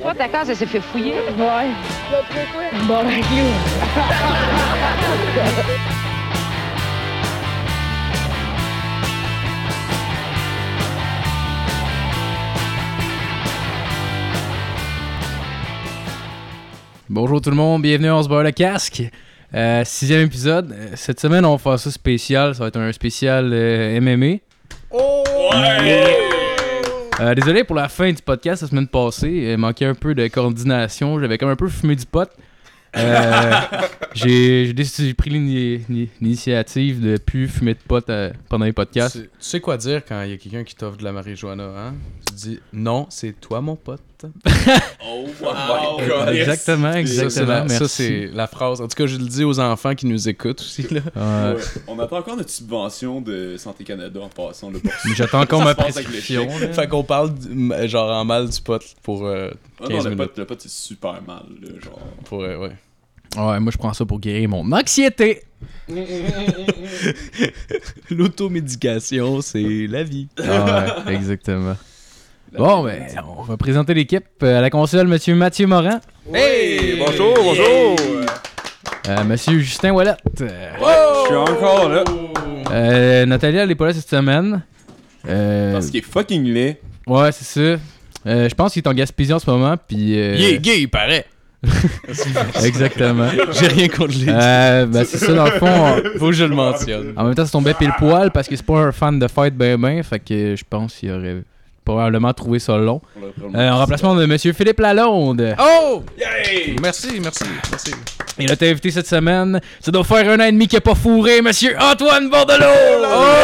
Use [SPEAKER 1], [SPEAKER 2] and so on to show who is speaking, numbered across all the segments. [SPEAKER 1] Toi, ta case, elle s'est fait fouiller.
[SPEAKER 2] Ouais. Bon, ben, you.
[SPEAKER 3] Bonjour tout le monde, bienvenue à On se barre le casque. Euh, sixième épisode. Euh, Cette semaine, on va faire ça spécial. Ça va être un spécial euh, MMA.
[SPEAKER 4] Oh!
[SPEAKER 3] Euh, désolé pour la fin du podcast la semaine passée. Il manquait un peu de coordination. J'avais comme un peu fumé du pot. Euh, j'ai j'ai décidé- j'ai pris l'ini- l'ini- l'initiative de plus fumer de pot euh, pendant les podcasts.
[SPEAKER 4] Tu, tu sais quoi dire quand il y a quelqu'un qui t'offre de la marijuana, hein? Tu dis non, c'est toi mon pote.
[SPEAKER 5] Oh, wow.
[SPEAKER 3] Exactement,
[SPEAKER 4] Ça, c'est la-
[SPEAKER 3] exactement.
[SPEAKER 4] Ça,
[SPEAKER 3] Merci.
[SPEAKER 4] c'est la phrase. En tout cas, je le dis aux enfants qui nous écoutent aussi, là.
[SPEAKER 3] Euh,
[SPEAKER 5] Ouais. On attend encore notre subvention de Santé Canada en passant le bord.
[SPEAKER 3] mais J'attends encore
[SPEAKER 5] Ça
[SPEAKER 3] ma
[SPEAKER 5] se passe avec les
[SPEAKER 3] prescription.
[SPEAKER 5] chèques.
[SPEAKER 3] là.
[SPEAKER 4] fait qu'on parle du- genre en mal du pote pour. euh,
[SPEAKER 5] Ah
[SPEAKER 4] 15
[SPEAKER 5] non, le
[SPEAKER 4] minutes.
[SPEAKER 5] pote, le pote, c'est super mal, là, genre.
[SPEAKER 4] pour euh, ouais.
[SPEAKER 3] Ouais, moi je prends ça pour guérir mon anxiété.
[SPEAKER 4] L'automédication, c'est la vie.
[SPEAKER 3] Ah ouais, exactement. Bon, ben, on va présenter l'équipe Euh, à la console, monsieur Mathieu Morin,
[SPEAKER 6] Hey, bonjour, bonjour.
[SPEAKER 3] euh, monsieur Justin Wallet.
[SPEAKER 6] Je suis encore là.
[SPEAKER 5] Oh.
[SPEAKER 3] Euh, Nathalie, elle est pas là cette semaine. Euh,
[SPEAKER 5] Parce qu'il est fucking laid.
[SPEAKER 3] ouais, c'est ça. Euh, je pense qu'il est en Gaspésie en ce moment, puis... euh,
[SPEAKER 4] Il est gay, il paraît.
[SPEAKER 3] exactement.
[SPEAKER 4] J'ai rien contre lui.
[SPEAKER 3] Euh, ben, c'est ça, dans le fond. on-
[SPEAKER 4] Faut que je le mentionne.
[SPEAKER 3] En même temps, ça tombait pile poil, parce que c'est pas un fan de fight ben ben, fait que je pense qu'il aurait probablement trouvé ça long.
[SPEAKER 5] On l'a probablement
[SPEAKER 3] Euh, en remplacement de monsieur Philippe Lalonde.
[SPEAKER 4] Oh! Merci, merci, merci.
[SPEAKER 3] Et là, t'es invité cette semaine. Ça doit faire un an et demi qu'il a pas fourré, monsieur Antoine Bordelot!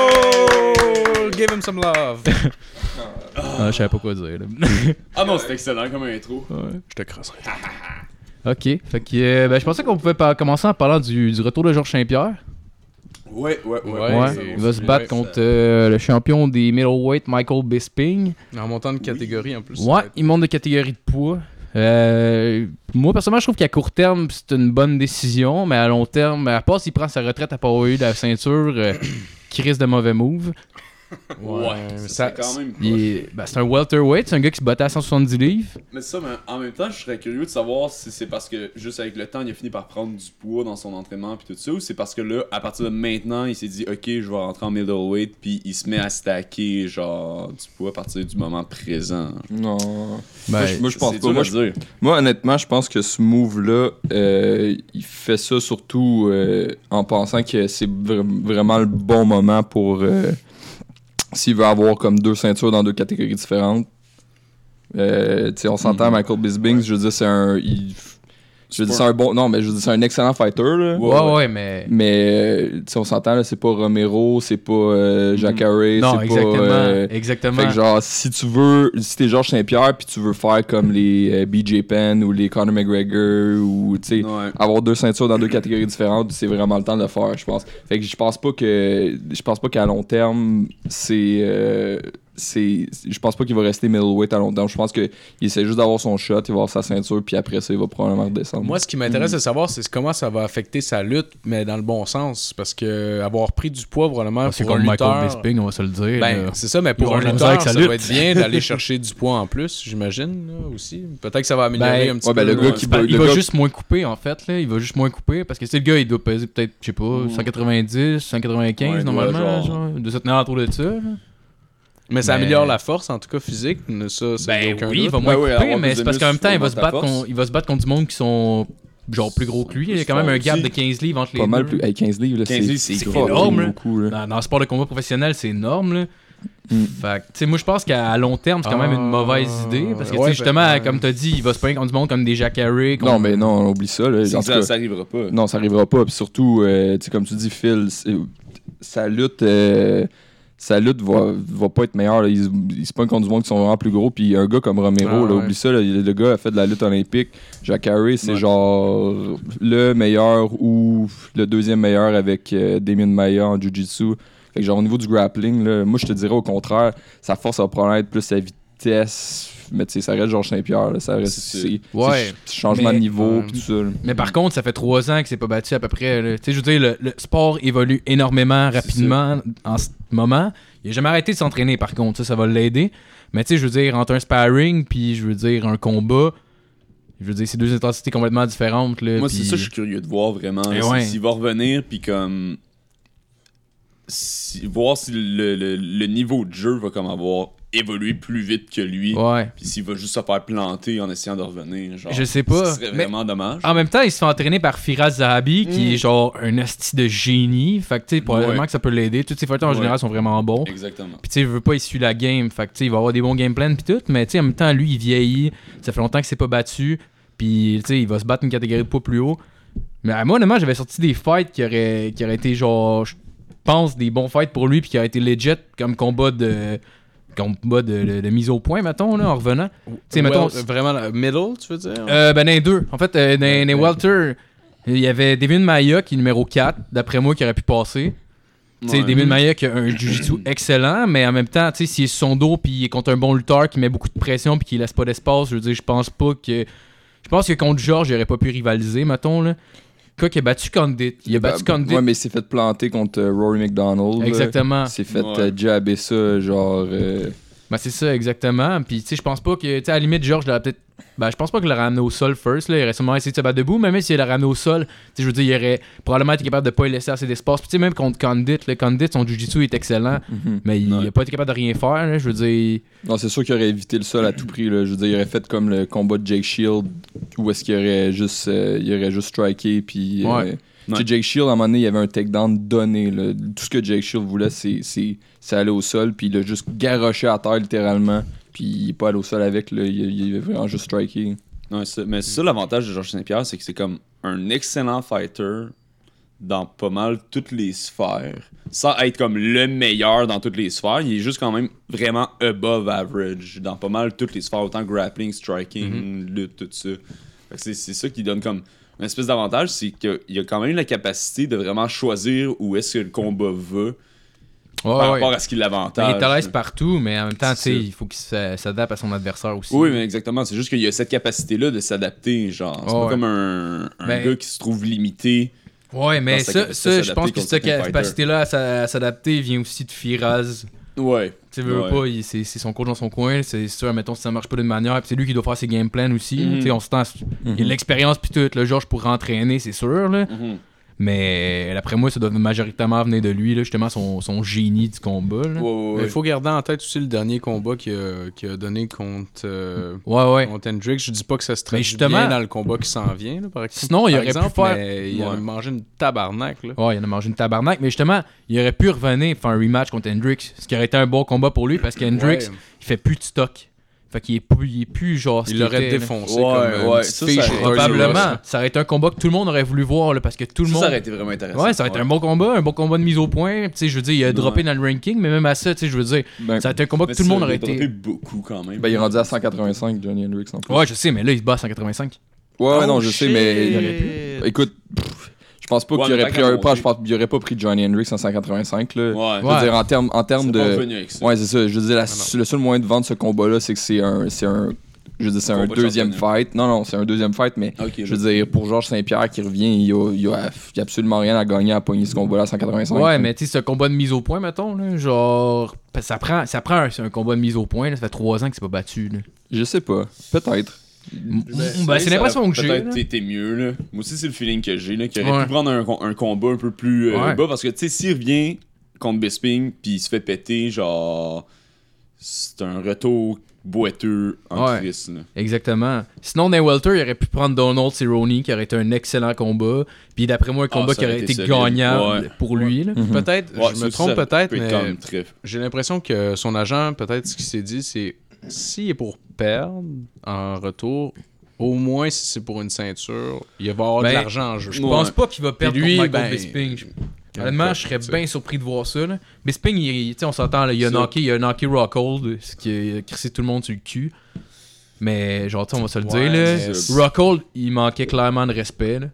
[SPEAKER 4] Oh! Give him some love.
[SPEAKER 3] Ah, je savais pas quoi dire. là.
[SPEAKER 5] Ah non, c'est excellent comme intro.
[SPEAKER 4] Je te crosserai.
[SPEAKER 3] ok, fait que euh, ben, je pensais qu'on pouvait par- commencer en parlant du, du retour de Georges Saint-Pierre.
[SPEAKER 5] Ouais, ouais, ouais.
[SPEAKER 4] Ouais,
[SPEAKER 3] Ouais,
[SPEAKER 4] c'est-
[SPEAKER 3] il va se
[SPEAKER 4] c'est-
[SPEAKER 3] battre
[SPEAKER 4] ouais,
[SPEAKER 3] contre euh, le champion des middleweight, Michael Bisping.
[SPEAKER 4] En montant de catégorie en plus. ça
[SPEAKER 3] Ouais,
[SPEAKER 4] va être-
[SPEAKER 3] il monte de catégorie de poids. Euh, moi, personnellement, je trouve qu'à court terme, c'est une bonne décision, mais à long terme, à part s'il prend sa retraite à pas avoir eu la ceinture, euh, qui risque de mauvais move.
[SPEAKER 4] Ouais,
[SPEAKER 5] ça,
[SPEAKER 4] mais
[SPEAKER 5] serait
[SPEAKER 4] ça-
[SPEAKER 5] quand même
[SPEAKER 3] Il
[SPEAKER 5] proche.
[SPEAKER 3] est- ben, c'est un welterweight, c'est un gars qui se battait à 170 livres.
[SPEAKER 5] Mais ça, mais en même temps, je serais curieux de savoir si c'est parce que juste avec le temps, il a fini par prendre du poids dans son entraînement puis tout ça, ou c'est parce que là, à partir de maintenant, il s'est dit, ok, je vais rentrer en middleweight puis il se met à stacker genre du poids à partir du moment présent.
[SPEAKER 6] Non.
[SPEAKER 3] Ben,
[SPEAKER 6] je- moi, je pense
[SPEAKER 5] C'est
[SPEAKER 6] pas.
[SPEAKER 5] dur
[SPEAKER 6] Moi,
[SPEAKER 5] à
[SPEAKER 6] je-
[SPEAKER 5] dire.
[SPEAKER 6] Moi, honnêtement, je pense que ce move-là, euh, il fait ça surtout euh, en pensant que c'est vr- vraiment le bon moment pour. euh, S'il veut avoir comme deux ceintures dans deux catégories différentes. Euh, tu sais, on s'entend, Michael Bisping, je veux dire, c'est un. il- je veux dire, c'est un bon. Non, mais je veux dire, c'est un excellent fighter, là.
[SPEAKER 3] ouais, ouais, mais.
[SPEAKER 6] Mais, euh, tu sais, on s'entend, là, c'est pas Romero, c'est pas euh, Jacare, c'est
[SPEAKER 3] Non,
[SPEAKER 6] pas.
[SPEAKER 3] exactement.
[SPEAKER 6] euh,
[SPEAKER 3] exactement.
[SPEAKER 6] Fait que genre, si tu veux, si t'es Georges Saint-Pierre puis tu veux faire comme les euh, BJ Penn ou les Conor McGregor ou tu sais,
[SPEAKER 5] Ouais.
[SPEAKER 6] avoir deux ceintures dans deux catégories différentes, c'est vraiment le temps de le faire, je pense. Fait que je pense pas que, je pense pas qu'à long terme, c'est, euh, c'est, je pense pas qu'il va rester middleweight à long terme. Je pense que il essaie juste d'avoir son shot, il va avoir sa ceinture puis après ça, il va probablement redescendre.
[SPEAKER 4] Moi, ce qui
[SPEAKER 3] Mm.
[SPEAKER 4] m'intéresse de savoir, c'est comment ça va affecter sa lutte, mais dans le bon sens. Parce que euh, avoir pris du poids, probablement,
[SPEAKER 3] Ah, c'est
[SPEAKER 4] pour un
[SPEAKER 3] comme Michael
[SPEAKER 4] lutteur...
[SPEAKER 3] Bisping, on va se le dire. là.
[SPEAKER 4] Ben, c'est ça, mais
[SPEAKER 3] Ils
[SPEAKER 4] pour
[SPEAKER 3] ont
[SPEAKER 4] un
[SPEAKER 3] de la
[SPEAKER 4] lutteur,
[SPEAKER 3] misère
[SPEAKER 4] ça
[SPEAKER 3] avec sa
[SPEAKER 4] doit être
[SPEAKER 3] lutte.
[SPEAKER 4] bien d'aller chercher du poids en plus, j'imagine, là, aussi. Peut-être que ça va améliorer
[SPEAKER 3] Ben,
[SPEAKER 4] un petit
[SPEAKER 6] ouais, ben,
[SPEAKER 4] peu.
[SPEAKER 6] le gars qui
[SPEAKER 3] Ben, il
[SPEAKER 6] le
[SPEAKER 3] va
[SPEAKER 6] gars-
[SPEAKER 3] juste moins couper en fait là. il va juste moins couper parce que c'est le gars il doit peser peut-être je sais pas 190 195
[SPEAKER 5] Ouais,
[SPEAKER 3] normalement
[SPEAKER 5] ouais,
[SPEAKER 3] là,
[SPEAKER 5] genre.
[SPEAKER 3] genre, de se tenir autour de ça là.
[SPEAKER 4] Mais ça
[SPEAKER 3] Mais-
[SPEAKER 4] améliore la force, en tout cas, physique. mais Ça, ça, il y a aucun
[SPEAKER 3] il
[SPEAKER 4] doute.
[SPEAKER 3] va moins
[SPEAKER 5] Ben oui,
[SPEAKER 3] couper
[SPEAKER 5] avoir
[SPEAKER 3] mais
[SPEAKER 5] plus
[SPEAKER 3] c'est
[SPEAKER 5] de
[SPEAKER 3] parce qu'en même
[SPEAKER 5] muscles,
[SPEAKER 3] temps il va se
[SPEAKER 5] augmente
[SPEAKER 3] battre
[SPEAKER 5] la force.
[SPEAKER 3] contre, il va se battre contre du monde qui sont genre plus gros que lui il y a quand même un
[SPEAKER 5] Plus
[SPEAKER 3] gap de
[SPEAKER 5] forts
[SPEAKER 3] 15 livres entre les
[SPEAKER 6] pas mal
[SPEAKER 3] deux
[SPEAKER 6] plus, hey, 15 livres, là,
[SPEAKER 5] 15 livres,
[SPEAKER 6] c'est,
[SPEAKER 5] c'est
[SPEAKER 6] fucking
[SPEAKER 3] énorme, là.
[SPEAKER 6] beaucoup, là.
[SPEAKER 3] dans, dans le sport de combat professionnel c'est énorme là.
[SPEAKER 5] Hmm.
[SPEAKER 6] Mm.
[SPEAKER 3] Fait que, tu sais, moi, je pense qu'à long terme, c'est quand même une
[SPEAKER 4] Ah,
[SPEAKER 3] mauvaise idée. Parce que, tu
[SPEAKER 4] ouais,
[SPEAKER 3] sais,
[SPEAKER 4] ben,
[SPEAKER 3] justement,
[SPEAKER 4] euh,
[SPEAKER 3] comme t'as dit, il va se peindre contre du monde comme des Jack Harry.
[SPEAKER 6] Non, mais non, on oublie ça, là.
[SPEAKER 5] C'est
[SPEAKER 6] En
[SPEAKER 5] que
[SPEAKER 6] tout
[SPEAKER 5] ça,
[SPEAKER 6] cas-
[SPEAKER 5] ça arrivera pas.
[SPEAKER 6] Non, ça arrivera pas. Puis surtout, euh, tu sais, comme tu dis, Phil, c'est- sa lutte, euh, sa lutte va, va pas être meilleure. là. Ils, se- ils se pognent contre du monde qui sont vraiment plus gros. Puis un gars comme Romero,
[SPEAKER 4] Ah,
[SPEAKER 6] là,
[SPEAKER 4] ouais.
[SPEAKER 6] oublie ça, là, il- le gars a fait de la lutte olympique. Jacques Harry, c'est
[SPEAKER 5] Ouais.
[SPEAKER 6] genre le meilleur ou le deuxième meilleur avec euh, Damien Maya en jiu-jitsu. Fait que genre au niveau du grappling, là, moi je te dirais au contraire, sa force va probablement être plus sa vitesse. Mais tu sais, ça reste Georges Saint-Pierre, là, ça reste
[SPEAKER 5] C'est-
[SPEAKER 6] c'est-
[SPEAKER 3] Ouais.
[SPEAKER 6] c'est changement
[SPEAKER 3] Mais-
[SPEAKER 6] de niveau
[SPEAKER 4] Ouais.
[SPEAKER 6] puis tout ça. là.
[SPEAKER 3] Mais par contre, ça fait trois ans que c'est pas battu à peu près. là. Tu sais, je veux dire, le, le sport évolue énormément rapidement en ce moment. Il a jamais arrêté de s'entraîner, par contre. Ça, ça va l'aider. Mais tu sais, je veux dire, entre un sparring, puis je veux dire, un combat, je veux dire, c'est deux intensités complètement différentes. Là,
[SPEAKER 5] Moi,
[SPEAKER 3] puis-
[SPEAKER 5] c'est ça, je suis curieux de voir vraiment.
[SPEAKER 3] Eh
[SPEAKER 5] si-
[SPEAKER 3] ouais.
[SPEAKER 5] S'il va revenir, puis comme. si- voir si le, le- le niveau de jeu va comme avoir évolué plus vite que lui.
[SPEAKER 3] Ouais.
[SPEAKER 5] Puis s'il va juste se faire planter en essayant de revenir. Genre,
[SPEAKER 3] Je sais pas,
[SPEAKER 5] Ce serait
[SPEAKER 3] mais-
[SPEAKER 5] vraiment dommage.
[SPEAKER 3] En même temps, il se fait entraîner par Firas Zahabi, qui est genre un asti de génie. Fait que, tu sais, probablement
[SPEAKER 5] Mm. Ouais.
[SPEAKER 3] que ça peut l'aider. Tous ses fighters en
[SPEAKER 5] Ouais.
[SPEAKER 3] général sont vraiment bons.
[SPEAKER 5] Exactement.
[SPEAKER 3] Puis tu sais, je veux pas il suit la game. Fait que tu sais, il va avoir des bons game plans puis tout, mais tu sais, en même temps, lui, il vieillit. Ça fait longtemps que c'est pas battu. Puis tu sais, il va se battre une catégorie de poids plus haut. Mais à moi, honnêtement, j'avais sorti des fights qui auraient, qui auraient été genre, je pense, des bons fights pour lui, puis qui auraient été legit comme combat de combat de, de- de mise au point, mettons, là, en revenant. Tu sais, mettons,
[SPEAKER 4] Well, vraiment, la middle, tu veux dire
[SPEAKER 3] euh, ben, dans les deux. En fait, euh, dans, dans les Welter, il y avait Devin Maya qui est numéro 4, d'après moi, qui aurait pu passer. Tu sais,
[SPEAKER 5] Ouais.
[SPEAKER 3] Devin Maya qui a un jiu-jitsu excellent, mais en même temps, tu sais, s'il est sur son dos puis il est contre un bon lutteur qui met beaucoup de pression puis qui laisse pas d'espace, je veux dire, je pense pas que. Je pense que contre George, il aurait pas pu rivaliser, mettons, là. Quoi qu'il a battu Condit. Il a battu
[SPEAKER 6] Bah,
[SPEAKER 3] Condit.
[SPEAKER 6] Ouais, mais il s'est fait planter contre euh, Rory McDonald. là.
[SPEAKER 3] Exactement.
[SPEAKER 6] Il s'est fait
[SPEAKER 5] Ouais.
[SPEAKER 6] euh, jabber ça, genre. euh,
[SPEAKER 3] Ben, c'est ça, exactement. Puis, tu sais, je pense pas que, tu sais, à la limite, George l'aurait peut-être. Ben, je pense pas qu'il l'aurait ramené au sol first. Là. Il aurait sûrement essayé de se battre debout, mais même s'il l'a ramené au sol, tu sais, je veux dire, il aurait probablement été capable de pas lui laisser assez d'espace. Puis, tu sais, même contre Condit, le Condit, son jujitsu est excellent,
[SPEAKER 6] mhm.
[SPEAKER 3] mais il
[SPEAKER 5] Ouais.
[SPEAKER 3] a pas été capable de rien faire. là. je veux dire,
[SPEAKER 6] Non, c'est sûr qu'il aurait évité le sol à tout prix. Là. Je veux dire, il aurait fait comme le combat de Jake Shield, où est-ce qu'il aurait juste, euh, il aurait juste striké. Puis, euh,
[SPEAKER 3] Ouais.
[SPEAKER 6] tu sais, Jake Shield, à un moment donné, il y avait un takedown donné. là. Tout ce que Jake Shield voulait, c'est, c'est, c'est aller au sol. Puis, il a juste garoché à terre, littéralement. Puis, il est pas allé au sol avec. Là. Il, il est vraiment juste striké.
[SPEAKER 5] Non, c'est ça. mais c'est ça l'avantage de Georges Saint-Pierre, c'est que c'est comme un excellent fighter dans pas mal toutes les sphères. Sans être comme le meilleur dans toutes les sphères, il est juste quand même vraiment above average dans pas mal toutes les sphères, autant grappling, striking,
[SPEAKER 3] Mm-hmm.
[SPEAKER 5] lutte, tout ça. Fait que c'est- C'est ça qui donne comme une espèce d'avantage, c'est qu'il a quand même la capacité de vraiment choisir où est-ce que le combat va
[SPEAKER 3] ouais,
[SPEAKER 5] par
[SPEAKER 3] ouais.
[SPEAKER 5] rapport à ce qu'il
[SPEAKER 3] Il
[SPEAKER 5] avantage.
[SPEAKER 3] est à l'aise partout, mais en même temps, tu
[SPEAKER 5] C'est
[SPEAKER 3] sais,
[SPEAKER 5] ça.
[SPEAKER 3] il faut qu'il s'a- s'adapte à son adversaire aussi.
[SPEAKER 5] Oui, mais exactement. C'est juste qu'il y a cette capacité-là de s'adapter. Genre, c'est
[SPEAKER 3] Ah
[SPEAKER 5] pas
[SPEAKER 3] ouais.
[SPEAKER 5] comme un, un
[SPEAKER 3] Ben-
[SPEAKER 5] gars qui se trouve limité.
[SPEAKER 3] Ouais, mais
[SPEAKER 5] Dans sa
[SPEAKER 3] ça,
[SPEAKER 5] capacité
[SPEAKER 3] ça,
[SPEAKER 5] à
[SPEAKER 3] je
[SPEAKER 5] s'adapter
[SPEAKER 3] pense que
[SPEAKER 5] contre
[SPEAKER 3] cette
[SPEAKER 5] certains
[SPEAKER 3] capacité-là à s'a- à s'adapter vient aussi de Firaz.
[SPEAKER 5] Ouais.
[SPEAKER 3] Tu sais, veux, veux
[SPEAKER 5] Ouais.
[SPEAKER 3] pas, il- c'est c'est son coach dans son coin, c'est sûr, mettons, si ça marche pas d'une manière, puis c'est lui qui doit faire ses game plans aussi.
[SPEAKER 5] Mhm.
[SPEAKER 3] Tu sais, on s'entend,
[SPEAKER 4] Mhm.
[SPEAKER 3] il a de l'expérience, puis tout, le Georges pour entraîner, c'est sûr, là.
[SPEAKER 5] Mhm.
[SPEAKER 3] Mais d'après moi, ça doit majoritairement venir de lui, là, justement, son, son génie du combat, là. Ouais,
[SPEAKER 5] Ouais, ouais, ouais.
[SPEAKER 4] Il faut garder en tête aussi le dernier combat qu'il a, qu'il a donné contre, euh,
[SPEAKER 3] ouais.
[SPEAKER 4] contre Hendrix. Je dis pas que ça se traduit
[SPEAKER 3] Ben, justement-
[SPEAKER 4] bien dans le combat qui s'en vient, là, par exemple.
[SPEAKER 3] Sinon, il
[SPEAKER 4] Par
[SPEAKER 3] aurait
[SPEAKER 4] exemple,
[SPEAKER 3] pu faire.
[SPEAKER 4] mais il
[SPEAKER 5] Ouais.
[SPEAKER 4] a mangé une tabarnak, là.
[SPEAKER 3] Ouais, il en a mangé une tabarnak, mais justement, il aurait pu revenir faire un rematch contre Hendrix, ce qui aurait été un bon combat pour lui, parce que Hendrix,
[SPEAKER 4] Ouais.
[SPEAKER 3] il fait plus de stock. Fait qu'il est plus, il est plus genre. ce
[SPEAKER 4] Il
[SPEAKER 3] qu'il
[SPEAKER 4] l'aurait
[SPEAKER 3] était, là.
[SPEAKER 4] défoncé
[SPEAKER 5] Ouais,
[SPEAKER 4] comme euh,
[SPEAKER 5] ouais,
[SPEAKER 4] une petite
[SPEAKER 5] ça,
[SPEAKER 4] fille
[SPEAKER 5] ça
[SPEAKER 4] chez
[SPEAKER 5] aurait-
[SPEAKER 4] Toys R Us.
[SPEAKER 3] Probablement, ça aurait été un combat que tout le monde aurait voulu voir, là, parce que tout le
[SPEAKER 5] Ça,
[SPEAKER 3] monde.
[SPEAKER 5] ça aurait été vraiment intéressant.
[SPEAKER 3] Ouais, ça va être un bon combat, un bon combat de mise au point. Tu sais, je veux dire, il a droppé
[SPEAKER 5] Ouais.
[SPEAKER 3] dans le ranking, mais même à ça, tu sais, je veux dire,
[SPEAKER 6] Ben,
[SPEAKER 3] ça a été un combat que tout le monde aurait été.
[SPEAKER 5] beaucoup quand même.
[SPEAKER 6] ben, il est rendu à 185, Johnny Hendricks. En plus.
[SPEAKER 3] Ouais, je sais, mais là, il se bat à 185.
[SPEAKER 6] Ouais, ouais,
[SPEAKER 4] Oh,
[SPEAKER 6] non, je sais, mais.
[SPEAKER 4] shit.
[SPEAKER 6] il aurait pu. Écoute, pff, je pense pas
[SPEAKER 5] Ouais,
[SPEAKER 6] qu'il
[SPEAKER 5] mais
[SPEAKER 6] aurait
[SPEAKER 5] t'as
[SPEAKER 6] pris
[SPEAKER 5] qu'à
[SPEAKER 6] un
[SPEAKER 5] monter.
[SPEAKER 6] pas. Je pense qu'il aurait pas pris Johnny Hendricks en 185. Là.
[SPEAKER 5] Ouais.
[SPEAKER 6] Je veux
[SPEAKER 3] Ouais.
[SPEAKER 6] dire, en termes en termes
[SPEAKER 5] C'est pas
[SPEAKER 6] de.
[SPEAKER 5] revenu avec ça.
[SPEAKER 6] Ouais, c'est ça. Je veux dire, la-
[SPEAKER 4] non.
[SPEAKER 6] le seul moyen de vendre ce combat-là, c'est que c'est un. C'est un. Je veux dire, c'est un
[SPEAKER 5] Combat de
[SPEAKER 6] deuxième
[SPEAKER 5] championnat.
[SPEAKER 6] fight. Non, non, c'est un deuxième fight, mais.
[SPEAKER 5] Ok,
[SPEAKER 6] Je veux dire, pour Georges Saint-Pierre qui revient, il a, il a- il a absolument rien à gagner à pogner ce combat-là à 185.
[SPEAKER 3] Ouais, mais tu sais, c'est un combat de mise au point, mettons, là, genre. parce que Ça prend, ça prend un, c'est un combat de mise au point, là, ça fait trois ans que c'est pas battu. Là.
[SPEAKER 6] Je sais pas. Peut-être.
[SPEAKER 3] M-
[SPEAKER 5] Ben,
[SPEAKER 3] m- ben, c'est
[SPEAKER 5] ça
[SPEAKER 3] l'impression
[SPEAKER 5] aurait
[SPEAKER 3] que j'ai.
[SPEAKER 5] Peut-être
[SPEAKER 3] là.
[SPEAKER 5] été mieux, là. Moi aussi, c'est le feeling que j'ai, là. Qu'il aurait
[SPEAKER 3] Ouais.
[SPEAKER 5] pu prendre un, com- un combat un peu plus euh,
[SPEAKER 3] Ouais.
[SPEAKER 5] bas. Parce que, tu sais, s'il revient contre Bisping, puis il se fait péter, genre. C'est un retour boiteux en
[SPEAKER 3] Ouais.
[SPEAKER 5] Christ, là.
[SPEAKER 3] Exactement. Sinon, dans les Welter, il aurait pu prendre Donald Cerrone, qui aurait été un excellent combat. Puis d'après moi, un combat
[SPEAKER 5] Ah, ça
[SPEAKER 3] qui
[SPEAKER 5] aurait
[SPEAKER 3] aurait
[SPEAKER 5] été
[SPEAKER 3] été
[SPEAKER 5] solide.
[SPEAKER 3] gagnable
[SPEAKER 5] Ouais.
[SPEAKER 3] pour lui. là.
[SPEAKER 6] Mhm.
[SPEAKER 4] Peut-être,
[SPEAKER 5] Ouais,
[SPEAKER 4] je
[SPEAKER 5] ça,
[SPEAKER 4] me trompe
[SPEAKER 5] ça
[SPEAKER 4] peut-être,
[SPEAKER 5] peut être
[SPEAKER 4] mais
[SPEAKER 5] quand même très-
[SPEAKER 4] j'ai l'impression que son agent, peut-être, ce qu'il s'est dit, c'est s'il est pour perdre en retour, au moins si c'est pour une ceinture, il va avoir
[SPEAKER 3] Ben,
[SPEAKER 4] de l'argent en jeu.
[SPEAKER 3] Je pense
[SPEAKER 5] Ouais.
[SPEAKER 3] pas qu'il va perdre
[SPEAKER 4] lui,
[SPEAKER 3] contre Michael
[SPEAKER 4] ben,
[SPEAKER 3] Bisping. Je-
[SPEAKER 4] quand
[SPEAKER 3] Honnêtement,
[SPEAKER 4] même,
[SPEAKER 3] je serais
[SPEAKER 4] tu sais.
[SPEAKER 3] bien surpris de voir ça. Là. Bisping, il, tu sais, on s'entend, là, il a
[SPEAKER 5] Ça.
[SPEAKER 3] knocké, il a knocké Rockhold, ce qui a crissé tout le monde sur le cul. Mais genre, tu sais, on va se le
[SPEAKER 4] Ouais,
[SPEAKER 3] dire, là,
[SPEAKER 4] mais c'est-
[SPEAKER 3] Rockhold, il manquait clairement de respect. là.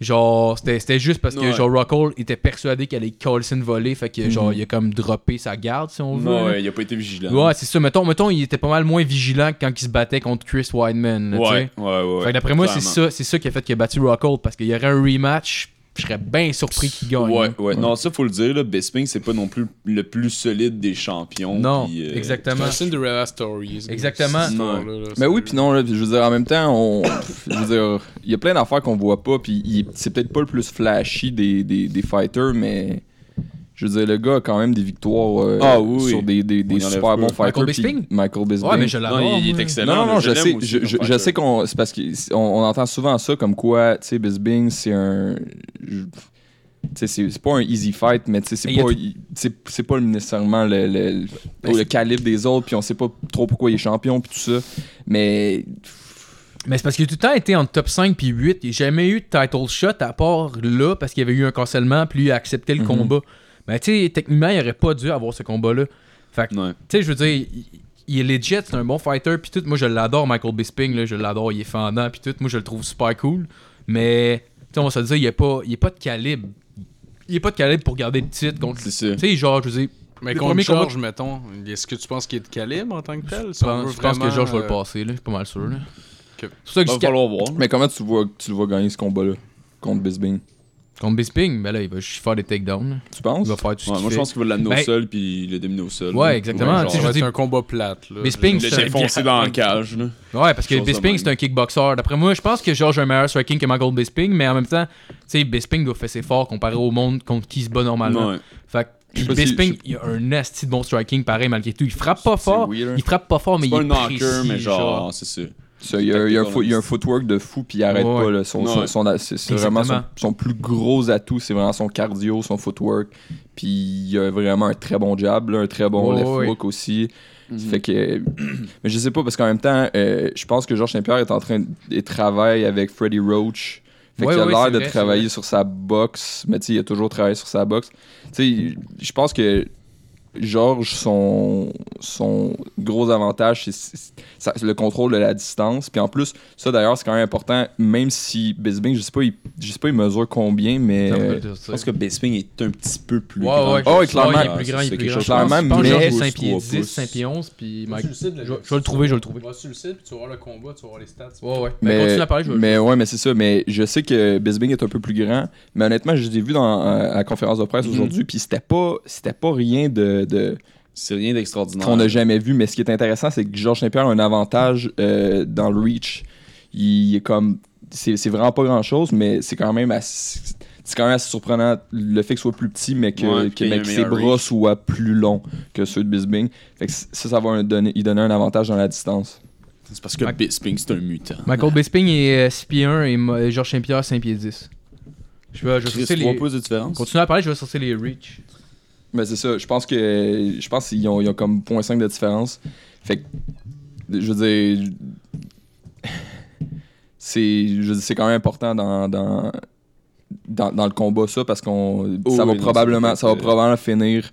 [SPEAKER 3] Genre, c'était c'était juste parce que
[SPEAKER 5] Ouais.
[SPEAKER 3] genre Rockhold était persuadé qu'elle allait Carlson voler, fait que genre,
[SPEAKER 6] Mhm.
[SPEAKER 3] il a comme droppé sa garde, si on veut.
[SPEAKER 5] Non,
[SPEAKER 3] là.
[SPEAKER 5] ouais, il a pas été vigilant.
[SPEAKER 3] Ouais, c'est ça. Mettons, mettons, il était pas mal moins vigilant que quand il se battait contre Chris Weidman. là, tu sais.
[SPEAKER 5] ouais, ouais, ouais.
[SPEAKER 3] Fait que d'après moi, c'est ça,
[SPEAKER 5] clairement.
[SPEAKER 3] c'est ça qui a fait qu'il a battu Rockhold parce qu'il y aurait un rematch, je serais bien surpris qu'il gagne.
[SPEAKER 5] Ouais,
[SPEAKER 3] là.
[SPEAKER 5] ouais. Non, ça, faut le dire, là, Bisping, c'est pas non plus le plus solide des champions.
[SPEAKER 3] Non,
[SPEAKER 5] puis, euh,
[SPEAKER 3] exactement.
[SPEAKER 4] C'est un Cinderella Story.
[SPEAKER 3] Exactement.
[SPEAKER 6] Mais oui, puis non, là, puis je veux dire, en même temps, on, je veux dire, il y a plein d'affaires qu'on voit pas, puis il- c'est peut-être pas le plus flashy des, des, des fighters, mais je veux dire, le gars a quand même des victoires euh,
[SPEAKER 5] Ah oui, oui.
[SPEAKER 6] sur des, des, des
[SPEAKER 5] On y enlève
[SPEAKER 6] super
[SPEAKER 5] pas.
[SPEAKER 6] bons fighters.
[SPEAKER 3] Michael
[SPEAKER 6] puis
[SPEAKER 3] Bisping?
[SPEAKER 6] Michael Bisping.
[SPEAKER 3] Ouais, mais je l'adore.
[SPEAKER 5] Non, il, il est
[SPEAKER 3] moi.
[SPEAKER 5] excellent.
[SPEAKER 6] Non, non,
[SPEAKER 5] là,
[SPEAKER 6] non, je,
[SPEAKER 5] l'aime
[SPEAKER 6] sais,
[SPEAKER 5] aussi,
[SPEAKER 6] je,
[SPEAKER 5] comme
[SPEAKER 6] je- je
[SPEAKER 5] fighter.
[SPEAKER 6] sais qu'on. C'est parce qu'on on entend souvent ça comme quoi, tu sais, Bisbing, c'est un. je- Tu sais, c'est c'est pas un easy fight, mais tu sais, c'est
[SPEAKER 3] Mais il y a
[SPEAKER 6] pas, il- c'est c'est pas nécessairement le, le, le, le calibre des autres, puis on sait pas trop pourquoi il est champion, puis tout ça. Mais.
[SPEAKER 3] Mais c'est parce qu'il a tout le temps été en top 5 puis 8. Il n'a jamais eu de title shot à part là parce qu'il y avait eu un cancellement puis lui, il a accepté le
[SPEAKER 6] Mhm.
[SPEAKER 3] combat. Mais tu sais, techniquement, il n'aurait pas dû avoir ce combat-là. Fait que, tu
[SPEAKER 5] Ouais.
[SPEAKER 3] sais, je veux dire, il, il est legit, c'est un bon fighter puis tout. Moi, je l'adore, Michael Bisping, là, je l'adore, il est fendant puis tout. Moi, je le trouve super cool. Mais, tu sais, on va se le dire, il n'y a, pas- il y a pas de calibre. Il n'y a pas de calibre pour garder le titre contre.
[SPEAKER 5] C'est
[SPEAKER 3] Tu
[SPEAKER 5] ça.
[SPEAKER 3] sais, genre, je veux dire,
[SPEAKER 4] Mais
[SPEAKER 3] Le
[SPEAKER 4] contre
[SPEAKER 3] premier
[SPEAKER 4] George, mettons, est-ce que tu penses qu'il est de calibre en tant que tel
[SPEAKER 3] je pense, je pense que George va
[SPEAKER 4] euh,
[SPEAKER 3] le passer, là, je suis pas mal sûr. là.
[SPEAKER 4] Ok.
[SPEAKER 3] C'est pour ça que
[SPEAKER 5] Va
[SPEAKER 3] jusqu'à-
[SPEAKER 5] falloir voir.
[SPEAKER 6] Mais comment tu vois tu le vois gagner ce combat-là contre Bisbing
[SPEAKER 3] Contre Bisping, ben là, il va juste faire des takedowns. là.
[SPEAKER 6] Tu penses
[SPEAKER 3] Il va faire tout ce
[SPEAKER 5] Ouais,
[SPEAKER 3] qu'il
[SPEAKER 5] moi, je
[SPEAKER 3] fait.
[SPEAKER 5] pense qu'il va l'amener
[SPEAKER 3] Ben-
[SPEAKER 5] au sol puis le dominer au sol.
[SPEAKER 3] Ouais,
[SPEAKER 5] là.
[SPEAKER 3] exactement,
[SPEAKER 5] genre,
[SPEAKER 3] Ah, tu sais, je
[SPEAKER 4] C'est
[SPEAKER 3] veux dire-
[SPEAKER 4] un combat plate. Là.
[SPEAKER 3] Mais Spinks,
[SPEAKER 5] le
[SPEAKER 3] c'est
[SPEAKER 5] laisser
[SPEAKER 3] un-
[SPEAKER 5] foncer dans la cage. Là.
[SPEAKER 3] Ouais, parce que
[SPEAKER 5] Chose de
[SPEAKER 3] Bisping,
[SPEAKER 5] même.
[SPEAKER 3] c'est un kickboxer. D'après moi, je pense que George a un meilleur striking que Michael Bisping, mais en même temps, tu sais, Bisping doit faire ses forts comparé au monde contre qui il se bat normalement.
[SPEAKER 5] Ouais.
[SPEAKER 3] Fait que
[SPEAKER 6] Je
[SPEAKER 3] puis
[SPEAKER 6] sais pas si-
[SPEAKER 3] Bisping,
[SPEAKER 6] je sais-
[SPEAKER 3] il a un nasty de bon striking pareil malgré tout. Il frappe pas
[SPEAKER 6] C'est
[SPEAKER 3] fort,
[SPEAKER 6] weird, hein.
[SPEAKER 3] il frappe pas fort, mais
[SPEAKER 5] C'est
[SPEAKER 3] il
[SPEAKER 5] pas
[SPEAKER 3] est
[SPEAKER 5] un knocker,
[SPEAKER 3] précis,
[SPEAKER 5] mais genre, c'est ça.
[SPEAKER 6] Ça, il, y a, il y a un fo- il y a un footwork de fou, puis il arrête
[SPEAKER 3] Ouais.
[SPEAKER 6] pas. Là. Son, son-
[SPEAKER 5] Ouais.
[SPEAKER 6] son- c'est c'est vraiment son,
[SPEAKER 3] Exactement.
[SPEAKER 6] son plus gros atout, c'est vraiment son cardio, son footwork. Puis il a vraiment un très bon jab, là, un très bon
[SPEAKER 3] Ouais,
[SPEAKER 6] left
[SPEAKER 3] ouais.
[SPEAKER 6] hook aussi. Fait que. euh, Mais je sais pas, parce qu'en même temps, euh, je pense que Georges Saint-Pierre est en train de il travaille avec Freddie Roach. Fait
[SPEAKER 3] Ouais,
[SPEAKER 6] qu'il a
[SPEAKER 3] ouais, c'est
[SPEAKER 6] l'air de
[SPEAKER 3] vrai, c'est
[SPEAKER 6] travailler
[SPEAKER 3] vrai.
[SPEAKER 6] sur sa boxe, mais tu sais, il a toujours travaillé sur sa boxe. Tu sais, je pense que Georges, son, son gros avantage, c'est- c'est ça- c'est le contrôle de la distance. Puis en plus, ça d'ailleurs, c'est quand même important, même si Bisbing, je sais pas, il, je sais pas, il mesure combien, mais.
[SPEAKER 3] Je
[SPEAKER 6] euh,
[SPEAKER 5] Je pense que Bisping est un petit peu plus
[SPEAKER 3] Ouais,
[SPEAKER 5] grand.
[SPEAKER 3] ouais,
[SPEAKER 6] Ah ouais,
[SPEAKER 3] je- ouais,
[SPEAKER 6] clairement.
[SPEAKER 3] il est plus grand, il est
[SPEAKER 5] C'est
[SPEAKER 3] plus
[SPEAKER 5] quelque
[SPEAKER 3] grand.
[SPEAKER 5] chose
[SPEAKER 3] Je pense-
[SPEAKER 6] clairement,
[SPEAKER 3] je pense que
[SPEAKER 6] mais-
[SPEAKER 3] George est 5 pieds
[SPEAKER 5] Trois
[SPEAKER 3] 10,
[SPEAKER 5] pouces.
[SPEAKER 3] 5 pieds 11, puis Mike.
[SPEAKER 4] Je
[SPEAKER 3] Je je vais le trouver, je vais le trouver.
[SPEAKER 4] vas sur le site, puis tu vas voir le combat, tu vas voir les stats.
[SPEAKER 3] Ouais, ouais. Mais,
[SPEAKER 6] Mais,
[SPEAKER 3] continue à parler, je vais
[SPEAKER 6] mais ouais, mais c'est ça. Mais je sais que Bisbing est un peu plus grand, mais honnêtement, je l'ai vu dans, euh, à la conférence de
[SPEAKER 3] Mm-hmm.
[SPEAKER 6] presse
[SPEAKER 5] Mhm.
[SPEAKER 6] aujourd'hui, puis c'était pas, c'était pas rien de, de-
[SPEAKER 5] C'est rien d'extraordinaire.
[SPEAKER 6] qu'on n'a jamais vu. Mais ce qui est intéressant, c'est que Georges Saint-Pierre a un avantage euh, dans le reach. Il est comme, c'est, c'est vraiment pas grand chose, mais c'est quand même assez, c'est quand même assez surprenant le fait qu'il soit plus petit, mais que,
[SPEAKER 5] Ouais, puis
[SPEAKER 6] que-
[SPEAKER 5] qu'il y ait
[SPEAKER 6] mais
[SPEAKER 5] un
[SPEAKER 6] que ses
[SPEAKER 5] meilleur
[SPEAKER 6] bras
[SPEAKER 5] reach.
[SPEAKER 6] soient plus longs que ceux de Bisbing. Fait que ça, ça va un- donner, il donner un avantage dans la distance.
[SPEAKER 5] C'est parce que Bisping, c'est un mutant.
[SPEAKER 3] Michael Bisping est euh, 6 pieds 1 et Mo- Georges Saint-Pierre 5 pieds 10. Je vais, je vais
[SPEAKER 5] Chris,
[SPEAKER 3] sortir
[SPEAKER 5] trois
[SPEAKER 3] les...
[SPEAKER 5] pouces de différence.
[SPEAKER 3] Continue à parler, je vais sortir les reach.
[SPEAKER 6] Mais c'est ça, je pense que je pense qu'ils ont, ils ont comme 0.5 de différence. Fait que je veux dire c'est je veux dire, c'est quand même important dans dans, dans dans le combat ça parce qu'on
[SPEAKER 5] Oh
[SPEAKER 6] ça va
[SPEAKER 5] oui, non,
[SPEAKER 6] probablement ça
[SPEAKER 5] ça
[SPEAKER 6] va
[SPEAKER 5] va
[SPEAKER 6] probablement finir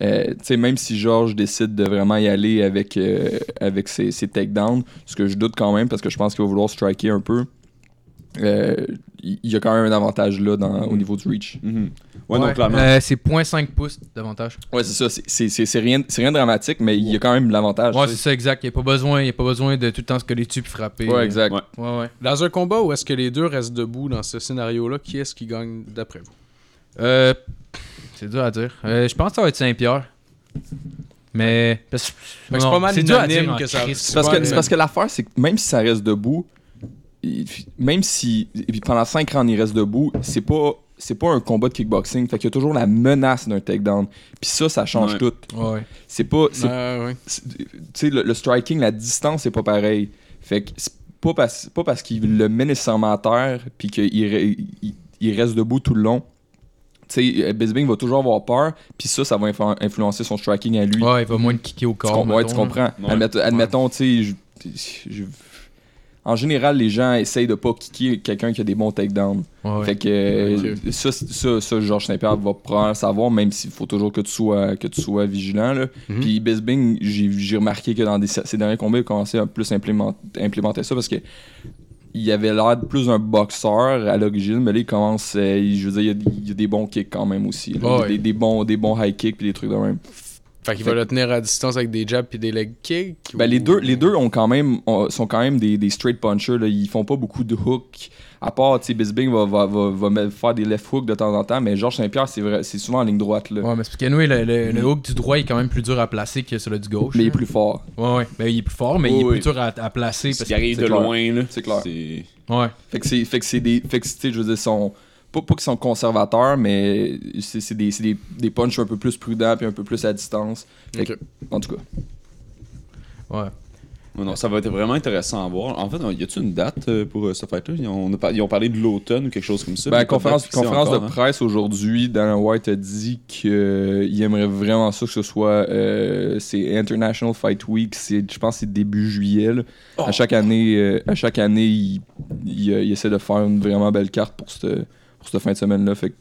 [SPEAKER 6] euh, tu sais, même si Georges décide de vraiment y aller avec, euh, avec ses, ses takedowns, ce que je doute quand même parce que je pense qu'il va vouloir striker un peu, euh, il il y a quand même un avantage là dans, au niveau du reach.
[SPEAKER 5] Mhm. Ouais, non, clairement.
[SPEAKER 3] Euh, c'est 0.5 pouces d'avantage.
[SPEAKER 6] Ouais, c'est ça. c'est- c'est- C'est c'est rien, c'est rien de dramatique, mais il y a quand même l'avantage.
[SPEAKER 3] Ouais, c'est
[SPEAKER 6] tu Ah, sais.
[SPEAKER 3] ça, exact. Il n'y a, pas besoin- y a pas besoin de tout le temps se coller dessus puis frapper.
[SPEAKER 6] Ouais, exact.
[SPEAKER 5] Ouais.
[SPEAKER 3] Ouais, ouais.
[SPEAKER 4] Dans un combat où est-ce que les deux restent debout dans ce scénario-là, qui est-ce qui gagne d'après vous
[SPEAKER 3] Euh, c'est dur à dire. Euh, je pense que ça va être Saint-Pierre. Mais. parce-
[SPEAKER 4] Fait que c'est
[SPEAKER 3] non,
[SPEAKER 4] pas mal
[SPEAKER 3] dur à
[SPEAKER 4] unanime
[SPEAKER 3] dire en
[SPEAKER 4] que ça-
[SPEAKER 3] Christ.
[SPEAKER 6] C'est
[SPEAKER 4] c'est
[SPEAKER 6] hein, parce
[SPEAKER 4] Ouais,
[SPEAKER 6] que, c'est
[SPEAKER 4] mais-
[SPEAKER 6] parce que l'affaire, c'est que même si ça reste debout, il- même si et puis pendant 5 rounds, il reste debout, c'est pas c'est pas un combat de kickboxing. Fait qu'il y a toujours la menace d'un takedown. Puis ça, ça change
[SPEAKER 5] Ouais.
[SPEAKER 6] tout.
[SPEAKER 3] Ouais, ouais.
[SPEAKER 6] C'est pas. c'est-
[SPEAKER 4] Euh, ouais.
[SPEAKER 6] c'est- Tu sais, le, le striking, la distance, c'est pas pareil. Fait que c'est pas parce, pas parce qu'il le met nécessairement à terre, puis qu'il re- il, il reste debout tout le long. Tu sais, euh, Bisbing va toujours avoir peur, puis ça, ça va influ- influencer son striking à lui.
[SPEAKER 3] Ouais, il va moins le kicker au
[SPEAKER 6] Tu,
[SPEAKER 3] corps.
[SPEAKER 6] com- ouais,
[SPEAKER 3] mettons,
[SPEAKER 6] tu
[SPEAKER 3] là.
[SPEAKER 6] comprends.
[SPEAKER 5] Ouais.
[SPEAKER 6] Admet- admettons, tu sais, je- je- en général, les gens essayent de pas kicker quelqu'un qui a des bons takedowns.
[SPEAKER 3] Ouais, ouais.
[SPEAKER 6] Fait que euh, ça, c'est- ça, ça, Georges Saint-Pierre va probablement le savoir, même s'il faut toujours que tu sois, que tu sois vigilant. Là.
[SPEAKER 4] Mhm.
[SPEAKER 6] Puis Bisbing, j'ai j'ai remarqué que dans des- ses derniers combats, il a commencé à plus implément- implémenter ça parce que il avait l'air de plus un boxeur à l'origine, mais là, il commence, euh, il- je veux dire, il y a- il y, a des bons kicks quand même aussi. là.
[SPEAKER 3] Ouais.
[SPEAKER 6] Des, des bons, des bons high kicks puis des trucs de même.
[SPEAKER 4] Fait qu'il va le tenir à distance avec des jabs puis des leg kicks.
[SPEAKER 6] Ben, les,
[SPEAKER 4] ou-
[SPEAKER 6] deux, les deux ont quand même, ont- sont quand même des, des straight punchers. Là. Ils font pas beaucoup de hooks. À part, tu sais, Bisbing va, va, va, va me- faire des left hooks de temps en temps, mais Georges Saint-Pierre, c'est vrai- c'est souvent en ligne droite. Là.
[SPEAKER 3] Ouais, mais c'est parce qu'anyway, le, le, le hook du droit est quand même plus dur à placer que celui du gauche.
[SPEAKER 6] Mais il est plus fort.
[SPEAKER 3] Ouais, ouais. Ben, il est plus fort, mais il est
[SPEAKER 5] Oui,
[SPEAKER 3] plus
[SPEAKER 5] oui.
[SPEAKER 3] dur à, à placer.
[SPEAKER 5] Parce
[SPEAKER 3] Parce
[SPEAKER 5] qu'il arrive
[SPEAKER 6] c'est
[SPEAKER 5] de
[SPEAKER 6] clair.
[SPEAKER 5] loin, là.
[SPEAKER 6] C'est clair.
[SPEAKER 5] C'est
[SPEAKER 3] que- Ouais.
[SPEAKER 6] Fait que c'est fait que c'est des. Fait que, tu sais, je veux dire, sont. Pas, pas qu'ils sont conservateurs, mais c'est c'est des, c'est des, des punches un peu plus prudents puis un peu plus à distance. Fait que-
[SPEAKER 4] Ok.
[SPEAKER 6] en tout cas.
[SPEAKER 3] Ouais.
[SPEAKER 5] Ouais, non, ça va être vraiment intéressant à voir. En fait, y a-tu une date euh, pour euh, ce fight-là Ils ont, on a par- ils ont parlé de l'automne ou quelque chose comme ça. mais
[SPEAKER 6] Ben,
[SPEAKER 5] pas de
[SPEAKER 6] conférence,
[SPEAKER 5] date fixée
[SPEAKER 6] conférence
[SPEAKER 5] encore,
[SPEAKER 6] de
[SPEAKER 5] hein.
[SPEAKER 6] presse aujourd'hui, Dana White a dit qu'il aimerait vraiment ça que ce soit euh, c'est International Fight Week, c'est je pense que c'est début juillet. là. À chaque année, euh, à chaque année, il, il, euh, il essaie de faire une vraiment belle carte pour cette pour cette fin de semaine là, fait que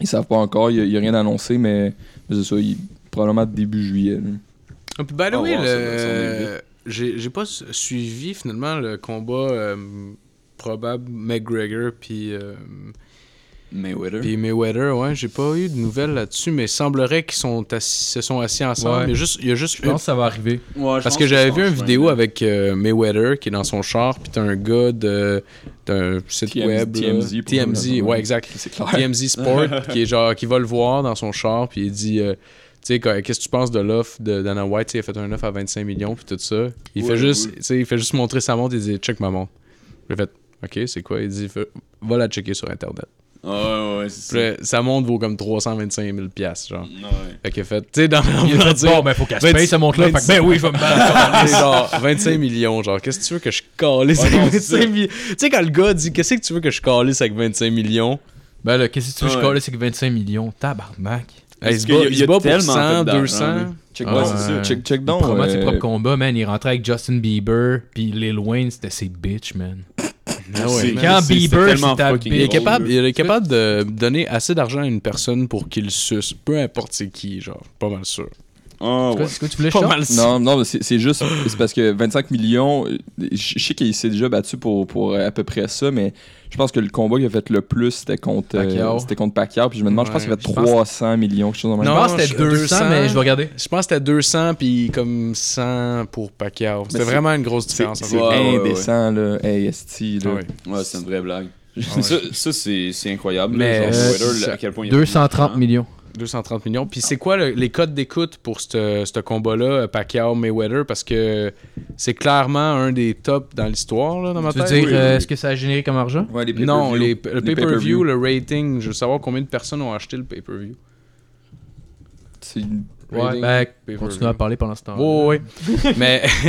[SPEAKER 6] ils savent pas encore, il y a- il y a, rien annoncé mais mais c'est ça, il- probablement début juillet. là.
[SPEAKER 4] Ah, puis, by the
[SPEAKER 5] Ah,
[SPEAKER 4] way,
[SPEAKER 5] wow, ça-
[SPEAKER 4] le-
[SPEAKER 5] ça en est vite.
[SPEAKER 4] j'ai j'ai pas su- suivi finalement le combat euh, probable McGregor puis euh,
[SPEAKER 5] Mayweather.
[SPEAKER 4] puis Mayweather. Ouais, j'ai pas eu de nouvelles là-dessus, mais il semblerait qu'ils sont assis- se sont assis
[SPEAKER 3] Ouais.
[SPEAKER 4] ensemble. Il y a juste, il y a juste
[SPEAKER 3] Je pense que ça va arriver.
[SPEAKER 5] Ouais, je
[SPEAKER 4] Parce
[SPEAKER 5] pense
[SPEAKER 4] que j'avais
[SPEAKER 5] ça
[SPEAKER 4] vu
[SPEAKER 5] change
[SPEAKER 4] une
[SPEAKER 5] pas,
[SPEAKER 4] vidéo
[SPEAKER 5] là.
[SPEAKER 4] avec euh, Mayweather qui est dans son char, puis t'as un gars de d'un site
[SPEAKER 6] TMZ,
[SPEAKER 4] web. là.
[SPEAKER 6] TMZ, pour
[SPEAKER 4] TMZ,
[SPEAKER 6] le-
[SPEAKER 4] ouais, exact.
[SPEAKER 6] C'est clair.
[SPEAKER 4] TMZ Sport qui est genre qui va le voir dans son char puis il dit euh, tu sais qu'est- qu'est-ce que tu penses de l'offre de Dana White Tu sais, il a fait un offre à 25 millions puis tout ça il
[SPEAKER 5] Ouais,
[SPEAKER 4] fait juste
[SPEAKER 5] ouais.
[SPEAKER 4] tu sais il fait juste montrer sa montre il dit check ma montre j'ai fait ok c'est quoi il dit Fais- va la checker sur internet
[SPEAKER 5] Ouais, ouais, c'est
[SPEAKER 4] Puis
[SPEAKER 5] ça.
[SPEAKER 4] là, sa montre vaut comme 325 000 piastres, genre
[SPEAKER 5] Ouais.
[SPEAKER 4] fait qu'il a fait tu sais dans
[SPEAKER 3] Il a
[SPEAKER 4] l'enveloppe
[SPEAKER 3] fait, bon, ben, faut qu'elle se
[SPEAKER 4] vingt-
[SPEAKER 3] paye, ce montre-là. Fait que, ben oui, je vais me battre.
[SPEAKER 4] genre 25 millions genre qu'est-ce que tu veux que je calisse
[SPEAKER 5] Ouais,
[SPEAKER 4] avec
[SPEAKER 5] non, c'est
[SPEAKER 4] 25
[SPEAKER 5] ça.
[SPEAKER 4] millions tu sais quand le gars dit qu'est-ce que tu veux que je calisse avec 25 millions
[SPEAKER 3] Ben là, qu'est-ce que tu veux,
[SPEAKER 5] Ouais.
[SPEAKER 3] je colle, c'est que 25 millions. Tabarnak.
[SPEAKER 4] Eh, il
[SPEAKER 5] Parce
[SPEAKER 4] se
[SPEAKER 5] qu'il y a-
[SPEAKER 4] bat,
[SPEAKER 5] il
[SPEAKER 4] il
[SPEAKER 5] y a
[SPEAKER 4] se bat pour
[SPEAKER 5] tellement
[SPEAKER 4] 100
[SPEAKER 5] fait d'argent,
[SPEAKER 4] 200
[SPEAKER 5] là.
[SPEAKER 6] Check
[SPEAKER 3] Ah,
[SPEAKER 6] donc,
[SPEAKER 3] ouais.
[SPEAKER 6] c'est ça, check, check
[SPEAKER 3] Il
[SPEAKER 6] donc.
[SPEAKER 3] promote ses
[SPEAKER 6] euh,
[SPEAKER 3] propres combats, man. Il rentrait avec Justin Bieber, puis Lil Wayne, c'était ses bitches, man.
[SPEAKER 4] Ah ouais,
[SPEAKER 5] C'est-
[SPEAKER 4] man.
[SPEAKER 3] Quand
[SPEAKER 5] c'est- c'est
[SPEAKER 3] Bieber,
[SPEAKER 5] tellement
[SPEAKER 3] c'est ta
[SPEAKER 5] fucking
[SPEAKER 3] bitch.
[SPEAKER 4] Il est
[SPEAKER 5] drôle,
[SPEAKER 4] capable,
[SPEAKER 5] là.
[SPEAKER 4] il est capable de donner assez d'argent à une personne pour qu'il suce, peu importe c'est qui, genre, pas mal sûr.
[SPEAKER 5] Ah,
[SPEAKER 3] C'est
[SPEAKER 5] ouais.
[SPEAKER 3] quoi, c'est quoi, tu voulais
[SPEAKER 4] Pas
[SPEAKER 3] Charles?
[SPEAKER 4] mal sûr.
[SPEAKER 6] Non, non, mais c'est c'est juste c'est parce que 25 millions, euh, je je sais qu'il s'est déjà battu pour, pour euh, à peu près ça, mais je pense que le combat qu'il a fait le plus, c'était contre, euh,
[SPEAKER 3] Pacquiao.
[SPEAKER 6] c'était contre Pacquiao. Puis je me demande, je pense qu'il a
[SPEAKER 4] Ouais,
[SPEAKER 6] fait
[SPEAKER 3] je pense-
[SPEAKER 6] 300 millions, quelque chose dans
[SPEAKER 3] Je
[SPEAKER 4] Non,
[SPEAKER 3] pense que c'était
[SPEAKER 4] je-
[SPEAKER 3] 200,
[SPEAKER 4] 200,
[SPEAKER 3] mais je vais regarder.
[SPEAKER 4] Je pense que c'était 200 puis comme 100 pour Pacquiao. C'était
[SPEAKER 6] Mais c'est-
[SPEAKER 4] vraiment une grosse
[SPEAKER 6] C'est
[SPEAKER 4] différence.
[SPEAKER 6] c'est
[SPEAKER 5] ouais, ouais,
[SPEAKER 6] indécent, là. Hey, esti,
[SPEAKER 4] Ah
[SPEAKER 6] là.
[SPEAKER 4] ouais.
[SPEAKER 5] Ouais, c'est une vraie blague.
[SPEAKER 4] ouais.
[SPEAKER 5] Ça, ça, c'est c'est incroyable.
[SPEAKER 4] Mais,
[SPEAKER 5] là, genre,
[SPEAKER 3] euh,
[SPEAKER 5] Mayweather,
[SPEAKER 4] c'est
[SPEAKER 5] à quel point il y a
[SPEAKER 3] 230 millions.
[SPEAKER 4] 230 millions. Puis c'est quoi le- les codes d'écoute pour ce ce combat-là, euh, Pacquiao-Mayweather? Parce que c'est clairement un des tops dans l'histoire, là, dans ma
[SPEAKER 3] Tu veux
[SPEAKER 4] tête.
[SPEAKER 3] dire,
[SPEAKER 5] oui,
[SPEAKER 3] euh,
[SPEAKER 5] oui.
[SPEAKER 3] est-ce que ça a généré comme argent?
[SPEAKER 6] Ouais, les pay-per-view.
[SPEAKER 4] Non, les- le
[SPEAKER 6] Les
[SPEAKER 4] pay-per-view, le rating, je veux savoir combien de personnes ont acheté le pay-per-view.
[SPEAKER 6] C'est-
[SPEAKER 3] Ouais,
[SPEAKER 4] Rating,
[SPEAKER 3] ben,
[SPEAKER 4] pay-per-view.
[SPEAKER 3] continue à parler pendant ce temps.
[SPEAKER 4] Ouais, ouais, ouais. mais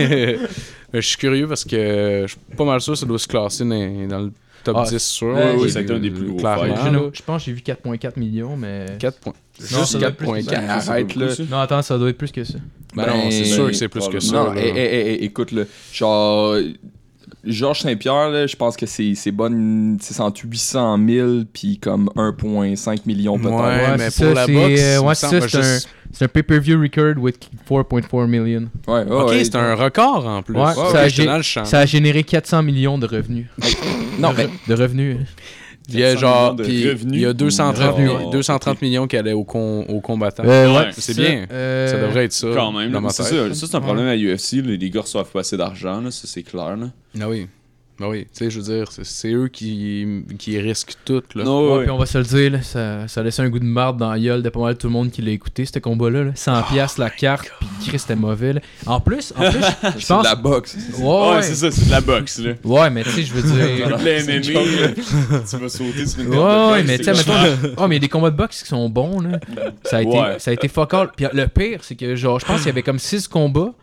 [SPEAKER 4] mais je suis curieux parce que je suis pas mal sûr que ça doit se classer dans, dans le top
[SPEAKER 3] Ah,
[SPEAKER 4] 10 sûr.
[SPEAKER 3] ouais, oui,
[SPEAKER 5] c'est un des plus gros
[SPEAKER 4] Clairement,
[SPEAKER 5] fights.
[SPEAKER 4] là.
[SPEAKER 3] Je, je pense que j'ai vu 4,4 millions, mais.
[SPEAKER 4] 4 points.
[SPEAKER 3] Non,
[SPEAKER 4] Juste
[SPEAKER 3] ça doit être plus que
[SPEAKER 4] 4.4.
[SPEAKER 3] ça.
[SPEAKER 6] Ben,
[SPEAKER 5] Ah, Ça, ça
[SPEAKER 6] arrête,
[SPEAKER 5] vaut
[SPEAKER 6] là.
[SPEAKER 5] le coup, ça.
[SPEAKER 3] Non, attends, ça doit être plus que ça.
[SPEAKER 4] Ben non, c'est sûr que c'est plus que ça.
[SPEAKER 6] Non,
[SPEAKER 4] là.
[SPEAKER 6] hey, hey, hey, hey, écoute, là, genre, euh, Georges Saint-Pierre, là, je pense que c'est c'est bonne, c'est entre 800 000 puis comme 1,5 million
[SPEAKER 4] Ouais,
[SPEAKER 6] peut-être.
[SPEAKER 3] Ouais,
[SPEAKER 4] mais
[SPEAKER 3] c'est
[SPEAKER 4] pour
[SPEAKER 3] ça,
[SPEAKER 4] la
[SPEAKER 3] c'est,
[SPEAKER 4] boxe,
[SPEAKER 3] euh,
[SPEAKER 4] il me
[SPEAKER 3] ouais, c'est
[SPEAKER 4] semble ben,
[SPEAKER 3] ça, c'est
[SPEAKER 4] juste-
[SPEAKER 3] C'est un pay-per-view record with 4,4 million.
[SPEAKER 6] Ouais, ouais,
[SPEAKER 5] Ah
[SPEAKER 4] Ok,
[SPEAKER 6] ouais.
[SPEAKER 4] c'est un record en plus.
[SPEAKER 3] Ouais,
[SPEAKER 4] Ouais,
[SPEAKER 3] ça
[SPEAKER 4] ok,
[SPEAKER 3] a
[SPEAKER 4] j'étais
[SPEAKER 3] gé-
[SPEAKER 4] dans le champ.
[SPEAKER 3] Ça a généré 400 millions de revenus.
[SPEAKER 6] Non,
[SPEAKER 3] de,
[SPEAKER 6] mais
[SPEAKER 3] de revenus. hein.
[SPEAKER 4] Il y a genre,
[SPEAKER 5] 400 millions de
[SPEAKER 4] puis il y a
[SPEAKER 5] revenus.
[SPEAKER 4] 230,
[SPEAKER 5] Revenus,
[SPEAKER 4] mi-
[SPEAKER 5] ouais.
[SPEAKER 4] 230 millions qui allaient aux, con- aux combattants.
[SPEAKER 3] Euh,
[SPEAKER 5] ouais,
[SPEAKER 4] c'est
[SPEAKER 3] ça,
[SPEAKER 4] bien.
[SPEAKER 3] euh,
[SPEAKER 4] ça devrait être ça.
[SPEAKER 5] Quand même,
[SPEAKER 4] dans
[SPEAKER 5] là,
[SPEAKER 4] ma
[SPEAKER 5] c'est
[SPEAKER 4] tête.
[SPEAKER 5] ça, ça, c'est un problème à UFC, là, les gars reçoivent pas assez d'argent, là, ça c'est clair. Là.
[SPEAKER 4] Ah oui. Ah oui, tu sais, je veux dire, c'est- c'est eux qui, qui risquent tout. Là.
[SPEAKER 5] Non,
[SPEAKER 3] Ouais,
[SPEAKER 5] Oh, ouais.
[SPEAKER 3] puis on va se le dire, là, ça, ça a laissé un goût de marde dans la gueule de pas mal tout le monde qui l'a écouté, ce combat-là. là. 100 piastres la carte, puis Chris, c'était mauvais. là. En plus, en plus, je
[SPEAKER 6] c'est de
[SPEAKER 3] pense...
[SPEAKER 6] la boxe.
[SPEAKER 3] Oh, Ouais,
[SPEAKER 5] Ouais, c'est ça, c'est de la boxe. là.
[SPEAKER 3] ouais, mais tu sais, je veux dire...
[SPEAKER 5] Le MMA, là, tu vas sauter sur une
[SPEAKER 3] Ouais, ouais, mais tu sais, mettons. Oh, mais il y a des combats de boxe qui sont bons, là. Ça a été,
[SPEAKER 5] Ouais.
[SPEAKER 3] ça a été fuck all. Puis le pire, c'est que, genre, je pense qu'il y avait comme 6 combats.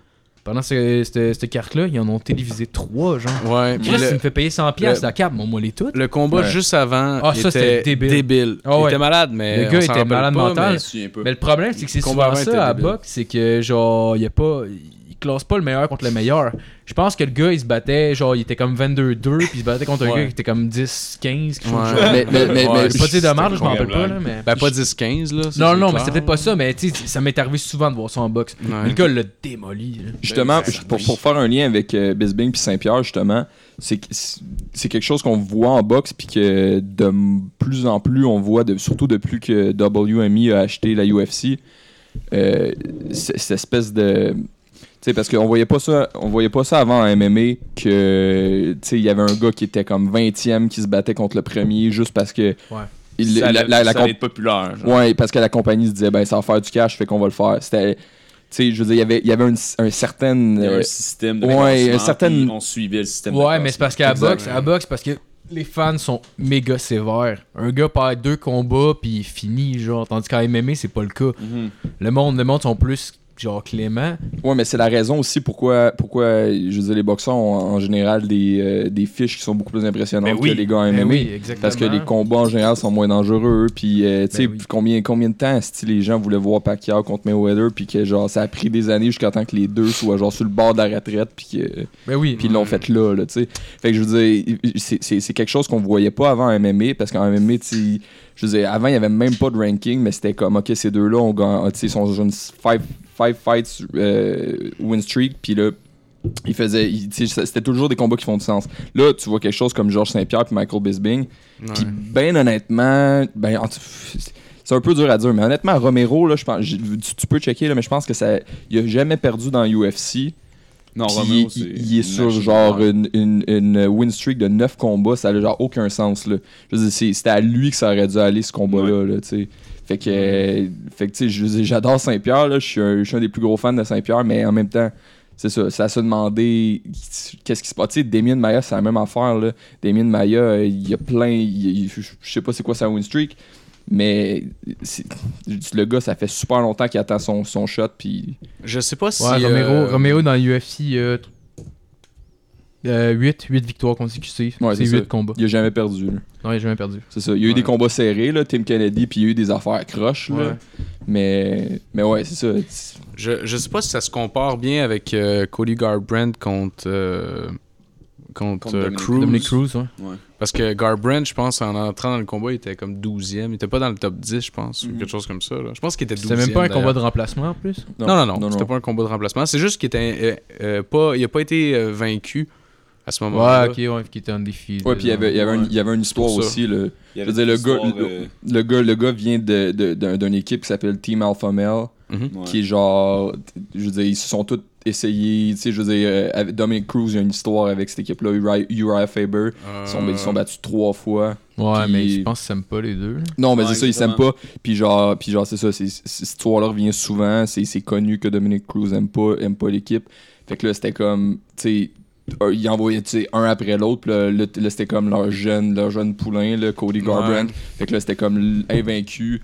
[SPEAKER 3] Pendant ce- cette, cette carte-là, ils en ont télévisé 3, genre.
[SPEAKER 4] Ouais, puis
[SPEAKER 3] Chris,
[SPEAKER 4] le-
[SPEAKER 3] il me fait payer 100 pièces
[SPEAKER 4] le-
[SPEAKER 3] la carte, mais moi, les toutes.
[SPEAKER 4] Le combat
[SPEAKER 6] Ouais.
[SPEAKER 4] juste avant
[SPEAKER 3] Ah, ça,
[SPEAKER 4] était
[SPEAKER 3] c'était
[SPEAKER 4] débile.
[SPEAKER 3] débile. Ah ouais.
[SPEAKER 4] Il était malade, mais.
[SPEAKER 3] Le gars
[SPEAKER 4] on s'en
[SPEAKER 3] était
[SPEAKER 4] rappelle
[SPEAKER 3] malade
[SPEAKER 4] pas,
[SPEAKER 3] mental.
[SPEAKER 5] Je me souviens pas.
[SPEAKER 3] Mais le problème, c'est que c'est
[SPEAKER 4] Le combat
[SPEAKER 3] souvent
[SPEAKER 4] avant était
[SPEAKER 3] ça à la
[SPEAKER 4] débile.
[SPEAKER 3] boxe, c'est que, genre, il y a pas. Il classe pas le meilleur contre le meilleur. Je pense que le gars, il se battait, genre, il était comme 22-2, puis il se battait contre un
[SPEAKER 4] Ouais.
[SPEAKER 3] gars qui était comme 10-15, quelque chose.
[SPEAKER 4] Ouais.
[SPEAKER 3] genre.
[SPEAKER 6] Mais, mais, mais,
[SPEAKER 4] Ouais,
[SPEAKER 6] mais
[SPEAKER 3] Je vais pas dire de merde, je m'en rappelle pas, là,
[SPEAKER 5] incroyable.
[SPEAKER 3] mais.
[SPEAKER 4] Ben, pas 10-15, là. ça,
[SPEAKER 3] Non,
[SPEAKER 4] c'est
[SPEAKER 3] non, mais
[SPEAKER 4] clair.
[SPEAKER 3] c'est peut-être pas ça, mais tu sais, ça m'est arrivé souvent de voir ça en boxe.
[SPEAKER 4] Ouais.
[SPEAKER 3] Mais le gars l'a démoli. là.
[SPEAKER 6] Justement,
[SPEAKER 5] Ben, ça-
[SPEAKER 6] pour, pour faire un lien avec euh, Bisbing puis Saint-Pierre, justement, c'est que- c'est quelque chose qu'on voit en boxe puis que de E m- plus en plus on voit, de- surtout depuis que WME a acheté la UFC. euh, c- cette espèce de tu sais, parce qu'on voyait pas ça on voyait pas ça avant en MMA que tu sais, il y avait un gars qui était comme 20e qui se battait contre le premier juste parce que
[SPEAKER 3] Ouais.
[SPEAKER 6] il-
[SPEAKER 1] ça
[SPEAKER 6] la,
[SPEAKER 1] allait-
[SPEAKER 6] la- la
[SPEAKER 1] ça
[SPEAKER 6] comp-
[SPEAKER 1] allait être populaire. genre.
[SPEAKER 6] ouais parce que la compagnie se disait ben ça va faire du cash fait qu'on va le faire c'était tu sais je veux dire il y avait il y avait une- un certain
[SPEAKER 5] Il y avait
[SPEAKER 6] euh,
[SPEAKER 5] un système de
[SPEAKER 6] ouais,
[SPEAKER 5] classement,
[SPEAKER 6] un certain-
[SPEAKER 5] puis On suivait le système de
[SPEAKER 3] Ouais, mais c'est
[SPEAKER 5] classement.
[SPEAKER 3] parce qu'à la
[SPEAKER 6] Exact.
[SPEAKER 3] boxe, à la boxe, parce que les fans sont méga sévères. Un gars perd deux combats puis il finit, genre. Tandis qu'en MMA, c'est pas le cas.
[SPEAKER 5] Mhm.
[SPEAKER 3] Le monde, le monde sont plus, genre, clément.
[SPEAKER 6] euh, Ouais, mais c'est la raison aussi pourquoi, pourquoi je veux dire, les boxeurs ont en général des, euh, des fiches qui sont beaucoup plus impressionnantes
[SPEAKER 3] Ben oui.
[SPEAKER 6] que les gars en MMA.
[SPEAKER 3] exactement.
[SPEAKER 6] Parce que les combats en général sont moins dangereux. Puis, euh, tu sais,
[SPEAKER 3] Ben oui.
[SPEAKER 6] combien, combien de temps si les gens voulaient voir Pacquiao contre Mayweather, puis que genre ça a pris des années jusqu'à temps que les deux soient genre sur le bord de la retraite, puis que-
[SPEAKER 3] Ben oui.
[SPEAKER 6] puis ils l'ont fait là, là, tu sais. Fait que je veux dire, c'est- c'est c'est quelque chose qu'on voyait pas avant en MMA, parce qu'en MMA, tu sais, je veux dire, avant il y avait même pas de ranking, mais c'était comme, ok, ces deux-là, on gagne, tu sais, ils sont sur une five, five fights euh, win streak, puis là, ils faisaient, ils- tu sais, ça- c'était toujours des combats qui font du sens. Là, tu vois quelque chose comme Georges Saint-Pierre puis Michael Bisbing, puis ben honnêtement, ben en tout- c'est un peu dur à dire, mais honnêtement, Romero, là, je pense, j'ai- tu, tu peux checker, là, mais je pense que ça, il a jamais perdu dans UFC.
[SPEAKER 5] Non,
[SPEAKER 6] Puis
[SPEAKER 5] Romeo,
[SPEAKER 6] il, est-
[SPEAKER 5] c'est
[SPEAKER 6] il- il est
[SPEAKER 5] une
[SPEAKER 6] sur
[SPEAKER 5] machine.
[SPEAKER 6] genre
[SPEAKER 5] Ouais.
[SPEAKER 6] une, une- une win streak de 9 combats, ça n'a genre aucun sens là. Je veux dire, c'est- c'était à lui que ça aurait dû aller ce combat-là, là, tu sais. Fait que, euh, fait que tu sais, je veux dire, j'adore Saint-Pierre, là, je suis, un, je suis un des plus gros fans de Saint-Pierre, mais en même temps, c'est ça, ça se demander qu'est-ce qui se passe. Tu sais, Damien Maya, c'est la même affaire, là. Damien Maya, euh, il y a plein, il- il- je je sais pas c'est quoi sa win streak, mais c'est- le gars, ça fait super longtemps qu'il attend son, son shot, puis
[SPEAKER 4] Je sais pas si.
[SPEAKER 3] Ouais, Romero,
[SPEAKER 4] euh,
[SPEAKER 3] Romero dans l'UFC, il y a t- euh, 8, 8 victoires consécutives.
[SPEAKER 6] Ouais,
[SPEAKER 3] c'est
[SPEAKER 6] c'est
[SPEAKER 3] 8
[SPEAKER 6] ça.
[SPEAKER 3] combats.
[SPEAKER 6] il a jamais perdu, là.
[SPEAKER 3] Non, il a jamais perdu.
[SPEAKER 6] C'est ça. Il y a eu
[SPEAKER 4] Ouais.
[SPEAKER 6] des combats serrés, là, Tim Kennedy, puis il y a eu des affaires croches. là.
[SPEAKER 3] Ouais.
[SPEAKER 6] Mais, mais ouais, c'est ça. C'est-
[SPEAKER 4] Je, je sais pas si ça se compare bien avec euh, Cody Garbrandt contre. euh, contre,
[SPEAKER 5] Contre
[SPEAKER 4] euh,
[SPEAKER 5] Dominic-
[SPEAKER 4] Cruz.
[SPEAKER 3] Dominic Cruz, ouais.
[SPEAKER 4] Parce que Garbrandt, je pense, en entrant dans le combat, il était comme 12e. Il était pas dans le top 10, je pense, ou
[SPEAKER 5] Mhm.
[SPEAKER 4] quelque chose comme ça. là. Je pense qu'il était 12e.
[SPEAKER 3] C'était même pas un combat
[SPEAKER 4] d'ailleurs.
[SPEAKER 3] de remplacement en plus.
[SPEAKER 4] Non, non, non. C'était pas un combat de remplacement. C'est juste qu'il était euh, euh, pas. Il a pas été euh, vaincu à ce moment-là.
[SPEAKER 3] Ouais, ok, ouais, qui était un défi.
[SPEAKER 6] Ouais, puis il y avait, il y avait, une, il y avait une histoire
[SPEAKER 4] Pour ça.
[SPEAKER 6] aussi. Là.
[SPEAKER 5] Il y
[SPEAKER 6] Je
[SPEAKER 5] avait
[SPEAKER 6] veux
[SPEAKER 5] euh,
[SPEAKER 6] dire, le
[SPEAKER 5] une
[SPEAKER 6] gars,
[SPEAKER 5] histoire,
[SPEAKER 6] le, le gars, le gars vient de- de- d'un- d'une équipe qui s'appelle Team Alpha Male,
[SPEAKER 4] Mhm.
[SPEAKER 5] euh, ouais.
[SPEAKER 6] qui est genre. Je veux dire, ils se sont tous essayés. Tu sais, je veux dire, euh, avec Dominic Cruz, il y a une histoire avec cette équipe-là, Uri- Uriah Faber.
[SPEAKER 4] Euh,
[SPEAKER 6] Ils se sont, ils se sont battus trois fois.
[SPEAKER 3] Ouais,
[SPEAKER 6] Puis-
[SPEAKER 3] mais je pense qu'ils s'aiment pas les deux. là.
[SPEAKER 6] Non, mais
[SPEAKER 5] Ouais,
[SPEAKER 6] c'est ça, ils s'aiment
[SPEAKER 5] exactement.
[SPEAKER 6] pas. Puis genre, puis genre c'est ça, c'est- c'est- cette histoire-là revient souvent. C'est c'est connu que Dominic Cruz aime pas, aime pas l'équipe. Fait que là, c'était comme, tu sais, un- ils envoyaient tu sais, un après l'autre. Puis là, là, t- là, c'était comme leur jeune, leur jeune poulain, là, Cody Garbrandt. Fait que là, c'était comme invaincu.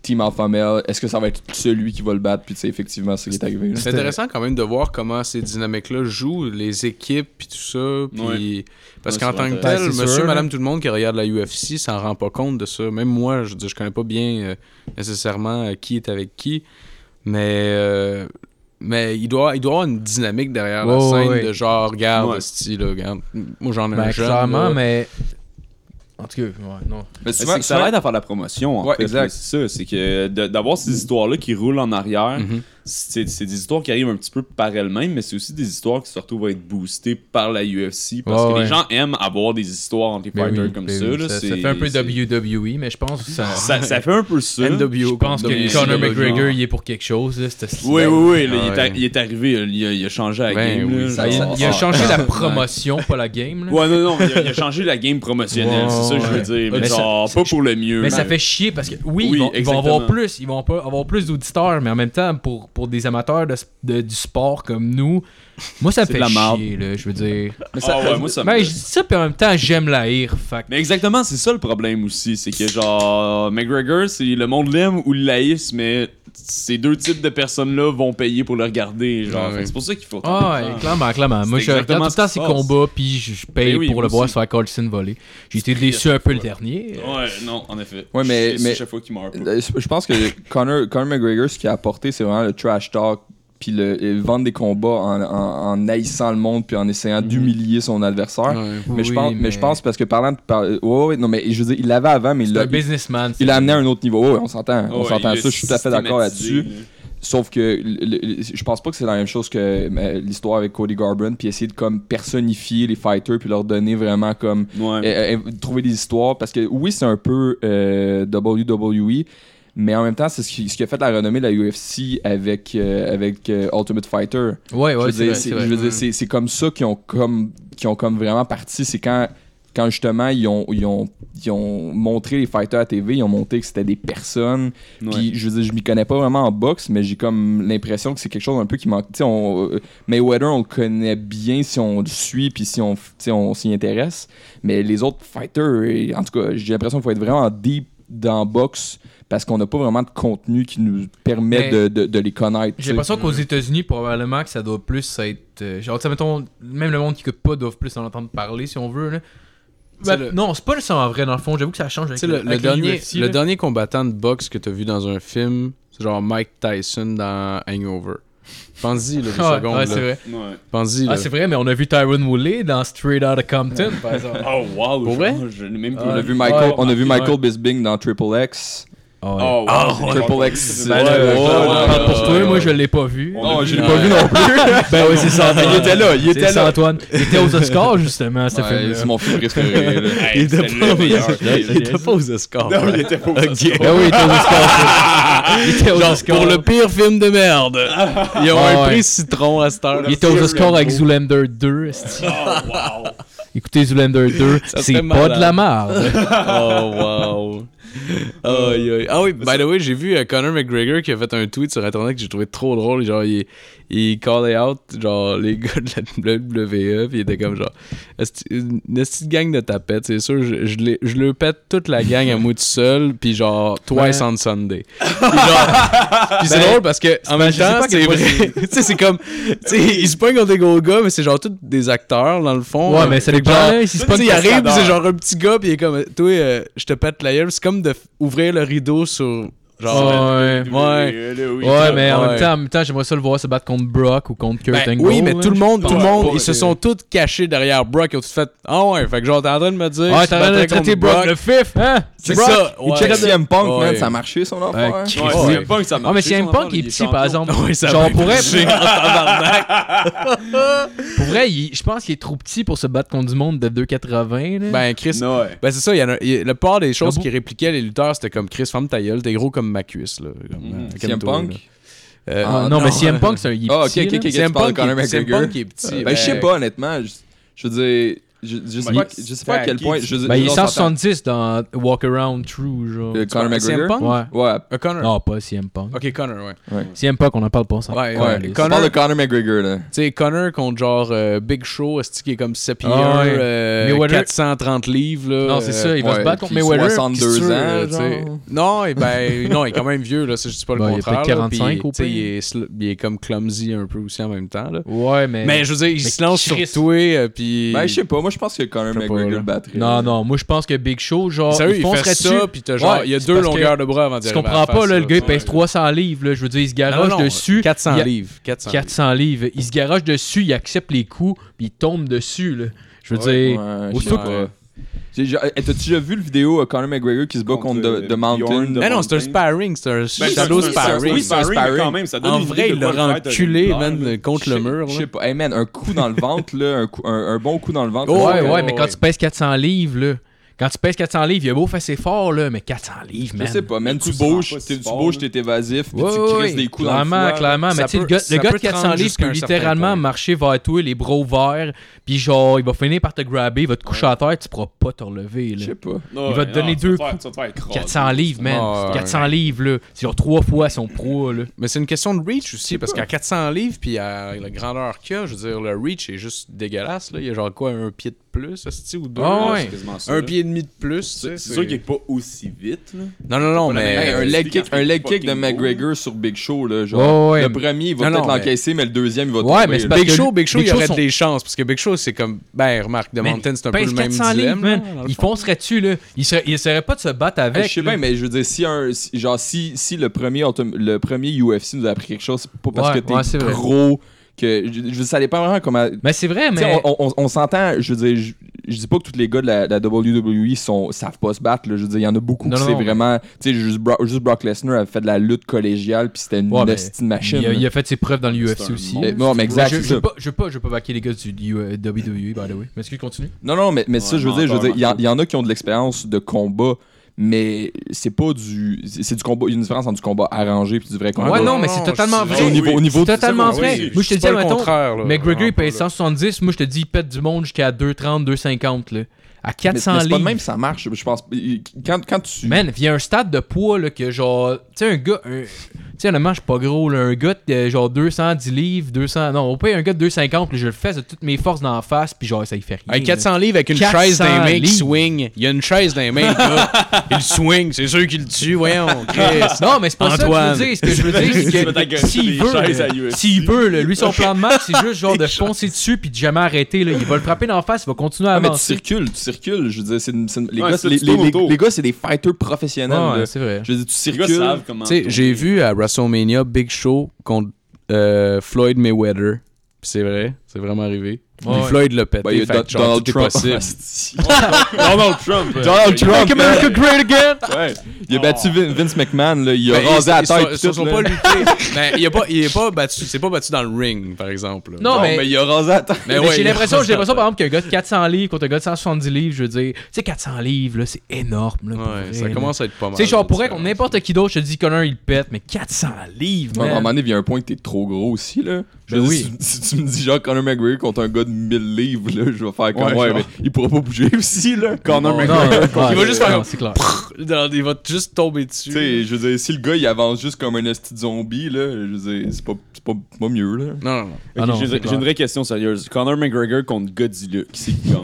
[SPEAKER 6] Team Alpha Male, est-ce que ça va être celui qui va le battre? Puis tu sais, effectivement, c'est ce qui est arrivé. là.
[SPEAKER 4] C'est intéressant quand même de voir comment ces dynamiques-là jouent, les équipes puis tout ça. Puis... Parce
[SPEAKER 5] Ouais,
[SPEAKER 4] qu'en
[SPEAKER 5] c'est
[SPEAKER 4] tant que
[SPEAKER 5] vrai.
[SPEAKER 3] Ben,
[SPEAKER 4] tel,
[SPEAKER 3] c'est
[SPEAKER 4] monsieur,
[SPEAKER 3] sûr,
[SPEAKER 4] madame, tout le monde qui regarde la UFC s'en rend pas compte de ça. Même moi, je, veux dire, je connais pas bien euh, nécessairement euh, qui est avec qui. Mais, euh, mais il, doit, il doit y avoir une dynamique derrière la
[SPEAKER 3] Ouais,
[SPEAKER 4] scène
[SPEAKER 3] ouais.
[SPEAKER 4] de genre, regarde,
[SPEAKER 5] Ouais.
[SPEAKER 4] esti, là, regarde, moi j'en ai
[SPEAKER 3] Ben,
[SPEAKER 4] un jeune.
[SPEAKER 3] clairement,
[SPEAKER 4] là.
[SPEAKER 3] mais. En tout cas, ouais, non.
[SPEAKER 6] Mais
[SPEAKER 5] C'est que ça aide à faire la promotion. En
[SPEAKER 6] Ouais,
[SPEAKER 5] fait.
[SPEAKER 6] exact.
[SPEAKER 5] Mais C'est ça, c'est que de- d'avoir ces histoires-là qui roulent en arrière,
[SPEAKER 4] Mhm.
[SPEAKER 5] c'est c'est des histoires qui arrivent un petit peu par elles-mêmes, mais c'est aussi des histoires qui se retrouvent à être boostées par la UFC parce
[SPEAKER 3] Ouais,
[SPEAKER 5] que
[SPEAKER 3] ouais.
[SPEAKER 5] les gens aiment avoir des histoires entre les
[SPEAKER 3] Ben
[SPEAKER 5] fighters
[SPEAKER 3] oui,
[SPEAKER 5] comme
[SPEAKER 3] ben
[SPEAKER 5] ça,
[SPEAKER 3] oui,
[SPEAKER 5] là,
[SPEAKER 3] ça.
[SPEAKER 5] c'est-
[SPEAKER 3] Ça fait un peu
[SPEAKER 5] c'est-
[SPEAKER 3] WWE, mais je pense que ça.
[SPEAKER 5] Ça, ça fait un peu ça.
[SPEAKER 4] NWO,
[SPEAKER 3] Je pense
[SPEAKER 4] comme
[SPEAKER 3] que
[SPEAKER 5] WWE,
[SPEAKER 3] Conor
[SPEAKER 5] là,
[SPEAKER 3] McGregor,
[SPEAKER 5] genre.
[SPEAKER 3] il est pour quelque chose. Là, c'était-
[SPEAKER 5] Oui, oui, oui, là,
[SPEAKER 4] Ah,
[SPEAKER 5] il, est a-
[SPEAKER 4] ouais.
[SPEAKER 5] il est arrivé, euh, il a, il a changé la
[SPEAKER 4] Ben
[SPEAKER 5] game.
[SPEAKER 4] oui,
[SPEAKER 5] là,
[SPEAKER 4] ça
[SPEAKER 3] Ça, il,
[SPEAKER 5] genre.
[SPEAKER 3] il a changé la promotion, pas la game. là.
[SPEAKER 5] Ouais, non, non, il a, il a changé la game promotionnelle,
[SPEAKER 3] Ouais,
[SPEAKER 5] c'est ça que je veux
[SPEAKER 3] ouais.
[SPEAKER 5] dire. Mais,
[SPEAKER 3] Mais ça-
[SPEAKER 5] genre,
[SPEAKER 3] ça-
[SPEAKER 5] pas pour le mieux.
[SPEAKER 3] Mais ça fait chier parce que oui, ils,
[SPEAKER 5] Oui,
[SPEAKER 3] vont, ils vont
[SPEAKER 5] exactement.
[SPEAKER 3] avoir plus, ils vont pas avoir plus d'auditeurs, mais en même temps, pour, pour des amateurs de, de- du sport comme nous, moi ça me
[SPEAKER 5] C'est
[SPEAKER 3] fait
[SPEAKER 5] de la marde.
[SPEAKER 3] chier, là, je veux dire.
[SPEAKER 5] Mais ça, Ah ouais, moi, ça me-
[SPEAKER 3] Mais je dis ça, puis en même temps, j'aime la haïr. Fait que-
[SPEAKER 5] Mais exactement, c'est ça le problème aussi. C'est que genre, McGregor, c'est le monde l'aime ou le laïs, mais ces deux types de personnes-là vont payer pour le regarder. Genre,
[SPEAKER 4] Ah oui.
[SPEAKER 5] Fait que c'est pour ça qu'il faut.
[SPEAKER 3] Ah ouais, clairement, clairement. Moi,
[SPEAKER 5] C'est
[SPEAKER 3] je regarde
[SPEAKER 5] exactement
[SPEAKER 3] tout le temps
[SPEAKER 5] ce qui
[SPEAKER 3] ces
[SPEAKER 5] se passe.
[SPEAKER 3] combats, puis je, je paye
[SPEAKER 5] Ben oui,
[SPEAKER 3] pour
[SPEAKER 5] moi
[SPEAKER 3] le voir
[SPEAKER 5] aussi.
[SPEAKER 3] sur la Carlson voler. J'ai été déçu un peu le dernier.
[SPEAKER 5] Ouais, non, en effet.
[SPEAKER 6] Ouais, mais-
[SPEAKER 5] C'est
[SPEAKER 6] mais-
[SPEAKER 5] chaque fois qu'il meurt.
[SPEAKER 6] Euh, Je pense que Conor, Conor McGregor, ce qu'il a apporté, c'est vraiment le trash talk, puis le, et vendre des combats en, en, en haïssant le monde, puis en essayant d'humilier son adversaire.
[SPEAKER 4] Ouais.
[SPEAKER 6] Mais, je
[SPEAKER 3] Oui,
[SPEAKER 6] pense, mais... je pense parce que parlant de. par- ouais, ouais, ouais, non, mais je veux dire, il l'avait avant, mais il
[SPEAKER 3] C'est
[SPEAKER 6] l'a.
[SPEAKER 3] un businessman.
[SPEAKER 6] Il
[SPEAKER 3] c'est-
[SPEAKER 6] l'a amené à un autre niveau, Ouais, on s'entend, on
[SPEAKER 5] Ouais,
[SPEAKER 6] s'entend
[SPEAKER 5] il
[SPEAKER 6] ça,
[SPEAKER 5] a
[SPEAKER 6] je suis tout à fait d'accord
[SPEAKER 5] systématisé,
[SPEAKER 6] là-dessus. Sauf que le- le- le- je pense pas que c'est la même chose que euh, l'histoire avec Cody Garbrandt, puis essayer de comme personnifier les fighters, puis leur donner vraiment comme
[SPEAKER 5] là. Ouais.
[SPEAKER 6] euh, euh, trouver des histoires parce que oui c'est un peu euh, WWE Mais en même temps, c'est ce qui, ce qui a fait la renommée de la UFC avec, euh, avec euh, Ultimate Fighter.
[SPEAKER 3] Ouais, ouais,
[SPEAKER 6] je veux
[SPEAKER 3] c'est
[SPEAKER 6] dire,
[SPEAKER 3] vrai,
[SPEAKER 6] c'est-
[SPEAKER 3] c'est vrai.
[SPEAKER 6] je veux dire, c'est c'est comme ça qu'ils ont comme qu'ils ont comme vraiment parti. C'est quand quand justement ils ont, ils ont ils ont montré les fighters à TV, ils ont montré que c'était des personnes. Puis je veux dire, je m'y connais pas vraiment en boxe, mais j'ai comme l'impression que c'est quelque chose un peu qui manque. Tu sais, on, euh, Mayweather, on le connaît bien si on le suit puis si on, tu sais, on s'y intéresse. Mais les autres fighters, euh, en tout cas, j'ai l'impression qu'il faut être vraiment deep dans boxe parce qu'on n'a pas vraiment de contenu qui nous
[SPEAKER 3] Mais-
[SPEAKER 6] permet de, de- de les connaître. tu
[SPEAKER 3] J'ai
[SPEAKER 6] sais.
[SPEAKER 3] l'impression qu'aux États-Unis, probablement que ça doit plus être. euh, genre, tu sais, mettons, même le monde qui écoute pas doit plus en entendre parler si on veut. Là.
[SPEAKER 4] C'est
[SPEAKER 3] Ben,
[SPEAKER 4] le-
[SPEAKER 3] Non, c'est pas nécessairement vrai dans le fond. J'avoue que ça change avec,
[SPEAKER 4] Tu sais, le,
[SPEAKER 3] le,
[SPEAKER 4] le
[SPEAKER 3] avec les
[SPEAKER 4] dernier,
[SPEAKER 3] UFC,
[SPEAKER 4] le
[SPEAKER 3] là.
[SPEAKER 4] dernier combattant de boxe que t'as vu dans un film, c'est genre Mike Tyson dans Hangover. Pense-y, là, deux
[SPEAKER 3] Ah,
[SPEAKER 4] secondes.
[SPEAKER 3] ouais,
[SPEAKER 4] là.
[SPEAKER 3] c'est vrai.
[SPEAKER 5] Ouais.
[SPEAKER 4] Pense-y, là.
[SPEAKER 3] Ah, c'est vrai, mais on a vu Tyron Woodley dans Straight Outta Compton, par exemple.
[SPEAKER 5] Oh, wow.
[SPEAKER 3] Pour
[SPEAKER 5] je-
[SPEAKER 3] vrai?
[SPEAKER 5] Je n'ai même
[SPEAKER 3] Ah,
[SPEAKER 5] pas.
[SPEAKER 6] On a
[SPEAKER 3] Ouais.
[SPEAKER 6] vu Michael,
[SPEAKER 3] Ouais.
[SPEAKER 6] on a vu
[SPEAKER 3] Ouais.
[SPEAKER 6] Michael Bisbing dans Triple X.
[SPEAKER 3] Ah,
[SPEAKER 4] Ah,
[SPEAKER 5] Oh, wow. j'ai
[SPEAKER 6] Triple
[SPEAKER 5] pas-
[SPEAKER 6] X.
[SPEAKER 5] Ben,
[SPEAKER 6] euh,
[SPEAKER 5] ouais,
[SPEAKER 6] ouais,
[SPEAKER 5] ouais,
[SPEAKER 6] ouais,
[SPEAKER 5] ouais,
[SPEAKER 3] Parle pour
[SPEAKER 5] ouais,
[SPEAKER 3] toi,
[SPEAKER 5] ouais,
[SPEAKER 3] moi
[SPEAKER 5] ouais.
[SPEAKER 3] je l'ai pas vu.
[SPEAKER 5] On a
[SPEAKER 6] Oh,
[SPEAKER 5] vu
[SPEAKER 6] je l'ai
[SPEAKER 5] dans-
[SPEAKER 6] pas vu non plus.
[SPEAKER 3] Ben oui, c'est ça.
[SPEAKER 6] Mais il était là, il était
[SPEAKER 3] C'est
[SPEAKER 6] là.
[SPEAKER 3] Antoine. Il était aux Oscars justement, ce
[SPEAKER 6] Ouais,
[SPEAKER 3] film.
[SPEAKER 6] c'est mon film préféré. là.
[SPEAKER 5] Hey,
[SPEAKER 4] Il était
[SPEAKER 5] c'était le
[SPEAKER 4] pas
[SPEAKER 5] meilleur.
[SPEAKER 4] Il était pas aux Oscars.
[SPEAKER 5] Non, il
[SPEAKER 4] ouais.
[SPEAKER 5] était pas au
[SPEAKER 4] Ok.
[SPEAKER 3] Ben oui, il était aux Oscars. ça. Il était aux
[SPEAKER 4] Genre,
[SPEAKER 3] Oscars.
[SPEAKER 4] pour le pire film de merde. Ils ont
[SPEAKER 3] Ah,
[SPEAKER 4] un
[SPEAKER 3] ouais.
[SPEAKER 4] prix citron à cette heure.
[SPEAKER 3] Il était aux Oscars avec Zoolander 2. esti.
[SPEAKER 5] Oh, wow.
[SPEAKER 3] Écoutez Zoolander 2,
[SPEAKER 4] Ça
[SPEAKER 3] c'est
[SPEAKER 4] serait
[SPEAKER 3] pas
[SPEAKER 4] malade.
[SPEAKER 3] de la merde.
[SPEAKER 4] Oh, wow. Aïe, aïe. Ah oui, by the way, j'ai vu euh, Conor McGregor qui a fait un tweet sur Internet que j'ai trouvé trop drôle. Genre, il, il callait out genre, les gars de la WWE, puis il était comme genre, Esti- une une petite gang de tapettes, c'est sûr, je, je, les- je le pète toute la gang à moi tout seul, puis genre, twice
[SPEAKER 3] Ouais.
[SPEAKER 4] on Sunday. Puis genre- puis c'est
[SPEAKER 3] Ben,
[SPEAKER 4] drôle parce que, en même
[SPEAKER 3] je sais
[SPEAKER 4] temps,
[SPEAKER 3] pas à quel
[SPEAKER 4] c'est
[SPEAKER 3] point
[SPEAKER 4] vrai. tu sais, c'est comme, tu sais, ils se pognent contre des gros gars, mais c'est genre tous des acteurs, dans le fond.
[SPEAKER 3] Ouais,
[SPEAKER 4] Euh,
[SPEAKER 3] mais c'est les
[SPEAKER 4] genre,
[SPEAKER 3] gens là, ils se
[SPEAKER 4] tu sais, il
[SPEAKER 3] pognent.
[SPEAKER 4] arrive,
[SPEAKER 5] cascadeur.
[SPEAKER 4] c'est genre un petit gars, puis il est comme, toi, euh, je te pète la gueule. C'est comme de f- ouvrir le rideau sur. Genre.
[SPEAKER 3] Ouais.
[SPEAKER 4] Ouais.
[SPEAKER 5] Euh, là, oui.
[SPEAKER 3] Ouais, mais en
[SPEAKER 4] Ouais.
[SPEAKER 3] même temps, en même temps, j'aimerais ça le voir se battre contre Brock ou contre Kurt
[SPEAKER 4] Ben,
[SPEAKER 3] Angle.
[SPEAKER 4] oui, mais
[SPEAKER 3] là.
[SPEAKER 4] tout le monde, tout le
[SPEAKER 5] Ouais,
[SPEAKER 4] monde,
[SPEAKER 5] ouais,
[SPEAKER 4] ils se
[SPEAKER 5] ouais.
[SPEAKER 4] sont tous cachés derrière Brock. Ils ont tous fait. Ah ouais, fait que genre, t'es en train de me dire. que
[SPEAKER 3] Ouais,
[SPEAKER 4] tu
[SPEAKER 3] t'as l'air
[SPEAKER 4] battrais
[SPEAKER 3] de traiter
[SPEAKER 4] contre
[SPEAKER 3] Brock le fif, hein?
[SPEAKER 4] C'est
[SPEAKER 3] Brock.
[SPEAKER 4] ça.
[SPEAKER 6] Il
[SPEAKER 4] ouais.
[SPEAKER 6] check CM Punk,
[SPEAKER 4] Ouais.
[SPEAKER 6] man, ça a marché son hein. enfant.
[SPEAKER 3] Ouais,
[SPEAKER 5] Ouais,
[SPEAKER 4] Ouais.
[SPEAKER 5] CM Punk, ça
[SPEAKER 3] Ah,
[SPEAKER 5] marche.
[SPEAKER 3] mais CM Punk, il est petit, par exemple.
[SPEAKER 4] Ouais, ça
[SPEAKER 3] Genre,
[SPEAKER 4] va
[SPEAKER 3] on pourrait.
[SPEAKER 4] marcher en tabarnak.
[SPEAKER 3] Pour vrai, il- je pense qu'il est trop petit pour se battre contre du monde de 2,80. là.
[SPEAKER 4] Ben, Chris.
[SPEAKER 5] Ouais.
[SPEAKER 4] Ben, c'est ça, il y en a, il y a- la part des choses
[SPEAKER 3] Ah bon?
[SPEAKER 4] qui répliquaient les lutteurs, c'était comme Chris, ferme ta gueule, t'es gros comme ma cuisse. Là, comme,
[SPEAKER 5] Mhm.
[SPEAKER 4] euh,
[SPEAKER 6] CM
[SPEAKER 4] calme-toi,
[SPEAKER 6] Punk.
[SPEAKER 4] là. Euh,
[SPEAKER 3] Ah, non, mais CM Punk, c'est un. il est
[SPEAKER 6] Ah, ok,
[SPEAKER 3] petit,
[SPEAKER 6] ok,
[SPEAKER 3] là.
[SPEAKER 6] ok.
[SPEAKER 4] CM
[SPEAKER 6] tu parles de
[SPEAKER 4] Punk,
[SPEAKER 6] Conor
[SPEAKER 4] il- CM
[SPEAKER 6] McGregor.
[SPEAKER 4] Punk, il est petit.
[SPEAKER 6] Ben, je sais
[SPEAKER 4] ben,
[SPEAKER 6] pas, honnêtement. je- Je veux dire, je je sais
[SPEAKER 5] Ouais.
[SPEAKER 6] pas je sais pas à quel point. je veux
[SPEAKER 3] Ben, il est
[SPEAKER 6] dire, on s'entend-
[SPEAKER 3] 170 dans Walk Around True, genre.
[SPEAKER 6] Euh, Conor
[SPEAKER 4] CM
[SPEAKER 6] McGregor.
[SPEAKER 4] Punk?
[SPEAKER 3] Ouais.
[SPEAKER 6] Ouais.
[SPEAKER 4] Euh, Connor.
[SPEAKER 3] Non, pas CM Punk.
[SPEAKER 4] Ok, Connor, ouais.
[SPEAKER 3] CM Punk, on en parle pas, on s'en
[SPEAKER 4] Ouais,
[SPEAKER 3] parle.
[SPEAKER 4] ouais.
[SPEAKER 3] Les-
[SPEAKER 4] Connor-
[SPEAKER 6] On parle de Conor McGregor, là.
[SPEAKER 4] Tu sais, Connor contre genre euh, Big Show, est-ce qui est comme 7 pieds
[SPEAKER 3] Ah
[SPEAKER 4] un,
[SPEAKER 3] ouais.
[SPEAKER 4] euh,
[SPEAKER 3] Mayweather-
[SPEAKER 4] 430 livres. Là, euh,
[SPEAKER 3] Non, c'est ça, il va se
[SPEAKER 6] ouais,
[SPEAKER 3] battre contre
[SPEAKER 6] puis
[SPEAKER 3] Mayweather.
[SPEAKER 6] 62
[SPEAKER 3] puis
[SPEAKER 6] ans,
[SPEAKER 3] sûr, euh,
[SPEAKER 6] genre.
[SPEAKER 3] tu sais.
[SPEAKER 4] Non, et ben, non, il est quand même vieux, là, c'est juste pas le
[SPEAKER 3] Ben, il a
[SPEAKER 4] contraire.
[SPEAKER 3] peut-être
[SPEAKER 4] là, puis,
[SPEAKER 3] 45 au
[SPEAKER 4] tu sais,
[SPEAKER 3] pire.
[SPEAKER 4] il, est sl- il est comme clumsy un peu aussi en même temps. Là.
[SPEAKER 3] Ouais, mais.
[SPEAKER 4] Mais je veux dire, il
[SPEAKER 3] mais
[SPEAKER 4] se lance sur
[SPEAKER 3] Chris.
[SPEAKER 4] toi, euh, puis.
[SPEAKER 6] Ben, je sais pas. Moi, je pense que Conor
[SPEAKER 4] Je sais pas,
[SPEAKER 6] McGregor
[SPEAKER 4] là.
[SPEAKER 6] le battrait.
[SPEAKER 3] Non, non, moi je pense que Big Show, genre.
[SPEAKER 4] Sérieux,
[SPEAKER 3] il
[SPEAKER 4] il fait
[SPEAKER 3] foncerait
[SPEAKER 4] ça,
[SPEAKER 3] dessus.
[SPEAKER 4] puis t'as genre,
[SPEAKER 3] Ouais,
[SPEAKER 4] il y a
[SPEAKER 3] c'est
[SPEAKER 4] deux
[SPEAKER 3] parce
[SPEAKER 4] longueurs de bras avant d'y
[SPEAKER 3] Tu
[SPEAKER 4] arriver à
[SPEAKER 3] comprends
[SPEAKER 4] la
[SPEAKER 3] pas,
[SPEAKER 4] face,
[SPEAKER 3] là, le gars, il
[SPEAKER 4] Ouais.
[SPEAKER 3] pèse 300 livres, là. Je veux dire, il se
[SPEAKER 4] Non, non,
[SPEAKER 3] garoche
[SPEAKER 4] non,
[SPEAKER 3] dessus.
[SPEAKER 4] 400
[SPEAKER 3] il a-
[SPEAKER 4] livres. 400,
[SPEAKER 3] 400 livres. Il se garoche dessus, il accepte les coups, puis il tombe dessus, là. Je veux dire.
[SPEAKER 6] Ouais,
[SPEAKER 3] Au
[SPEAKER 6] je sais
[SPEAKER 3] saut-
[SPEAKER 6] pas. J'ai- j'ai- hey, T'as-tu déjà vu le vidéo euh, Conor McGregor qui se bat contre
[SPEAKER 5] Contre,
[SPEAKER 6] The-
[SPEAKER 5] euh,
[SPEAKER 6] The Mountain?
[SPEAKER 5] Bjorn
[SPEAKER 4] livres.
[SPEAKER 5] de-
[SPEAKER 4] Non, non, c'est un sparring, c'est un
[SPEAKER 5] Ben,
[SPEAKER 4] shadow
[SPEAKER 5] c'est un-
[SPEAKER 4] sparring.
[SPEAKER 5] Oui, sparring, mais
[SPEAKER 6] sparring.
[SPEAKER 5] quand même, ça donne
[SPEAKER 4] En
[SPEAKER 5] une idée
[SPEAKER 4] vrai,
[SPEAKER 5] de
[SPEAKER 4] il l'a
[SPEAKER 5] quoi faire, t'as
[SPEAKER 4] enculé,
[SPEAKER 5] une blague, là.
[SPEAKER 4] man, contre le mur.
[SPEAKER 6] Je
[SPEAKER 4] là.
[SPEAKER 6] sais pas. Hey, man, un coup dans le ventre, là, un, coup- un, un bon coup dans le ventre.
[SPEAKER 4] Oh,
[SPEAKER 6] là,
[SPEAKER 3] ouais,
[SPEAKER 4] ouais,
[SPEAKER 3] ouais,
[SPEAKER 4] ouais,
[SPEAKER 3] mais quand
[SPEAKER 4] ouais.
[SPEAKER 3] tu pèses 400 livres, là. Quand tu pèses 400 livres, il a beau faire ses forts, là, mais 400 livres,
[SPEAKER 6] Je
[SPEAKER 3] man.
[SPEAKER 6] sais pas, man,
[SPEAKER 5] coup,
[SPEAKER 6] tu
[SPEAKER 5] ça rend
[SPEAKER 6] bouges,
[SPEAKER 5] pas si
[SPEAKER 6] t'es- tu
[SPEAKER 5] fort,
[SPEAKER 6] bouges,
[SPEAKER 5] là.
[SPEAKER 6] t'es évasif, puis
[SPEAKER 3] Ouais,
[SPEAKER 6] tu
[SPEAKER 3] ouais,
[SPEAKER 6] crisses
[SPEAKER 3] ouais.
[SPEAKER 6] des coups dans le
[SPEAKER 3] clairement,
[SPEAKER 6] foie.
[SPEAKER 3] clairement.
[SPEAKER 4] Ça
[SPEAKER 3] Mais tu sais, le
[SPEAKER 4] peut-
[SPEAKER 3] gars,
[SPEAKER 4] ça
[SPEAKER 3] le gars
[SPEAKER 4] peut
[SPEAKER 3] de
[SPEAKER 4] te rendre
[SPEAKER 3] 400 livres
[SPEAKER 4] jusqu'à
[SPEAKER 3] peut
[SPEAKER 4] un certain
[SPEAKER 3] littéralement
[SPEAKER 4] point.
[SPEAKER 3] marcher vers toi, les bras ouverts, puis genre, il va finir par te grabber, il va te coucher à terre, tu pourras pas te relever,
[SPEAKER 6] Je
[SPEAKER 3] là.
[SPEAKER 6] sais pas.
[SPEAKER 5] Ouais,
[SPEAKER 3] Il va te
[SPEAKER 5] non,
[SPEAKER 3] donner
[SPEAKER 5] tu vas
[SPEAKER 3] deux
[SPEAKER 5] te faire-
[SPEAKER 3] coups.
[SPEAKER 5] tu vas te faire écraser.
[SPEAKER 3] 400 livres, man.
[SPEAKER 4] Ouais, ouais,
[SPEAKER 3] 400 livres, là. C'est genre trois fois son pro, là.
[SPEAKER 4] Mais c'est une question de reach aussi, parce qu'à 400 livres, puis à la grandeur qu'il y a, je veux dire, le reach est juste dégueulasse. Là. Il y a genre quoi, un pied de plus, hostie, ou deux?
[SPEAKER 3] Ah
[SPEAKER 4] là?
[SPEAKER 3] ouais.
[SPEAKER 5] C'est quasiment ça,
[SPEAKER 4] Un
[SPEAKER 5] là.
[SPEAKER 4] pied et demi de plus, tu sais.
[SPEAKER 5] C'est c'est sûr qu'il est pas aussi vite, là.
[SPEAKER 4] Non, non, non,
[SPEAKER 5] pas la
[SPEAKER 4] mais...
[SPEAKER 5] même-
[SPEAKER 6] Hey, un
[SPEAKER 5] euh,
[SPEAKER 6] leg
[SPEAKER 5] c'est
[SPEAKER 6] kick,
[SPEAKER 5] quand
[SPEAKER 6] un leg
[SPEAKER 5] il
[SPEAKER 6] kick de
[SPEAKER 5] fucking
[SPEAKER 6] McGregor sur Big Show, là, genre.
[SPEAKER 3] Ouais, ouais.
[SPEAKER 6] Le premier, il va
[SPEAKER 4] Non,
[SPEAKER 6] peut-être
[SPEAKER 4] non, mais-
[SPEAKER 6] l'encaisser, mais le deuxième, il va
[SPEAKER 3] Ouais, mais
[SPEAKER 6] tomber.
[SPEAKER 3] c'est
[SPEAKER 6] là.
[SPEAKER 3] parce
[SPEAKER 4] Big
[SPEAKER 3] que
[SPEAKER 4] Show,
[SPEAKER 3] lui-
[SPEAKER 4] Big Show,
[SPEAKER 3] Big
[SPEAKER 4] il y
[SPEAKER 3] Show
[SPEAKER 4] aurait
[SPEAKER 3] sont-
[SPEAKER 4] des chances, parce que Big Show, c'est comme... Ben, remarque, de
[SPEAKER 3] Man,
[SPEAKER 4] Mountain, c'est un peu
[SPEAKER 3] pèse
[SPEAKER 4] le même
[SPEAKER 3] 400
[SPEAKER 4] dilemme.
[SPEAKER 3] livres, man.
[SPEAKER 4] là, dans le
[SPEAKER 3] Il
[SPEAKER 4] fond.
[SPEAKER 3] foncerait dessus, là. Il serait- il essaierait pas de se battre avec.
[SPEAKER 6] Hey, je sais
[SPEAKER 3] là.
[SPEAKER 6] bien, mais je veux dire, si, un, si- genre, si, si le, premier, ultim- le premier UFC nous a appris quelque chose, c'est pas parce
[SPEAKER 3] Ouais,
[SPEAKER 6] que t'es
[SPEAKER 3] ouais, c'est vrai.
[SPEAKER 6] gros, que. Je, je veux dire, ça dépend vraiment comment.
[SPEAKER 3] Mais c'est vrai,
[SPEAKER 6] Tu sais,
[SPEAKER 3] mais.
[SPEAKER 6] On, on- on s'entend, je veux dire, je, je dis pas que tous les gars de la, la WWE sont, savent pas se battre, là. je veux dire, il y en a beaucoup
[SPEAKER 3] Non,
[SPEAKER 6] qui
[SPEAKER 3] non,
[SPEAKER 6] c'est
[SPEAKER 3] non.
[SPEAKER 6] vraiment, tu sais, juste, Bro- juste Brock Lesnar a fait de la lutte collégiale, puis c'était une
[SPEAKER 3] Ouais, mais
[SPEAKER 6] hostie de machine.
[SPEAKER 3] Il a,
[SPEAKER 6] là.
[SPEAKER 3] il a fait ses preuves dans l'UFC
[SPEAKER 5] C'est un
[SPEAKER 3] aussi.
[SPEAKER 5] monstre.
[SPEAKER 6] Mais- non, mais exact,
[SPEAKER 3] Je,
[SPEAKER 6] c'est
[SPEAKER 3] je,
[SPEAKER 6] ça.
[SPEAKER 3] veux pas, je veux pas, je veux pas baquer les gars du, du, euh, WWE, by the way. Mais est-ce que je continue?
[SPEAKER 6] Non, non, mais, mais ça,
[SPEAKER 5] Ouais,
[SPEAKER 6] je veux dire, je veux dire,
[SPEAKER 5] menteur,
[SPEAKER 6] il y en- il y, en a qui ont de l'expérience de combat, mais c'est pas du. C'est c'est du combat. Il y a une différence entre du combat arrangé puis du vrai combat.
[SPEAKER 3] Ouais, non, mais c'est totalement
[SPEAKER 6] vrai. Au niveau- au niveau
[SPEAKER 3] C'est
[SPEAKER 6] du-
[SPEAKER 3] totalement
[SPEAKER 5] c'est
[SPEAKER 3] vrai.
[SPEAKER 5] vrai, oui.
[SPEAKER 3] Moi, je te dis, mettons, mais Gregor, il paye
[SPEAKER 1] paye
[SPEAKER 3] 170. Moi, je te dis, il pète du monde jusqu'à 2,30, 2,50. là. À
[SPEAKER 6] Mais, mais
[SPEAKER 3] 400
[SPEAKER 6] c'est pas de
[SPEAKER 3] livres.
[SPEAKER 6] même, ça marche. Je pense. Quand, quand tu.
[SPEAKER 3] Man, il y a un stade de poids là, que genre. Tu sais, un gars. un- Tu sais, honnêtement, je suis pas gros. Là, un gars de genre 210 livres, 200. Non, on paye un gars de 250, puis je le fais de toutes mes forces dans la face, puis genre, ça y fait rien.
[SPEAKER 4] Un
[SPEAKER 3] là.
[SPEAKER 4] 400 livres avec une
[SPEAKER 3] 400
[SPEAKER 4] chaise dans les mains qui
[SPEAKER 3] livres.
[SPEAKER 4] swing. Il y a une chaise dans les mains, le gars. Il swing, c'est sûr qu'il le tue, voyons. Chris.
[SPEAKER 3] Non, mais c'est pas
[SPEAKER 4] Antoine.
[SPEAKER 3] ça que je veux dire. Ce que je veux dire, c'est que s'il veut, là, s'il veut, là, lui, son plan de match, c'est juste genre de foncer dessus puis de jamais arrêter. Là. Il va le frapper dans la face, il va continuer à
[SPEAKER 6] Ah, mais tu
[SPEAKER 3] avancer.
[SPEAKER 6] circules, tu circules. Je veux dire, c'est, une- c'est une- les,
[SPEAKER 5] Ouais,
[SPEAKER 6] gars,
[SPEAKER 5] c'est
[SPEAKER 6] les,
[SPEAKER 5] du tour
[SPEAKER 6] les-
[SPEAKER 5] autour.
[SPEAKER 6] les gars, c'est des fighters professionnels.
[SPEAKER 3] Ah, Ouais,
[SPEAKER 6] là.
[SPEAKER 3] c'est vrai.
[SPEAKER 6] Je veux dire, tu
[SPEAKER 5] Les gars
[SPEAKER 6] circules.
[SPEAKER 5] savent comment.
[SPEAKER 4] Tu sais, j'ai vu à WrestleMania Big Show contre euh, Floyd Mayweather. Puis c'est vrai, c'est vraiment arrivé.
[SPEAKER 3] Ouais,
[SPEAKER 4] Puis
[SPEAKER 3] ouais.
[SPEAKER 4] Floyd l'a pété.
[SPEAKER 6] Ben, il y a
[SPEAKER 4] fait que
[SPEAKER 6] Don-
[SPEAKER 4] genre,
[SPEAKER 6] Donald
[SPEAKER 4] tout est
[SPEAKER 6] Trump.
[SPEAKER 4] possible.
[SPEAKER 5] Donald Trump.
[SPEAKER 6] Donald Trump,
[SPEAKER 3] Make America great again!
[SPEAKER 5] Ouais.
[SPEAKER 6] il a battu Vin- Vince McMahon, là, il a
[SPEAKER 4] Ben,
[SPEAKER 6] rasé
[SPEAKER 4] ils-
[SPEAKER 6] la
[SPEAKER 4] ils sont-
[SPEAKER 6] tête.
[SPEAKER 4] Ils
[SPEAKER 6] pis
[SPEAKER 4] se
[SPEAKER 6] tout,
[SPEAKER 4] sont
[SPEAKER 6] là.
[SPEAKER 4] pas luttés. Mais il a pas, il est pas battu, c'est pas battu dans le ring, par exemple. là.
[SPEAKER 3] Non, mais-
[SPEAKER 6] il a rasé la tête.
[SPEAKER 4] Mais
[SPEAKER 3] Mais
[SPEAKER 4] Ben ouais,
[SPEAKER 3] j'ai
[SPEAKER 4] il-
[SPEAKER 3] l'impression, j'ai l'impression par exemple qu'un gars de 400 livres contre un gars de 170 livres, je veux dire, tu sais 400 livres là, c'est énorme là. pour
[SPEAKER 4] Ouais,
[SPEAKER 3] vrai,
[SPEAKER 4] ça
[SPEAKER 3] là.
[SPEAKER 4] commence à être pas mal.
[SPEAKER 3] Tu sais, genre
[SPEAKER 4] de
[SPEAKER 3] pourrait qu'on
[SPEAKER 4] différence.
[SPEAKER 3] n'importe qui d'autre, je te dis Connor il pète, mais 400 livres,
[SPEAKER 6] À un moment
[SPEAKER 3] man.
[SPEAKER 6] donné, il y a un point que t'es trop gros aussi, là. Je veux
[SPEAKER 3] Ben
[SPEAKER 6] dire,
[SPEAKER 3] oui.
[SPEAKER 6] si, si tu me dis, genre, Conor McGregor contre un gars de 1000 livres, là, je vais faire comme,
[SPEAKER 5] Ouais,
[SPEAKER 6] ouais,
[SPEAKER 5] genre.
[SPEAKER 6] mais il pourra pas bouger aussi, là.
[SPEAKER 5] Conor
[SPEAKER 4] Non,
[SPEAKER 3] Non,
[SPEAKER 5] McGregor.
[SPEAKER 3] non,
[SPEAKER 4] Il va juste faire
[SPEAKER 3] non,
[SPEAKER 4] un-
[SPEAKER 3] c'est clair.
[SPEAKER 4] Dans- Il va juste tomber dessus.
[SPEAKER 6] Tu sais, je veux dire, si le gars, il avance juste comme un esti de zombie, là, je veux dire, c'est pas, c'est pas, pas mieux, là.
[SPEAKER 4] Non, non, non.
[SPEAKER 3] Ah
[SPEAKER 5] Ok,
[SPEAKER 3] non,
[SPEAKER 5] j'ai,
[SPEAKER 3] c'est
[SPEAKER 5] j'ai
[SPEAKER 3] clair.
[SPEAKER 5] une vraie question sérieuse. Conor McGregor contre Godzilla, qui c'est qui gagne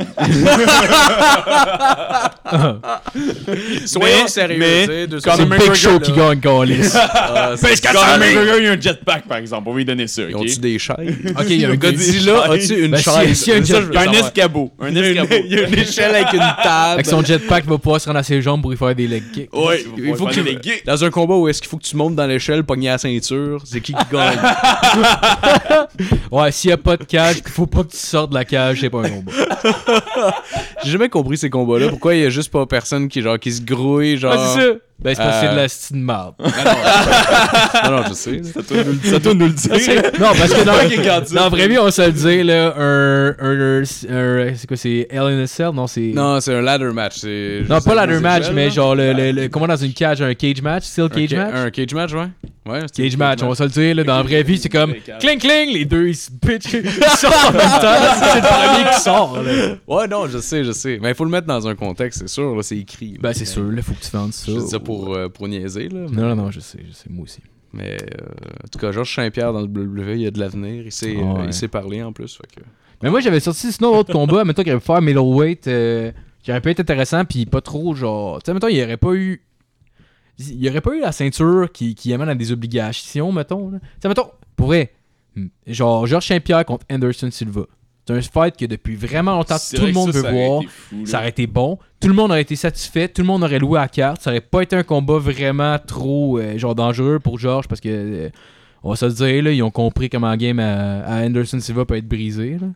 [SPEAKER 4] Soyons
[SPEAKER 5] Mais-
[SPEAKER 4] sérieux.
[SPEAKER 5] mais
[SPEAKER 4] tu sais, deux
[SPEAKER 5] Conor
[SPEAKER 3] C'est
[SPEAKER 4] secondes.
[SPEAKER 3] Big
[SPEAKER 5] McGregor,
[SPEAKER 3] Show qui
[SPEAKER 4] là.
[SPEAKER 3] gagne Gaulis.
[SPEAKER 4] Ah, c'est-
[SPEAKER 5] Conor McGregor, il a un jetpack par exemple, on va lui donner ça.
[SPEAKER 4] Ils
[SPEAKER 5] ok?
[SPEAKER 4] ont-tu des chaises?
[SPEAKER 3] OK, il y a un gars dit
[SPEAKER 4] Godzilla, as-tu une
[SPEAKER 3] Ben, si-
[SPEAKER 4] chaise?
[SPEAKER 3] si, un
[SPEAKER 4] C'est ça, je veux
[SPEAKER 5] Il y a Un
[SPEAKER 4] savoir.
[SPEAKER 5] escabeau. Un
[SPEAKER 4] Il y a une-
[SPEAKER 5] escabeau.
[SPEAKER 4] Il y a une échelle avec une table.
[SPEAKER 3] avec son jetpack il va pouvoir se rendre à ses jambes pour y faire des leg kicks.
[SPEAKER 4] Ouais,
[SPEAKER 5] Il
[SPEAKER 4] il
[SPEAKER 5] va
[SPEAKER 4] faut
[SPEAKER 5] falloir
[SPEAKER 4] qu'il
[SPEAKER 5] faire des gays.
[SPEAKER 4] Dans un combat où est-ce qu'il faut que tu montes dans l'échelle, pogner la ceinture, c'est qui qui gagne?
[SPEAKER 3] Ouais, s'il y a pas de cage, qu'il faut pas que tu sortes de la cage, c'est pas un combat.
[SPEAKER 4] J'ai jamais compris ces combats-là. Pourquoi il y a juste pas personne qui, genre, qui se grouille, genre.
[SPEAKER 3] Ah, c'est ça. Ben c'est parce que c'est de
[SPEAKER 4] Euh,
[SPEAKER 3] la style marde.
[SPEAKER 4] Non, non, je sais.
[SPEAKER 6] Ça tourne nous le dire.
[SPEAKER 3] Non, parce que
[SPEAKER 5] pas qu'il
[SPEAKER 3] dans,
[SPEAKER 5] garde ça.
[SPEAKER 3] dans la vraie vie, on se le dit, là, un. un, un- un- c'est quoi, c'est LNSL Non, c'est.
[SPEAKER 4] Non, c'est un ladder match. c'est-
[SPEAKER 3] Non,
[SPEAKER 4] je sais
[SPEAKER 3] pas ladder
[SPEAKER 4] les
[SPEAKER 3] match,
[SPEAKER 4] échelles,
[SPEAKER 3] mais
[SPEAKER 4] là.
[SPEAKER 3] genre, le, le- le- comment dans une cage, un cage match, steel cage
[SPEAKER 4] Un ca-
[SPEAKER 3] match
[SPEAKER 4] Un cage match, ouais. Ouais, c'est
[SPEAKER 3] Cage
[SPEAKER 4] un
[SPEAKER 3] match, on va se le dire, là, dans la vraie vie, c'est comme cling cling, les deux ils se pitchent, ils sortent en même temps, c'est le premier qui sort. Là.
[SPEAKER 4] Ouais, non, je sais, je sais. Mais il faut le mettre dans un contexte, c'est sûr, là, c'est écrit.
[SPEAKER 3] Ben c'est sûr, là, faut que tu vendes ça.
[SPEAKER 4] Je dis ça pour, euh, pour niaiser, là.
[SPEAKER 3] Non, non, non, je sais, je sais, moi aussi.
[SPEAKER 4] Mais euh, en tout cas, Georges Saint-Pierre dans le WWE, il y a de l'avenir. Il sait,
[SPEAKER 3] Ah
[SPEAKER 4] euh,
[SPEAKER 3] ouais.
[SPEAKER 4] il sait parler en plus. fait que-
[SPEAKER 3] Mais moi, j'avais sorti sinon l'autre combat, mettons qu'il aurait pu faire middleweight, euh, qui aurait pu être intéressant, puis pas trop, genre. Tu sais, mettons, il aurait pas eu. Il aurait pas eu la ceinture qui, qui amène à des obligations, mettons. là. Tu sais, mettons, pour vrai, hmm, genre, Georges Saint-Pierre contre Anderson Silva. C'est un fight que depuis vraiment longtemps,
[SPEAKER 5] C'est
[SPEAKER 3] tout
[SPEAKER 5] vrai
[SPEAKER 3] le
[SPEAKER 5] que
[SPEAKER 3] monde
[SPEAKER 5] ça,
[SPEAKER 3] veut
[SPEAKER 5] ça aurait
[SPEAKER 3] voir.
[SPEAKER 5] été fou, là.
[SPEAKER 3] Ça aurait été bon. Tout le monde aurait été satisfait. Tout le monde aurait loué à la carte. Ça aurait pas été un combat vraiment trop euh, genre dangereux pour George parce que euh, on va se le dire là, ils ont compris comment la game à, à Anderson Silva peut être brisée. là.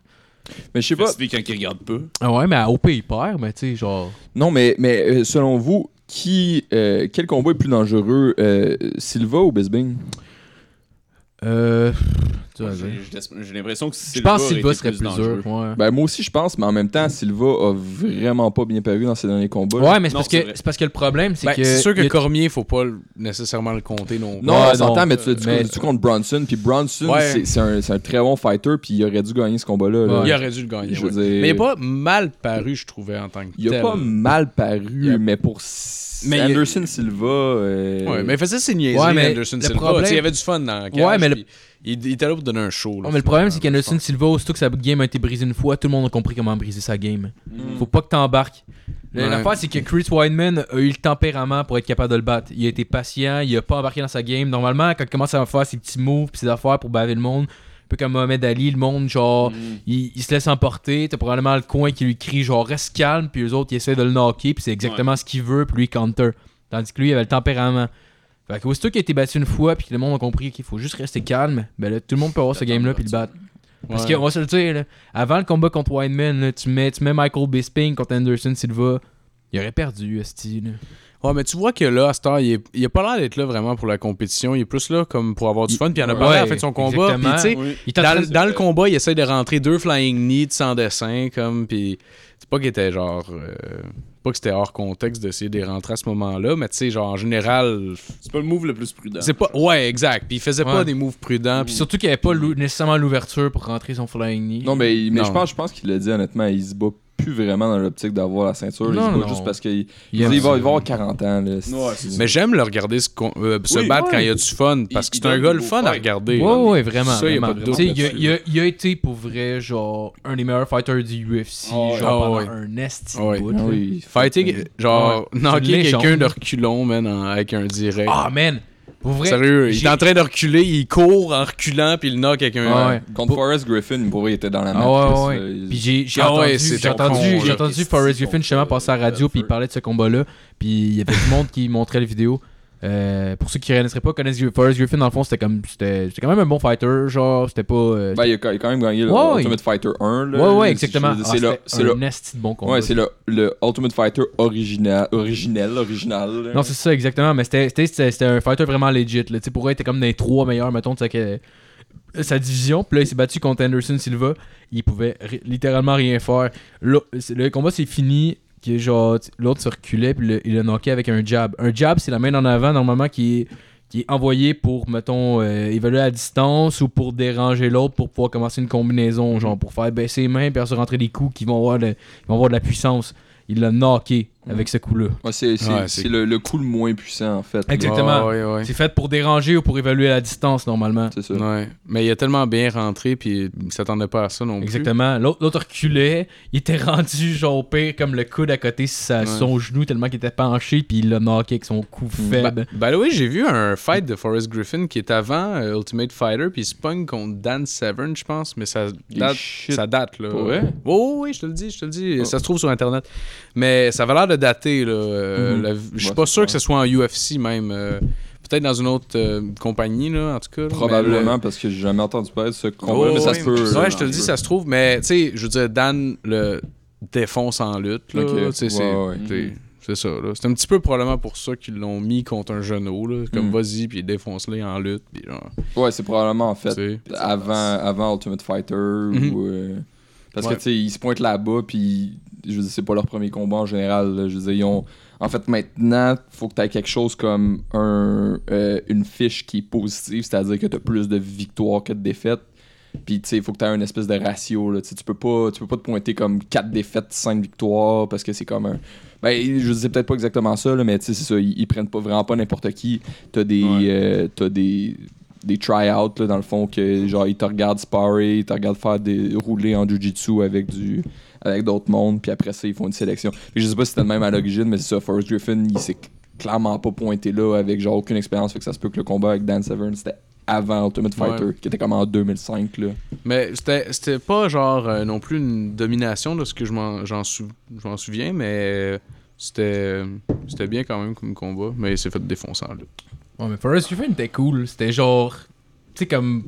[SPEAKER 6] Mais je sais pas.
[SPEAKER 5] Fait que c'est quand il regarde pas.
[SPEAKER 3] Ah ouais, mais à OP il perd, mais tu sais genre.
[SPEAKER 6] Non, mais, mais euh, selon vous, qui, euh, quel combat est plus dangereux, euh, Silva ou Bisbing?
[SPEAKER 3] Euh. tu vas
[SPEAKER 5] J'ai
[SPEAKER 3] dire.
[SPEAKER 5] j'ai- j'ai l'impression que
[SPEAKER 3] Je pense que
[SPEAKER 5] aurait
[SPEAKER 3] Silva
[SPEAKER 5] été
[SPEAKER 3] serait plus
[SPEAKER 5] dangereux.
[SPEAKER 3] dur. Ouais.
[SPEAKER 6] Ben, moi aussi, je pense, mais en même temps, Silva a vraiment pas bien paru dans ses derniers combats. là.
[SPEAKER 3] Ouais, mais c'est
[SPEAKER 5] Non,
[SPEAKER 3] parce,
[SPEAKER 5] c'est
[SPEAKER 3] que
[SPEAKER 5] vrai.
[SPEAKER 3] c'est parce que le problème, c'est
[SPEAKER 4] Ben,
[SPEAKER 3] que.
[SPEAKER 4] c'est sûr que
[SPEAKER 3] il y a-
[SPEAKER 4] Cormier, faut pas le- nécessairement le compter non plus.
[SPEAKER 6] Non,
[SPEAKER 3] Ouais,
[SPEAKER 6] on s'entend,
[SPEAKER 3] non.
[SPEAKER 6] mais tu l'as dit
[SPEAKER 3] Mais-
[SPEAKER 6] tu contre Bronson, puis Bronson,
[SPEAKER 4] Ouais.
[SPEAKER 6] c'est- c'est un, c'est un très bon fighter, puis il aurait dû gagner ce combat-là. là.
[SPEAKER 3] Ouais.
[SPEAKER 4] Il aurait dû le gagner.
[SPEAKER 6] Je veux
[SPEAKER 4] ouais.
[SPEAKER 6] dire- euh,
[SPEAKER 4] Mais il n'est pas mal paru, je trouvais, en tant que
[SPEAKER 6] Il a
[SPEAKER 4] tel.
[SPEAKER 6] pas mal paru,
[SPEAKER 4] Il a-
[SPEAKER 6] mais pour S-
[SPEAKER 4] Mais il a-
[SPEAKER 6] Anderson Silva. euh,
[SPEAKER 4] Ouais, mais il faisait ses niaiseries,
[SPEAKER 3] Ouais, mais
[SPEAKER 4] Anderson
[SPEAKER 3] le
[SPEAKER 4] Silva.
[SPEAKER 3] problème-
[SPEAKER 4] Tu sais, Il avait du fun dans la cage,
[SPEAKER 3] Ouais, mais le-
[SPEAKER 4] puis Il, il était là pour donner un show. là,
[SPEAKER 3] Ouais, mais le problème, c'est
[SPEAKER 4] finalement,
[SPEAKER 3] qu'Anderson Silva, aussitôt que sa game a été brisée une fois, tout le monde a compris comment briser sa game.
[SPEAKER 5] Hmm. Mm.
[SPEAKER 3] Faut pas que t'embarques. Le-
[SPEAKER 4] Ouais.
[SPEAKER 3] L'affaire, c'est que Chris Weidman a eu le tempérament pour être capable de le battre. Il a été patient, il a pas embarqué dans sa game. Normalement, quand il commence à faire ses petits moves pis ses affaires pour baver le monde, un peu comme Mohamed Ali, le monde, genre, il, il se laisse emporter. T'as probablement le coin qui lui crie, genre, reste calme, puis les autres, ils essaient de le knocker, puis c'est exactement ce qu'il veut, puis lui, il counter. Tandis que lui, il avait le tempérament. Fait que aussitôt qu'il a été battu une fois, puis que le monde a compris qu'il faut juste rester calme, ben là, tout le monde peut avoir ce game-là, puis le battre. Parce
[SPEAKER 4] Ouais.
[SPEAKER 3] qu'on va se le dire, là, avant le combat contre Wineman, là, tu, mets, tu mets Michael Bisping contre Anderson Silva, il aurait perdu, Esti. là.
[SPEAKER 4] Ouais, mais tu vois que là, à cette heure, il, est- il a pas l'air d'être là vraiment pour la compétition. Il est plus là comme pour avoir du fun. Puis il en a
[SPEAKER 3] Ouais,
[SPEAKER 4] parlé à la fin de son combat. Puis
[SPEAKER 3] exactement.
[SPEAKER 4] tu sais,
[SPEAKER 5] Oui.
[SPEAKER 3] Il est en train
[SPEAKER 4] dans,
[SPEAKER 3] de-
[SPEAKER 4] le- dans le combat, il essaie de rentrer deux flying knees sans dessin. comme Puis c'est pas qu'il était genre. euh, Pas que c'était hors contexte d'essayer de les rentrer à ce moment-là, mais tu sais, genre, en général,
[SPEAKER 5] C'est pas le move le plus prudent.
[SPEAKER 4] c'est pas. Ouais, exact. Puis il faisait
[SPEAKER 3] Ouais.
[SPEAKER 4] pas des moves prudents.
[SPEAKER 3] Puis
[SPEAKER 4] Puis
[SPEAKER 3] surtout qu'il n'y avait pas l'ou- nécessairement l'ouverture pour rentrer son flying knee.
[SPEAKER 6] Non, mais, mais
[SPEAKER 4] Non.
[SPEAKER 6] je pense, je pense qu'il l'a dit honnêtement, il se bat plus vraiment dans l'optique d'avoir la ceinture. il
[SPEAKER 3] Non,
[SPEAKER 6] se bat
[SPEAKER 3] non.
[SPEAKER 6] juste parce qu'il
[SPEAKER 3] Il
[SPEAKER 6] il
[SPEAKER 3] aime
[SPEAKER 6] va, il va
[SPEAKER 3] ça.
[SPEAKER 6] avoir 40 ans. Là,
[SPEAKER 5] c'est
[SPEAKER 3] Mm.
[SPEAKER 5] ça.
[SPEAKER 4] Mais j'aime le regarder se, con- euh, se
[SPEAKER 5] Oui,
[SPEAKER 4] battre
[SPEAKER 5] ouais.
[SPEAKER 4] quand il y a du fun, parce
[SPEAKER 5] Il-
[SPEAKER 4] que
[SPEAKER 5] il
[SPEAKER 4] c'est un
[SPEAKER 5] donne
[SPEAKER 4] gars
[SPEAKER 5] des
[SPEAKER 4] le
[SPEAKER 5] beaux
[SPEAKER 4] fun à
[SPEAKER 5] fights.
[SPEAKER 4] regarder.
[SPEAKER 3] Ouais, ouais, vraiment.
[SPEAKER 4] Ça, y a
[SPEAKER 3] vraiment,
[SPEAKER 4] pas de
[SPEAKER 3] vraiment.
[SPEAKER 4] doute
[SPEAKER 3] Tu sais, il, a,
[SPEAKER 4] là-dessus.
[SPEAKER 3] il a- il a été pour vrai, genre, un des meilleurs fighters du UFC,
[SPEAKER 5] Ah ouais.
[SPEAKER 3] genre,
[SPEAKER 4] Ah
[SPEAKER 3] pendant
[SPEAKER 4] ouais.
[SPEAKER 3] un esti de
[SPEAKER 4] Ah ouais.
[SPEAKER 3] bout,
[SPEAKER 6] Ah
[SPEAKER 3] là.
[SPEAKER 6] oui.
[SPEAKER 4] Fighting, genre,
[SPEAKER 3] Ouais. C'est
[SPEAKER 4] knocker
[SPEAKER 3] une
[SPEAKER 4] quelqu'un
[SPEAKER 3] légende.
[SPEAKER 4] de reculons, man, en- avec un direct.
[SPEAKER 3] Ah, man! Pour vrai.
[SPEAKER 4] Sérieux, il
[SPEAKER 3] j'ai-
[SPEAKER 4] est en train de reculer, il court en reculant, puis il knock avec un.
[SPEAKER 3] Ah ouais.
[SPEAKER 6] Contre Forrest Griffin, pour vrai, il était dans la match.
[SPEAKER 3] Ah
[SPEAKER 6] là,
[SPEAKER 3] ouais, ouais.
[SPEAKER 6] ça, il-
[SPEAKER 3] Puis j'ai j'ai
[SPEAKER 4] Ah
[SPEAKER 3] entendu,
[SPEAKER 4] ouais, c'est
[SPEAKER 3] j'ai
[SPEAKER 4] ton
[SPEAKER 3] entendu,
[SPEAKER 4] con,
[SPEAKER 3] j'ai
[SPEAKER 4] là.
[SPEAKER 3] entendu
[SPEAKER 5] Qu'est-ce
[SPEAKER 3] Forrest
[SPEAKER 5] qu'ils
[SPEAKER 3] Griffin
[SPEAKER 5] font,
[SPEAKER 3] justement passer à la radio
[SPEAKER 5] euh,
[SPEAKER 3] puis il
[SPEAKER 5] feu.
[SPEAKER 3] parlait de ce combat-là. Puis il y avait du monde qui montrait les vidéos. Euh, pour ceux qui ne connaisseraient pas, connaissent Gri- Forrest Griffin dans le fond, c'était comme c'était c'était quand même un bon fighter, genre c'était pas euh,
[SPEAKER 6] Ben, il, a, il a quand même gagné le
[SPEAKER 3] Ouais,
[SPEAKER 6] Ultimate Fighter 1. Là,
[SPEAKER 3] Ouais
[SPEAKER 6] Si
[SPEAKER 3] ouais,
[SPEAKER 6] je-
[SPEAKER 3] exactement. Ah,
[SPEAKER 6] C'est le- c'est
[SPEAKER 3] c'était
[SPEAKER 6] le,
[SPEAKER 3] un esti de bon combat.
[SPEAKER 6] ouais, c'est le, le Ultimate Fighter original, originel, original. là.
[SPEAKER 3] non, c'est ça, exactement. Mais c'était- c'était c'était- c'était un fighter vraiment legit. Là. Tu sais, Pour être comme dans les trois meilleurs, mettons, de sa, que- euh, sa division. Puis là, il s'est battu contre Anderson Silva. Il pouvait ri- littéralement rien faire. Là, c'est- Le, combat, c'est fini. que genre, tu- L'autre se reculait, puis le- il le knocké avec un jab. Un jab, c'est la main en avant, normalement, qui est, qui est envoyée pour, mettons, euh, évaluer à distance ou pour déranger l'autre pour pouvoir commencer une combinaison. Genre, pour faire baisser les mains, puis se rentrer des coups qui vont avoir de, qui vont avoir de la puissance. Il l'a knocké avec ce coup-là.
[SPEAKER 6] Ouais, c'est c'est-
[SPEAKER 4] Ouais,
[SPEAKER 6] c'est
[SPEAKER 4] c'est-
[SPEAKER 6] le, le coup le moins puissant, en fait.
[SPEAKER 3] Exact.
[SPEAKER 6] Ouais.
[SPEAKER 3] Exactement.
[SPEAKER 4] Ouais, ouais, ouais.
[SPEAKER 3] C'est fait pour déranger ou pour évaluer la distance normalement.
[SPEAKER 6] C'est ça.
[SPEAKER 4] Ouais. Mais il a tellement bien rentré, puis il s'attendait pas à ça non plus.
[SPEAKER 3] Exactement. L'autre l'autre reculait, il était rendu genre au pire comme le coude à côté sur sa-
[SPEAKER 4] Ouais.
[SPEAKER 3] son genou tellement qu'il était penché puis il l'a knocké avec son cou faible.
[SPEAKER 4] Bah oui, j'ai vu un fight de Forrest Griffin qui est avant euh, Ultimate Fighter, puis il se pogne contre Dan Severn, je pense, mais ça date,
[SPEAKER 6] shit.
[SPEAKER 4] ça date là.
[SPEAKER 6] Pour vrai?
[SPEAKER 4] Oui, oui, je te le dis, je te le dis.
[SPEAKER 6] Oh.
[SPEAKER 4] Ça se trouve sur Internet. Mais ça avait l'air de dater, là. euh,
[SPEAKER 6] Mhm.
[SPEAKER 4] la- je suis
[SPEAKER 6] Ouais,
[SPEAKER 4] pas
[SPEAKER 6] c'est
[SPEAKER 4] sûr
[SPEAKER 6] vrai.
[SPEAKER 4] que ce soit en UFC même. euh, Peut-être dans une autre euh, compagnie, là, en tout cas. là,
[SPEAKER 6] Probablement parce que j'ai jamais entendu parler de ce
[SPEAKER 4] mais,
[SPEAKER 6] combat,
[SPEAKER 4] Oh,
[SPEAKER 6] mais ça
[SPEAKER 4] oui,
[SPEAKER 6] se peut.
[SPEAKER 4] Ouais, je te le dis, ça se trouve, mais tu sais, je veux dire, Dan le défonce en lutte, là.
[SPEAKER 6] Ok.
[SPEAKER 4] tu sais, c'est-
[SPEAKER 6] Ouais, ouais.
[SPEAKER 4] t'sais, C'est ça, là. C'est un petit peu probablement pour ça qu'ils l'ont mis contre un genou, là. Comme
[SPEAKER 6] Mm.
[SPEAKER 4] vas-y, puis défonce-les en lutte, puis genre.
[SPEAKER 6] Ouais, c'est probablement en
[SPEAKER 4] tu
[SPEAKER 6] fait
[SPEAKER 4] sais.
[SPEAKER 6] avant, avant Ultimate Fighter
[SPEAKER 4] Mhm.
[SPEAKER 6] ou. euh, parce
[SPEAKER 4] Ouais.
[SPEAKER 6] que, tu sais, ils se pointent là-bas, puis je veux dire, c'est pas leur premier combat en général. là. Je veux dire, ils ont. En fait, maintenant, faut que tu aies quelque chose comme un, euh, une fiche qui est positive, c'est-à-dire que tu as plus de victoires que de défaites. Puis, tu sais, il faut que tu aies une espèce de ratio. Là. Tu sais, Tu, peux pas, tu peux pas te pointer comme 4 défaites, 5 victoires, parce que c'est comme un. Ben, je sais peut-être pas exactement ça, là, mais tu sais, c'est ça. Ils, ils prennent pas vraiment pas n'importe qui. T'as des.
[SPEAKER 5] Ouais.
[SPEAKER 6] euh, t'as des des try-outs là, dans le fond que genre ils te regardent sparrer, ils te regardent faire des rouler en jujitsu avec du avec d'autres mondes puis après ça ils font une sélection. Fait que je sais pas si c'était le même à l'origine mais c'est ça Forrest Griffin, il s'est clairement pas pointé là avec genre aucune expérience fait que ça se peut que le combat avec Dan Severn c'était avant Ultimate
[SPEAKER 4] Ouais.
[SPEAKER 6] Fighter qui était comme en 2005 là.
[SPEAKER 4] Mais c'était c'était pas genre euh, non plus une domination de ce que je m'en j'en sou- je m'en souviens, mais c'était c'était bien quand même comme combat, mais il s'est fait défoncer en lutte.
[SPEAKER 3] Ouais, mais Forrest Griffin était cool. C'était genre, tu sais comme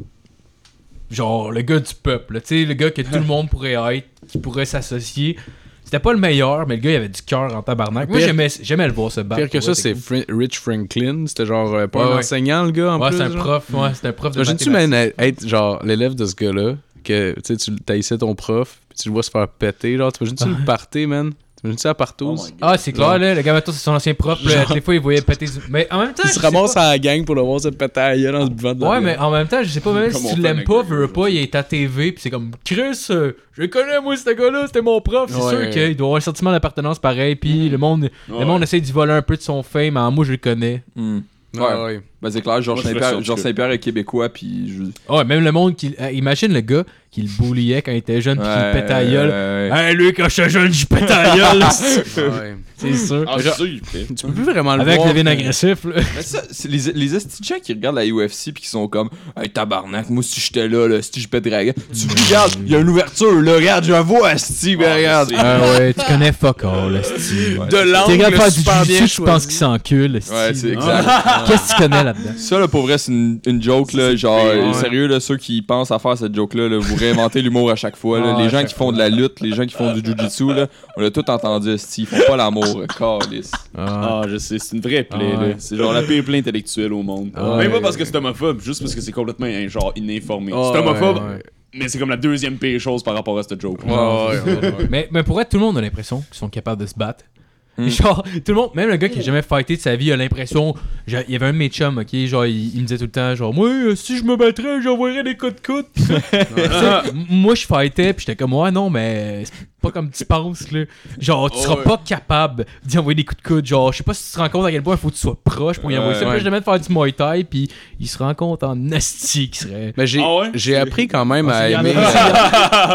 [SPEAKER 3] genre le gars du peuple, là. tu sais le gars que tout le monde pourrait être, qui pourrait s'associer. C'était pas le meilleur, mais le gars il avait du cœur en tabarnak. Moi
[SPEAKER 4] Pire-
[SPEAKER 3] j'aimais j'aimais le voir se battre.
[SPEAKER 4] Pire que
[SPEAKER 3] Bah, pour
[SPEAKER 4] ça,
[SPEAKER 3] vrai,
[SPEAKER 4] c'est
[SPEAKER 3] c'était
[SPEAKER 4] Fri- Rich Franklin, c'était genre euh, pas
[SPEAKER 3] Ouais,
[SPEAKER 4] un
[SPEAKER 3] ouais.
[SPEAKER 4] enseignant le gars en
[SPEAKER 3] cool. Ouais,
[SPEAKER 4] plus.
[SPEAKER 3] c'est un
[SPEAKER 4] genre.
[SPEAKER 3] prof, ouais, c'est un prof de
[SPEAKER 4] Imagine-tu,
[SPEAKER 3] mathématiques.
[SPEAKER 4] man, être genre l'élève de ce gars-là, que tu sais, tu taillissais ton prof, puis tu le vois se faire péter, genre, t'imagines-tu le parter, man? T'imagines-tu ça
[SPEAKER 5] Oh
[SPEAKER 4] partout?
[SPEAKER 5] my God.
[SPEAKER 3] Ah, c'est clair, là. Le gars, maintenant, c'est son ancien propre. là,
[SPEAKER 4] Genre-
[SPEAKER 3] Des fois, il voyait péter. du- Mais en même temps.
[SPEAKER 4] il se
[SPEAKER 3] je sais
[SPEAKER 4] ramasse
[SPEAKER 3] pas-
[SPEAKER 4] à la gang pour le voir se péter à la gueule en se buvant de la
[SPEAKER 3] Ouais,
[SPEAKER 4] bière.
[SPEAKER 3] mais en même temps, je sais pas, même
[SPEAKER 5] Comme
[SPEAKER 3] si
[SPEAKER 5] on
[SPEAKER 3] tu
[SPEAKER 5] fait
[SPEAKER 3] l'aimes
[SPEAKER 5] avec
[SPEAKER 3] pas,
[SPEAKER 5] les
[SPEAKER 3] veux veux pas,
[SPEAKER 5] jeux.
[SPEAKER 3] il est à TV, pis c'est comme Chris, euh, je le connais, moi, ce gars-là, c'était mon prof. C'est
[SPEAKER 4] Ouais. Mm.
[SPEAKER 3] sûr qu'il doit avoir un sentiment d'appartenance pareil, pis le monde, le
[SPEAKER 5] Ouais.
[SPEAKER 3] monde essaie d'y voler un peu de son fame. Ah, moi, je le connais.
[SPEAKER 4] Ah, ouais.
[SPEAKER 6] Hmm. Ben c'est clair Georges
[SPEAKER 5] Moi, je ferais
[SPEAKER 6] Saint-Pierre
[SPEAKER 5] ça,
[SPEAKER 6] Georges
[SPEAKER 5] parce que-
[SPEAKER 6] Saint-Pierre est québécois puis je
[SPEAKER 3] Ah, Ouais, même le monde qui. euh, imagine le gars qui le bullyait quand il était jeune, pis qui le pétait à la gueule. Hein?
[SPEAKER 6] Ouais, ouais, ouais.
[SPEAKER 3] Hey, lui, quand j'étais jeune, je pète à la gueule.
[SPEAKER 4] Ouais.
[SPEAKER 3] c'est sûr.
[SPEAKER 5] Ah,
[SPEAKER 4] Genre-
[SPEAKER 5] ça, il fait.
[SPEAKER 4] Tu peux plus vraiment le
[SPEAKER 3] Avec
[SPEAKER 4] voir.
[SPEAKER 3] le vin
[SPEAKER 4] mais-
[SPEAKER 3] agressif, là.
[SPEAKER 6] Mais ça, c'est les, les esti de gens qui regardent la UFC puis qui sont comme Hey tabarnak, moi si j'étais là, là si je pèterais la gueule. Tu regardes, il y a une ouverture, là, regarde, je la vois, esti, ben,
[SPEAKER 5] Ah,
[SPEAKER 6] regarde.
[SPEAKER 5] c'est-
[SPEAKER 3] Ah ouais, tu connais fuck all, là, c'est-
[SPEAKER 6] Ouais,
[SPEAKER 4] De
[SPEAKER 3] T'es capable de
[SPEAKER 4] l'angle
[SPEAKER 3] faire
[SPEAKER 4] super
[SPEAKER 3] du
[SPEAKER 4] bien
[SPEAKER 3] jiu-jitsu, tu penses
[SPEAKER 4] choisi.
[SPEAKER 3] qu'il s'encule. esti.
[SPEAKER 6] Ouais, c'est
[SPEAKER 5] Ah.
[SPEAKER 6] exact.
[SPEAKER 3] Qu'est-ce que tu connais là-dedans?
[SPEAKER 6] Ça, là, pour vrai, c'est une, une joke, là. Genre,
[SPEAKER 5] pire,
[SPEAKER 6] euh,
[SPEAKER 5] ouais.
[SPEAKER 6] sérieux, là, ceux qui pensent à faire cette joke-là, là, vous réinventez l'humour à chaque fois, là.
[SPEAKER 3] Ah,
[SPEAKER 6] les
[SPEAKER 3] à
[SPEAKER 6] gens
[SPEAKER 3] chaque
[SPEAKER 6] qui font de la lutte, les gens qui font du jujitsu, là, on l'a tout entendu, esti, ils font pas l'amour, calice.
[SPEAKER 5] Ah, je sais, c'est une vraie plaie,
[SPEAKER 3] Ah ouais.
[SPEAKER 5] là. C'est genre la pire plaie intellectuelle au monde.
[SPEAKER 3] Ah
[SPEAKER 5] Même
[SPEAKER 3] ouais.
[SPEAKER 5] pas parce que c'est homophobe, juste parce que c'est complètement hein, genre ininformé.
[SPEAKER 4] Ah
[SPEAKER 5] c'est homophobe,
[SPEAKER 4] ouais, Ah, ouais.
[SPEAKER 5] mais c'est comme la deuxième pire chose par rapport à cette joke.
[SPEAKER 4] Ouais, ouais, ouais, ouais.
[SPEAKER 3] Mais, mais pour être tout le monde a l'impression qu'ils sont capables de se battre.
[SPEAKER 4] Hmm.
[SPEAKER 6] Mm.
[SPEAKER 3] Genre, tout le monde, même le gars qui a jamais fighté de sa vie, a l'impression. genre, Il y avait un de mes chums, ok? Genre, il, il me disait tout le temps, genre, moi, euh, si je me battrais, j'envoyerais des coups de coude. Pis ça, m- moi, je fightais, puis j'étais comme, ouais, non, mais c'est pas comme tu penses, là. Genre, tu
[SPEAKER 5] Oh,
[SPEAKER 3] seras
[SPEAKER 5] ouais.
[SPEAKER 3] pas capable d'y envoyer des coups de coude. Genre, je sais pas si tu te rends compte à quel point il faut que tu sois proche pour y envoyer ça.
[SPEAKER 4] Ouais.
[SPEAKER 3] Moi, je devais faire du Muay Thai, puis il se rend compte en nasty qu'il serait.
[SPEAKER 4] Mais j'ai
[SPEAKER 5] Ah ouais?
[SPEAKER 4] j'ai appris quand même à
[SPEAKER 3] Il y en a-
[SPEAKER 4] aimer.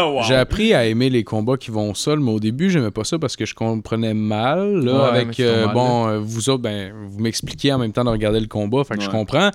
[SPEAKER 5] Wow.
[SPEAKER 4] J'ai appris à aimer les combats qui vont au sol, mais au début, j'aimais pas ça parce que je comprenais mal. Là,
[SPEAKER 3] Ouais, mais
[SPEAKER 4] avec
[SPEAKER 3] c'est
[SPEAKER 4] euh,
[SPEAKER 3] normal,
[SPEAKER 4] bon, euh, vous autres, ben, vous m'expliquiez en même temps de regarder le combat, fait que je
[SPEAKER 5] Ouais.
[SPEAKER 4] comprends.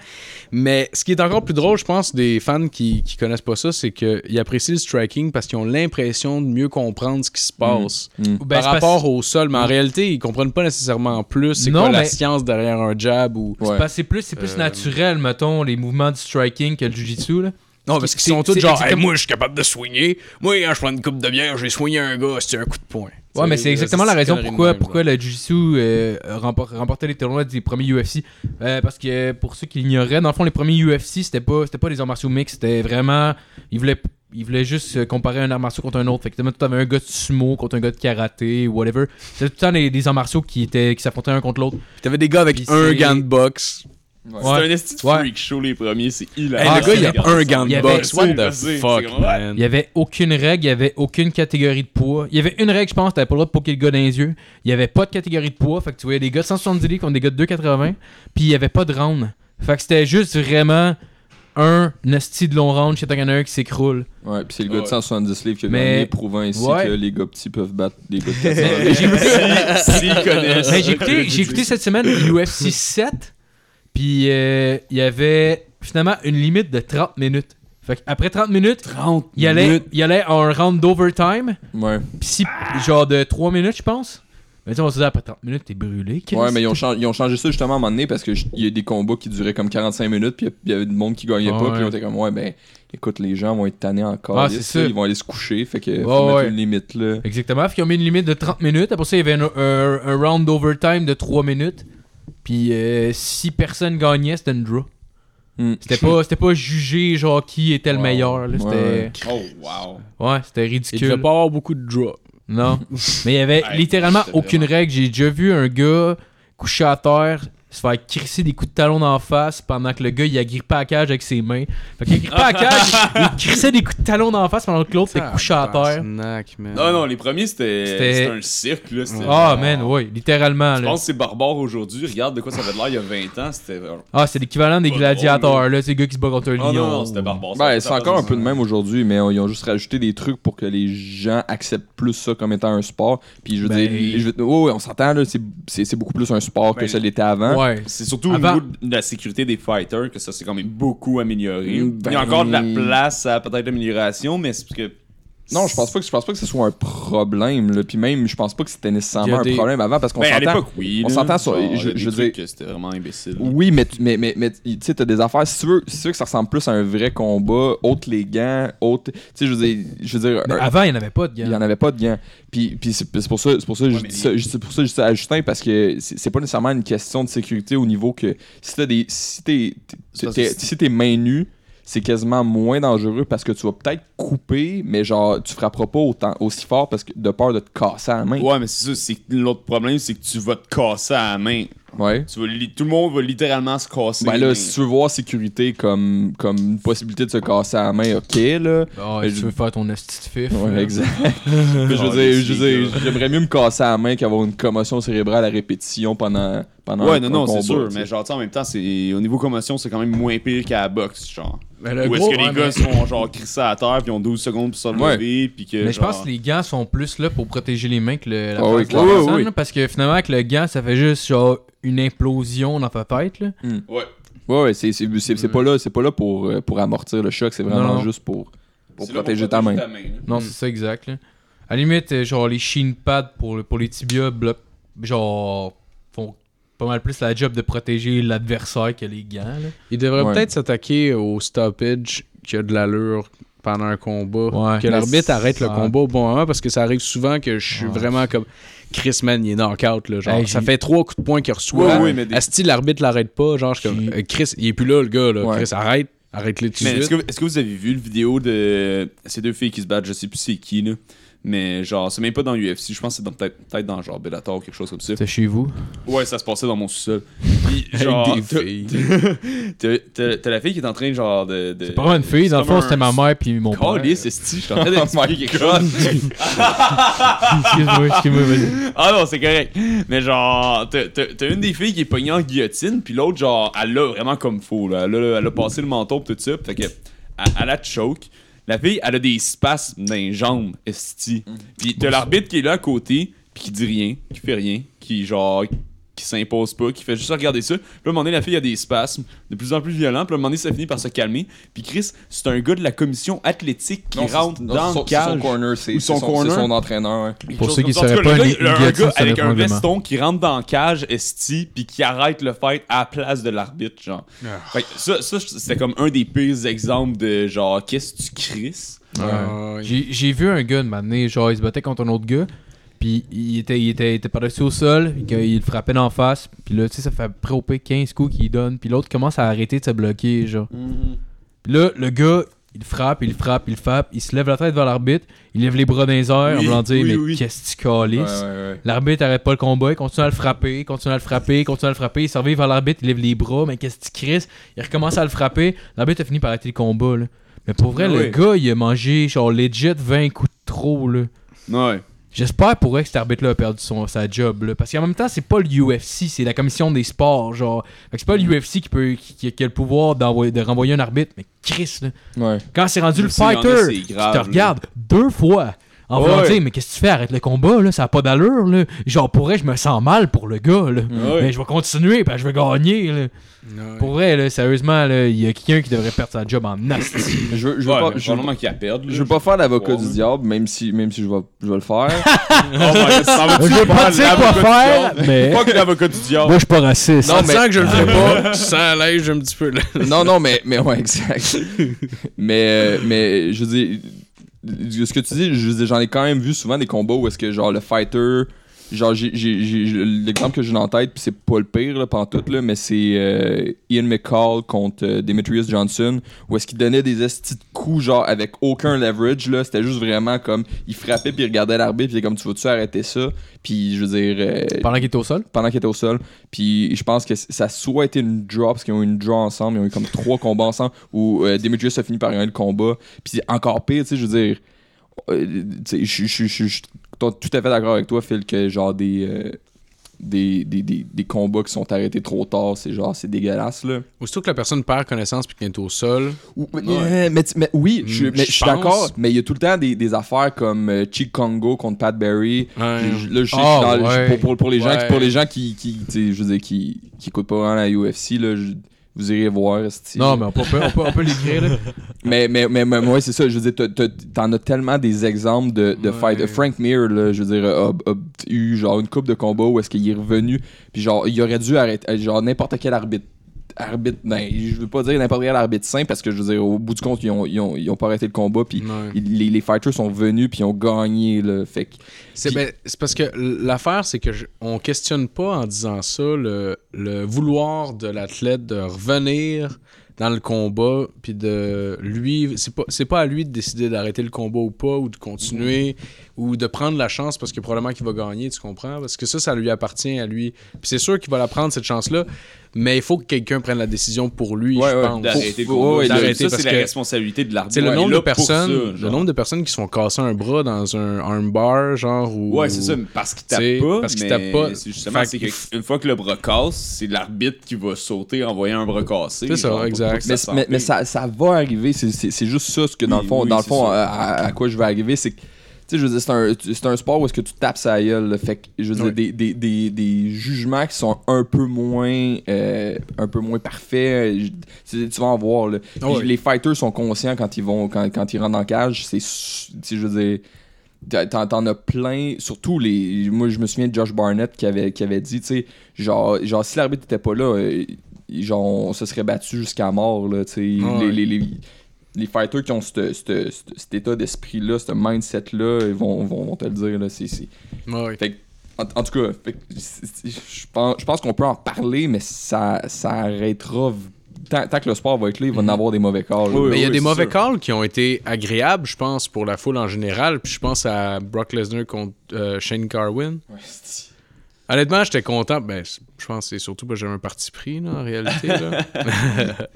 [SPEAKER 4] Mais ce qui est encore plus drôle, je pense, des fans qui, qui connaissent pas ça, c'est qu'ils apprécient le striking parce qu'ils ont l'impression de mieux comprendre ce qui se passe
[SPEAKER 3] Ben, c'est
[SPEAKER 4] par
[SPEAKER 3] parce-
[SPEAKER 4] rapport au sol. Mais en réalité, ils comprennent pas nécessairement en plus c'est
[SPEAKER 3] Non,
[SPEAKER 4] quoi la
[SPEAKER 3] mais-
[SPEAKER 4] science derrière un jab ou.
[SPEAKER 6] Ouais.
[SPEAKER 3] Parce que Bah, c'est plus, c'est plus
[SPEAKER 4] Euh,
[SPEAKER 3] naturel, mettons, les mouvements du striking que le jujitsu, là.
[SPEAKER 4] Non, parce qu'ils sont tous genre,
[SPEAKER 3] exactement-
[SPEAKER 4] Hey, moi, je suis capable de soigner. Moi, quand je prends une coupe de bière, j'ai soigné un gars, c'était un coup de poing.
[SPEAKER 3] Ouais, mais c'est exactement la raison
[SPEAKER 4] connerie de
[SPEAKER 3] pourquoi,
[SPEAKER 4] même,
[SPEAKER 3] pourquoi le Jiu-Jitsu euh, rempor- remportait les tournois des premiers UFC. Euh, parce que pour ceux qui l'ignoraient, dans le fond, les premiers UFC, c'était pas, c'était pas des arts martiaux mixtes. C'était vraiment. Ils voulaient, ils voulaient juste euh, comparer un art martiaux contre un autre. Fait que t'avais t'avais un gars de sumo contre un gars de karaté, whatever. C'était tout le temps des, des arts martiaux qui, étaient, qui s'affrontaient un contre l'autre.
[SPEAKER 4] Puis T'avais des gars avec
[SPEAKER 3] Puis
[SPEAKER 4] un
[SPEAKER 3] c'est-
[SPEAKER 4] gant de boxe.
[SPEAKER 5] C'est un esti de
[SPEAKER 3] Ouais.
[SPEAKER 5] freak show les premiers, c'est
[SPEAKER 4] Hey,
[SPEAKER 5] hilarant.
[SPEAKER 3] Ah,
[SPEAKER 4] le gars, il
[SPEAKER 3] c'est-
[SPEAKER 4] a un gant
[SPEAKER 3] il y
[SPEAKER 4] de
[SPEAKER 3] avait-
[SPEAKER 4] boxe. What the
[SPEAKER 5] C'est-
[SPEAKER 4] fuck,
[SPEAKER 5] c'est comme-
[SPEAKER 4] man?
[SPEAKER 3] Il y avait aucune règle, il y avait aucune catégorie de poids. Il y avait une règle, je pense, t'avais pas le droit de poker le gars dans les yeux. Il y avait pas de catégorie de poids, fait que tu voyais des gars de 170 livres contre des gars de 280, puis il y avait pas de round. Fait que c'était juste vraiment un nasty de long round chez Tagana qui s'écroule.
[SPEAKER 6] Ouais, puis c'est le gars de
[SPEAKER 5] Ouais.
[SPEAKER 6] 170 livres qui a
[SPEAKER 3] Mais-
[SPEAKER 6] gagné, prouvant ici
[SPEAKER 3] Ouais.
[SPEAKER 6] que les gars petits peuvent battre les gars de 400
[SPEAKER 3] Mais j'ai écouté,
[SPEAKER 5] S'ils connaissent.
[SPEAKER 3] mais j'ai écouté- j'ai écouté cette semaine l'UFC 7, puis euh, il y avait finalement une limite de 30 minutes. Fait que après 30 minutes,
[SPEAKER 5] 30
[SPEAKER 3] il allait, il allait en un round d'overtime,
[SPEAKER 6] Ouais.
[SPEAKER 3] puis si, genre de 3 minutes, je pense. Mais tu sais, on se disait après 30 minutes, t'es brûlé. Chris.
[SPEAKER 6] Ouais, mais ils ont, chang- ils ont changé ça justement à un moment donné parce qu'il y a des combats qui duraient comme 45 minutes, puis il y avait du monde qui gagnait
[SPEAKER 3] Ouais.
[SPEAKER 6] pas, puis on était comme, ouais, ben écoute, les gens vont être tannés encore.
[SPEAKER 3] Ah, c'est sûr.
[SPEAKER 6] ils vont aller se coucher, fait que faut
[SPEAKER 3] Ouais,
[SPEAKER 6] mettre
[SPEAKER 3] ouais.
[SPEAKER 6] une limite là.
[SPEAKER 3] Exactement. Fait qu'ils ont mis une limite de 30 minutes. Après ça, il y avait un, un- un round overtime de 3 minutes. Puis euh, si personne gagnait, c'était une draw.
[SPEAKER 6] Hmm.
[SPEAKER 3] C'était pas, c'était pas jugé genre qui était le
[SPEAKER 6] Wow.
[SPEAKER 3] meilleur. là.
[SPEAKER 6] Ouais.
[SPEAKER 3] C'était,
[SPEAKER 5] Oh, wow.
[SPEAKER 3] ouais, c'était
[SPEAKER 4] Il devait
[SPEAKER 3] ridicule.
[SPEAKER 4] pas avoir beaucoup de draws.
[SPEAKER 3] Non. Mais il y avait
[SPEAKER 5] Ouais,
[SPEAKER 3] littéralement
[SPEAKER 5] c'était
[SPEAKER 3] aucune
[SPEAKER 5] vraiment-
[SPEAKER 3] règle. J'ai déjà vu un gars couché à terre se faire crisser des coups de talon d'en face pendant que le gars il a grippé à la cage avec ses mains. Fait qu'il a grippé à la cage, il crissait des coups de talon d'en face pendant que l'autre était couché à terre.
[SPEAKER 5] Non, non, les premiers, c'était
[SPEAKER 3] C'était-
[SPEAKER 5] c'était un cirque, là. c'était-
[SPEAKER 3] Ah man, oui, littéralement.
[SPEAKER 5] Je
[SPEAKER 3] là.
[SPEAKER 5] pense que c'est barbare aujourd'hui. Regarde de quoi ça avait l'air il y a 20 ans. C'était. Oh
[SPEAKER 3] Ah, c'est l'équivalent des
[SPEAKER 5] Pas
[SPEAKER 3] gladiateurs,
[SPEAKER 5] drôle,
[SPEAKER 3] là, ces gars qui se battent contre un lion.
[SPEAKER 5] non, non, c'était barbare. ça-
[SPEAKER 6] Ben, c'est
[SPEAKER 5] ça
[SPEAKER 6] encore un
[SPEAKER 5] faisait-
[SPEAKER 6] peu de même aujourd'hui, mais euh, ils ont juste rajouté des trucs pour que les gens acceptent plus ça comme étant un sport. Puis je veux
[SPEAKER 3] Ben-
[SPEAKER 6] dire, je veux- oh, ouais, ouais, on s'entend, là, c'est- c'est c'est beaucoup plus un sport que
[SPEAKER 5] Ben,
[SPEAKER 6] ça l'était
[SPEAKER 3] Ouais.
[SPEAKER 6] avant.
[SPEAKER 5] C'est surtout
[SPEAKER 3] Avant-
[SPEAKER 5] au niveau de la sécurité des fighters que ça s'est quand même beaucoup amélioré.
[SPEAKER 6] Mm,
[SPEAKER 5] Il y
[SPEAKER 6] ben-
[SPEAKER 5] a encore de la place à peut-être amélioration, mais c'est parce que.
[SPEAKER 6] Non, je pense pas que je pense pas que ce soit un problème. Là. Puis même, je pense pas que c'était nécessairement
[SPEAKER 4] Il y a des-
[SPEAKER 6] un problème avant parce qu'on
[SPEAKER 5] Ben, à
[SPEAKER 6] s'entend.
[SPEAKER 5] l'époque, oui.
[SPEAKER 6] on
[SPEAKER 5] là.
[SPEAKER 6] s'entend sur-
[SPEAKER 5] Genre,
[SPEAKER 6] je-
[SPEAKER 5] il y a
[SPEAKER 6] je
[SPEAKER 5] des
[SPEAKER 6] veux dire-
[SPEAKER 5] trucs que C'était vraiment imbécile.
[SPEAKER 6] Oui, mais tu mais, mais, mais, tu sais, t'as des affaires. Si tu, veux, si tu veux que ça ressemble plus à un vrai combat, autre les gants, autre. Tu sais, je veux dire, je veux dire,
[SPEAKER 3] Mais
[SPEAKER 6] un-
[SPEAKER 3] avant, il n'y en avait pas de
[SPEAKER 6] Hein? il n'y
[SPEAKER 3] gars.
[SPEAKER 6] en avait pas de gants. Puis, puis c'est c'est pour ça, c'est pour ça que je
[SPEAKER 5] Ouais, mais
[SPEAKER 6] dis ça, je- c'est pour ça que je dis ça à Justin parce que c'est c'est pas nécessairement une question de sécurité au niveau que si t'as des si t'es
[SPEAKER 5] C'est
[SPEAKER 6] t'es-
[SPEAKER 5] parce
[SPEAKER 6] t'es-
[SPEAKER 5] que
[SPEAKER 6] si t'es main nue c'est quasiment moins dangereux parce que tu vas peut-être couper, mais genre, tu frapperas pas autant, aussi fort parce que de peur de te casser à la main.
[SPEAKER 5] Ouais, mais c'est ça. c'est que L'autre problème, c'est que tu vas te casser à la main.
[SPEAKER 6] Ouais.
[SPEAKER 5] Tu vas li- Tout le monde va littéralement se casser.
[SPEAKER 6] Ben
[SPEAKER 5] les
[SPEAKER 6] là,
[SPEAKER 5] mains.
[SPEAKER 6] si tu veux voir sécurité comme, comme une possibilité de se casser à la main, ok, là.
[SPEAKER 3] Ah,
[SPEAKER 6] Mais
[SPEAKER 3] tu
[SPEAKER 6] je-
[SPEAKER 3] veux faire ton esti de fif.
[SPEAKER 6] Ouais,
[SPEAKER 3] là.
[SPEAKER 6] exact. Mais je veux dire, je veux dire, j'aimerais mieux me casser à la main qu'avoir une commotion cérébrale à répétition pendant, pendant
[SPEAKER 5] Ouais,
[SPEAKER 6] un-
[SPEAKER 5] non,
[SPEAKER 6] un
[SPEAKER 5] non,
[SPEAKER 6] combat,
[SPEAKER 5] c'est sûr.
[SPEAKER 6] tu sais.
[SPEAKER 5] Mais genre, tu sais, en même temps, c'est au niveau commotion, c'est quand même moins pire qu'à la boxe, genre.
[SPEAKER 3] Mais le
[SPEAKER 5] Ou est-ce
[SPEAKER 3] gros,
[SPEAKER 5] que les
[SPEAKER 3] ouais,
[SPEAKER 5] gars
[SPEAKER 3] mais-
[SPEAKER 5] sont genre crissés à terre, puis ils ont 12 secondes pour se relever, puis que.
[SPEAKER 3] Mais je pense
[SPEAKER 5] genre-
[SPEAKER 3] que les gants sont plus là pour protéger les mains que le, la
[SPEAKER 6] Ah oui,
[SPEAKER 3] face de la
[SPEAKER 6] clairement.
[SPEAKER 3] personne,
[SPEAKER 6] Oui, oui,
[SPEAKER 3] là, Parce que finalement, avec le gant, ça fait juste genre une implosion dans ta tête. Là.
[SPEAKER 5] Ouais.
[SPEAKER 6] Ouais, ouais, c'est, c'est, c'est, c'est pas là, c'est pas là pour, euh, pour amortir le choc, c'est vraiment
[SPEAKER 3] Non.
[SPEAKER 6] juste pour, pour
[SPEAKER 5] C'est là
[SPEAKER 6] protéger ta main.
[SPEAKER 5] là.
[SPEAKER 3] Non, c'est ça exact. là. À la limite, euh, genre les shin pads pour, le- pour les tibias, bloquent- genre, font pas mal plus la job de protéger l'adversaire que les gants. là.
[SPEAKER 4] Il devrait
[SPEAKER 6] Ouais.
[SPEAKER 4] peut-être s'attaquer au stoppage qui a de l'allure pendant un combat.
[SPEAKER 3] Ouais.
[SPEAKER 4] Que
[SPEAKER 3] Mais
[SPEAKER 4] l'arbitre
[SPEAKER 3] c'est-
[SPEAKER 4] arrête le
[SPEAKER 3] ouais.
[SPEAKER 4] combat au bon moment parce que ça arrive souvent que je suis
[SPEAKER 3] Ouais.
[SPEAKER 4] vraiment comme Chris Man, il est knock-out. Là, genre,
[SPEAKER 3] Hey,
[SPEAKER 4] ça
[SPEAKER 3] j'ai-
[SPEAKER 4] fait trois coups de poing qu'il reçoit.
[SPEAKER 5] Ouais, ouais, mais des-
[SPEAKER 4] Asti, l'arbitre l'arrête pas. Genre, je suis comme
[SPEAKER 3] J'ai-
[SPEAKER 4] euh, Chris, il est plus là, le gars. Là.
[SPEAKER 6] Ouais.
[SPEAKER 4] Chris, arrête. Arrête-le tout de
[SPEAKER 5] Mais est-ce
[SPEAKER 4] suite.
[SPEAKER 5] que, est-ce que vous avez vu le vidéo de ces deux filles qui se battent, je sais plus c'est qui, là. Mais genre, c'est même pas dans l'UFC, je pense que c'est dans- peut-être peut dans genre Bellator ou quelque chose comme ça.
[SPEAKER 3] C'était chez vous.
[SPEAKER 5] Ouais, ça se passait dans mon sous-sol. Puis, genre,
[SPEAKER 4] des
[SPEAKER 5] t'as-
[SPEAKER 4] filles.
[SPEAKER 5] t'as- t'as t'as la fille qui est en train genre de. de-
[SPEAKER 3] Pas vraiment une fille, dans le fond, c'était ma mère Oh puis mon père.
[SPEAKER 5] Calisse, esti, je suis en train d'expliquer quelque chose.
[SPEAKER 3] Excuse-moi, excuse-moi, vas-y.
[SPEAKER 5] Ah non, c'est correct. Mais genre, t'as- t'as t'as une des filles qui est pognée en guillotine, puis l'autre, genre, elle l'a vraiment comme faux. Là. Elle, a, elle a passé le menton, pis tout ça. Fait que, elle, elle la choke. La fille, elle a des spasmes dans les jambes, esti.
[SPEAKER 6] Mm.
[SPEAKER 5] Puis t'as l'arbitre qui est là à côté, puis qui dit rien, qui fait rien, qui genre qui s'impose pas, qui fait juste regarder ça. Puis là, à un moment donné, la fille a des spasmes de plus en plus violents. Puis là, à un moment donné, ça finit par se calmer. Puis Chris, c'est un gars de la commission athlétique qui
[SPEAKER 6] Non, c'est-
[SPEAKER 5] rentre
[SPEAKER 6] non,
[SPEAKER 5] dans
[SPEAKER 6] c'est son-
[SPEAKER 5] le
[SPEAKER 6] c'est
[SPEAKER 5] cage.
[SPEAKER 6] Son corner, c'est
[SPEAKER 5] Ou
[SPEAKER 6] c'est
[SPEAKER 5] son
[SPEAKER 6] son, c'est
[SPEAKER 5] corner.
[SPEAKER 6] son entraîneur. ouais.
[SPEAKER 3] Pour ceux qui
[SPEAKER 5] En tout
[SPEAKER 3] sauraient
[SPEAKER 5] cas,
[SPEAKER 3] pas,
[SPEAKER 5] le
[SPEAKER 3] une
[SPEAKER 5] gars- un
[SPEAKER 3] guillotine,
[SPEAKER 5] gars
[SPEAKER 3] c'est un
[SPEAKER 5] avec un
[SPEAKER 3] étranglement.
[SPEAKER 5] veston qui rentre dans la cage esti puis qui arrête le fight à la place de l'arbitre genre. Fait que ça ça c'était comme un des pires exemples de genre qu'est-ce que tu crisses
[SPEAKER 4] Ah, oui.
[SPEAKER 3] J'ai j'ai vu un gars de m'amener, genre, il se battait contre un autre gars, puis il était, il était, il était par-dessus au sol, puis qu'il- il le frappait d'en face, puis là, tu sais, ça fait à peu près 15 coups qu'il donne, puis l'autre commence à arrêter de se bloquer, genre.
[SPEAKER 5] Mm.
[SPEAKER 3] Puis là, le gars, il frappe, il frappe, il frappe, il se lève la tête vers l'arbitre, il lève les bras dans les airs, en
[SPEAKER 5] Oui,
[SPEAKER 3] voulant dire,
[SPEAKER 5] oui,
[SPEAKER 3] mais
[SPEAKER 5] oui.
[SPEAKER 3] qu'est-ce que tu calisses?
[SPEAKER 6] Ouais, ouais, ouais.
[SPEAKER 3] L'arbitre arrête pas le combat, il continue à le frapper, il continue à le frapper, il continue à le frapper, il survit vers l'arbitre, il lève les bras, mais qu'est-ce qu'il crisse Il recommence à le frapper, l'arbitre a fini par arrêter le combat. Là. Mais pour vrai,
[SPEAKER 5] Ah
[SPEAKER 3] le
[SPEAKER 5] oui.
[SPEAKER 3] gars, il a mangé genre legit 20 coups de trop. Là.
[SPEAKER 5] Ouais.
[SPEAKER 3] J'espère pour vrai que cet arbitre-là a perdu son, sa job. Là. Parce qu'en même temps, c'est pas le UFC, c'est la commission des sports. genre. Fait que c'est pas le UFC qui, peut, qui, qui- qui a le pouvoir d'envoyer- de renvoyer un arbitre, mais Chris, là.
[SPEAKER 6] Ouais.
[SPEAKER 3] Quand c'est rendu le
[SPEAKER 5] S'il y en a,
[SPEAKER 3] fighter,
[SPEAKER 5] c'est
[SPEAKER 3] qui
[SPEAKER 5] grave,
[SPEAKER 3] te
[SPEAKER 5] là.
[SPEAKER 3] regarde deux fois. En voulant
[SPEAKER 5] Ouais.
[SPEAKER 3] dire, mais qu'est-ce que tu fais? Arrête le combat, là, ça a pas d'allure, là. Genre, pour vrai, je me sens mal pour le gars, là.
[SPEAKER 5] Ouais.
[SPEAKER 3] Mais je vais continuer, parce que je vais gagner, là. Pour vrai, là, sérieusement, là, il y a quelqu'un qui devrait perdre sa job en nasty.
[SPEAKER 6] Je, veux- je veux
[SPEAKER 5] Ouais,
[SPEAKER 6] pas, je veux-
[SPEAKER 5] mais probablement qu'il la perde. là.
[SPEAKER 6] je veux pas faire l'avocat
[SPEAKER 5] Ouais.
[SPEAKER 6] du diable, même si, même si je, vais, je vais le faire.
[SPEAKER 5] Oh my God, ça va-tu
[SPEAKER 3] je veux pas
[SPEAKER 5] faire
[SPEAKER 3] dire quoi
[SPEAKER 5] l'avocat du
[SPEAKER 3] faire,
[SPEAKER 5] diable?
[SPEAKER 3] mais
[SPEAKER 5] Fuck l'avocat du
[SPEAKER 3] moi,
[SPEAKER 5] diable.
[SPEAKER 3] je suis pas raciste.
[SPEAKER 6] Non,
[SPEAKER 4] Non,
[SPEAKER 6] mais-
[SPEAKER 4] mais... sens que je le fais pas, je sens à l'aise un petit peu. Là.
[SPEAKER 6] non, non, mais, mais ouais, exact. mais, euh, mais je veux dire, ce que tu dis, je veux dire, j'en ai quand même vu souvent des combats où est-ce que genre le fighter, genre j'ai- j'ai- j'ai- j'ai- l'exemple que j'ai en tête, puis c'est pas le pire là, pantoute, là, mais c'est euh, Ian McCall contre euh, Demetrius Johnson, où est-ce qu'il donnait des estis de coups genre avec aucun leverage là, c'était juste vraiment comme il frappait puis il regardait l'arbitre puis il est comme tu vas-tu arrêter ça, puis je veux dire. euh,
[SPEAKER 3] Pendant qu'il est au sol.
[SPEAKER 6] pendant qu'il était au sol. Puis je pense que c- ça a soit été une draw, parce qu'ils ont eu une draw ensemble, ils ont eu comme trois combats ensemble, où euh, Demetrius a fini par gagner le combat. Puis encore pire, tu sais, je veux dire, euh, tu sais, je je- je- je- je suis tout à fait d'accord avec toi, Phil, que genre des, euh, des, des, des, des combats qui sont arrêtés trop tard, c'est genre, c'est dégueulasse, là.
[SPEAKER 4] Aussitôt que la personne perd connaissance puis qu'elle est au sol,
[SPEAKER 6] Ou- mais, euh, mais tu- mais oui, je,
[SPEAKER 4] Mm,
[SPEAKER 6] mais je
[SPEAKER 4] je
[SPEAKER 6] suis d'accord,
[SPEAKER 4] pense.
[SPEAKER 6] mais il y a tout le temps des, des affaires comme euh, Chick Congo contre Pat Berry.
[SPEAKER 4] Ouais.
[SPEAKER 6] Je- je- Là, je sais,
[SPEAKER 3] Ah,
[SPEAKER 6] je suis dans- je-
[SPEAKER 3] ouais.
[SPEAKER 6] pour, pour- pour les gens, qui-
[SPEAKER 4] Ouais.
[SPEAKER 6] pour les gens qui, qui, tu sais, je veux dire, qui, qui écoutent pas vraiment la UFC, là, je- vous irez voir. esti.
[SPEAKER 3] Non, mais on peut, on peut, on peut l'écrire, là.
[SPEAKER 6] mais, mais, mais, mais, ouais, c'est ça. Je veux dire, t'as- t'as- t'en as tellement des exemples de, de
[SPEAKER 4] Ouais.
[SPEAKER 6] fight. Frank Mir, là, je veux dire, a, a eu genre une coupe de combat où est-ce qu'il est revenu, puis genre, il aurait dû arrêter, euh, genre, n'importe quel arbitre. Arbitre, ben, je veux pas dire n'importe quel arbitre sain parce que je veux dire, au bout du compte, ils ont, ils ont, ils ont pas arrêté le combat, puis
[SPEAKER 4] Ouais.
[SPEAKER 6] ils- les, les fighters sont venus, puis ils ont gagné, là. Fait que-
[SPEAKER 4] C'est
[SPEAKER 6] Puis-
[SPEAKER 4] ben, c'est parce que l- l'affaire, c'est que je- on questionne pas en disant ça le, le vouloir de l'athlète de revenir dans le combat, puis de lui, c'est pas, c'est pas à lui de décider d'arrêter le combat ou pas, ou de continuer, ou de prendre la chance parce que probablement qu'il va gagner, tu comprends? Parce que ça, ça lui appartient à lui. Puis c'est sûr qu'il va la prendre, cette chance-là, mais il faut que quelqu'un prenne la décision pour lui,
[SPEAKER 6] Ouais,
[SPEAKER 4] je
[SPEAKER 6] ouais,
[SPEAKER 4] pense.
[SPEAKER 5] D'arrêter le
[SPEAKER 6] Faut- ouais,
[SPEAKER 5] combat.
[SPEAKER 6] ouais,
[SPEAKER 5] D'arrêter,
[SPEAKER 4] d'arrêter,
[SPEAKER 5] ça,
[SPEAKER 4] parce
[SPEAKER 5] c'est la
[SPEAKER 4] que-
[SPEAKER 5] responsabilité de l'arbitre.
[SPEAKER 4] C'est le
[SPEAKER 5] Ouais,
[SPEAKER 4] nombre
[SPEAKER 5] là,
[SPEAKER 4] de
[SPEAKER 5] pour ça,
[SPEAKER 4] personnes, le
[SPEAKER 5] genre.
[SPEAKER 4] nombre de personnes qui se sont cassées un bras dans un armbar, genre ou
[SPEAKER 5] Ouais, c'est ça, mais parce qu'il tape
[SPEAKER 4] T'sais,
[SPEAKER 5] pas.
[SPEAKER 4] parce qu'il
[SPEAKER 5] mais
[SPEAKER 4] tape pas.
[SPEAKER 5] c'est Justement,
[SPEAKER 4] Fait
[SPEAKER 5] c'est
[SPEAKER 4] qu'il
[SPEAKER 5] que
[SPEAKER 4] f-
[SPEAKER 5] une fois que le bras casse, c'est l'arbitre qui va sauter, envoyer un bras cassé.
[SPEAKER 4] C'est ça,
[SPEAKER 5] genre, pour-
[SPEAKER 4] exact.
[SPEAKER 5] pour que
[SPEAKER 6] mais,
[SPEAKER 5] ça
[SPEAKER 6] mais,
[SPEAKER 5] s'empile.
[SPEAKER 6] mais ça, ça va arriver. C'est- C'est c'est juste ça, ce que dans
[SPEAKER 5] Oui,
[SPEAKER 6] le fond,
[SPEAKER 5] oui,
[SPEAKER 6] dans le
[SPEAKER 5] c'est
[SPEAKER 6] fond
[SPEAKER 5] ça.
[SPEAKER 6] à, à- à quoi je vais arriver, c'est que. Tu sais, je veux dire, c'est un, c'est un sport où est-ce que tu tapes sa gueule. là. Fait que, je veux dire,
[SPEAKER 4] Ouais.
[SPEAKER 6] des, des, des, des jugements qui sont un peu moins, euh, un peu moins parfaits, je- tu, tu vas en voir. Là. Puis
[SPEAKER 5] Ah
[SPEAKER 4] Ouais.
[SPEAKER 6] Les fighters sont conscients quand ils, vont, quand, quand ils rentrent dans la cage. C'est, su- tu sais, je veux dire, T'en- T'en t'en as plein, surtout les. Moi, je me souviens de Josh Barnett qui avait, qui avait dit, tu sais, genre, genre, si l'arbitre était pas là, euh, genre, on se serait battu jusqu'à mort, là, tu sais.
[SPEAKER 4] Ouais.
[SPEAKER 6] Les, les, les, les fighters qui ont c'te- c'te- c'te- cet état d'esprit-là, ce mindset-là, ils vont, vont, vont te le dire, là. c'est c'est-
[SPEAKER 4] Ouais.
[SPEAKER 6] Fait que, en, en tout cas, fait que c'est- c'est- je pense, je pense qu'on peut en parler, mais ça, ça arrêtera v- tant, tant que le sport va être là, il va en avoir des mauvais calls. là.
[SPEAKER 5] Oui,
[SPEAKER 4] Mais il y a des
[SPEAKER 5] c'est
[SPEAKER 4] mauvais
[SPEAKER 5] sûr.
[SPEAKER 4] calls qui ont été agréables, je pense, pour la foule en général. Puis je pense à Brock Lesnar contre euh, Shane Carwin.
[SPEAKER 5] Ouais, c'est-
[SPEAKER 4] Honnêtement, j'étais content. Ben, c- je pense que c'est surtout parce que j'avais un parti pris, là, en réalité. là.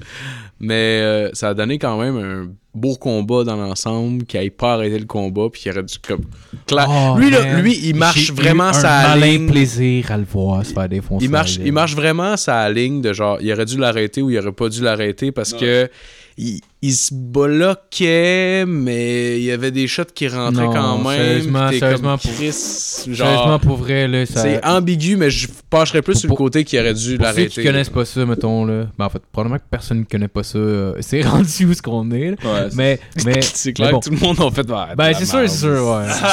[SPEAKER 4] Mais euh, ça a donné quand même un beau combat dans l'ensemble, qui n'aille pas arrêter le combat, puis qui aurait dû comme. cla-
[SPEAKER 3] Oh,
[SPEAKER 4] lui, là,
[SPEAKER 3] man.
[SPEAKER 4] lui, il marche
[SPEAKER 3] J'ai eu
[SPEAKER 4] vraiment
[SPEAKER 3] un
[SPEAKER 4] sa
[SPEAKER 3] malin
[SPEAKER 4] ligne.
[SPEAKER 3] plaisir à le voir se faire défoncer.
[SPEAKER 4] Il marche, il marche vraiment sa ligne de genre, il aurait dû l'arrêter ou il aurait pas dû l'arrêter parce
[SPEAKER 5] Non.
[SPEAKER 4] que il, il se bloquait, mais il y avait des shots qui rentraient
[SPEAKER 3] Non,
[SPEAKER 4] quand même.
[SPEAKER 3] sérieusement,
[SPEAKER 4] puis t'es
[SPEAKER 3] sérieusement,
[SPEAKER 4] comme,
[SPEAKER 3] pour-
[SPEAKER 4] Chris,
[SPEAKER 3] Sérieusement,
[SPEAKER 4] genre,
[SPEAKER 3] pour vrai, là, ça...
[SPEAKER 4] c'est ambigu, mais je pencherais plus sur le
[SPEAKER 3] Pour-
[SPEAKER 4] côté qu'il aurait dû
[SPEAKER 3] Pour ceux qui
[SPEAKER 4] l'arrêter.
[SPEAKER 3] connaissent pas ça, mettons, là. Ben, en fait, probablement que personne ne connaît pas ça. euh, c'est rendu où ce qu'on est, là.
[SPEAKER 6] Ouais,
[SPEAKER 3] Mais, mais.
[SPEAKER 4] c'est
[SPEAKER 3] mais
[SPEAKER 4] clair
[SPEAKER 3] bon.
[SPEAKER 4] que tout le monde en fait. Ah,
[SPEAKER 3] Ben,
[SPEAKER 4] de
[SPEAKER 3] c'est
[SPEAKER 4] la
[SPEAKER 3] sûr,
[SPEAKER 4] merde.
[SPEAKER 3] c'est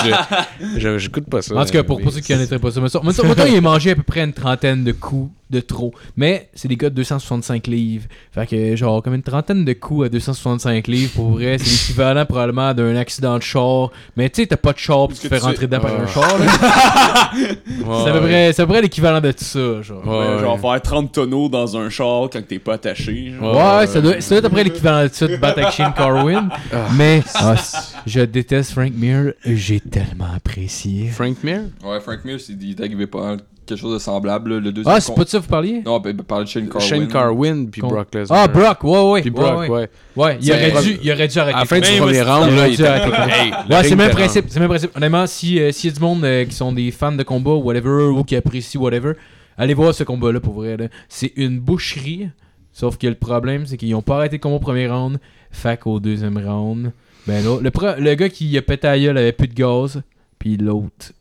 [SPEAKER 3] sûr, ouais.
[SPEAKER 4] Je- je- J'écoute pas ça.
[SPEAKER 3] En tout cas, pour,
[SPEAKER 4] mais
[SPEAKER 3] pour ceux qui connaîtraient pas ça, mettons, mettons- mettons, il a mangé à peu près une trentaine de coups de trop. Mais c'est des gars de 265 livres. Fait que, genre, comme une trentaine de coups à 265 livres, pour vrai, c'est l'équivalent probablement d'un accident de char. Mais tu sais, t'as pas de char, puis
[SPEAKER 5] Parce
[SPEAKER 3] tu
[SPEAKER 5] que
[SPEAKER 3] fais
[SPEAKER 5] tu-
[SPEAKER 3] rentrer dedans par
[SPEAKER 4] Ah.
[SPEAKER 3] un char. là. C'est à peu
[SPEAKER 4] ouais.
[SPEAKER 3] près- c'est à peu près l'équivalent de tout ça, genre.
[SPEAKER 4] Ouais,
[SPEAKER 5] Ouais,
[SPEAKER 4] ouais.
[SPEAKER 5] genre faire 30 tonneaux dans un char quand t'es pas attaché. genre.
[SPEAKER 3] Ouais, ça doit, ça doit être après l'équivalent de ça de battre avec Shane Carwin.
[SPEAKER 4] Ah.
[SPEAKER 3] Mais ah, c- je déteste Frank Mir. J'ai tellement apprécié.
[SPEAKER 4] Frank Mir?
[SPEAKER 6] Ouais, Frank Mills, il il est arrivé par quelque chose de semblable. là, Le deuxième.
[SPEAKER 3] Ah, c'est
[SPEAKER 6] con-
[SPEAKER 3] pas de ça que vous parliez?
[SPEAKER 6] Non, ben, ben, parle de Shane Carwin.
[SPEAKER 4] Shane Carwin, puis
[SPEAKER 3] Con-
[SPEAKER 4] Brock Lesnar.
[SPEAKER 3] Ah, Brock, ouais, ouais.
[SPEAKER 4] Puis
[SPEAKER 3] ouais,
[SPEAKER 4] Brock,
[SPEAKER 3] ouais.
[SPEAKER 4] ouais.
[SPEAKER 3] Ouais, il
[SPEAKER 4] C'est-
[SPEAKER 3] aurait, dû, il aurait dû arrêter.
[SPEAKER 4] À la fin du
[SPEAKER 5] Mais
[SPEAKER 4] premier
[SPEAKER 5] il va-
[SPEAKER 4] round, là,
[SPEAKER 3] aurait
[SPEAKER 4] il
[SPEAKER 3] dû
[SPEAKER 4] était
[SPEAKER 3] arrêter.
[SPEAKER 4] Hey, le
[SPEAKER 3] Ouais,
[SPEAKER 4] ring
[SPEAKER 3] c'est le même
[SPEAKER 4] était rendu.
[SPEAKER 3] principe. C'est le même principe. Honnêtement, si, euh, s'il y a du monde euh, qui sont des fans de combat, whatever, ou qui apprécient, whatever, allez voir ce combat-là pour vrai. là. C'est une boucherie. Sauf que le problème, c'est qu'ils n'ont pas arrêté le combat au premier round. Fait qu'au deuxième round, ben là, le, pre- le gars qui a pété à gueule avait plus de gaz, puis l'autre.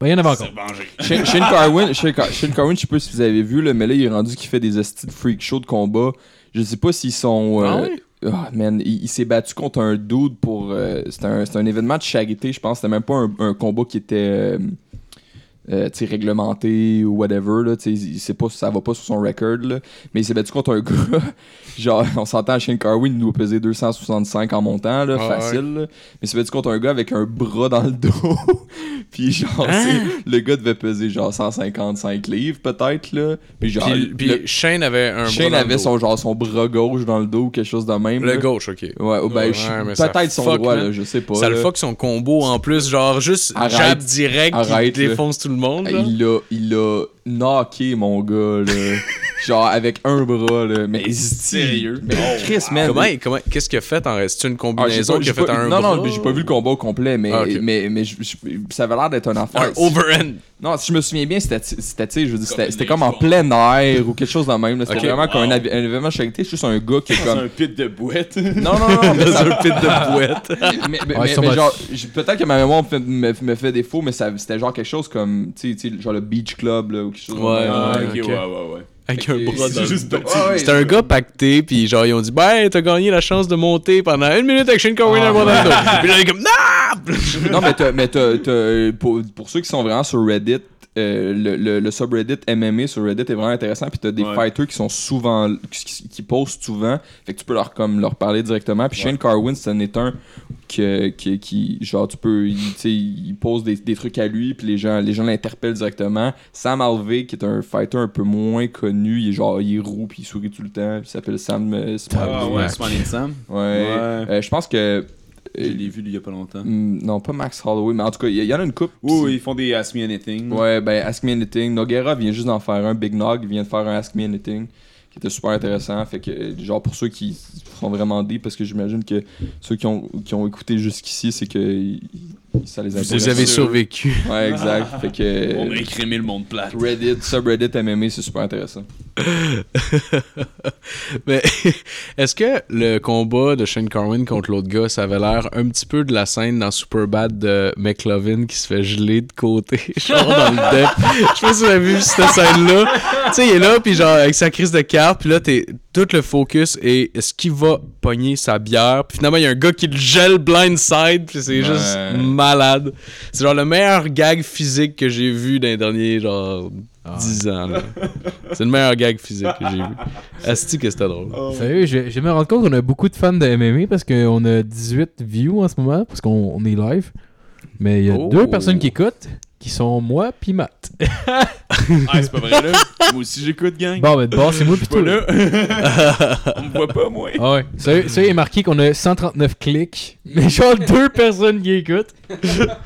[SPEAKER 3] Ben, il y en avait encore.
[SPEAKER 6] Shane, Shane Carwin, Shane, Car- Shane Carwin, je sais pas si vous avez vu, là, mais là, il est rendu qu'il fait des estis de freak show de combat. Je sais pas s'ils sont. euh,
[SPEAKER 4] Ah ouais?
[SPEAKER 6] ah, man, il, il s'est battu contre un dude pour. euh, c'était, un, c'était un événement de charité, je pense. C'était même pas un, un combat qui était. euh, euh, tu sais, réglementé ou whatever. Là, tu sais, il- il sait pas, ça va pas sur son record. Là, mais il s'est battu contre un gars. genre, on s'entend, Shane Carwin il doit peser 265 en montant, là,
[SPEAKER 4] Ah
[SPEAKER 6] facile. là. Mais il s'est battu contre un gars avec un bras dans le dos. Puis genre,
[SPEAKER 4] Ah!
[SPEAKER 6] c'est- le gars devait peser genre 155 livres peut-être. là. Puis genre,
[SPEAKER 4] Puis,
[SPEAKER 6] le-
[SPEAKER 4] puis Shane avait un
[SPEAKER 6] Shane
[SPEAKER 4] bras dans le
[SPEAKER 6] avait
[SPEAKER 4] dos.
[SPEAKER 6] son, genre, son bras gauche dans le dos ou quelque chose de même.
[SPEAKER 4] Le
[SPEAKER 6] là.
[SPEAKER 4] gauche, ok.
[SPEAKER 6] Ouais, oh, ben,
[SPEAKER 4] Ouais,
[SPEAKER 6] je-
[SPEAKER 4] mais ça
[SPEAKER 6] peut-être son
[SPEAKER 4] fuck,
[SPEAKER 6] droit,
[SPEAKER 4] man.
[SPEAKER 6] là, je sais pas.
[SPEAKER 4] ça le
[SPEAKER 6] là.
[SPEAKER 4] fuck son combo en plus, genre juste
[SPEAKER 6] Arrête.
[SPEAKER 4] jab direct, il
[SPEAKER 6] Arrête, là.
[SPEAKER 4] défonce tout le monde. là.
[SPEAKER 6] Il a, il a knocké mon gars, là. genre avec un bras, là. Mais
[SPEAKER 5] Sérieux?
[SPEAKER 6] Mais Chris, man.
[SPEAKER 4] Oh, Comment, il- comment, qu'est-ce qu'il a fait en reste une
[SPEAKER 6] Ah, j'ai
[SPEAKER 4] combinaison
[SPEAKER 6] pas-
[SPEAKER 4] qu'il
[SPEAKER 6] j'ai
[SPEAKER 4] a fait
[SPEAKER 6] pas-
[SPEAKER 4] un
[SPEAKER 6] non,
[SPEAKER 4] bras?
[SPEAKER 6] non, mais j'ai pas vu le combat au complet, mais,
[SPEAKER 4] Ah, ok.
[SPEAKER 6] mais, mais je- je- ça avait l'air d'être un affaire.
[SPEAKER 4] un overhand.
[SPEAKER 6] Non, si je me souviens bien, c'était, c'était, tu sais, je veux dire,
[SPEAKER 5] Comme
[SPEAKER 6] c'était,
[SPEAKER 5] une
[SPEAKER 6] c'était comme en
[SPEAKER 5] baseball.
[SPEAKER 6] plein air ou quelque chose de même. là. C'était
[SPEAKER 4] Ok.
[SPEAKER 6] vraiment comme un,
[SPEAKER 5] Wow.
[SPEAKER 6] av- un événement de charité, c'est juste un gars qui est
[SPEAKER 5] Dans
[SPEAKER 6] comme.
[SPEAKER 5] un pit de boîte.
[SPEAKER 6] Non, non, non, mais
[SPEAKER 4] Dans
[SPEAKER 6] ça-
[SPEAKER 4] un pit de bouette.
[SPEAKER 6] mais, mais-
[SPEAKER 3] Ouais,
[SPEAKER 6] mais-
[SPEAKER 3] ils sont
[SPEAKER 6] mais
[SPEAKER 3] mal-
[SPEAKER 6] genre, j- peut-être que ma mémoire me fait, me, me fait défaut, mais ça, c'était genre quelque chose comme, tu sais, tu sais, genre le Beach Club là, ou quelque chose.
[SPEAKER 4] Ouais,
[SPEAKER 6] comme
[SPEAKER 5] Ah,
[SPEAKER 6] ça.
[SPEAKER 5] ok,
[SPEAKER 4] ok.
[SPEAKER 5] ouais, ouais, ouais.
[SPEAKER 4] Avec un
[SPEAKER 6] Ok,
[SPEAKER 4] bras dans
[SPEAKER 5] C'est
[SPEAKER 4] le
[SPEAKER 5] juste
[SPEAKER 4] dos.
[SPEAKER 5] petit.
[SPEAKER 6] Ouais, ouais.
[SPEAKER 4] C'était un gars pacté, puis genre ils ont dit Ben, t'as gagné la chance de monter pendant une minute avec Shane Corwin
[SPEAKER 6] Ah,
[SPEAKER 4] un bras dans le dos. Puis là, il est comme Non
[SPEAKER 6] non, mais, t'as- mais t'as- t'as- pour, pour ceux qui sont vraiment sur Reddit, euh, le, le- le subreddit MMA sur Reddit est vraiment intéressant. Puis t'as des
[SPEAKER 5] Ouais.
[SPEAKER 6] fighters qui sont souvent, qui, qui- qui postent souvent. Fait que tu peux leur, comme, leur parler directement. Puis Shane Carwin, c'en est un que, qui, qui- genre, tu peux, il, tu sais, il pose des, des trucs à lui. Puis les gens les gens l'interpellent directement. Sam Alvey, qui est un fighter un peu moins connu, il est genre, il est roux, puis il sourit tout le temps. Puis il s'appelle Sam. euh, Sam
[SPEAKER 5] Ah,
[SPEAKER 6] Alvey.
[SPEAKER 5] ouais, Smiling Sam.
[SPEAKER 6] Ouais. Euh, je pense que. euh,
[SPEAKER 5] Je l'ai vu il y a pas longtemps.
[SPEAKER 6] Hmm, Non, pas Max Holloway, mais en tout cas, il y, il y en a une coupe.
[SPEAKER 5] Oui, oui, ils font des Ask Me Anything.
[SPEAKER 6] Ouais, ben Ask Me Anything. Noguera vient juste d'en faire un. Big Nog vient de faire un Ask Me Anything qui était super intéressant. Fait que, euh, genre, pour ceux qui sont vraiment dés, parce que j'imagine que ceux qui ont, qui ont écouté jusqu'ici, c'est que y- y- ça les intéresse.
[SPEAKER 4] Vous avez survécu.
[SPEAKER 6] Ouais, exact. Fait que.
[SPEAKER 5] On a
[SPEAKER 6] euh,
[SPEAKER 5] écrémé le monde plat.
[SPEAKER 6] Reddit, subreddit MMA, c'est super intéressant.
[SPEAKER 4] Mais est-ce que le combat de Shane Carwin contre l'autre gars, ça avait l'air un petit peu de la scène dans Superbad de McLovin qui se fait geler de côté, genre dans le deck. Je sais pas si vous avez vu cette scène-là. Tu sais, il est là, puis genre avec sa crise de carte, puis là, t'es, tout le focus est est-ce qu'il va pogner sa bière. Puis finalement, il y a un gars qui le gèle blindside, puis c'est juste
[SPEAKER 6] Ouais.
[SPEAKER 4] malade. C'est genre le meilleur gag physique que j'ai vu dans les derniers, genre,
[SPEAKER 3] Ah.
[SPEAKER 4] 10 ans. là. C'est le meilleur gag physique que j'ai vu. Asti que c'était drôle.
[SPEAKER 5] Oh.
[SPEAKER 3] Sérieux, je, je me rends compte qu'on a beaucoup de fans de MMA parce qu'on a 18 views en ce moment, parce qu'on on est live. Mais il y a
[SPEAKER 4] Oh.
[SPEAKER 3] deux personnes qui écoutent, qui sont moi puis Matt.
[SPEAKER 5] Ah, c'est pas vrai, là. Moi aussi, j'écoute, gang.
[SPEAKER 3] Bon, ben, de base, c'est moi
[SPEAKER 5] Pas
[SPEAKER 3] plutôt.
[SPEAKER 5] là. On me voit pas, moi.
[SPEAKER 3] Ah ouais. Ça, ça il est marqué qu'on a 139 clics, mais genre deux personnes qui écoutent.
[SPEAKER 4] Tout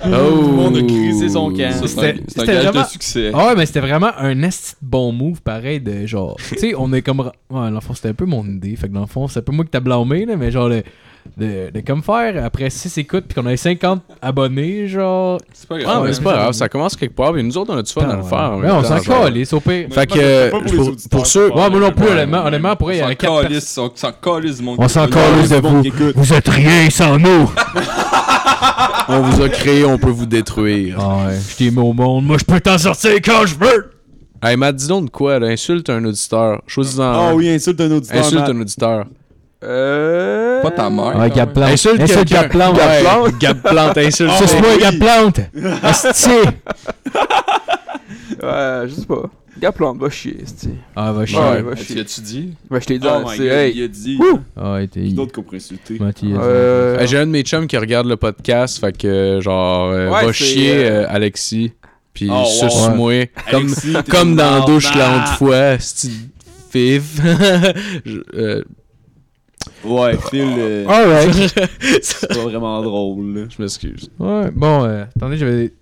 [SPEAKER 5] le monde a crisé son camp.
[SPEAKER 6] Ça, c'est un-
[SPEAKER 3] C'était-
[SPEAKER 6] c'est un
[SPEAKER 3] c'était
[SPEAKER 6] gage
[SPEAKER 3] vraiment-
[SPEAKER 6] de succès.
[SPEAKER 3] Ah ouais, mais c'était vraiment un esti de bon move, pareil, de genre. tu sais, on est comme. Ouais, dans le fond, c'était un peu mon idée. Fait que dans le fond, c'est un peu moi qui t'as blâmé, là, mais genre, de, de, de comme faire après 6 écoutes, puis qu'on a 50 abonnés, genre.
[SPEAKER 6] C'est pas
[SPEAKER 4] Ah,
[SPEAKER 3] Ouais,
[SPEAKER 4] mais c'est
[SPEAKER 3] mais
[SPEAKER 4] pas
[SPEAKER 3] ça-
[SPEAKER 4] grave, ça commence quelque part, mais nous autres, Ah, on a du fun à le faire. en
[SPEAKER 3] Ouais,
[SPEAKER 4] même
[SPEAKER 3] on
[SPEAKER 4] temps,
[SPEAKER 3] s'en
[SPEAKER 4] genre.
[SPEAKER 3] calisse, au pire.
[SPEAKER 4] Fait que,
[SPEAKER 5] euh,
[SPEAKER 4] euh,
[SPEAKER 5] pas pour,
[SPEAKER 4] pour-
[SPEAKER 5] les auditeurs,
[SPEAKER 4] pour ceux-
[SPEAKER 5] ça
[SPEAKER 3] Ouais, moi non plus,
[SPEAKER 5] Ouais,
[SPEAKER 3] honnêtement,
[SPEAKER 5] ouais.
[SPEAKER 3] honnêtement, pour
[SPEAKER 6] On
[SPEAKER 3] il y
[SPEAKER 6] s'en
[SPEAKER 3] a 4 personnes.
[SPEAKER 6] calisse, on s'en calisse, mon
[SPEAKER 3] On s'en
[SPEAKER 6] gars.
[SPEAKER 3] calisse de
[SPEAKER 5] Tout le monde
[SPEAKER 3] vous.
[SPEAKER 5] qui écoute.
[SPEAKER 3] Vous êtes rien sans nous.
[SPEAKER 4] On vous a créé, on peut vous détruire.
[SPEAKER 3] Ah ouais, je t'ai mis au monde. Moi, je peux t'en sortir quand je veux.
[SPEAKER 4] Ah. Hey, Matt, dis donc de quoi, là, insulte un auditeur. Choisis-en.
[SPEAKER 5] Ah
[SPEAKER 4] un.
[SPEAKER 5] oui, insulte un auditeur.
[SPEAKER 4] Insulte
[SPEAKER 5] Matt.
[SPEAKER 4] un auditeur.
[SPEAKER 6] Euh. Pas ta mère.
[SPEAKER 3] Ouais, Gap Plante.
[SPEAKER 4] Insulte
[SPEAKER 3] Insulte
[SPEAKER 4] quelqu'un.
[SPEAKER 3] Gap Plante.
[SPEAKER 4] Ouais,
[SPEAKER 3] Ouais.
[SPEAKER 4] Gab Plante, insulte.
[SPEAKER 5] Ah,
[SPEAKER 3] Ça, c'est
[SPEAKER 5] ouais.
[SPEAKER 3] moi,
[SPEAKER 5] oui.
[SPEAKER 3] Gap Plante. Asti.
[SPEAKER 1] Ouais, je sais pas. Gaplante, va chier, c'ti.
[SPEAKER 3] Ah, va chier.
[SPEAKER 1] Ouais,
[SPEAKER 3] Ouais,
[SPEAKER 1] va
[SPEAKER 6] Tu
[SPEAKER 1] chier.
[SPEAKER 6] l'as-tu dit?
[SPEAKER 1] Ouais, je t'ai dit,
[SPEAKER 5] Oh my
[SPEAKER 1] c'est
[SPEAKER 5] god,
[SPEAKER 1] hey.
[SPEAKER 5] il a dit.
[SPEAKER 1] Wouh!
[SPEAKER 3] Ah, t'es.
[SPEAKER 5] D'autres qu'on pourrait insulter.
[SPEAKER 3] Mathias.
[SPEAKER 1] Euh,
[SPEAKER 4] Hey, J'ai un de mes chums qui regarde le podcast, fait que genre, euh, va
[SPEAKER 1] Ouais, c'est,
[SPEAKER 4] chier
[SPEAKER 1] euh,
[SPEAKER 4] euh, Alexis, puis
[SPEAKER 5] Oh, wow.
[SPEAKER 4] suce-moi. Comme,
[SPEAKER 5] Alexis, t'es
[SPEAKER 4] comme
[SPEAKER 5] une
[SPEAKER 4] dans
[SPEAKER 5] barbe.
[SPEAKER 4] douche la l'autre fois, c'ti fif. Je- euh,
[SPEAKER 5] Ouais, Phil, euh,
[SPEAKER 3] Ah. Alright.
[SPEAKER 5] c'est pas vraiment drôle. là.
[SPEAKER 4] je m'excuse.
[SPEAKER 3] Ouais, bon, euh, attendez, j'avais des-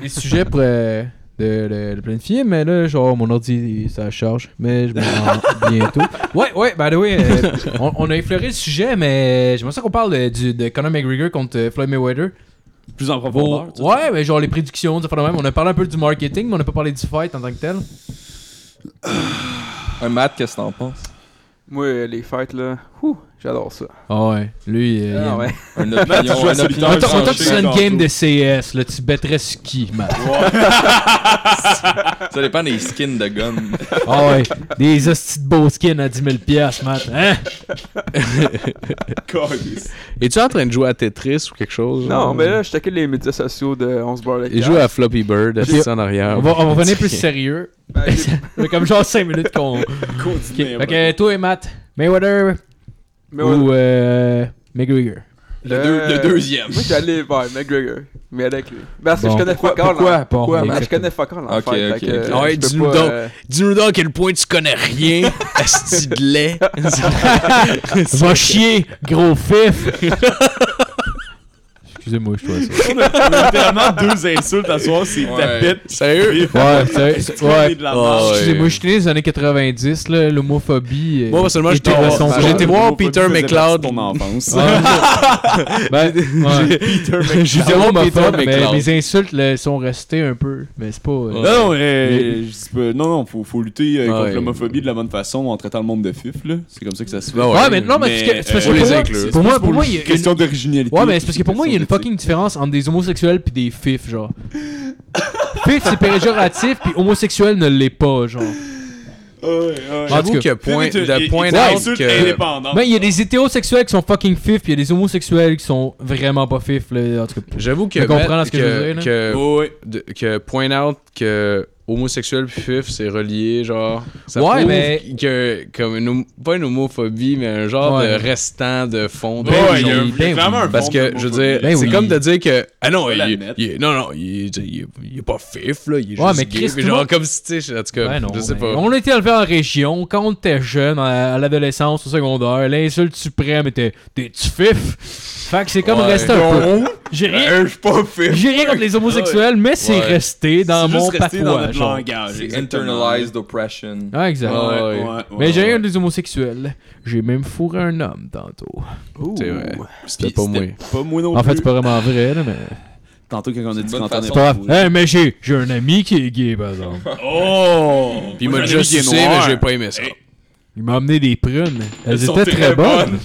[SPEAKER 3] des sujets pour euh, de, de- de planifier, mais là, genre, mon ordi, ça charge, mais je me rends bientôt. Ouais, ouais, by the way, euh, on, on a effleuré le sujet, mais j'aimerais ça qu'on parle de, du, de Conor McGregor contre euh, Floyd Mayweather.
[SPEAKER 5] Plus en
[SPEAKER 3] Vos-
[SPEAKER 5] profondeur. tu sais.
[SPEAKER 3] ouais, mais genre les prédictions, ça fait même. On a parlé un peu du marketing, mais on n'a pas parlé du fight en tant que tel.
[SPEAKER 6] Un Matt, qu'est-ce que t'en penses?
[SPEAKER 1] Moi, les fêtes, là, ouh, j'adore ça.
[SPEAKER 3] Ah ouais, lui. euh, il-
[SPEAKER 1] Ah ouais.
[SPEAKER 6] Un opinion,
[SPEAKER 5] tu joues à
[SPEAKER 6] un
[SPEAKER 5] solitaire,
[SPEAKER 6] opinion.
[SPEAKER 3] Mettons,
[SPEAKER 5] Attends,
[SPEAKER 3] mettons que
[SPEAKER 5] tranché
[SPEAKER 3] tu fais une
[SPEAKER 5] tantôt.
[SPEAKER 3] game de CS, là, tu bêterais sur qui, man?
[SPEAKER 6] Ça dépend des skins de gomme.
[SPEAKER 3] Ah ouais, des hosties de beaux skins à 10 000 piastres, man. Hein?
[SPEAKER 5] Calice.
[SPEAKER 4] Es-tu en train de jouer à Tetris ou quelque chose?
[SPEAKER 1] Non,
[SPEAKER 6] Oh.
[SPEAKER 4] genre?
[SPEAKER 1] mais là, je checkais les médias sociaux de 11 bar
[SPEAKER 4] Il joue à Floppy Bird, assis en arrière.
[SPEAKER 3] On va, on va revenir plus sérieux.
[SPEAKER 1] Ben,
[SPEAKER 3] Mais comme genre 5 minutes qu'on... Ok,
[SPEAKER 5] Continue,
[SPEAKER 3] fait
[SPEAKER 5] ouais.
[SPEAKER 3] que toi et Matt, Mayweather
[SPEAKER 1] Mais ouais,
[SPEAKER 3] ou euh, McGregor?
[SPEAKER 1] euh,
[SPEAKER 6] deux- le deuxième.
[SPEAKER 1] Moi, j'allais vers McGregor, mais avec lui. Ben, Parce que
[SPEAKER 3] Bon.
[SPEAKER 1] je connais fuck all.
[SPEAKER 6] pourquoi?
[SPEAKER 1] hein.
[SPEAKER 3] Bon,
[SPEAKER 6] Pourquoi,
[SPEAKER 1] Mais Je
[SPEAKER 3] exactement.
[SPEAKER 1] connais fuck all. en
[SPEAKER 6] Ok, ok,
[SPEAKER 1] fait,
[SPEAKER 6] Ah
[SPEAKER 1] fait que,
[SPEAKER 6] ok.
[SPEAKER 1] euh,
[SPEAKER 4] Ouais,
[SPEAKER 1] je peux
[SPEAKER 4] dis-nous
[SPEAKER 1] pas,
[SPEAKER 4] donc.
[SPEAKER 1] euh,
[SPEAKER 4] Dis-nous donc à quel point tu connais rien, asti de lait.
[SPEAKER 3] Va chier, gros fif! Excusez-moi, je trouve ça.
[SPEAKER 5] On a on a littéralement deux insultes à soir, c'est
[SPEAKER 6] Ouais.
[SPEAKER 5] tapette.
[SPEAKER 4] Sérieux?
[SPEAKER 3] Ouais, c'est- c'est- ouais.
[SPEAKER 5] de la
[SPEAKER 4] Oh,
[SPEAKER 5] marde.
[SPEAKER 4] ouais.
[SPEAKER 3] Excusez-moi, je suis né dans les années 90, là, l'homophobie. euh,
[SPEAKER 4] Moi, personnellement, j'étais-
[SPEAKER 3] hétérocentrée.
[SPEAKER 6] Son-
[SPEAKER 4] j'ai été voir
[SPEAKER 5] Homophobie
[SPEAKER 4] Peter
[SPEAKER 5] faisait partie
[SPEAKER 4] McLeod.
[SPEAKER 5] de Ton enfance.
[SPEAKER 3] Ah, ben, ouais.
[SPEAKER 5] Peter
[SPEAKER 3] Je suis
[SPEAKER 4] Pardon,
[SPEAKER 3] vraiment
[SPEAKER 4] Peter
[SPEAKER 3] homophobe, mais
[SPEAKER 4] McLeod.
[SPEAKER 3] mes insultes là, sont restées un peu. Mais c'est pas. euh,
[SPEAKER 4] Ouais.
[SPEAKER 5] Non, non, euh, je dis pas- non, non, faut, faut lutter euh,
[SPEAKER 4] Ah
[SPEAKER 5] contre
[SPEAKER 4] ouais.
[SPEAKER 5] l'homophobie de la bonne façon en traitant le monde de fif, là. C'est comme ça que ça se fait.
[SPEAKER 4] Ah
[SPEAKER 3] ouais. mais non, mais, c'est parce que- c'est parce que pour,
[SPEAKER 4] euh, les
[SPEAKER 3] moi-
[SPEAKER 4] inclure.
[SPEAKER 3] pour moi, pour moi, il y a une...
[SPEAKER 5] Question d'originalité.
[SPEAKER 3] Ouais, mais c'est parce que pour moi, il y a une
[SPEAKER 5] Question d'éthique.
[SPEAKER 3] fucking différence entre des homosexuels puis des fifs, genre. Fif, c'est péjoratif, puis homosexuel ne l'est pas, genre.
[SPEAKER 5] Ah Ouais, ouais.
[SPEAKER 3] En tout
[SPEAKER 4] J'avoue
[SPEAKER 3] cas.
[SPEAKER 4] que Ah, point,
[SPEAKER 5] Fif est-
[SPEAKER 4] de
[SPEAKER 5] est-
[SPEAKER 4] point
[SPEAKER 5] est-
[SPEAKER 4] out
[SPEAKER 5] insulte
[SPEAKER 4] que...
[SPEAKER 5] indépendante.
[SPEAKER 3] Ben, il y a des hétérosexuels qui sont fucking fifs, puis il y a des homosexuels qui sont vraiment pas fifs, là. En tout cas,
[SPEAKER 4] J'avoue que...
[SPEAKER 3] Je comprends
[SPEAKER 4] Matt,
[SPEAKER 3] ce que je veux dire, là.
[SPEAKER 4] que-
[SPEAKER 5] Ouais, ouais.
[SPEAKER 4] de- que point out que homosexuel puis fif c'est relié genre ça
[SPEAKER 3] Ouais,
[SPEAKER 4] prouve
[SPEAKER 3] mais-
[SPEAKER 4] que comme une, hom- pas une homophobie mais un genre
[SPEAKER 3] Ouais.
[SPEAKER 4] de restant de fond de
[SPEAKER 5] Ouais,
[SPEAKER 3] Ben
[SPEAKER 5] il y a
[SPEAKER 3] oui,
[SPEAKER 5] il y a
[SPEAKER 3] ben
[SPEAKER 5] clairement
[SPEAKER 3] oui.
[SPEAKER 5] un
[SPEAKER 4] parce
[SPEAKER 5] fond
[SPEAKER 4] que
[SPEAKER 5] de
[SPEAKER 4] je veux dire
[SPEAKER 3] Ben
[SPEAKER 4] c'est
[SPEAKER 3] oui.
[SPEAKER 4] comme de dire que ah non
[SPEAKER 5] Faut
[SPEAKER 4] il,
[SPEAKER 5] l'admettre.
[SPEAKER 4] il est- non non il, est- il est- il est pas fif là il est
[SPEAKER 3] Ouais,
[SPEAKER 4] juste
[SPEAKER 3] mais
[SPEAKER 4] gay,
[SPEAKER 3] Chris,
[SPEAKER 4] mais
[SPEAKER 3] tout le
[SPEAKER 4] genre
[SPEAKER 3] monde-
[SPEAKER 4] comme si tu sais en tout cas
[SPEAKER 3] Ben non,
[SPEAKER 4] je sais
[SPEAKER 3] ben,
[SPEAKER 4] pas
[SPEAKER 3] On a été élevé en région, quand on était jeune, à, à l'adolescence, au secondaire, l'insulte suprême était t'es-tu fif? Fait que c'est comme
[SPEAKER 4] Ouais.
[SPEAKER 3] rester un peu. Ben, J'ai rien
[SPEAKER 5] Euh, Je suis pas fif.
[SPEAKER 3] J'ai rien contre les homosexuels, mais c'est
[SPEAKER 4] Ouais.
[SPEAKER 3] resté dans
[SPEAKER 5] C'est
[SPEAKER 3] mon
[SPEAKER 5] juste resté dans
[SPEAKER 3] patois.
[SPEAKER 5] notre
[SPEAKER 3] genre.
[SPEAKER 5] langage.
[SPEAKER 6] C'est
[SPEAKER 5] Ah, exactement.
[SPEAKER 6] internalized oppression.
[SPEAKER 3] Ah, exact.
[SPEAKER 4] Ouais.
[SPEAKER 5] Ouais, ouais,
[SPEAKER 3] Mais
[SPEAKER 5] ouais,
[SPEAKER 3] j'ai rien
[SPEAKER 5] ouais.
[SPEAKER 3] contre les homosexuels. J'ai même fourré un homme tantôt.
[SPEAKER 4] c'est vrai c'était
[SPEAKER 5] Puis
[SPEAKER 4] pas moi
[SPEAKER 5] Pas moi non
[SPEAKER 3] En fait,
[SPEAKER 5] plus.
[SPEAKER 3] c'est pas vraiment vrai, là, mais.
[SPEAKER 5] Tantôt, quand on a dit
[SPEAKER 6] bonne
[SPEAKER 5] qu'on entendait
[SPEAKER 3] C'est
[SPEAKER 6] façon.
[SPEAKER 3] pas grave.
[SPEAKER 5] pas.
[SPEAKER 3] Hey, mais j'ai, j'ai un ami qui est gay, par exemple.
[SPEAKER 5] Oh!
[SPEAKER 4] puis il
[SPEAKER 5] Moi,
[SPEAKER 4] m'a
[SPEAKER 5] j'ai
[SPEAKER 4] déjà
[SPEAKER 5] un ami qui est
[SPEAKER 4] sucé mais
[SPEAKER 5] noir.
[SPEAKER 4] j'ai pas aimé ça
[SPEAKER 5] Hey.
[SPEAKER 3] Il m'a amené des prunes. Elles,
[SPEAKER 5] Elles sont
[SPEAKER 3] étaient très,
[SPEAKER 5] très
[SPEAKER 3] bonnes.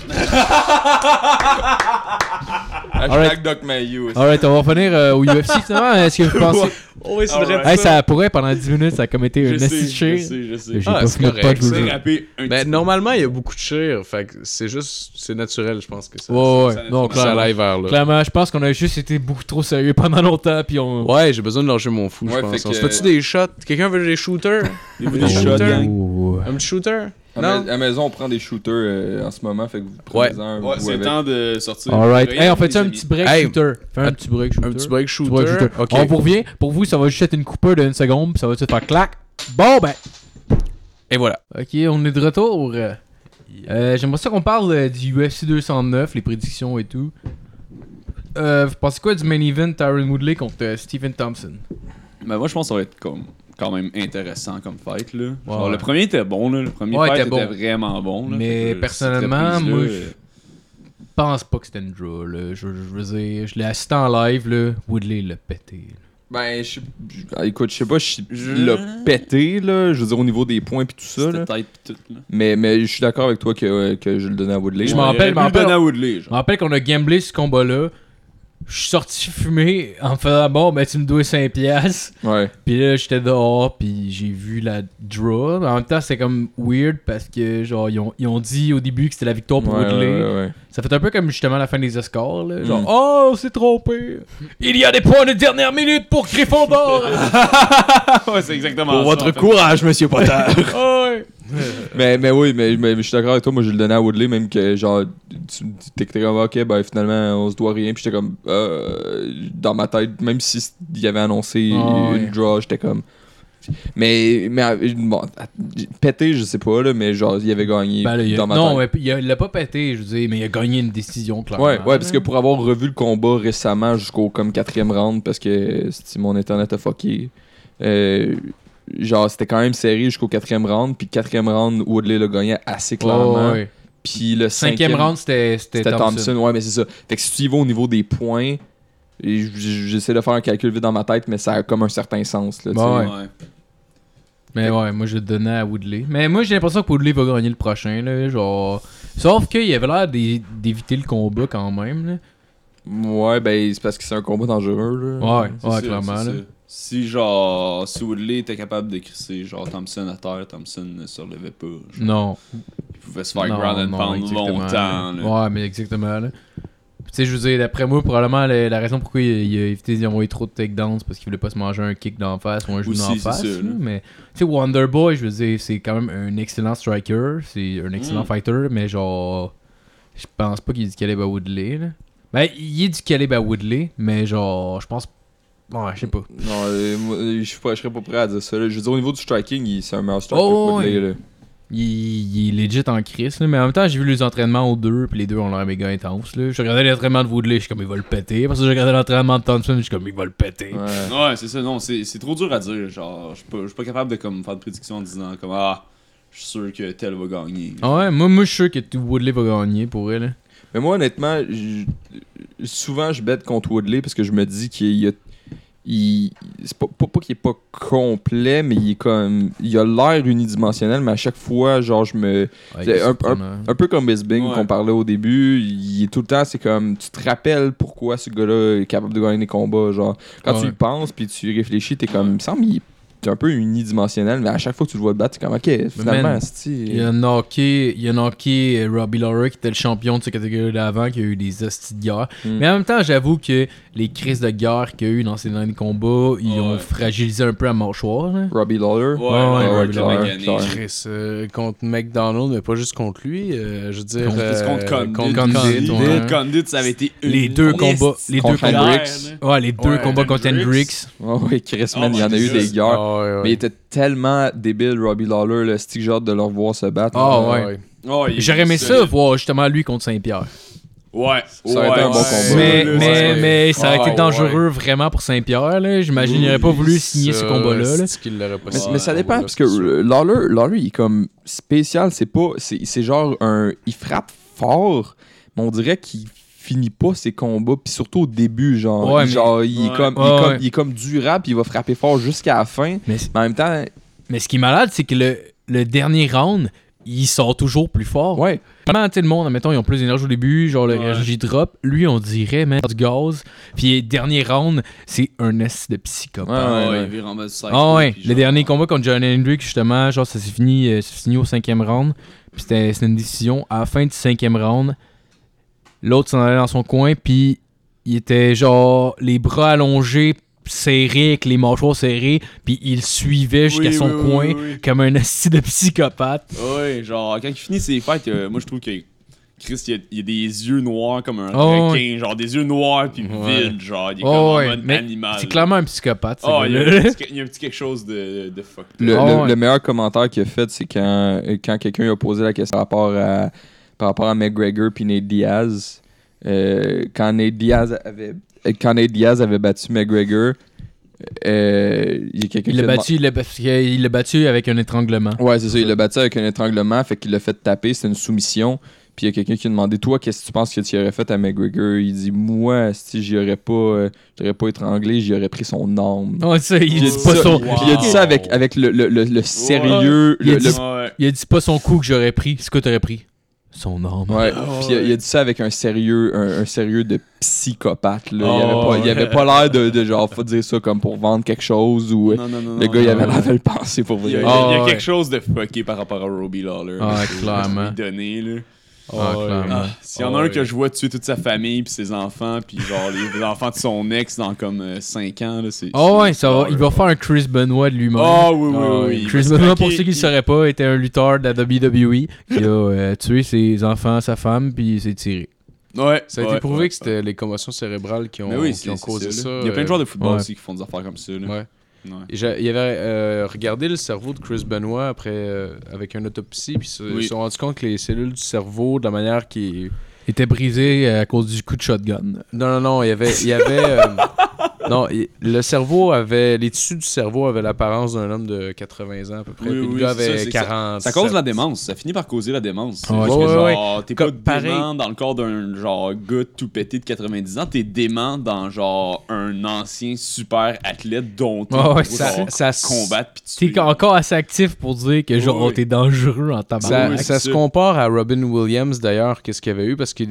[SPEAKER 6] Ah, Hashtag Doc Mayu.
[SPEAKER 3] Alright, on va revenir euh, au UFC finalement. Est-ce que vous pensez.
[SPEAKER 4] oh
[SPEAKER 5] c'est vrai.
[SPEAKER 3] Hey, ça pourrait pendant 10 minutes, ça a comme été
[SPEAKER 5] Je
[SPEAKER 3] un
[SPEAKER 5] sais, je
[SPEAKER 3] assiché.
[SPEAKER 5] sais, je sais.
[SPEAKER 3] J'ai
[SPEAKER 4] Ah,
[SPEAKER 3] pas
[SPEAKER 4] c'est
[SPEAKER 3] fini de
[SPEAKER 4] correct,
[SPEAKER 3] pas de vous
[SPEAKER 5] Tu sais
[SPEAKER 3] dire.
[SPEAKER 5] rapper un
[SPEAKER 4] mais
[SPEAKER 5] petit
[SPEAKER 4] normalement il y a beaucoup de chire fait que c'est juste c'est naturel je pense que ça
[SPEAKER 3] Ouais, ouais.
[SPEAKER 5] ça-
[SPEAKER 3] Non,
[SPEAKER 5] ça-
[SPEAKER 4] ça
[SPEAKER 3] clairement.
[SPEAKER 4] l'aille vers là
[SPEAKER 3] Clairement, je pense qu'on a juste été beaucoup trop sérieux pendant longtemps, puis on.
[SPEAKER 4] Ouais, j'ai besoin de lâcher mon fou,
[SPEAKER 6] Ouais,
[SPEAKER 4] je pense.
[SPEAKER 6] fait
[SPEAKER 4] On se
[SPEAKER 6] que-
[SPEAKER 4] fait-tu des shots? Quelqu'un veut des shooters?
[SPEAKER 5] Il veut
[SPEAKER 4] des
[SPEAKER 5] des
[SPEAKER 4] shooters?
[SPEAKER 5] shots, gang.
[SPEAKER 3] Oh.
[SPEAKER 4] Un petit shooter?
[SPEAKER 6] À,
[SPEAKER 4] Non.
[SPEAKER 6] ma- à la maison, on prend des shooters euh, en ce moment, fait que vous prenez un. vous
[SPEAKER 5] Ouais, ben, c'est
[SPEAKER 6] avec.
[SPEAKER 5] temps de sortir.
[SPEAKER 3] Alright.
[SPEAKER 5] Rien,
[SPEAKER 3] Hey, on
[SPEAKER 5] les
[SPEAKER 3] fait un
[SPEAKER 5] amis.
[SPEAKER 3] petit break
[SPEAKER 4] Hey,
[SPEAKER 3] shooter. Fais un
[SPEAKER 4] un-
[SPEAKER 3] petit break shooter.
[SPEAKER 4] Un petit break
[SPEAKER 3] Petit
[SPEAKER 4] shooter.
[SPEAKER 3] break shooter.
[SPEAKER 4] Ok.
[SPEAKER 3] On vous revient. Pour vous, ça va juste être une coupeur de une seconde, puis ça va juste faire clac. Bon, ben.
[SPEAKER 4] Et voilà.
[SPEAKER 3] Ok, on est de retour. Euh, J'aimerais ça qu'on parle euh, du UFC 209, les prédictions et tout. Euh, vous pensez quoi du main event Tyron Woodley contre euh, Stephen Thompson
[SPEAKER 5] Mais moi, je pense que ça va être comme, quand même intéressant comme fight. Là. Genre,
[SPEAKER 3] Ouais.
[SPEAKER 5] Le premier était bon, là. le premier
[SPEAKER 3] Ouais,
[SPEAKER 5] fight
[SPEAKER 3] était
[SPEAKER 5] était,
[SPEAKER 3] bon.
[SPEAKER 5] vraiment bon. là.
[SPEAKER 3] Mais
[SPEAKER 5] Fait que, euh,
[SPEAKER 3] personnellement,
[SPEAKER 5] cette
[SPEAKER 3] moi,
[SPEAKER 5] reprise-là,
[SPEAKER 3] je-
[SPEAKER 5] euh,
[SPEAKER 3] Je pense pas que c'était une draw, là. Je, je veux dire, je l'ai assisté en live, là. Woodley l'a pété. là.
[SPEAKER 6] Ben, je sais- je- ah, écoute, je sais pas, je il l'a pété, là, je veux dire, au niveau des points pis tout ça, là.
[SPEAKER 5] C'était tight pis tout. Là.
[SPEAKER 6] Mais, mais je suis d'accord avec toi que, euh, que je le donnais à Woodley.
[SPEAKER 3] Je
[SPEAKER 5] On
[SPEAKER 3] m'en
[SPEAKER 5] aurait
[SPEAKER 3] rappelle,
[SPEAKER 5] pu
[SPEAKER 3] m'en
[SPEAKER 5] le donner
[SPEAKER 3] rappelle.
[SPEAKER 5] à Woodley,
[SPEAKER 3] Je
[SPEAKER 5] genre.
[SPEAKER 3] me rappelle qu'on a gamblé ce combat-là. Je suis sorti fumer en me faisant bon, ben tu me dois 5 piastres.
[SPEAKER 6] Ouais.
[SPEAKER 3] Puis là, j'étais dehors, puis j'ai vu la draw. Mais En même temps, c'est comme weird parce que, genre, ils ont, ils ont dit au début que c'était la victoire pour
[SPEAKER 6] Ouais,
[SPEAKER 3] Woodley.
[SPEAKER 6] ouais, ouais, ouais.
[SPEAKER 3] Ça fait un peu comme justement la fin des Oscars, là. Genre,
[SPEAKER 6] Mm.
[SPEAKER 3] oh, on s'est trompé. Il y a des points de dernière minute pour Gryffondor.
[SPEAKER 5] ouais, c'est exactement ça. en fait.
[SPEAKER 4] courage, monsieur Potter.
[SPEAKER 3] Ah ouais.
[SPEAKER 6] Mais, mais oui, mais, mais je suis d'accord avec toi, moi je le donnais à Woodley, même que genre, tu me dis, t'es comme, ok, ben finalement on se doit rien, pis j'étais comme, euh, dans ma tête, même s'il y avait annoncé
[SPEAKER 3] Ah,
[SPEAKER 6] une
[SPEAKER 3] ouais.
[SPEAKER 6] draw, j'étais comme. Mais, mais euh, bon, à- pété, je sais pas, là, mais genre, il avait gagné
[SPEAKER 3] Ben là, il a-
[SPEAKER 6] dans ma
[SPEAKER 3] non,
[SPEAKER 6] tête.
[SPEAKER 3] mais il a- il l'a pas pété, je veux dire, mais il a gagné une décision, clairement.
[SPEAKER 6] Ouais, ouais, parce que pour avoir revu le combat récemment jusqu'au comme quatrième round, parce que euh, si mon internet a fucké, euh, genre c'était quand même serré jusqu'au quatrième round, puis quatrième round, Woodley le gagnait assez clairement.
[SPEAKER 3] Ouais, ouais.
[SPEAKER 6] Puis le
[SPEAKER 3] Cinquième,
[SPEAKER 6] cinquième,
[SPEAKER 3] round, c'était c'était
[SPEAKER 6] c'était
[SPEAKER 3] Thompson.
[SPEAKER 6] Thompson. Ouais, mais c'est ça. Fait que si tu y vas au niveau des points, et j- j- j'essaie de faire un calcul vite dans ma tête, mais ça a comme un certain sens. Là, tu sais.
[SPEAKER 3] Bah ouais.
[SPEAKER 5] Ouais.
[SPEAKER 3] Mais ouais, moi je le donnais à Woodley. Mais moi j'ai l'impression que Woodley va gagner le prochain, là, genre. Sauf qu'il avait l'air d'é- d'éviter le combat quand même, là.
[SPEAKER 6] Ouais, ben c'est parce que c'est un combat dangereux. Là.
[SPEAKER 3] Ouais,
[SPEAKER 5] C'est
[SPEAKER 3] ouais,
[SPEAKER 5] ça,
[SPEAKER 3] clairement,
[SPEAKER 5] c'est
[SPEAKER 3] là.
[SPEAKER 5] ça. Si genre, si Woodley était capable de crisser genre Thompson à terre, Thompson ne se relevait pas. genre.
[SPEAKER 3] Non.
[SPEAKER 5] Il pouvait se faire
[SPEAKER 3] non,
[SPEAKER 5] ground and
[SPEAKER 3] non,
[SPEAKER 5] pound
[SPEAKER 3] exactement,
[SPEAKER 5] longtemps. là.
[SPEAKER 3] là. Ouais, mais exactement, là. Puis, Tu sais, je veux dire, d'après moi, probablement la, la raison pourquoi il, il a évité d'y envoyer trop de takedowns, c'est parce qu'il voulait pas se manger un kick d'en face ou un genou
[SPEAKER 5] Aussi,
[SPEAKER 3] d'en
[SPEAKER 5] c'est
[SPEAKER 3] face.
[SPEAKER 5] ça,
[SPEAKER 3] là.
[SPEAKER 5] là.
[SPEAKER 3] Mais, tu sais, Wonderboy, je veux dire, c'est quand même un excellent striker, c'est un excellent
[SPEAKER 5] Mm.
[SPEAKER 3] fighter, mais genre, je pense pas qu'il est du calibre à Woodley, là. Ben, il est du calibre à Woodley, mais genre, je pense. Ouais, je sais pas.
[SPEAKER 6] Non, euh, moi, euh, je suis pas- je serais pas prêt à dire ça. là. Je veux dire, au niveau du striking, il- c'est un meilleur striker
[SPEAKER 3] Oh,
[SPEAKER 6] que Woodley,
[SPEAKER 3] ouais.
[SPEAKER 6] là.
[SPEAKER 3] Il, il est legit en crise, là, mais en même temps, j'ai vu les entraînements aux deux, puis les deux ont l'air méga intenses. Là. Je regardais l'entraînement de Woodley, je suis comme, il va le péter. Parce que je regardais l'entraînement de Thompson, je suis comme, il va le péter.
[SPEAKER 6] Ouais.
[SPEAKER 5] Ouais, c'est ça, non, c'est c'est trop dur à dire. Genre, je suis pas, je suis pas capable de comme, faire de prédiction en disant comme Ah, je suis sûr que tel va gagner.
[SPEAKER 3] Ah ouais, moi, moi je suis sûr que t- Woodley va gagner pour elle.
[SPEAKER 6] Mais moi, honnêtement, je- souvent je bête contre Woodley parce que je me dis qu'il y a. il- c'est pas, pas, pas qu'il est pas complet, mais il est comme. Il a l'air unidimensionnel, mais à chaque fois, genre, je me. C'est un- Un peu comme Bisbing
[SPEAKER 5] Ouais.
[SPEAKER 6] qu'on parlait au début, il est tout le temps, c'est comme. Tu te rappelles pourquoi ce gars-là est capable de gagner des combats. Genre, quand tu
[SPEAKER 3] Ouais.
[SPEAKER 6] y penses puis tu y réfléchis, t'es comme. Il me semble qu'il est un peu unidimensionnel, mais à chaque fois que tu le vois te battre, t'es comme, ok, finalement,
[SPEAKER 3] man,
[SPEAKER 6] c'est.
[SPEAKER 3] Il a knocké, il a knocké euh, Robbie Lawler qui était le champion de cette catégorie d'avant, qui a eu des hosties de guerre.
[SPEAKER 6] Mm.
[SPEAKER 3] Mais en même temps, j'avoue que les crises de guerre qu'il y a eu dans ces derniers combats, ils
[SPEAKER 5] Ouais.
[SPEAKER 3] ont fragilisé un peu la mâchoire. là.
[SPEAKER 6] Robbie Lawler.
[SPEAKER 5] Ouais,
[SPEAKER 3] ouais,
[SPEAKER 5] ouais,
[SPEAKER 3] ouais,
[SPEAKER 5] il
[SPEAKER 3] clair,
[SPEAKER 5] va gagner.
[SPEAKER 6] clair.
[SPEAKER 4] Chris, euh, contre McDonald, mais pas juste contre lui. euh, je veux dire.
[SPEAKER 3] Contre-
[SPEAKER 4] euh,
[SPEAKER 5] Contre Condit.
[SPEAKER 3] Condit,
[SPEAKER 5] Condit,
[SPEAKER 3] ouais.
[SPEAKER 5] Condit, ça avait été une
[SPEAKER 3] Les deux combats, les deux
[SPEAKER 6] Contre
[SPEAKER 3] combats.
[SPEAKER 6] Hendricks.
[SPEAKER 3] Ouais, les deux
[SPEAKER 4] Ouais,
[SPEAKER 3] combats contre
[SPEAKER 5] Hendricks.
[SPEAKER 3] Hendricks.
[SPEAKER 6] Ouais, ouais, Chris, man,
[SPEAKER 5] Oh
[SPEAKER 6] il y en a
[SPEAKER 5] my
[SPEAKER 6] eu des
[SPEAKER 5] God.
[SPEAKER 6] guerres.
[SPEAKER 4] Ah ouais, ouais.
[SPEAKER 6] Mais il était tellement débile, Robbie Lawler, le stick genre de le revoir se battre.
[SPEAKER 3] Ah
[SPEAKER 6] là.
[SPEAKER 3] ouais. J'aurais aimé ça voir justement lui contre Saint-Pierre.
[SPEAKER 5] Ouais,
[SPEAKER 6] Ça aurait été un bon
[SPEAKER 5] ouais.
[SPEAKER 6] combat.
[SPEAKER 3] Mais,
[SPEAKER 5] Ouais,
[SPEAKER 3] mais,
[SPEAKER 5] ouais.
[SPEAKER 3] mais ça aurait été
[SPEAKER 4] Ah,
[SPEAKER 3] dangereux vraiment pour Saint-Pierre. là. J'imagine qu'il n'aurait pas voulu signer ce combat-là. là.
[SPEAKER 4] C'est qu'il l'aurait pas
[SPEAKER 6] Mais,
[SPEAKER 4] signé.
[SPEAKER 6] mais ça dépend,
[SPEAKER 4] Ouais,
[SPEAKER 6] parce que
[SPEAKER 4] c'est sûr.
[SPEAKER 6] euh, Lawler, Lawler, il est comme spécial, c'est pas. C'est c'est genre un. Il frappe fort, mais on dirait qu'il finit pas ses combats, puis surtout au début, genre.
[SPEAKER 3] Ouais, mais-
[SPEAKER 6] genre il,
[SPEAKER 5] Ouais.
[SPEAKER 6] est comme, il,
[SPEAKER 3] Ouais,
[SPEAKER 6] est comme,
[SPEAKER 3] ouais.
[SPEAKER 6] il est comme durable, puis il va frapper fort jusqu'à la fin.
[SPEAKER 3] Mais,
[SPEAKER 6] Mais en même temps,
[SPEAKER 3] mais ce qui est malade, c'est que le, le dernier round, il sort toujours plus fort.
[SPEAKER 6] ouais.
[SPEAKER 3] Comment, tu sais, le monde, admettons, ils ont plus d'énergie au début, genre le
[SPEAKER 5] Ouais.
[SPEAKER 3] l'énergie drop. Lui, on dirait, man, du gaz. Puis dernier round, c'est un S de
[SPEAKER 6] Ouais,
[SPEAKER 3] psychopathe.
[SPEAKER 5] Ah
[SPEAKER 6] ouais,
[SPEAKER 5] ouais,
[SPEAKER 6] ouais.
[SPEAKER 5] il vire en mode cycle,
[SPEAKER 3] Ah ouais,
[SPEAKER 5] puis
[SPEAKER 3] le
[SPEAKER 5] genre- euh,
[SPEAKER 3] dernier combat contre John Hendrick, justement, genre ça s'est fini, euh, ça s'est fini au cinquième round. Puis c'était c'était une décision. À la fin du cinquième round, l'autre s'en allait dans son coin, puis il était genre les bras allongés, serré, avec les mâchoires serrées, puis il suivait jusqu'à
[SPEAKER 5] Oui,
[SPEAKER 3] son
[SPEAKER 5] oui, oui,
[SPEAKER 3] coin
[SPEAKER 5] oui, oui.
[SPEAKER 3] comme un assis de psychopathe.
[SPEAKER 5] Ouais, genre, quand il finit ses fights, euh, moi je trouve que Chris, il a, il a des yeux noirs comme un
[SPEAKER 3] Oh,
[SPEAKER 5] requin, genre des yeux noirs puis
[SPEAKER 4] Ouais.
[SPEAKER 5] vides, genre, il est
[SPEAKER 3] Oh,
[SPEAKER 5] comme
[SPEAKER 3] ouais,
[SPEAKER 5] en mode
[SPEAKER 3] mais
[SPEAKER 5] animal.
[SPEAKER 3] C'est clairement un psychopathe. ce
[SPEAKER 5] Oh, il y, a
[SPEAKER 3] gars-là.
[SPEAKER 5] un petit- il y a un petit quelque chose de, de fuck.
[SPEAKER 6] Le,
[SPEAKER 3] Ah
[SPEAKER 6] le-
[SPEAKER 3] ouais.
[SPEAKER 6] le meilleur commentaire qu'il a fait, c'est quand, quand quelqu'un a posé la question par rapport à, par rapport à McGregor puis Nate Diaz. Euh, quand, Nate Diaz avait, euh, quand Nate Diaz avait battu McGregor, euh, il y a quelqu'un
[SPEAKER 3] Il
[SPEAKER 6] qui
[SPEAKER 3] l'a
[SPEAKER 6] a
[SPEAKER 3] battu, il l'a parce qu'il l'a battu avec un étranglement.
[SPEAKER 6] demandé- Ouais, c'est ça. Il l'a battu avec un étranglement, fait qu'il l'a fait taper. C'était une soumission. Puis il y a quelqu'un qui a demandé Toi, qu'est-ce que tu penses que tu aurais fait à McGregor Il dit Moi, si j'y aurais pas, euh, je l'aurais pas étranglé, j'y aurais pris son âme.
[SPEAKER 3] Oh, ça, il
[SPEAKER 6] Il a
[SPEAKER 3] dit
[SPEAKER 6] dit
[SPEAKER 3] pas
[SPEAKER 6] ça.
[SPEAKER 3] son.
[SPEAKER 6] Puis il a dit ça avec, avec le, le- le- le sérieux.
[SPEAKER 3] Il a
[SPEAKER 6] le-
[SPEAKER 3] dit
[SPEAKER 6] le-
[SPEAKER 5] Ouais.
[SPEAKER 3] Il a dit pas son coup que j'aurais pris. C'est quoi t'aurais pris? Son arme.
[SPEAKER 6] Ouais, puis il a- il a dit ça avec un sérieux, un, un sérieux de psychopathe. Là. il avait pas, il avait pas l'air de, de genre, faut dire ça comme pour vendre quelque chose ou euh,
[SPEAKER 5] Non, non, non.
[SPEAKER 6] le
[SPEAKER 5] non,
[SPEAKER 6] gars, il
[SPEAKER 5] non,
[SPEAKER 6] avait
[SPEAKER 5] non.
[SPEAKER 6] l'air de le penser pour
[SPEAKER 5] Il y
[SPEAKER 6] vrai.
[SPEAKER 5] a, il y a- il y a
[SPEAKER 3] Ah, ouais.
[SPEAKER 5] quelque chose de fucké par rapport à Robbie Lawler.
[SPEAKER 3] Ah,
[SPEAKER 5] là, c'est-
[SPEAKER 3] clairement.
[SPEAKER 5] c'est Donné, là.
[SPEAKER 3] Ah, clairement.
[SPEAKER 5] Ah, S'il y en a
[SPEAKER 4] Ah,
[SPEAKER 5] un
[SPEAKER 4] ouais.
[SPEAKER 5] que je vois tuer toute sa famille puis ses enfants puis genre les, les enfants de son ex dans comme 5 ans, là, c'est.
[SPEAKER 3] Oh
[SPEAKER 5] c'est-
[SPEAKER 3] ouais, ça va. Il va faire un Chris Benoit de lui-même.
[SPEAKER 5] Ah oui, oui,
[SPEAKER 4] Ah,
[SPEAKER 5] oui. il
[SPEAKER 3] Chris
[SPEAKER 5] va se
[SPEAKER 3] Benoit,
[SPEAKER 5] craquer.
[SPEAKER 3] pour ceux qui ne
[SPEAKER 5] Il-
[SPEAKER 3] sauraient pas, était un lutteur de la WWE qui a euh, tué ses enfants, sa femme, puis il s'est tiré.
[SPEAKER 5] Ouais.
[SPEAKER 4] Ça a été
[SPEAKER 5] ouais,
[SPEAKER 4] prouvé
[SPEAKER 5] ouais.
[SPEAKER 4] que c'était les commotions cérébrales qui ont,
[SPEAKER 5] Mais oui,
[SPEAKER 4] qui
[SPEAKER 5] c'est-
[SPEAKER 4] ont
[SPEAKER 5] c'est
[SPEAKER 4] causé ça. euh,
[SPEAKER 5] là. Il y a plein de joueurs de football
[SPEAKER 3] euh, ouais.
[SPEAKER 5] aussi qui font des affaires comme ça. là.
[SPEAKER 4] Ouais.
[SPEAKER 5] Ouais.
[SPEAKER 4] Et j'a- Il y avait euh, regardé le cerveau de Chris Benoit après, euh, avec une autopsie, puis se-
[SPEAKER 5] Oui.
[SPEAKER 4] ils se sont rendus compte que les cellules du cerveau, de la manière qui.
[SPEAKER 3] Il était brisé euh, à cause du coup de shotgun.
[SPEAKER 4] Non, non, non, il y avait. Il y avait euh, non, il- le cerveau avait. Les tissus du cerveau avaient l'apparence d'un homme de 80 ans à peu près.
[SPEAKER 5] Oui,
[SPEAKER 4] puis
[SPEAKER 5] oui,
[SPEAKER 4] le gars
[SPEAKER 5] c'est ça,
[SPEAKER 4] avait
[SPEAKER 5] c'est que
[SPEAKER 4] 40.
[SPEAKER 5] Ça cause la démence, ça finit par causer la démence.
[SPEAKER 3] Ah,
[SPEAKER 5] Parce
[SPEAKER 4] ouais,
[SPEAKER 5] que
[SPEAKER 4] ouais,
[SPEAKER 5] genre, t'es
[SPEAKER 4] Comme
[SPEAKER 5] pas
[SPEAKER 4] pareil.
[SPEAKER 5] dément dans le corps d'un genre gars tout pété de 90 ans, t'es dément dans genre un ancien super athlète dont t'es
[SPEAKER 3] Ah ouais,
[SPEAKER 5] pour,
[SPEAKER 3] ça-
[SPEAKER 5] genre,
[SPEAKER 4] ça se-
[SPEAKER 5] combattre pis
[SPEAKER 3] T'es
[SPEAKER 5] tuer.
[SPEAKER 3] encore assez actif pour dire que genre,
[SPEAKER 5] Oui, oui.
[SPEAKER 3] t'es dangereux en
[SPEAKER 4] Ça,
[SPEAKER 3] tabarnak.
[SPEAKER 5] oui,
[SPEAKER 4] ça se
[SPEAKER 5] c'est ça.
[SPEAKER 4] compare à Robin Williams d'ailleurs, qu'est-ce qu'il y avait eu, parce que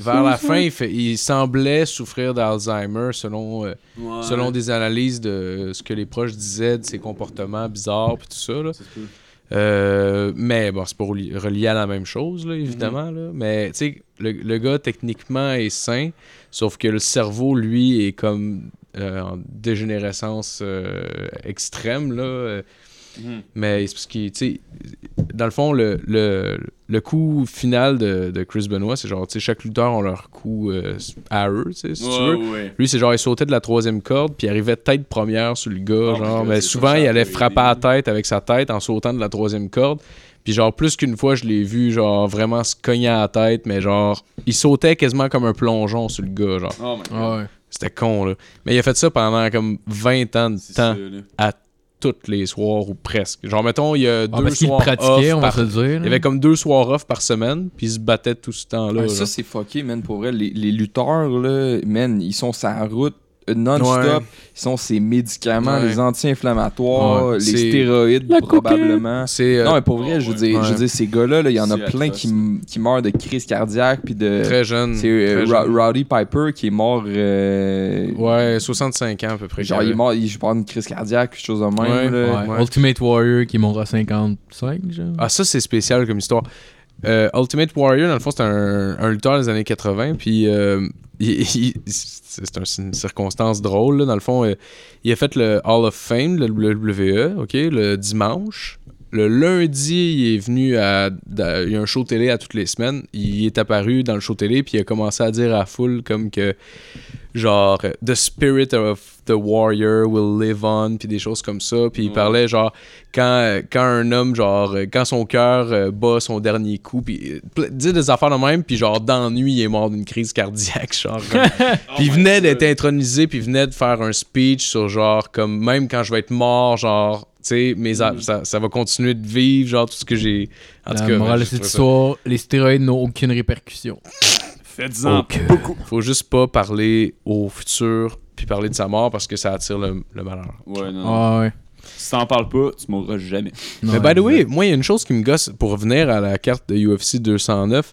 [SPEAKER 4] vers la fin, il, fait- il semblait souffrir d'Alzheimer selon, euh,
[SPEAKER 5] Ouais.
[SPEAKER 4] selon des analyses de euh, ce que les proches disaient de ses comportements bizarres puis tout ça. là.
[SPEAKER 5] Ça se peut.
[SPEAKER 4] Euh, mais bon, c'est pas reli- relié à la même chose, là, évidemment.
[SPEAKER 5] Mm-hmm.
[SPEAKER 4] là. Mais tu sais, le, le gars techniquement est sain, sauf que le cerveau, lui, est comme euh, en dégénérescence euh, extrême. Là, euh,
[SPEAKER 5] Mhm.
[SPEAKER 4] mais c'est parce que, tu sais, dans le fond, le, le, le coup final de, de Chris Benoit, c'est genre, tu sais, chaque lutteur a leur coup euh, à eux, tu sais, si tu veux.
[SPEAKER 5] Ouais, ouais.
[SPEAKER 4] Lui, c'est genre, il sautait de la troisième corde, puis il arrivait tête première sur le gars.
[SPEAKER 5] Ah,
[SPEAKER 4] genre,
[SPEAKER 5] ok,
[SPEAKER 4] mais
[SPEAKER 5] c'est
[SPEAKER 4] souvent,
[SPEAKER 5] ça,
[SPEAKER 4] il
[SPEAKER 5] ça
[SPEAKER 4] allait
[SPEAKER 5] peut
[SPEAKER 4] frapper
[SPEAKER 5] aider.
[SPEAKER 4] à la tête avec sa tête en sautant de la troisième corde. Puis genre, plus qu'une fois, je l'ai vu, genre, vraiment se cogner à la tête, mais genre, il sautait quasiment comme un plongeon sur le gars, genre.
[SPEAKER 5] Oh my god.
[SPEAKER 3] Ah ouais.
[SPEAKER 4] C'était con, là. Mais il a fait ça pendant comme 20 ans de
[SPEAKER 5] C'est ça,
[SPEAKER 4] temps,
[SPEAKER 5] là.
[SPEAKER 4] tous les soirs ou presque. Genre, mettons, il y a
[SPEAKER 3] Ah,
[SPEAKER 4] deux
[SPEAKER 3] parce qu'il le
[SPEAKER 4] soirs
[SPEAKER 3] pratiquait,
[SPEAKER 4] off
[SPEAKER 3] on va
[SPEAKER 4] par-
[SPEAKER 3] se le dire.
[SPEAKER 4] Il y
[SPEAKER 3] là.
[SPEAKER 4] avait comme deux soirs off par semaine, puis il se battait tout ce temps-là.
[SPEAKER 6] Ah,
[SPEAKER 4] genre.
[SPEAKER 6] ça, c'est fucké, man, pour vrai. Les, les lutteurs, là, man, ils sont sa route euh, non-stop.
[SPEAKER 4] Ouais.
[SPEAKER 6] Ils sont ces médicaments,
[SPEAKER 4] Ouais.
[SPEAKER 6] les anti-inflammatoires,
[SPEAKER 4] Ouais,
[SPEAKER 6] les
[SPEAKER 4] c'est-
[SPEAKER 6] stéroïdes, probablement.
[SPEAKER 4] c'est euh,
[SPEAKER 6] Non, mais pour vrai, je veux
[SPEAKER 5] Ouais.
[SPEAKER 6] dire, je veux
[SPEAKER 4] Ouais.
[SPEAKER 6] dire, ces gars-là, là, il y en a
[SPEAKER 5] C'est
[SPEAKER 6] plein
[SPEAKER 5] atroce.
[SPEAKER 6] qui, m- qui meurent de crise cardiaque puis de.
[SPEAKER 4] très jeune.
[SPEAKER 6] C'est euh,
[SPEAKER 4] très
[SPEAKER 6] Ro-
[SPEAKER 4] jeune.
[SPEAKER 6] Rowdy Piper qui est mort. euh,
[SPEAKER 4] Ouais, 65 ans à peu près.
[SPEAKER 6] Genre,
[SPEAKER 4] qu'il
[SPEAKER 6] il est
[SPEAKER 4] avait.
[SPEAKER 6] mort, il, je pense, d'une crise cardiaque, quelque chose de même.
[SPEAKER 4] Ouais,
[SPEAKER 6] là.
[SPEAKER 3] Ouais.
[SPEAKER 4] euh, Ouais.
[SPEAKER 3] Ultimate Warrior qui mourra à 55, genre.
[SPEAKER 4] Ah, ça, c'est spécial comme histoire. Euh, Ultimate Warrior, dans le fond, c'est un, un lutteur des années 80. Puis, euh, il- il- c'est c'est un- c'est une circonstance drôle. là. Dans le fond, euh, il a fait le Hall of Fame, le WWE, OK, le dimanche. Le lundi, il est venu à. d'a- Il y a un show télé à toutes les semaines. Il est apparu dans le show télé, puis il a commencé à dire à la foule comme que. Genre, The spirit of the warrior will live on, puis des choses comme ça. Puis il
[SPEAKER 5] Ouais.
[SPEAKER 4] parlait, genre, quand, euh, quand un homme, genre, euh, quand son cœur euh, bat son dernier coup, puis euh, pl- dit des affaires de même, puis genre, d'ennui, il est mort d'une crise cardiaque, genre. comme-
[SPEAKER 5] Oh
[SPEAKER 4] puis il
[SPEAKER 5] my
[SPEAKER 4] venait
[SPEAKER 5] God.
[SPEAKER 4] d'être intronisé, puis il venait de faire un speech sur genre, comme même quand je vais être mort, genre, tu sais, mes a- ça, ça va continuer de vivre, genre, tout ce que j'ai. En tout
[SPEAKER 3] La
[SPEAKER 4] cas,
[SPEAKER 3] morale de
[SPEAKER 4] je
[SPEAKER 3] cette
[SPEAKER 4] trouve ça-
[SPEAKER 3] histoire, les stéroïdes n'ont aucune répercussion.
[SPEAKER 5] Faites-en
[SPEAKER 3] Ok.
[SPEAKER 5] beaucoup.
[SPEAKER 4] faut juste pas parler au futur, puis parler de sa mort parce que ça attire le, le malheur.
[SPEAKER 5] Ouais, non. non.
[SPEAKER 3] Ah ouais.
[SPEAKER 5] Si t'en parles pas, tu mourras jamais.
[SPEAKER 4] Mais by the way, moi, il y a une chose qui me gosse pour revenir à la carte de UFC 209.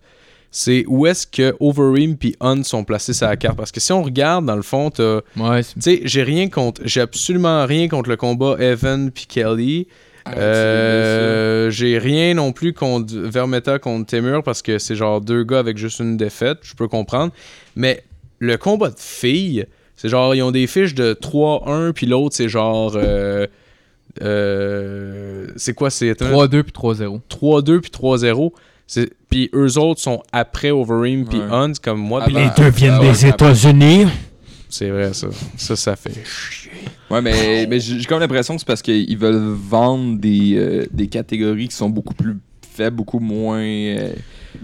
[SPEAKER 4] C'est où est-ce que Overeem puis Hunt sont placés sur la carte? Parce que si on regarde, dans le fond, t'as
[SPEAKER 3] Ouais, c'est-
[SPEAKER 4] Tu sais, j'ai rien contre, j'ai absolument rien contre le combat Evan puis Kelly.
[SPEAKER 6] Arrête,
[SPEAKER 4] Euh, j'ai rien non plus contre Vermeta contre Temur parce que c'est genre deux gars avec juste une défaite, je peux comprendre. Mais le combat de filles, C'est genre, ils ont des fiches de 3-1, puis l'autre, c'est genre. euh, euh, c'est quoi C'est attends,
[SPEAKER 3] 3-2 puis 3-0.
[SPEAKER 4] 3-2 puis 3-0. C'est- Puis eux autres sont après Overeem puis
[SPEAKER 6] Ouais.
[SPEAKER 4] Hunt, comme moi.
[SPEAKER 6] Puis
[SPEAKER 4] puis Ah
[SPEAKER 6] les deux viennent des
[SPEAKER 3] États-Unis.
[SPEAKER 4] C'est vrai, ça. Ça, ça fait chier.
[SPEAKER 6] Ouais, mais, mais j'ai j'ai comme l'impression que c'est parce qu'ils veulent vendre des, euh, des catégories qui sont beaucoup plus faibles, beaucoup moins. euh,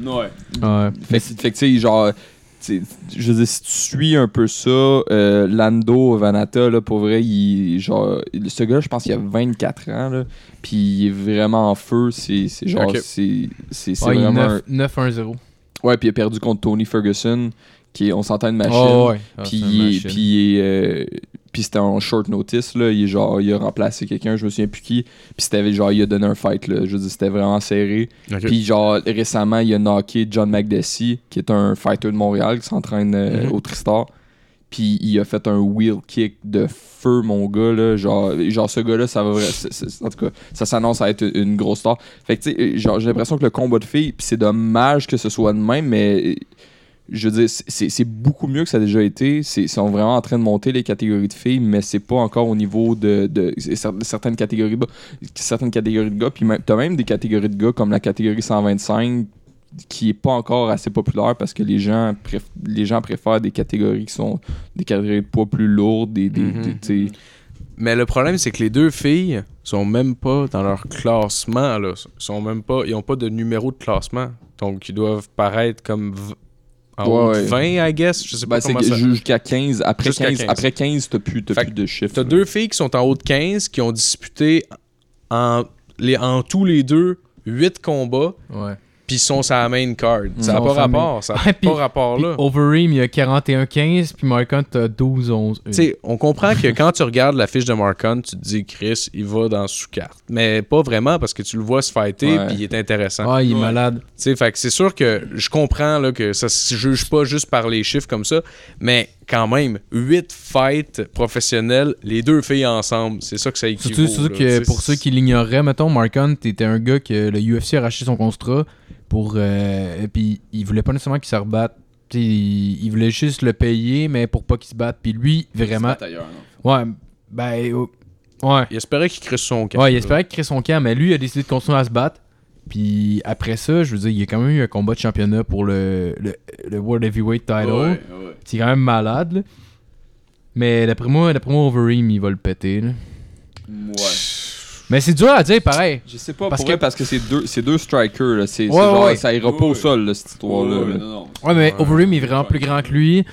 [SPEAKER 5] Ouais.
[SPEAKER 3] Ouais.
[SPEAKER 6] fait, que- fait que, tu sais, genre. tu sais, Je veux dire, si tu suis un peu ça, euh, Lando Vanata, là, pour vrai, il, genre, ce gars, je pense qu'il a 24 ans, là, puis il est vraiment en feu. C'est c'est genre,
[SPEAKER 4] Ok.
[SPEAKER 6] c'est c'est- c'est
[SPEAKER 3] Ouais, il est
[SPEAKER 6] vraiment. un-
[SPEAKER 3] 9 9-1-0.
[SPEAKER 6] Ouais, puis il a perdu contre Tony Ferguson, qui est, on s'entend une machine.
[SPEAKER 3] Oh, ouais. Ah,
[SPEAKER 6] Puis
[SPEAKER 3] c'est
[SPEAKER 6] il
[SPEAKER 3] une
[SPEAKER 6] est-
[SPEAKER 3] machine.
[SPEAKER 6] puis il est, euh, puis c'était en short notice là, il est genre il a remplacé quelqu'un, je me souviens plus qui. Puis c'était genre il a donné un fight là, je veux dire c'était vraiment serré. Puis genre récemment, il a knocké John McDessie qui est un fighter de Montréal qui s'entraîne euh,
[SPEAKER 4] Mhm.
[SPEAKER 6] au Tristar. Puis il a fait un wheel kick de feu mon gars là, genre genre ce gars là ça va vra- c'est- c'est- en tout cas, ça s'annonce à être une, une grosse star. Fait que tu sais euh, genre j'ai l'impression que le combat de filles, puis c'est dommage que ce soit de même mais euh, je veux dire, c'est- c'est c'est beaucoup mieux que ça a déjà été. C'est- Ils sont vraiment en train de monter les catégories de filles, mais c'est pas encore au niveau de, de- c'est cer- certaines catégories de, certaines catégories de gars. Puis même- t'as même des catégories de gars comme la catégorie 125 qui est pas encore assez populaire parce que les gens préf- les gens préfèrent des catégories qui sont des catégories de poids plus lourdes, des, des-
[SPEAKER 4] Mhm.
[SPEAKER 6] des- tu sais.
[SPEAKER 4] Mais le problème, c'est que les deux filles sont même pas dans leur classement. Là. Sont même pas, ils ont pas de numéro de classement. Donc, ils doivent paraître comme v- en haut de
[SPEAKER 6] Ouais,
[SPEAKER 4] 20, I guess. Je sais
[SPEAKER 6] Ben,
[SPEAKER 4] pas
[SPEAKER 6] c'est
[SPEAKER 4] comment
[SPEAKER 6] que
[SPEAKER 4] ça...
[SPEAKER 6] jusqu'à 15, après
[SPEAKER 4] Jusqu'à
[SPEAKER 6] 15,
[SPEAKER 4] 15.
[SPEAKER 6] après 15, t'as plus, t'as
[SPEAKER 4] Fait
[SPEAKER 6] plus de chiffres.
[SPEAKER 4] T'as
[SPEAKER 6] là.
[SPEAKER 4] deux filles qui sont en haut de 15 qui ont disputé en, les, en tous les deux 8 combats
[SPEAKER 3] Ouais.
[SPEAKER 4] puis sont sur la main card. Ça n'a
[SPEAKER 3] Sont
[SPEAKER 4] pas
[SPEAKER 3] sur la
[SPEAKER 4] rapport. Ça n'a
[SPEAKER 3] Ouais, puis-
[SPEAKER 4] pas rapport
[SPEAKER 3] Puis
[SPEAKER 4] là.
[SPEAKER 3] Overeem, il y a 41-15, puis Mark Hunt a 12-11.
[SPEAKER 4] Tu sais, on comprend que quand tu regardes la fiche de Marcon, tu te dis Chris, il va dans sous-carte. Mais pas vraiment parce que tu le vois se fighter
[SPEAKER 6] Ouais.
[SPEAKER 4] puis il est intéressant.
[SPEAKER 3] Ah, il est malade.
[SPEAKER 4] Tu sais, fait que c'est sûr que je comprends là, que ça se juge pas juste par les chiffres comme ça, mais quand même, 8 fights professionnels, les deux filles ensemble, c'est ça que ça équivaut.
[SPEAKER 3] Surtout, surtout
[SPEAKER 4] là, tu
[SPEAKER 3] que
[SPEAKER 4] sais,
[SPEAKER 3] pour ceux qui l'ignoraient, mettons, Mark Hunt était un gars que le UFC a racheté son contrat pour. euh, puis il voulait pas nécessairement qu'il se rebatte. T'sais, il il voulait juste le payer, mais pour pas qu'il se batte. Puis lui, vraiment.
[SPEAKER 5] Ailleurs, non?
[SPEAKER 3] Ouais, ben. euh, ouais.
[SPEAKER 4] Il espérait qu'il crisse son camp.
[SPEAKER 3] Ouais, il espérait créer son camp, mais lui, il a décidé de continuer à se battre. Puis après ça, je veux dire, il y a quand même eu un combat de championnat pour le, le, le World Heavyweight Title.
[SPEAKER 5] Ouais, ouais.
[SPEAKER 3] C'est quand même malade, là. Mais d'après moi, d'après moi, Overeem, il va le péter, là.
[SPEAKER 5] Ouais.
[SPEAKER 3] Mais c'est dur à dire, pareil.
[SPEAKER 6] Je sais pas,
[SPEAKER 3] Parce
[SPEAKER 6] parce
[SPEAKER 3] que-
[SPEAKER 6] que parce que c'est deux c'est deux strikers là, c'est c'est
[SPEAKER 3] Ouais,
[SPEAKER 6] genre
[SPEAKER 3] ouais.
[SPEAKER 6] ça ira pas au
[SPEAKER 5] Ouais.
[SPEAKER 6] sol là, cette histoire là.
[SPEAKER 5] Ouais, ouais, non, non.
[SPEAKER 3] Ouais, mais
[SPEAKER 4] Ouais.
[SPEAKER 3] Overeem est vraiment plus grand que lui.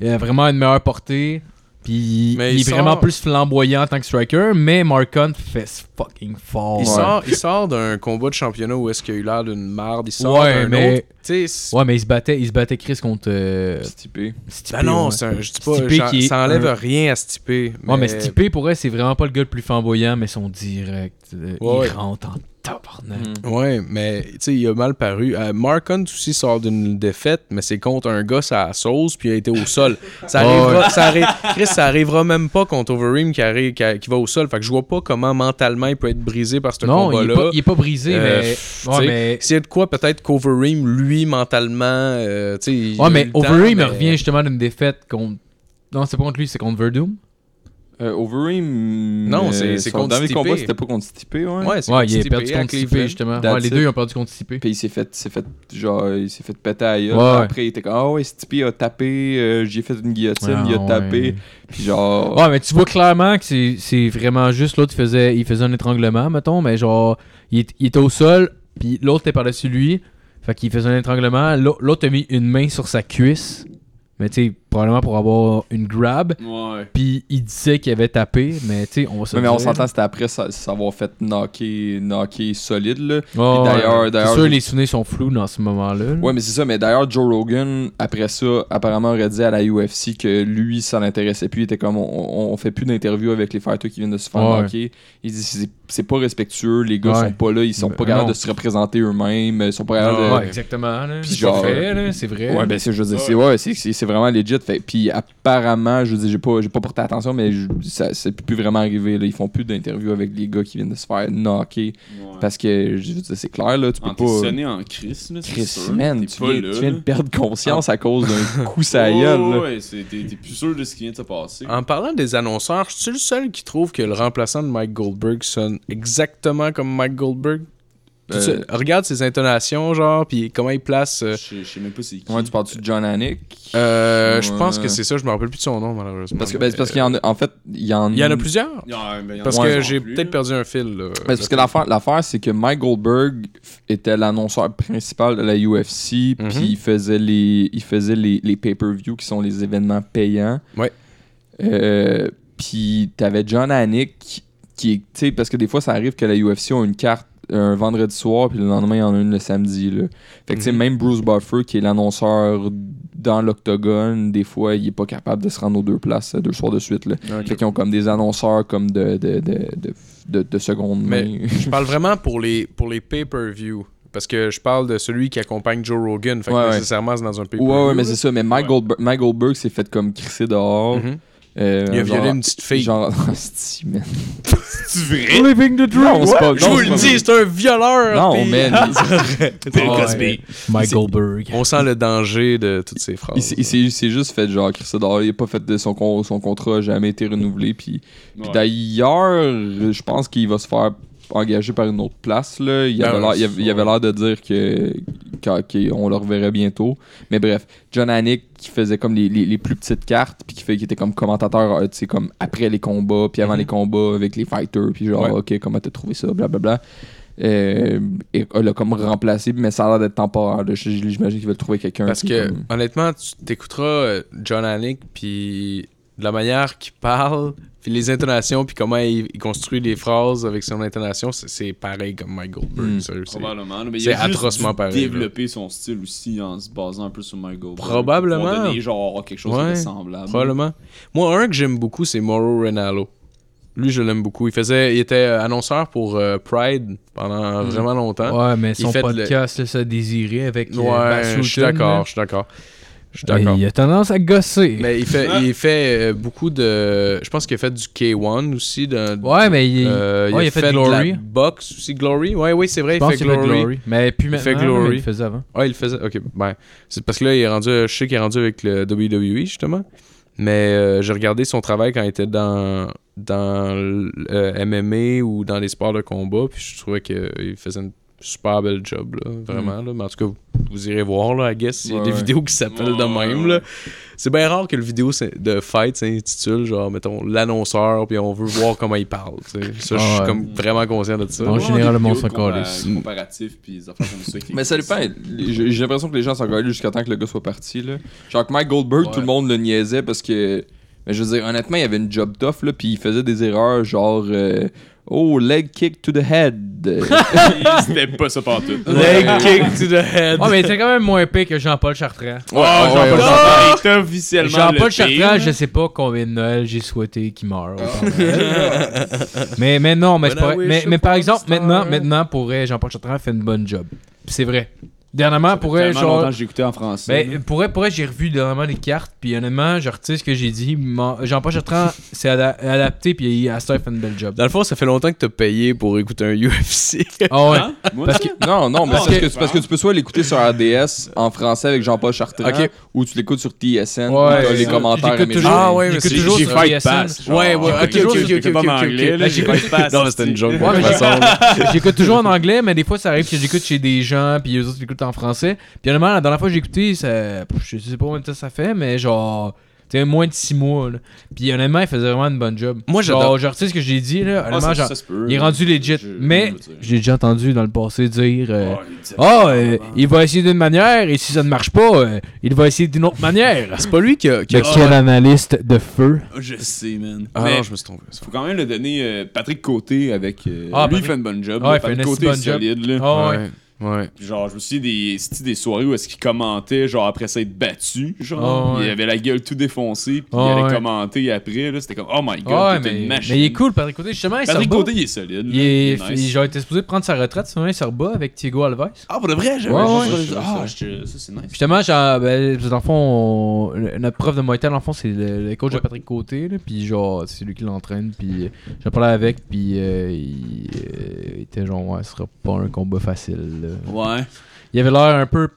[SPEAKER 3] Il a vraiment une meilleure portée. Puis
[SPEAKER 4] Mais
[SPEAKER 3] il,
[SPEAKER 4] il
[SPEAKER 3] est vraiment
[SPEAKER 4] sort-
[SPEAKER 3] plus flamboyant en tant que striker. Mais Marcon fait ce fucking fort.
[SPEAKER 4] Il
[SPEAKER 3] Ouais.
[SPEAKER 4] sort, il sort d'un combat de championnat où est-ce qu'il a eu l'air d'une marde. Il sort
[SPEAKER 3] Ouais,
[SPEAKER 4] d'un
[SPEAKER 3] mais-
[SPEAKER 4] autre. Tu sais, c'est-
[SPEAKER 3] Ouais, mais il se battait, il se battait Chris contre euh, hein.
[SPEAKER 6] Stipé.
[SPEAKER 3] Stipe,
[SPEAKER 4] Ben non,
[SPEAKER 3] ouais.
[SPEAKER 4] c'est un- je dis pas,
[SPEAKER 3] Stipe
[SPEAKER 4] j'en-
[SPEAKER 3] qui est
[SPEAKER 4] ça enlève
[SPEAKER 3] un-
[SPEAKER 4] rien à Stipe. Mais...
[SPEAKER 3] Ouais, mais Stipe, pour elle, c'est vraiment pas le gars le plus flamboyant, mais son direct. euh,
[SPEAKER 4] Ouais, Hmm. ouais.
[SPEAKER 3] Il rentre en tabarnak.
[SPEAKER 4] Ouais, mais tu sais, il a mal paru. Euh, Mark Hunt aussi sort d'une défaite, mais c'est contre un gars à la sauce, puis il a été au sol. Ça
[SPEAKER 3] Oh,
[SPEAKER 4] arrivera, ça arri- Chris, ça arrivera même pas contre Overeem qui, arri- qui, a- qui va au sol. Fait que je vois pas comment mentalement il peut être brisé par ce
[SPEAKER 3] Non, il est,
[SPEAKER 4] combat-là.
[SPEAKER 3] pas, il est pas brisé,
[SPEAKER 4] Euh,
[SPEAKER 3] mais.
[SPEAKER 4] pff, tu
[SPEAKER 3] Ouais,
[SPEAKER 4] sais,
[SPEAKER 3] mais.
[SPEAKER 4] S'il y a de quoi, peut-être qu'Overeem, lui, mentalement, euh, tu sais. il a
[SPEAKER 3] Ouais,
[SPEAKER 4] eu
[SPEAKER 3] mais
[SPEAKER 4] le temps,
[SPEAKER 3] Overeem
[SPEAKER 4] mais-
[SPEAKER 3] revient justement d'une défaite contre. Non, c'est pas contre lui, c'est contre Verdum.
[SPEAKER 6] Euh, Overeem.
[SPEAKER 4] Non,
[SPEAKER 6] euh,
[SPEAKER 4] c'est- c'est
[SPEAKER 6] son
[SPEAKER 4] contre
[SPEAKER 6] dernier
[SPEAKER 4] Stipe.
[SPEAKER 6] combat, c'était pas contre Stipe, ouais.
[SPEAKER 4] Ouais, c'est
[SPEAKER 3] Ouais,
[SPEAKER 4] contre
[SPEAKER 3] il est
[SPEAKER 4] Stipe
[SPEAKER 3] perdu
[SPEAKER 4] à
[SPEAKER 3] contre Stipe,
[SPEAKER 4] Cleveland.
[SPEAKER 3] justement.
[SPEAKER 6] That's
[SPEAKER 3] Ouais, les
[SPEAKER 6] it.
[SPEAKER 3] deux, ils ont perdu contre Stipe.
[SPEAKER 6] Puis il s'est fait, s'est fait, genre, il s'est fait péter à la gueule.
[SPEAKER 3] Ouais.
[SPEAKER 6] Après, il était comme, ah ouais, Stipe a tapé, euh, j'ai fait une guillotine,
[SPEAKER 3] Ah,
[SPEAKER 6] il a
[SPEAKER 3] ouais.
[SPEAKER 6] tapé. Puis genre.
[SPEAKER 3] Ouais, mais tu vois clairement que c'est- c'est vraiment juste l'autre, il faisait, il faisait un étranglement, mettons, mais genre, il, est- il était au sol, puis l'autre était par-dessus lui, fait qu'il faisait un étranglement, l'au- l'autre a mis une main sur sa cuisse, mais tu sais, probablement pour avoir une grab,
[SPEAKER 5] Ouais.
[SPEAKER 3] puis il disait qu'il avait tapé, mais tu sais, on va se
[SPEAKER 6] mais, mais on
[SPEAKER 3] dire-
[SPEAKER 6] s'entend, c'était après sa- s'avoir fait knocker, knocker solide, là.
[SPEAKER 3] Ouais,
[SPEAKER 6] Puis d'ailleurs-
[SPEAKER 3] ouais.
[SPEAKER 6] d'ailleurs,
[SPEAKER 3] C'est sûr,
[SPEAKER 6] je-
[SPEAKER 3] les souvenirs sont flous dans ce moment-là. là.
[SPEAKER 6] Ouais, mais c'est ça. Mais d'ailleurs, Joe Rogan, après ça, apparemment, aurait dit à la UFC que lui, ça l'intéressait plus. Il était comme, on, on- on fait plus d'interviews avec les fighters qui viennent de se faire
[SPEAKER 3] Ouais.
[SPEAKER 6] knocker. Il dit, c'est- c'est pas respectueux. Les gars
[SPEAKER 3] Ouais.
[SPEAKER 6] sont pas là. Ils sont
[SPEAKER 3] Ben,
[SPEAKER 6] pas capables
[SPEAKER 3] non.
[SPEAKER 6] de se représenter eux-mêmes. Ils sont pas capables de.
[SPEAKER 3] Ouais,
[SPEAKER 4] Ouais.
[SPEAKER 3] exactement. là.
[SPEAKER 6] euh, Puis
[SPEAKER 3] C'est pas
[SPEAKER 6] genre- euh,
[SPEAKER 3] vrai, là, c'est vrai.
[SPEAKER 6] Ouais, ben c'est, je veux dire, c'est, ouais, c'est, c'est, c'est vraiment legit. Fait- puis apparemment, je veux dire, j'ai pas, j'ai pas porté attention, mais je- ça, c'est plus vraiment arrivé. Là. Ils font plus d'interviews avec les gars qui viennent de se faire knocker. Parce que, je veux dire, c'est clair, là, tu peux
[SPEAKER 5] En t'es
[SPEAKER 6] pas.
[SPEAKER 5] sonné en Chris, là, c'est
[SPEAKER 6] Chris,
[SPEAKER 5] sûr.
[SPEAKER 6] man,
[SPEAKER 5] T'es
[SPEAKER 6] tu
[SPEAKER 5] pas
[SPEAKER 6] viens,
[SPEAKER 5] là,
[SPEAKER 6] tu viens
[SPEAKER 5] là.
[SPEAKER 6] de perdre conscience à cause d'un coup
[SPEAKER 5] Ouais,
[SPEAKER 6] sa gueule. là.
[SPEAKER 5] ouais, ouais, c'est- t'es t'es plus sûr de ce qui vient de se
[SPEAKER 3] Ah,
[SPEAKER 5] passer.
[SPEAKER 4] En parlant des annonceurs, je suis le seul qui trouve que le remplaçant de Mike Goldberg sonne exactement comme Mike Goldberg. Tout
[SPEAKER 6] Euh,
[SPEAKER 4] seul. regarde ses intonations, genre, puis comment il place. euh,
[SPEAKER 5] Je sais- je sais même pas c'est qui.
[SPEAKER 6] Ouais, tu parles-tu de John Anik
[SPEAKER 4] euh, Je pense
[SPEAKER 6] Ouais.
[SPEAKER 4] que c'est ça, je me rappelle plus de son nom, malheureusement.
[SPEAKER 6] Parce que, ben, c'est parce
[SPEAKER 4] Mais,
[SPEAKER 6] qu'il y en a. En fait, il y en,
[SPEAKER 4] euh, il y en a plusieurs.
[SPEAKER 5] Ouais, ben, y en a
[SPEAKER 4] Parce
[SPEAKER 5] de plus
[SPEAKER 4] que
[SPEAKER 5] en
[SPEAKER 4] j'ai
[SPEAKER 5] plus,
[SPEAKER 4] peut-être
[SPEAKER 5] là.
[SPEAKER 4] perdu un fil. là.
[SPEAKER 6] Ben, c'est parce que l'affaire, l'affaire, c'est que Mike Goldberg f- était l'annonceur principal de la UFC,
[SPEAKER 4] Mhm.
[SPEAKER 6] puis il faisait les, il faisait les, les pay-per-view qui sont les événements payants.
[SPEAKER 4] Ouais.
[SPEAKER 6] Euh, puis t'avais John Anik qui- qui, est- tu sais, parce que des fois ça arrive que la UFC a une carte un vendredi soir, puis le lendemain il y en a une le samedi. Là. Fait que tu sais,
[SPEAKER 4] Mhm.
[SPEAKER 6] même Bruce Buffer qui est l'annonceur dans l'octogone, des fois il est pas capable de se rendre aux deux places euh, deux soirs de suite. Là. Fait qu'ils ont comme des annonceurs comme de, de, de, de, de- de seconde
[SPEAKER 4] Mais-
[SPEAKER 6] main.
[SPEAKER 4] Je parle vraiment pour les, pour les pay-per-view. Parce que je parle de celui qui accompagne Joe Rogan. Fait que
[SPEAKER 6] Ouais, ouais.
[SPEAKER 4] nécessairement, c'est dans un pay-per-view.
[SPEAKER 6] ouais, ouais, mais
[SPEAKER 4] là.
[SPEAKER 6] c'est ça. Mais Mike,
[SPEAKER 5] Ouais.
[SPEAKER 6] Goldberg, Mike Goldberg s'est fait comme crisser dehors.
[SPEAKER 4] Mhm.
[SPEAKER 6] Euh,
[SPEAKER 4] Il a
[SPEAKER 6] genre-
[SPEAKER 4] violé une petite fille.
[SPEAKER 6] Genre, Asti, man.
[SPEAKER 4] C'est vrai?
[SPEAKER 1] Living the
[SPEAKER 6] Non, c'est pas
[SPEAKER 4] Je vous le dis, c'est un violeur!
[SPEAKER 6] Non,
[SPEAKER 4] puis-
[SPEAKER 6] man.
[SPEAKER 4] Bill Cosby.
[SPEAKER 3] Mike
[SPEAKER 4] C'est-
[SPEAKER 3] Goldberg.
[SPEAKER 4] On sent le danger de toutes ces
[SPEAKER 6] Il,
[SPEAKER 4] phrases.
[SPEAKER 6] s'est- il s'est- il s'est juste fait genre crisser dehors. Il a pas fait de son, con- son contrat, a jamais été renouvelé. Puis, puis
[SPEAKER 5] Ouais.
[SPEAKER 6] d'ailleurs, je pense qu'il va se faire engager par une autre place. Là. Il,
[SPEAKER 4] Ben
[SPEAKER 6] avait
[SPEAKER 4] ouais,
[SPEAKER 6] l'air- il avait- il avait l'air de dire que qu'on le reverrait bientôt. Mais bref, John Anik qui faisait comme les, les- les plus petites cartes, puis qui fait qu'il était comme commentateur, euh, tu sais, comme après les combats, puis avant
[SPEAKER 4] Mhm.
[SPEAKER 6] les combats avec les fighters, puis genre,
[SPEAKER 4] Ouais.
[SPEAKER 6] ok, comment t'as trouvé ça, blablabla. Euh, et elle l'a comme remplacé, mais ça a l'air d'être temporaire. là. Je- J'imagine qu'ils veulent trouver quelqu'un.
[SPEAKER 4] Parce
[SPEAKER 6] qui
[SPEAKER 4] que,
[SPEAKER 6] comme-
[SPEAKER 4] honnêtement, tu t'écouteras euh, John Anik, puis de la manière qu'il parle, puis les intonations, puis comment il, il construit les phrases avec son intonation, c'est- c'est pareil comme Mike Goldberg.
[SPEAKER 3] Hmm.
[SPEAKER 6] Mm.
[SPEAKER 4] sérieux, c'est-
[SPEAKER 5] Probablement. là, mais
[SPEAKER 4] c'est
[SPEAKER 5] il a juste
[SPEAKER 4] atrocement
[SPEAKER 5] dû
[SPEAKER 4] pareil, là.
[SPEAKER 5] développer son style aussi en se basant un peu sur Mike Goldberg.
[SPEAKER 4] Probablement.
[SPEAKER 5] Pour pouvoir donner genre quelque chose
[SPEAKER 4] Ouais.
[SPEAKER 5] de semblable.
[SPEAKER 4] Probablement. Moi, un que j'aime beaucoup, c'est Mauro Renalo. Lui, je l'aime beaucoup. Il faisait, il était euh, annonceur pour euh, Pride pendant vraiment
[SPEAKER 6] Hein?
[SPEAKER 4] longtemps.
[SPEAKER 3] Hmm. Ouais, mais
[SPEAKER 4] Il
[SPEAKER 3] son
[SPEAKER 4] fait le-
[SPEAKER 3] podcast, là, ça désirait avec. euh,
[SPEAKER 4] Ouais,
[SPEAKER 3] Bass
[SPEAKER 4] je
[SPEAKER 3] Rutten,
[SPEAKER 4] suis
[SPEAKER 3] là.
[SPEAKER 4] d'accord, je suis d'accord. Je suis
[SPEAKER 3] Et
[SPEAKER 4] d'accord.
[SPEAKER 3] Il a tendance à gosser.
[SPEAKER 4] Mais il fait, il fait euh, beaucoup de. Je pense qu'il a fait du K1 aussi. dans-
[SPEAKER 3] Ouais, mais il,
[SPEAKER 4] Euh,
[SPEAKER 3] ouais,
[SPEAKER 4] il, a fait,
[SPEAKER 3] de
[SPEAKER 4] Glory.
[SPEAKER 3] la-
[SPEAKER 4] box aussi, Glory. Ouais, oui, c'est vrai,
[SPEAKER 3] je
[SPEAKER 4] il
[SPEAKER 3] pense
[SPEAKER 4] fait
[SPEAKER 3] qu'il fait
[SPEAKER 4] Glory.
[SPEAKER 3] Glory. Mais puis
[SPEAKER 4] fait
[SPEAKER 3] maintenant,
[SPEAKER 4] Glory.
[SPEAKER 3] mais il le faisait avant.
[SPEAKER 4] Ouais, il faisait. Ok, ben. C'est parce que là, il est rendu. Je sais qu'il est rendu avec le WWE, justement. Mais euh, j'ai regardé son travail quand il était dans, dans le euh, MMA ou dans les sports de combat. Puis je trouvais qu'il faisait une super belle job, là, vraiment. Là. Mais en tout cas, vous irez voir, là, I guess. Il y a
[SPEAKER 6] Ouais,
[SPEAKER 4] des
[SPEAKER 6] ouais.
[SPEAKER 4] vidéos qui s'appellent de
[SPEAKER 5] Ouais, ouais,
[SPEAKER 4] même,
[SPEAKER 5] ouais.
[SPEAKER 4] là. C'est bien rare que le vidéo s'in- de fight s'intitule, genre, mettons, l'annonceur, puis on veut voir comment il parle. tu sais. Ça, je
[SPEAKER 3] Ah
[SPEAKER 4] suis
[SPEAKER 3] ouais.
[SPEAKER 4] comme vraiment conscient de ça.
[SPEAKER 3] En
[SPEAKER 5] Ouais,
[SPEAKER 3] général,
[SPEAKER 5] des
[SPEAKER 3] le monde
[SPEAKER 5] vidéos
[SPEAKER 3] s'en
[SPEAKER 5] compa-
[SPEAKER 3] calisse.
[SPEAKER 5] Comparatifs, puis des affaires comme ça. qui
[SPEAKER 6] Mais ça
[SPEAKER 5] existent.
[SPEAKER 6] dépend. Les- J'ai j'ai l'impression que les gens s'en gueulaient jusqu'à temps que le gars soit parti. Là. Genre que Mike Goldberg,
[SPEAKER 4] Ouais.
[SPEAKER 6] tout le monde le niaisait parce que. Mais je veux dire, honnêtement, il avait une job tough, là, puis il faisait des erreurs genre. euh, oh, leg kick to the head.
[SPEAKER 5] C'était pas ça partout.
[SPEAKER 4] Leg kick to the
[SPEAKER 3] Ouais,
[SPEAKER 4] head.
[SPEAKER 3] Ah, mais c'est quand même moins pire que Jean-Paul Chartrand.
[SPEAKER 6] Oh, ouais, ouais.
[SPEAKER 5] Jean-Paul est officiellement.
[SPEAKER 3] Jean-Paul
[SPEAKER 5] le
[SPEAKER 3] Chartrand,
[SPEAKER 5] pire.
[SPEAKER 3] je sais pas combien de Noël j'ai souhaité qu'il meure. autant. mais, mais non, mais c'est
[SPEAKER 4] When
[SPEAKER 3] pas
[SPEAKER 4] I
[SPEAKER 3] vrai.
[SPEAKER 4] wish
[SPEAKER 3] Mais, mais par
[SPEAKER 4] upon a
[SPEAKER 3] exemple,
[SPEAKER 4] star.
[SPEAKER 3] maintenant, maintenant, pour vrai, Jean-Paul Chartrand fait une bonne job. C'est vrai. Dernièrement, pour vrai,
[SPEAKER 5] Tellement
[SPEAKER 3] genre.
[SPEAKER 5] longtemps que j'ai écouté en français.
[SPEAKER 3] Ben, pour vrai, pour vrai, j'ai revu dernièrement les cartes, puis honnêtement, je retire ce que j'ai dit. Mon- Jean-Paul Chartrand s'est ada- adapté, puis il a fait une belle job.
[SPEAKER 4] Dans le fond, ça fait longtemps que t'as payé pour écouter un UFC.
[SPEAKER 3] Ah ouais.
[SPEAKER 5] Hein? Moi,
[SPEAKER 3] Parce
[SPEAKER 5] ça?
[SPEAKER 6] Non, non, mais c'est
[SPEAKER 5] Ah,
[SPEAKER 6] parce,
[SPEAKER 5] ok.
[SPEAKER 6] que, c'est parce que tu peux soit l'écouter sur RDS en français avec Jean-Paul Chartrand
[SPEAKER 4] Ok.
[SPEAKER 6] ou tu l'écoutes sur TSN où
[SPEAKER 3] Ouais,
[SPEAKER 6] t'as
[SPEAKER 3] c'est
[SPEAKER 6] les
[SPEAKER 3] ça.
[SPEAKER 6] commentaires
[SPEAKER 3] J'écoute
[SPEAKER 6] américains.
[SPEAKER 3] toujours-
[SPEAKER 4] Ah ouais, mais
[SPEAKER 3] j'écoute
[SPEAKER 4] c'est-
[SPEAKER 3] toujours
[SPEAKER 4] j'ai
[SPEAKER 3] sur
[SPEAKER 5] fight
[SPEAKER 3] TSN.
[SPEAKER 5] pass, genre.
[SPEAKER 4] Ouais, ouais, ok,
[SPEAKER 5] J'ai
[SPEAKER 4] ok,
[SPEAKER 5] toujours
[SPEAKER 4] ok,
[SPEAKER 5] ce que
[SPEAKER 4] ok,
[SPEAKER 5] t'as pas
[SPEAKER 4] ok,
[SPEAKER 5] en
[SPEAKER 4] ok.
[SPEAKER 5] anglais, là,
[SPEAKER 3] Là,
[SPEAKER 5] j'ai
[SPEAKER 3] j'écoute-
[SPEAKER 5] fight pass,
[SPEAKER 4] non, mais c'était une
[SPEAKER 5] c'est-
[SPEAKER 4] joke. de
[SPEAKER 3] Ouais,
[SPEAKER 4] toute
[SPEAKER 3] mais-
[SPEAKER 4] façon, là.
[SPEAKER 3] J'écoute toujours en anglais, mais des fois ça arrive que j'écoute chez des gens, puis eux autres l'écoutent en français. Puis honnêtement, la dernière fois que j'ai écouté, ça, je sais pas combien de temps ça fait, mais genre, tu sais, moins de 6 mois. là. Puis honnêtement, il faisait vraiment une bonne job.
[SPEAKER 4] Moi, j'adore.
[SPEAKER 3] Genre, je retire ce que j'ai dit, là.
[SPEAKER 5] Ah,
[SPEAKER 3] Honnêtement,
[SPEAKER 5] ça-
[SPEAKER 3] genre,
[SPEAKER 5] ça se peut.
[SPEAKER 3] il est rendu legit.
[SPEAKER 5] Je-
[SPEAKER 3] mais
[SPEAKER 5] je veux dire.
[SPEAKER 3] j'ai déjà entendu dans le passé dire. euh,
[SPEAKER 5] Oh, il disait-
[SPEAKER 3] Ah, euh, il va essayer d'une manière et si ça ne marche pas, euh, il va essayer d'une autre manière.
[SPEAKER 4] C'est pas lui qui a. qui a-
[SPEAKER 5] Ah,
[SPEAKER 3] Le quel analyste de feu.
[SPEAKER 5] Je sais, man.
[SPEAKER 4] Ah
[SPEAKER 5] Mais
[SPEAKER 4] non, je me suis trompé. ça.
[SPEAKER 5] faut quand même le donner euh, Patrick Côté avec euh,
[SPEAKER 3] Ah,
[SPEAKER 5] lui il
[SPEAKER 3] Patrick-
[SPEAKER 5] fait une bonne job
[SPEAKER 3] Ah,
[SPEAKER 5] là.
[SPEAKER 3] il fait
[SPEAKER 5] Patrick
[SPEAKER 3] une
[SPEAKER 5] Côté
[SPEAKER 3] bonne
[SPEAKER 5] est solide là.
[SPEAKER 3] Ah ouais.
[SPEAKER 4] Ouais. Ouais.
[SPEAKER 5] Puis genre, je me suis des, c'était des soirées où est-ce qu'il commentait, genre après s'être battu, genre,
[SPEAKER 3] Ah ouais.
[SPEAKER 5] il avait la gueule tout défoncée, puis
[SPEAKER 3] Ah
[SPEAKER 5] il allait
[SPEAKER 3] ouais.
[SPEAKER 5] commenter après, là, c'était comme, oh my god,
[SPEAKER 3] Ah, Ouais,
[SPEAKER 5] t'es
[SPEAKER 3] mais,
[SPEAKER 5] une machine.
[SPEAKER 3] mais il est cool, Patrick Côté. Justement, il
[SPEAKER 5] Patrick
[SPEAKER 3] s'en bat.
[SPEAKER 5] Côté, il est solide.
[SPEAKER 3] Il
[SPEAKER 5] là,
[SPEAKER 3] est,
[SPEAKER 5] nice.
[SPEAKER 3] il- genre, il était supposé prendre sa retraite, sinon il se rebat avec Thiago Alves.
[SPEAKER 5] Ah, pour de vrai, j'avais
[SPEAKER 3] Ouais,
[SPEAKER 5] j'avais-
[SPEAKER 3] ouais,
[SPEAKER 5] j'avais-
[SPEAKER 3] je-
[SPEAKER 5] Ah,
[SPEAKER 3] ça.
[SPEAKER 5] je- ça, c'est nice.
[SPEAKER 3] Justement, genre, ben, dans le fond, on- le- notre prof de Muay Thai, dans le fond, c'est le, le coach de
[SPEAKER 4] Ouais.
[SPEAKER 3] Patrick Côté, là, puis genre, c'est lui qui l'entraîne, puis euh, j'en parlais avec, puis euh, il, euh, il était genre, ouais, ce sera pas un combat facile. là.
[SPEAKER 5] Ouais.
[SPEAKER 3] Il avait l'air un peu,
[SPEAKER 4] Bah,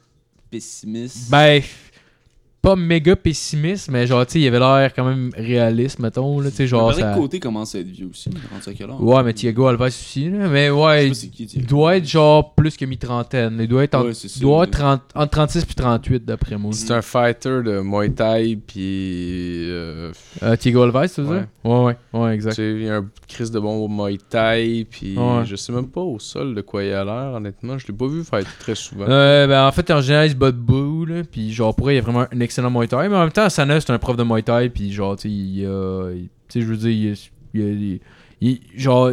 [SPEAKER 5] Pessimiste.
[SPEAKER 3] ben, pas méga pessimiste, mais genre, tu sais, il avait l'air quand même réaliste, mettons, là, tu sais, genre,
[SPEAKER 5] Patrick
[SPEAKER 3] ça-
[SPEAKER 5] Côté commence à être vieux aussi, il est rendu à quel âge?
[SPEAKER 3] Ouais, mais Thiago Alves aussi, là, mais ouais,
[SPEAKER 5] Je sais
[SPEAKER 3] il-
[SPEAKER 5] pas c'est qui,
[SPEAKER 3] Il
[SPEAKER 5] Thiago.
[SPEAKER 3] doit être genre plus que mi-trentaine. Il doit être, en-
[SPEAKER 5] Ouais, c'est ça,
[SPEAKER 3] il doit être
[SPEAKER 5] ouais.
[SPEAKER 3] 30 entre 36 puis 38 d'après moi.
[SPEAKER 4] C'est un fighter de Muay Thai, puis. euh,
[SPEAKER 3] Euh, Thiago Alves, c'est ça?
[SPEAKER 4] Ouais.
[SPEAKER 3] Ouais, ouais, ouais,
[SPEAKER 4] tu
[SPEAKER 3] exact.
[SPEAKER 4] sais, il y a un Chris de bon Muay Thai, puis
[SPEAKER 3] Ouais.
[SPEAKER 4] je sais même pas au sol de quoi il a l'air, honnêtement. Je l'ai pas vu fighter très souvent.
[SPEAKER 3] Euh, ben, en fait, en général, il se bat debout, là, puis genre, pour vrai, il est vraiment un excellent Muay Thai. Mais en même temps, Sana, c'est un prof de Muay Thai, puis genre, tu sais, il, euh, il- tu sais, je veux dire, il, est- il est- il est- il- genre,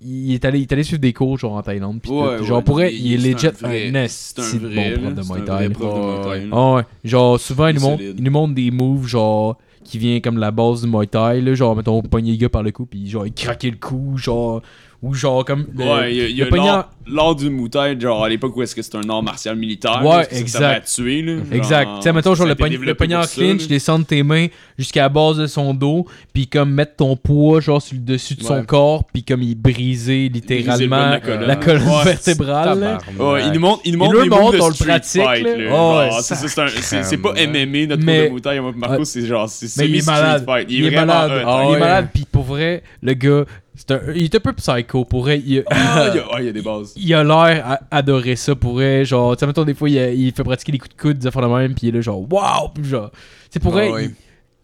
[SPEAKER 3] il est allé, il est allé suivre des cours, genre, en Thaïlande, puis
[SPEAKER 5] Ouais,
[SPEAKER 3] tout. Genre,
[SPEAKER 5] ouais,
[SPEAKER 3] pour vrai, il,
[SPEAKER 5] c'est
[SPEAKER 3] est legit
[SPEAKER 5] un vrai-
[SPEAKER 3] un esti
[SPEAKER 5] C'est un
[SPEAKER 3] de
[SPEAKER 5] vrai,
[SPEAKER 3] bon
[SPEAKER 5] là,
[SPEAKER 3] prof de
[SPEAKER 5] c'est
[SPEAKER 3] Muay
[SPEAKER 5] un
[SPEAKER 3] Thai.
[SPEAKER 5] vrai
[SPEAKER 3] là.
[SPEAKER 5] prof de Muay Thai, là.
[SPEAKER 3] Ah ouais. Genre, souvent, il
[SPEAKER 5] Il
[SPEAKER 3] nous,
[SPEAKER 5] est
[SPEAKER 3] montre,
[SPEAKER 5] solide.
[SPEAKER 3] il nous montre des moves, genre, qui vient comme la base du Muay Thai, là, genre, mettons, pogner le gars par le cou, puis genre, il craquait le cou, genre, ou genre, comme. le-
[SPEAKER 5] Ouais, il y a, il y a
[SPEAKER 3] le poignard-
[SPEAKER 5] l'art- l'art du moutail, genre à l'époque où est-ce que c'est un art martial militaire.
[SPEAKER 3] Ouais,
[SPEAKER 5] là, parce que
[SPEAKER 3] exact. Mhm.
[SPEAKER 5] Ça va tuer, là. Genre,
[SPEAKER 3] Exact. Tu sais, mettons,
[SPEAKER 5] ça
[SPEAKER 3] genre,
[SPEAKER 5] a
[SPEAKER 3] le,
[SPEAKER 5] été
[SPEAKER 3] pogn- le
[SPEAKER 5] développé
[SPEAKER 3] poignard
[SPEAKER 5] pour ça,
[SPEAKER 3] clinch,
[SPEAKER 5] là.
[SPEAKER 3] descendre tes mains jusqu'à la base de son dos, puis comme mettre ton poids, genre, sur le dessus de son
[SPEAKER 4] Ouais.
[SPEAKER 3] corps, puis comme il brisait
[SPEAKER 5] brisait le bas
[SPEAKER 3] littéralement
[SPEAKER 5] de
[SPEAKER 3] la
[SPEAKER 5] la
[SPEAKER 3] colonne,
[SPEAKER 5] colonne. Ouais,
[SPEAKER 3] vertébrale. là.
[SPEAKER 5] Ouais, il nous montre, il nous
[SPEAKER 3] Il
[SPEAKER 5] montre
[SPEAKER 3] nous
[SPEAKER 5] des
[SPEAKER 3] montre,
[SPEAKER 5] moves de
[SPEAKER 3] on le
[SPEAKER 5] street
[SPEAKER 3] pratique,
[SPEAKER 5] fight,
[SPEAKER 3] là.
[SPEAKER 5] là.
[SPEAKER 3] Oh,
[SPEAKER 5] Genre, c'est ça, c'est un- c'est- c'est pas
[SPEAKER 4] sacrément.
[SPEAKER 5] MMA, notre
[SPEAKER 3] Mais-
[SPEAKER 5] cours de moutail. Moi, Marco, c'est genre, c'est
[SPEAKER 3] Mais il est
[SPEAKER 5] semi-street
[SPEAKER 3] malade.
[SPEAKER 5] fight.
[SPEAKER 3] Il est
[SPEAKER 5] vraiment
[SPEAKER 3] malade.
[SPEAKER 5] hot,
[SPEAKER 3] Ah,
[SPEAKER 5] hein.
[SPEAKER 3] Il est malade, puis pour vrai, le gars, c'est un- il est un peu psycho. Pour vrai, il,
[SPEAKER 5] Ah, il y a- ah, il y a des bases.
[SPEAKER 3] il a l'air à adorer ça pour vrai. Genre, tu sais, mettons, des fois, il, il fait pratiquer les coups de coude, des affaires de même, puis il est là, genre, waouh! Puis genre, tu sais, pour
[SPEAKER 4] Ah
[SPEAKER 3] vrai,
[SPEAKER 4] ouais.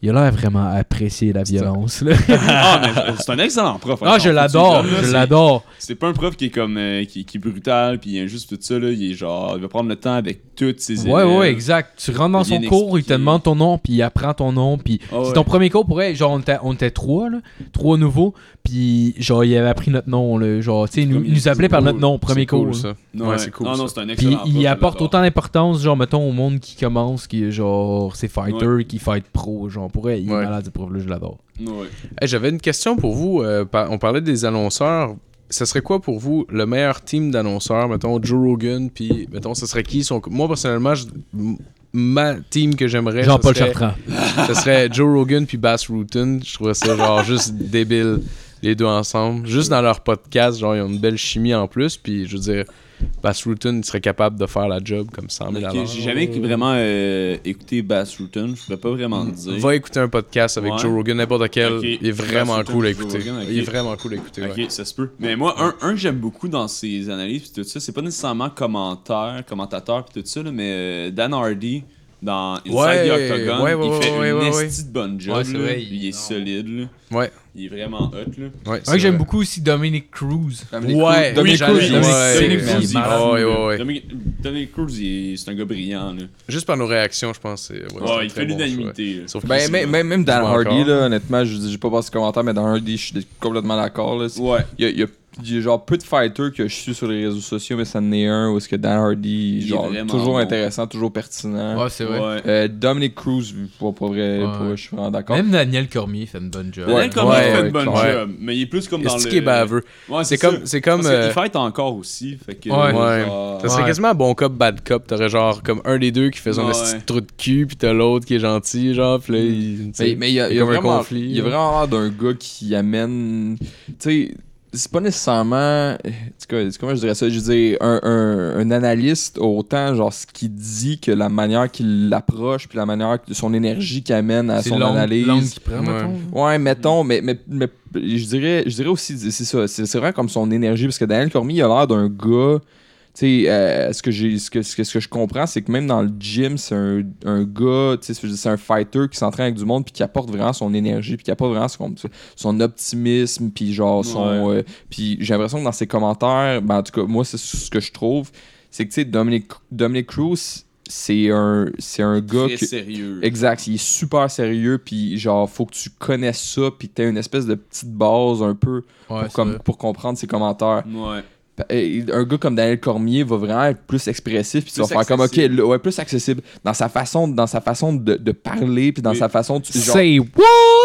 [SPEAKER 3] il, il a l'air vraiment à apprécier la violence, là.
[SPEAKER 5] Ah, mais c'est un excellent prof.
[SPEAKER 3] Ah,
[SPEAKER 5] hein,
[SPEAKER 3] je
[SPEAKER 5] genre,
[SPEAKER 3] l'adore,
[SPEAKER 5] tu le donnes, là,
[SPEAKER 3] je
[SPEAKER 5] c'est-
[SPEAKER 3] l'adore.
[SPEAKER 5] C'est pas un prof qui est comme euh, qui, qui est brutal puis injuste tout ça là, il est genre il va prendre le temps avec toutes ses
[SPEAKER 3] Ouais,
[SPEAKER 5] élèves.
[SPEAKER 3] ouais, exact. Tu rentres dans son
[SPEAKER 5] bien
[SPEAKER 3] cours, il te
[SPEAKER 5] expliqué.
[SPEAKER 3] demande ton nom, puis il apprend ton nom, puis
[SPEAKER 5] Ah
[SPEAKER 3] c'est
[SPEAKER 5] ouais.
[SPEAKER 3] ton premier cours pour elle. Genre, on était, on était trois, là, trois nouveaux, puis genre, il avait appris notre nom, là, genre, tu sais, il nous,
[SPEAKER 5] Premier
[SPEAKER 3] il nous appelait par
[SPEAKER 5] cours,
[SPEAKER 3] notre nom, premier
[SPEAKER 4] C'est
[SPEAKER 3] cours.
[SPEAKER 4] cool,
[SPEAKER 3] là.
[SPEAKER 4] ça.
[SPEAKER 5] Non, euh,
[SPEAKER 4] Ouais, c'est cool.
[SPEAKER 5] Non, non,
[SPEAKER 4] ça.
[SPEAKER 5] c'est un excellent
[SPEAKER 3] Puis
[SPEAKER 5] prof,
[SPEAKER 3] il
[SPEAKER 5] je
[SPEAKER 3] apporte
[SPEAKER 5] l'adore.
[SPEAKER 3] autant d'importance, genre, mettons, au monde qui commence, qui est genre, c'est fighter, qui fight pro, genre, pour elle, il est
[SPEAKER 4] Ouais.
[SPEAKER 3] malade, ce prof-là, je l'adore.
[SPEAKER 5] Ouais.
[SPEAKER 4] Hey, J'avais une question pour vous. euh, par- on parlait des annonceurs. Ça serait quoi pour vous le meilleur team d'annonceurs Mettons Joe Rogan, puis mettons, ça serait qui son... Moi, personnellement, je- m- ma team que j'aimerais. ça
[SPEAKER 3] Jean-Paul
[SPEAKER 4] serait-
[SPEAKER 3] Chartrand.
[SPEAKER 4] Ce serait Joe Rogan puis Bass Rutten. Je trouverais ça genre juste débile, les deux ensemble. Juste dans leur podcast, genre, ils ont une belle chimie en plus. Puis je veux dire, Bass Rutten il serait capable de faire la job comme 100 000 à
[SPEAKER 5] Ok, J'ai jamais vraiment euh, écouté Bass Rutten, je pourrais pas vraiment le dire.
[SPEAKER 4] Va écouter un podcast avec
[SPEAKER 5] Ouais.
[SPEAKER 4] Joe Rogan, n'importe lequel.
[SPEAKER 5] Ok.
[SPEAKER 4] Il est vraiment
[SPEAKER 5] Bass Rutten,
[SPEAKER 4] cool à
[SPEAKER 5] Joe
[SPEAKER 4] écouter.
[SPEAKER 5] Rogan, ok.
[SPEAKER 4] Il est vraiment cool à écouter. ouais.
[SPEAKER 5] Ok, ça se peut. Mais moi, un, un que j'aime beaucoup dans ses analyses puis tout ça, c'est pas nécessairement commentaire, commentateur puis tout ça, là, mais euh, Dan Hardy dans Inside
[SPEAKER 4] Ouais,
[SPEAKER 5] the Octagon,
[SPEAKER 4] ouais, ouais,
[SPEAKER 5] il fait
[SPEAKER 4] ouais,
[SPEAKER 5] une
[SPEAKER 4] ouais, ouais.
[SPEAKER 5] esti de bonne job.
[SPEAKER 3] Ouais, c'est
[SPEAKER 5] là.
[SPEAKER 3] vrai,
[SPEAKER 5] il,
[SPEAKER 3] il-
[SPEAKER 5] est
[SPEAKER 3] non.
[SPEAKER 5] solide, là.
[SPEAKER 4] Ouais.
[SPEAKER 5] il est vraiment hot. Là.
[SPEAKER 4] Ouais,
[SPEAKER 3] C'est vrai que j'aime beaucoup aussi Dominic Cruz.
[SPEAKER 4] Ouais,
[SPEAKER 3] Dominic
[SPEAKER 4] oui, j'allais-
[SPEAKER 3] Cruz,
[SPEAKER 4] ouais,
[SPEAKER 3] Dominic-
[SPEAKER 4] ouais,
[SPEAKER 3] Dominic
[SPEAKER 4] ouais.
[SPEAKER 3] Cruz, il est malade.
[SPEAKER 4] Ah, ouais, ouais, ouais.
[SPEAKER 5] Dominic- Dominic Cruz, il- c'est un gars brillant. Là.
[SPEAKER 4] Juste par nos réactions, je pense. c'est- ouais, c'est
[SPEAKER 5] Ouais,
[SPEAKER 4] un
[SPEAKER 5] il
[SPEAKER 4] très
[SPEAKER 5] fait
[SPEAKER 4] bon choix.
[SPEAKER 5] l'unanimité. là.
[SPEAKER 4] Sauf que
[SPEAKER 6] Ben,
[SPEAKER 4] c'est-
[SPEAKER 6] même, même, même Dan
[SPEAKER 4] Moi
[SPEAKER 6] Hardy,
[SPEAKER 4] encore.
[SPEAKER 6] là, honnêtement, je dis j'ai pas passé de commentaire, mais Dan Hardy, je suis complètement d'accord. là. C'est-
[SPEAKER 5] Ouais.
[SPEAKER 6] Il y a, il y a- il y a genre peu de fighters que je suis sur les réseaux sociaux, mais ça en est un où est-ce que Dan Hardy,
[SPEAKER 5] Il est
[SPEAKER 6] genre,
[SPEAKER 5] vraiment
[SPEAKER 6] toujours
[SPEAKER 5] bon.
[SPEAKER 6] intéressant, toujours pertinent.
[SPEAKER 3] Ouais, c'est vrai.
[SPEAKER 5] ouais.
[SPEAKER 6] Euh, Dominic Cruz, pour, pour vrai,
[SPEAKER 3] Ouais.
[SPEAKER 6] pour vrai, je suis vraiment d'accord.
[SPEAKER 3] Même Daniel Cormier fait une bonne job.
[SPEAKER 5] Daniel
[SPEAKER 6] Ouais,
[SPEAKER 5] Cormier
[SPEAKER 4] ouais,
[SPEAKER 5] fait
[SPEAKER 6] ouais,
[SPEAKER 5] une bonne
[SPEAKER 4] ouais.
[SPEAKER 5] job, mais il est plus comme dans le.
[SPEAKER 4] Est-ce qu'il est baveux?
[SPEAKER 5] Ouais,
[SPEAKER 4] C'est comme.
[SPEAKER 5] ça.
[SPEAKER 4] C'est comme.
[SPEAKER 5] Parce
[SPEAKER 4] euh,
[SPEAKER 5] qu'il fight encore aussi. Fait que,
[SPEAKER 3] Ouais.
[SPEAKER 4] Ouais.
[SPEAKER 5] genre-
[SPEAKER 4] Ça serait
[SPEAKER 3] Ouais.
[SPEAKER 4] quasiment bon cop, bad cop. T'aurais genre comme un des deux qui fait son
[SPEAKER 5] Ouais. Hmm.
[SPEAKER 4] petit trou de cul, puis t'as l'autre qui est gentil, genre, puis là, il.
[SPEAKER 6] Mais, mais il y a, il y a
[SPEAKER 4] comme un
[SPEAKER 6] vraiment,
[SPEAKER 4] conflit.
[SPEAKER 6] Il y a vraiment l'air d'un gars qui amène. Tu sais, c'est pas nécessairement. tu sais, comment je dirais ça Je dis un, un, un analyste, autant genre ce qu'il dit que la manière qu'il l'approche, puis la manière, son énergie qu'il amène à
[SPEAKER 3] C'est
[SPEAKER 6] son
[SPEAKER 3] l'angle-
[SPEAKER 6] analyse.
[SPEAKER 3] l'angle qu'il prend,
[SPEAKER 4] Ouais.
[SPEAKER 3] mettons.
[SPEAKER 6] Ouais, mettons, mais, mais, mais je, dirais, je dirais aussi, c'est ça, c'est c'est vraiment comme son énergie, parce que Daniel Cormier, il a l'air d'un gars, tu sais, euh, ce, que j'ai- ce, que, ce, que, ce que je comprends, c'est que même dans le gym, c'est un, un gars, tu sais, c'est un fighter qui s'entraîne avec du monde, puis qui apporte vraiment son énergie, puis qui apporte vraiment son, son optimisme, puis genre son... euh, puis j'ai l'impression que dans ses commentaires, ben en tout cas, moi, c'est ce que je trouve, c'est que, tu sais, Dominic, Dominic Cruz, c'est un, c'est un gars
[SPEAKER 5] Très
[SPEAKER 6] qui...
[SPEAKER 5] sérieux.
[SPEAKER 6] Exact, il est super sérieux, puis genre, faut que tu connaisses ça, puis t'as une espèce de petite base un peu
[SPEAKER 3] Ouais,
[SPEAKER 6] pour,
[SPEAKER 3] c'est
[SPEAKER 6] comme-
[SPEAKER 3] vrai.
[SPEAKER 6] pour comprendre ses commentaires.
[SPEAKER 5] Ouais.
[SPEAKER 6] euh, un gars comme Daniel Cormier va vraiment être plus expressif puis tu vas
[SPEAKER 5] Plus
[SPEAKER 6] faire comme ok
[SPEAKER 5] accessible.
[SPEAKER 6] le- ouais plus accessible dans sa façon dans sa façon de, de parler puis dans
[SPEAKER 5] Oui.
[SPEAKER 6] sa façon de genre-
[SPEAKER 3] Say what?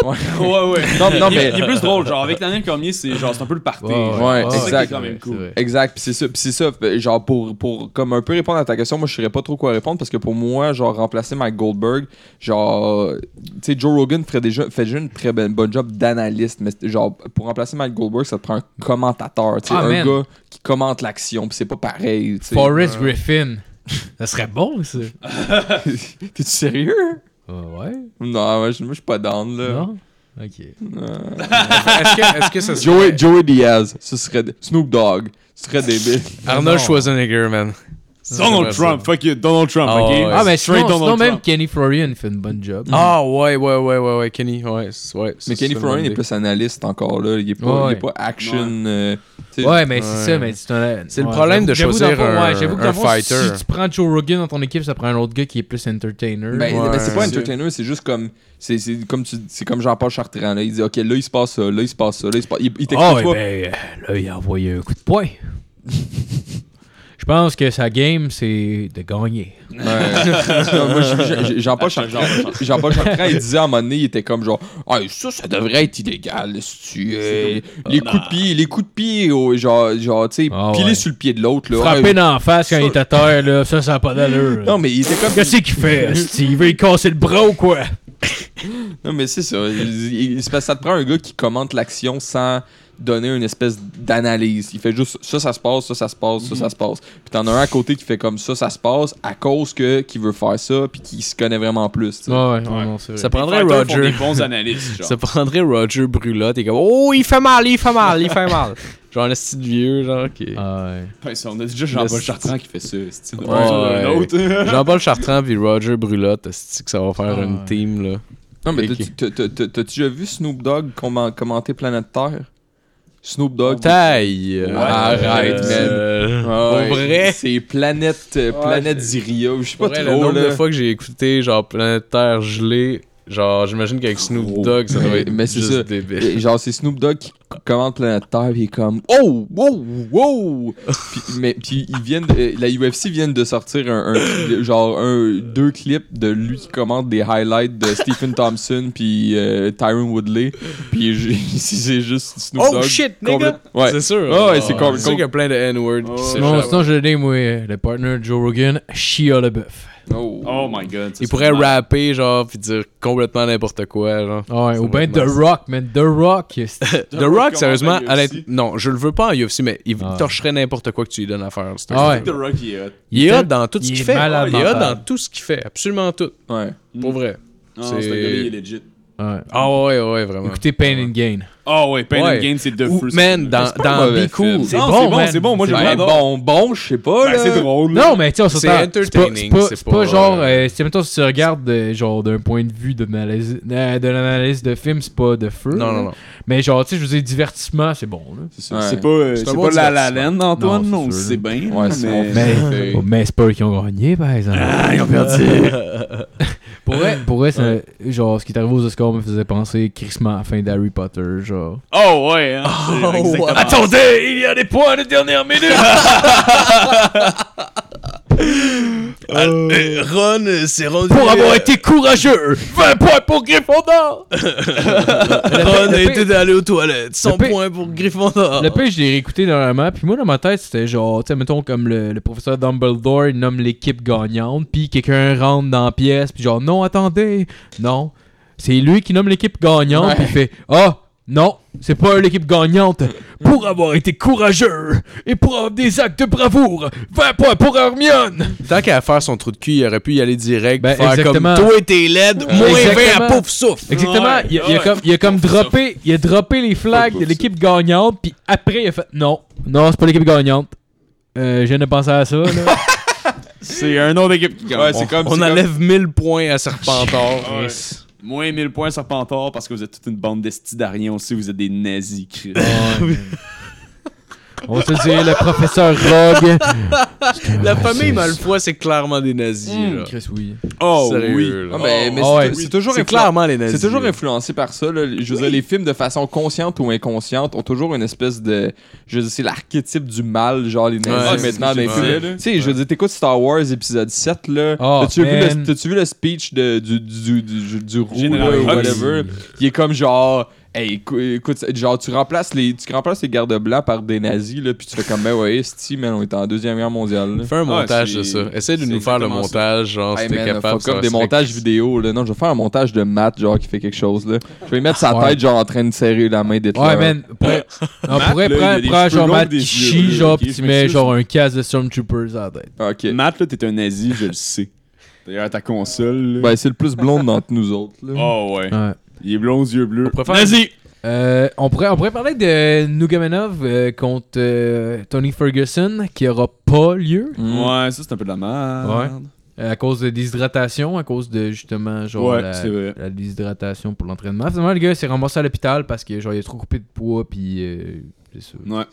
[SPEAKER 5] Ouais, ouais.
[SPEAKER 6] non non
[SPEAKER 5] Il est-
[SPEAKER 6] mais
[SPEAKER 5] Il est plus drôle, genre avec Daniel Cormier, c'est genre c'est un peu le party. genre.
[SPEAKER 6] ouais,
[SPEAKER 5] C'est ça qui est
[SPEAKER 6] exact.
[SPEAKER 5] quand même cool.
[SPEAKER 6] Exact, pis c'est ça, pis c'est ça, fait, genre pour, pour comme un peu répondre à ta question, moi je saurais pas trop quoi répondre parce que pour moi, genre remplacer Mike Goldberg, genre tu sais Joe Rogan ferait déjà fait déjà une très bonne, bonne job d'analyste, mais c'est- genre pour remplacer Mike Goldberg, ça te prend un commentateur, tu sais
[SPEAKER 3] Ah,
[SPEAKER 6] un
[SPEAKER 3] man.
[SPEAKER 6] gars qui commente l'action, pis c'est pas pareil, tu sais.
[SPEAKER 3] Forrest Griffin. Ça serait bon, ça.
[SPEAKER 6] T'es sérieux
[SPEAKER 3] ouais.
[SPEAKER 6] Non, moi je moi, je suis pas down là.
[SPEAKER 3] Non? Ok.
[SPEAKER 6] Euh,
[SPEAKER 4] Est-ce que, est-ce que ça serait...
[SPEAKER 6] Joey, Joey Diaz, ce serait des- Snoop Dogg, ce serait débile.
[SPEAKER 4] Arnold
[SPEAKER 3] Non.
[SPEAKER 4] Schwarzenegger, man. Ça, j'aimerais
[SPEAKER 5] Donald Trump, fuck you, Donald Trump,
[SPEAKER 4] Ah,
[SPEAKER 5] ok?
[SPEAKER 4] ouais.
[SPEAKER 3] Ah, mais
[SPEAKER 5] Straight
[SPEAKER 3] sinon,
[SPEAKER 5] Donald
[SPEAKER 3] sinon même
[SPEAKER 5] Trump.
[SPEAKER 3] Kenny Florian fait une bonne job.
[SPEAKER 4] ça. Ah, ouais, ouais, ouais, ouais, ouais, Kenny, ouais, c'est- ouais. ça,
[SPEAKER 6] Mais Kenny
[SPEAKER 4] c'est une
[SPEAKER 6] Florian
[SPEAKER 4] bonne
[SPEAKER 6] est
[SPEAKER 4] idée.
[SPEAKER 6] plus analyste encore là, il est pas,
[SPEAKER 3] Ouais.
[SPEAKER 6] il est pas action. euh, tu sais,
[SPEAKER 3] Ouais, mais c'est
[SPEAKER 4] Ouais.
[SPEAKER 3] ça, mais c'est un-
[SPEAKER 4] C'est le
[SPEAKER 3] ouais,
[SPEAKER 4] problème de
[SPEAKER 3] j'avoue-
[SPEAKER 4] choisir
[SPEAKER 3] j'avoue dans le fond,
[SPEAKER 4] un-
[SPEAKER 3] ouais, j'avoue que
[SPEAKER 4] un
[SPEAKER 3] dans le fond,
[SPEAKER 4] fighter.
[SPEAKER 3] Si tu prends Joe Rogan dans ton équipe, ça prend un autre gars qui est plus entertainer.
[SPEAKER 6] Ben,
[SPEAKER 4] Ouais.
[SPEAKER 6] ben, c'est pas
[SPEAKER 5] C'est-
[SPEAKER 6] entertainer, c'est juste comme c'est c'est comme tu c'est comme Jean-Paul Chartrand là, il dit OK, là il se passe ça, là il se passe ça, là il se passe il, il t'explique
[SPEAKER 3] Ah,
[SPEAKER 6] pas.
[SPEAKER 3] ben, euh, là, il a envoyé un coup de poing. Je pense que sa game, c'est de gagner.
[SPEAKER 6] Ouais. Non, moi, je- je- je- Jean-Paul Chartrand, Jean-Paul Chartrand, il disait à un moment donné, il était comme genre ah ça ça devrait être illégal si tu euh, les coups de pied, les coups de pied au- genre genre tu sais
[SPEAKER 3] Ah,
[SPEAKER 6] pilés
[SPEAKER 3] ouais.
[SPEAKER 6] sur le pied de l'autre là.
[SPEAKER 3] Frapper
[SPEAKER 6] Ouais,
[SPEAKER 3] dans la face quand il est à terre, là, ça, ça a pas d'allure.
[SPEAKER 6] Non mais il était comme
[SPEAKER 3] Qu'est-ce qu'il fait, Steve? Il veut y casser le bras ou quoi?
[SPEAKER 6] Non, mais c'est ça. Il- il- c'est parce que ça te prend un gars qui commente l'action sans donner une espèce d'analyse. Il fait juste ça, ça se passe, ça, ça se passe, ça, ça se passe. Puis t'en as un à côté qui fait comme ça, ça se passe à cause que qui veut faire ça puis qui se connaît vraiment plus. tu sais.
[SPEAKER 3] Ouais, Ah, non, c'est vrai.
[SPEAKER 4] Ça
[SPEAKER 5] Les
[SPEAKER 4] prendrait
[SPEAKER 5] fighters font
[SPEAKER 4] Roger.
[SPEAKER 5] des bons analystes, genre.
[SPEAKER 4] Ça prendrait Roger Brula, t'es comme Oh, il fait mal, il fait mal, Ah, il fait mal. genre le style vieux, genre qui.
[SPEAKER 3] Ah, ouais.
[SPEAKER 5] Ouais, ça, on a déjà Jean-Paul
[SPEAKER 4] Le-
[SPEAKER 5] Chartrand qui fait ça, c'est
[SPEAKER 4] Ouais,
[SPEAKER 5] un
[SPEAKER 4] ouais.
[SPEAKER 5] autre.
[SPEAKER 4] Jean-Paul Chartrand puis Roger Brula, c'est que ça va faire
[SPEAKER 3] Ah,
[SPEAKER 4] une
[SPEAKER 3] ouais.
[SPEAKER 4] team là.
[SPEAKER 6] Non, mais
[SPEAKER 4] Ok.
[SPEAKER 6] t'as- t'as- t'as- t'as-tu déjà vu Snoop Dogg comment- commenter Planète Terre Snoop Dogg.
[SPEAKER 4] Taille! euh,
[SPEAKER 6] Ouais. Arrête,
[SPEAKER 4] euh,
[SPEAKER 6] Ah ouais,
[SPEAKER 4] Pour vrai?
[SPEAKER 6] C'est Planète, euh,
[SPEAKER 1] Ouais,
[SPEAKER 6] planète Ziria, ou je sais
[SPEAKER 4] Pour
[SPEAKER 6] pas
[SPEAKER 4] vrai, le
[SPEAKER 6] trop.
[SPEAKER 4] nombre
[SPEAKER 6] là.
[SPEAKER 4] de fois que j'ai écouté genre Planète Terre gelée, genre j'imagine qu'avec Snoop Dogg, ça doit
[SPEAKER 6] Mais-
[SPEAKER 4] être
[SPEAKER 6] mais c'est
[SPEAKER 4] juste
[SPEAKER 6] ça.
[SPEAKER 4] débile.
[SPEAKER 6] Et genre, c'est Snoop Dogg qui commande Planète Terre, puis il est comme Oh, wow, wow! puis, mais, puis ils viennent, euh, la UFC vient de sortir un, un- genre un, deux clips de lui qui commande des highlights de Stephen Thompson, puis euh, Tyron Woodley. Puis je- ici, c'est juste Snoop
[SPEAKER 5] Oh,
[SPEAKER 6] Dogg. complète- Ouais.
[SPEAKER 4] C'est sûr!
[SPEAKER 6] Ah ouais, c'est
[SPEAKER 4] Ah,
[SPEAKER 6] com-
[SPEAKER 4] sûr qu'il y a plein de N-words qui
[SPEAKER 3] Sinon,
[SPEAKER 4] s'échappent.
[SPEAKER 3] sinon, je l'ai, moi, le partner de Joe Rogan, Shia LaBeouf.
[SPEAKER 6] Oh.
[SPEAKER 5] Oh my god. ça,
[SPEAKER 4] Il
[SPEAKER 5] c'est
[SPEAKER 4] pourrait
[SPEAKER 5] mal.
[SPEAKER 4] rapper genre puis dire complètement n'importe quoi genre.
[SPEAKER 3] Ah ouais,
[SPEAKER 4] Ça
[SPEAKER 3] ou
[SPEAKER 4] va
[SPEAKER 3] bien
[SPEAKER 4] être
[SPEAKER 3] The
[SPEAKER 4] nice.
[SPEAKER 3] Rock, man. The Rock. c'est-
[SPEAKER 4] The Rock, sérieusement,
[SPEAKER 5] commande à
[SPEAKER 4] honnête,
[SPEAKER 5] UFC.
[SPEAKER 4] non, je le veux pas en UFC, mais il
[SPEAKER 3] Ah.
[SPEAKER 4] torcherait n'importe quoi que tu lui donnes à faire. c'est un-
[SPEAKER 3] Ah ouais.
[SPEAKER 5] The Rock, il est hot.
[SPEAKER 4] Il est hot dans tout ce
[SPEAKER 3] il
[SPEAKER 4] qu'il
[SPEAKER 3] est
[SPEAKER 4] fait. Ah,
[SPEAKER 3] malade
[SPEAKER 4] Il est hot
[SPEAKER 3] mental.
[SPEAKER 4] dans tout ce qu'il fait, absolument tout,
[SPEAKER 6] Ouais.
[SPEAKER 4] pour vrai.
[SPEAKER 5] Non,
[SPEAKER 4] C'est-
[SPEAKER 5] Ah, ce gars-là, il est legit.
[SPEAKER 3] Ouais.
[SPEAKER 4] Ah ouais, ouais, vraiment.
[SPEAKER 3] Mm. Écoutez Pain and Gain.
[SPEAKER 5] Ah ouais, Pain
[SPEAKER 4] Ouais.
[SPEAKER 5] and Gain, c'est de
[SPEAKER 4] Ou,
[SPEAKER 5] feu. ce
[SPEAKER 4] man,
[SPEAKER 5] film-là.
[SPEAKER 4] dans,
[SPEAKER 6] pas un
[SPEAKER 4] dans
[SPEAKER 6] mauvais
[SPEAKER 4] Be Cool.
[SPEAKER 6] film.
[SPEAKER 5] Non, c'est bon,
[SPEAKER 3] man.
[SPEAKER 5] c'est bon, moi, je
[SPEAKER 3] C'est
[SPEAKER 6] Ben,
[SPEAKER 5] l'adore.
[SPEAKER 6] bon, bon, je sais pas.
[SPEAKER 5] Ben,
[SPEAKER 6] là.
[SPEAKER 5] c'est drôle. là.
[SPEAKER 3] Non, mais tu sais, on
[SPEAKER 4] C'est
[SPEAKER 3] s'entend. pas-
[SPEAKER 4] entertaining,
[SPEAKER 3] pas-
[SPEAKER 4] c'est
[SPEAKER 3] C'est pas
[SPEAKER 4] pas,
[SPEAKER 3] genre.
[SPEAKER 4] euh,
[SPEAKER 3] euh, c'est- mettons, si tu regardes euh, genre d'un point de vue de l'analyse euh, de, l'analyse de film, c'est pas de feu.
[SPEAKER 4] Non,
[SPEAKER 3] là.
[SPEAKER 4] non, non.
[SPEAKER 3] Mais genre, tu sais, je vous ai divertissement, c'est bon. Là.
[SPEAKER 5] C'est
[SPEAKER 6] Ouais.
[SPEAKER 5] c'est pas, euh,
[SPEAKER 4] C'est un
[SPEAKER 5] c'est
[SPEAKER 4] bon
[SPEAKER 5] pas la la
[SPEAKER 4] divertissement.
[SPEAKER 5] laine, Antoine,
[SPEAKER 3] Non,
[SPEAKER 5] on le
[SPEAKER 3] c'est sûr.
[SPEAKER 5] sait bien.
[SPEAKER 6] Ouais, c'est
[SPEAKER 5] mais-
[SPEAKER 6] bon.
[SPEAKER 3] Mais,
[SPEAKER 6] C'est-
[SPEAKER 3] oh, mais c'est pas eux qui ont gagné, par exemple.
[SPEAKER 5] Ah, ils ont perdu.
[SPEAKER 3] pour vrai, pour vrai, ça- genre, ce qui est arrivé aux Oscars me faisait penser crissement à la fin d'Harry Potter. Genre.
[SPEAKER 5] Oh ouais, hein, c'est exactement.
[SPEAKER 3] Attendez, il y a des points de dernière minute!
[SPEAKER 4] Ron, c'est Ron.
[SPEAKER 3] pour avoir été courageux. 20 points pour Gryffondor.
[SPEAKER 4] Ron
[SPEAKER 3] le
[SPEAKER 4] a
[SPEAKER 3] pire-
[SPEAKER 4] été d'aller aux toilettes. 100
[SPEAKER 3] pire-
[SPEAKER 4] points pour Gryffondor.
[SPEAKER 3] Le pire, je l'ai réécouté dernièrement, puis moi dans ma tête, c'était genre, tu sais, mettons comme le, le professeur Dumbledore il nomme l'équipe gagnante, puis quelqu'un rentre dans la pièce, puis genre non, attendez, non, c'est lui qui nomme l'équipe gagnante, puis il fait ah. Non, c'est pas l'équipe gagnante. Pour avoir été courageux et pour avoir des actes de bravoure, 20 points pour Hermione.
[SPEAKER 4] Tant qu'à faire son trou de cul, il aurait pu y aller direct.
[SPEAKER 3] Ben,
[SPEAKER 4] faire
[SPEAKER 3] exactement.
[SPEAKER 4] comme toi et t'es laide, moi et 20 à
[SPEAKER 3] Exactement.
[SPEAKER 4] pauvre souffle.
[SPEAKER 3] Exactement,
[SPEAKER 5] Ouais,
[SPEAKER 3] il, a, il a
[SPEAKER 5] ouais.
[SPEAKER 3] comme, il a comme droppé, il a droppé les flags de l'équipe gagnante, puis après il a fait non, non, c'est pas l'équipe gagnante. Euh, je viens de penser à ça. Là.
[SPEAKER 5] C'est un autre équipe qui gagne.
[SPEAKER 6] Ouais, c'est comme.
[SPEAKER 4] On
[SPEAKER 6] c'est
[SPEAKER 4] enlève 1000 points à Serpentor.
[SPEAKER 5] Ouais. Moins 1000 points Serpentor parce que vous êtes toute une bande d'estidariens aussi, vous êtes des nazis. Chris.
[SPEAKER 3] Ouais, man. on On se dit le professeur Rogue.
[SPEAKER 4] La famille Malfoy, Ah, c'est clairement des nazis. là.
[SPEAKER 3] Chris, oui.
[SPEAKER 5] Oh
[SPEAKER 4] Sérieux, là.
[SPEAKER 6] Ah, mais, mais
[SPEAKER 3] Ah
[SPEAKER 6] c'est-
[SPEAKER 3] ouais.
[SPEAKER 6] c'est toujours
[SPEAKER 4] C'est
[SPEAKER 6] influent-
[SPEAKER 4] clairement les nazis.
[SPEAKER 6] C'est toujours
[SPEAKER 4] là.
[SPEAKER 6] influencé par ça. Là. Je veux dire, les films, de façon consciente ou inconsciente, ont toujours une espèce de. Je veux dire, c'est l'archétype du mal, genre les nazis
[SPEAKER 4] Ouais,
[SPEAKER 6] maintenant dans
[SPEAKER 5] c'est
[SPEAKER 6] les
[SPEAKER 5] ce que
[SPEAKER 6] films.
[SPEAKER 5] je
[SPEAKER 6] Tu
[SPEAKER 5] disais,
[SPEAKER 6] sais, je veux dire, t'écoutes Star Wars épisode 7, là.
[SPEAKER 3] Oh,
[SPEAKER 6] T'as-tu vu,
[SPEAKER 3] man.
[SPEAKER 6] le- t'as-tu vu le speech de, du, du, du, du, du roux,
[SPEAKER 5] Général
[SPEAKER 6] là, ou
[SPEAKER 5] Hux.
[SPEAKER 6] whatever? Il est comme genre. Hey, écou- écoute, ça- genre, tu remplaces les, tu remplaces les gardes blancs par des nazis, là, puis tu fais comme, ben ouais, esti, man, on est en deuxième guerre mondiale, là.
[SPEAKER 4] Fais un montage de ça.
[SPEAKER 5] c'est-
[SPEAKER 4] Essaye de
[SPEAKER 5] c'est
[SPEAKER 4] nous faire le
[SPEAKER 5] exactement ça.
[SPEAKER 4] montage, genre, si
[SPEAKER 6] Hey
[SPEAKER 4] t'es
[SPEAKER 6] man,
[SPEAKER 4] capable.
[SPEAKER 6] fuck
[SPEAKER 4] ça
[SPEAKER 6] up des
[SPEAKER 4] serait-
[SPEAKER 6] montages vidéo là. Non, je vais faire un montage de Matt genre qui fait quelque chose là. Je vais lui mettre sa
[SPEAKER 3] Ouais.
[SPEAKER 6] tête genre en train de serrer la main d'Hitler.
[SPEAKER 3] Ouais, man. pour- On
[SPEAKER 5] Matt,
[SPEAKER 3] pourrait
[SPEAKER 5] là, il a
[SPEAKER 3] prendre
[SPEAKER 5] des
[SPEAKER 3] prendre
[SPEAKER 5] cheveux
[SPEAKER 3] genre
[SPEAKER 5] longs
[SPEAKER 3] Matt
[SPEAKER 5] des
[SPEAKER 3] qui
[SPEAKER 5] yeux
[SPEAKER 3] chie,
[SPEAKER 5] bleus,
[SPEAKER 3] genre,
[SPEAKER 5] ok,
[SPEAKER 3] pis
[SPEAKER 5] je
[SPEAKER 3] tu mets
[SPEAKER 5] m'excuse.
[SPEAKER 3] genre un casque de Stormtroopers à la tête.
[SPEAKER 6] OK.
[SPEAKER 5] Matt, là, t'es un nazi, je le sais. D'ailleurs, ta console, là.
[SPEAKER 6] Ben c'est le plus blonde d'entre nous autres là.
[SPEAKER 5] Oh ouais.
[SPEAKER 3] Ouais.
[SPEAKER 5] Il est blond aux yeux bleus.
[SPEAKER 4] On pourrait faire-
[SPEAKER 5] Nazi!
[SPEAKER 3] Euh, on, pourrait, on pourrait parler de Nugamenov euh, contre euh, Tony Ferguson qui aura pas lieu
[SPEAKER 6] Mm.
[SPEAKER 5] Ouais, ça, c'est un peu de la merde.
[SPEAKER 3] euh, à cause de déshydratation, à cause de justement genre
[SPEAKER 5] Ouais,
[SPEAKER 3] la,
[SPEAKER 5] c'est vrai.
[SPEAKER 3] la déshydratation pour l'entraînement. Finalement, le gars s'est remboursé à l'hôpital parce que genre il a trop coupé de poids puis euh, c'est ça.
[SPEAKER 5] Ouais.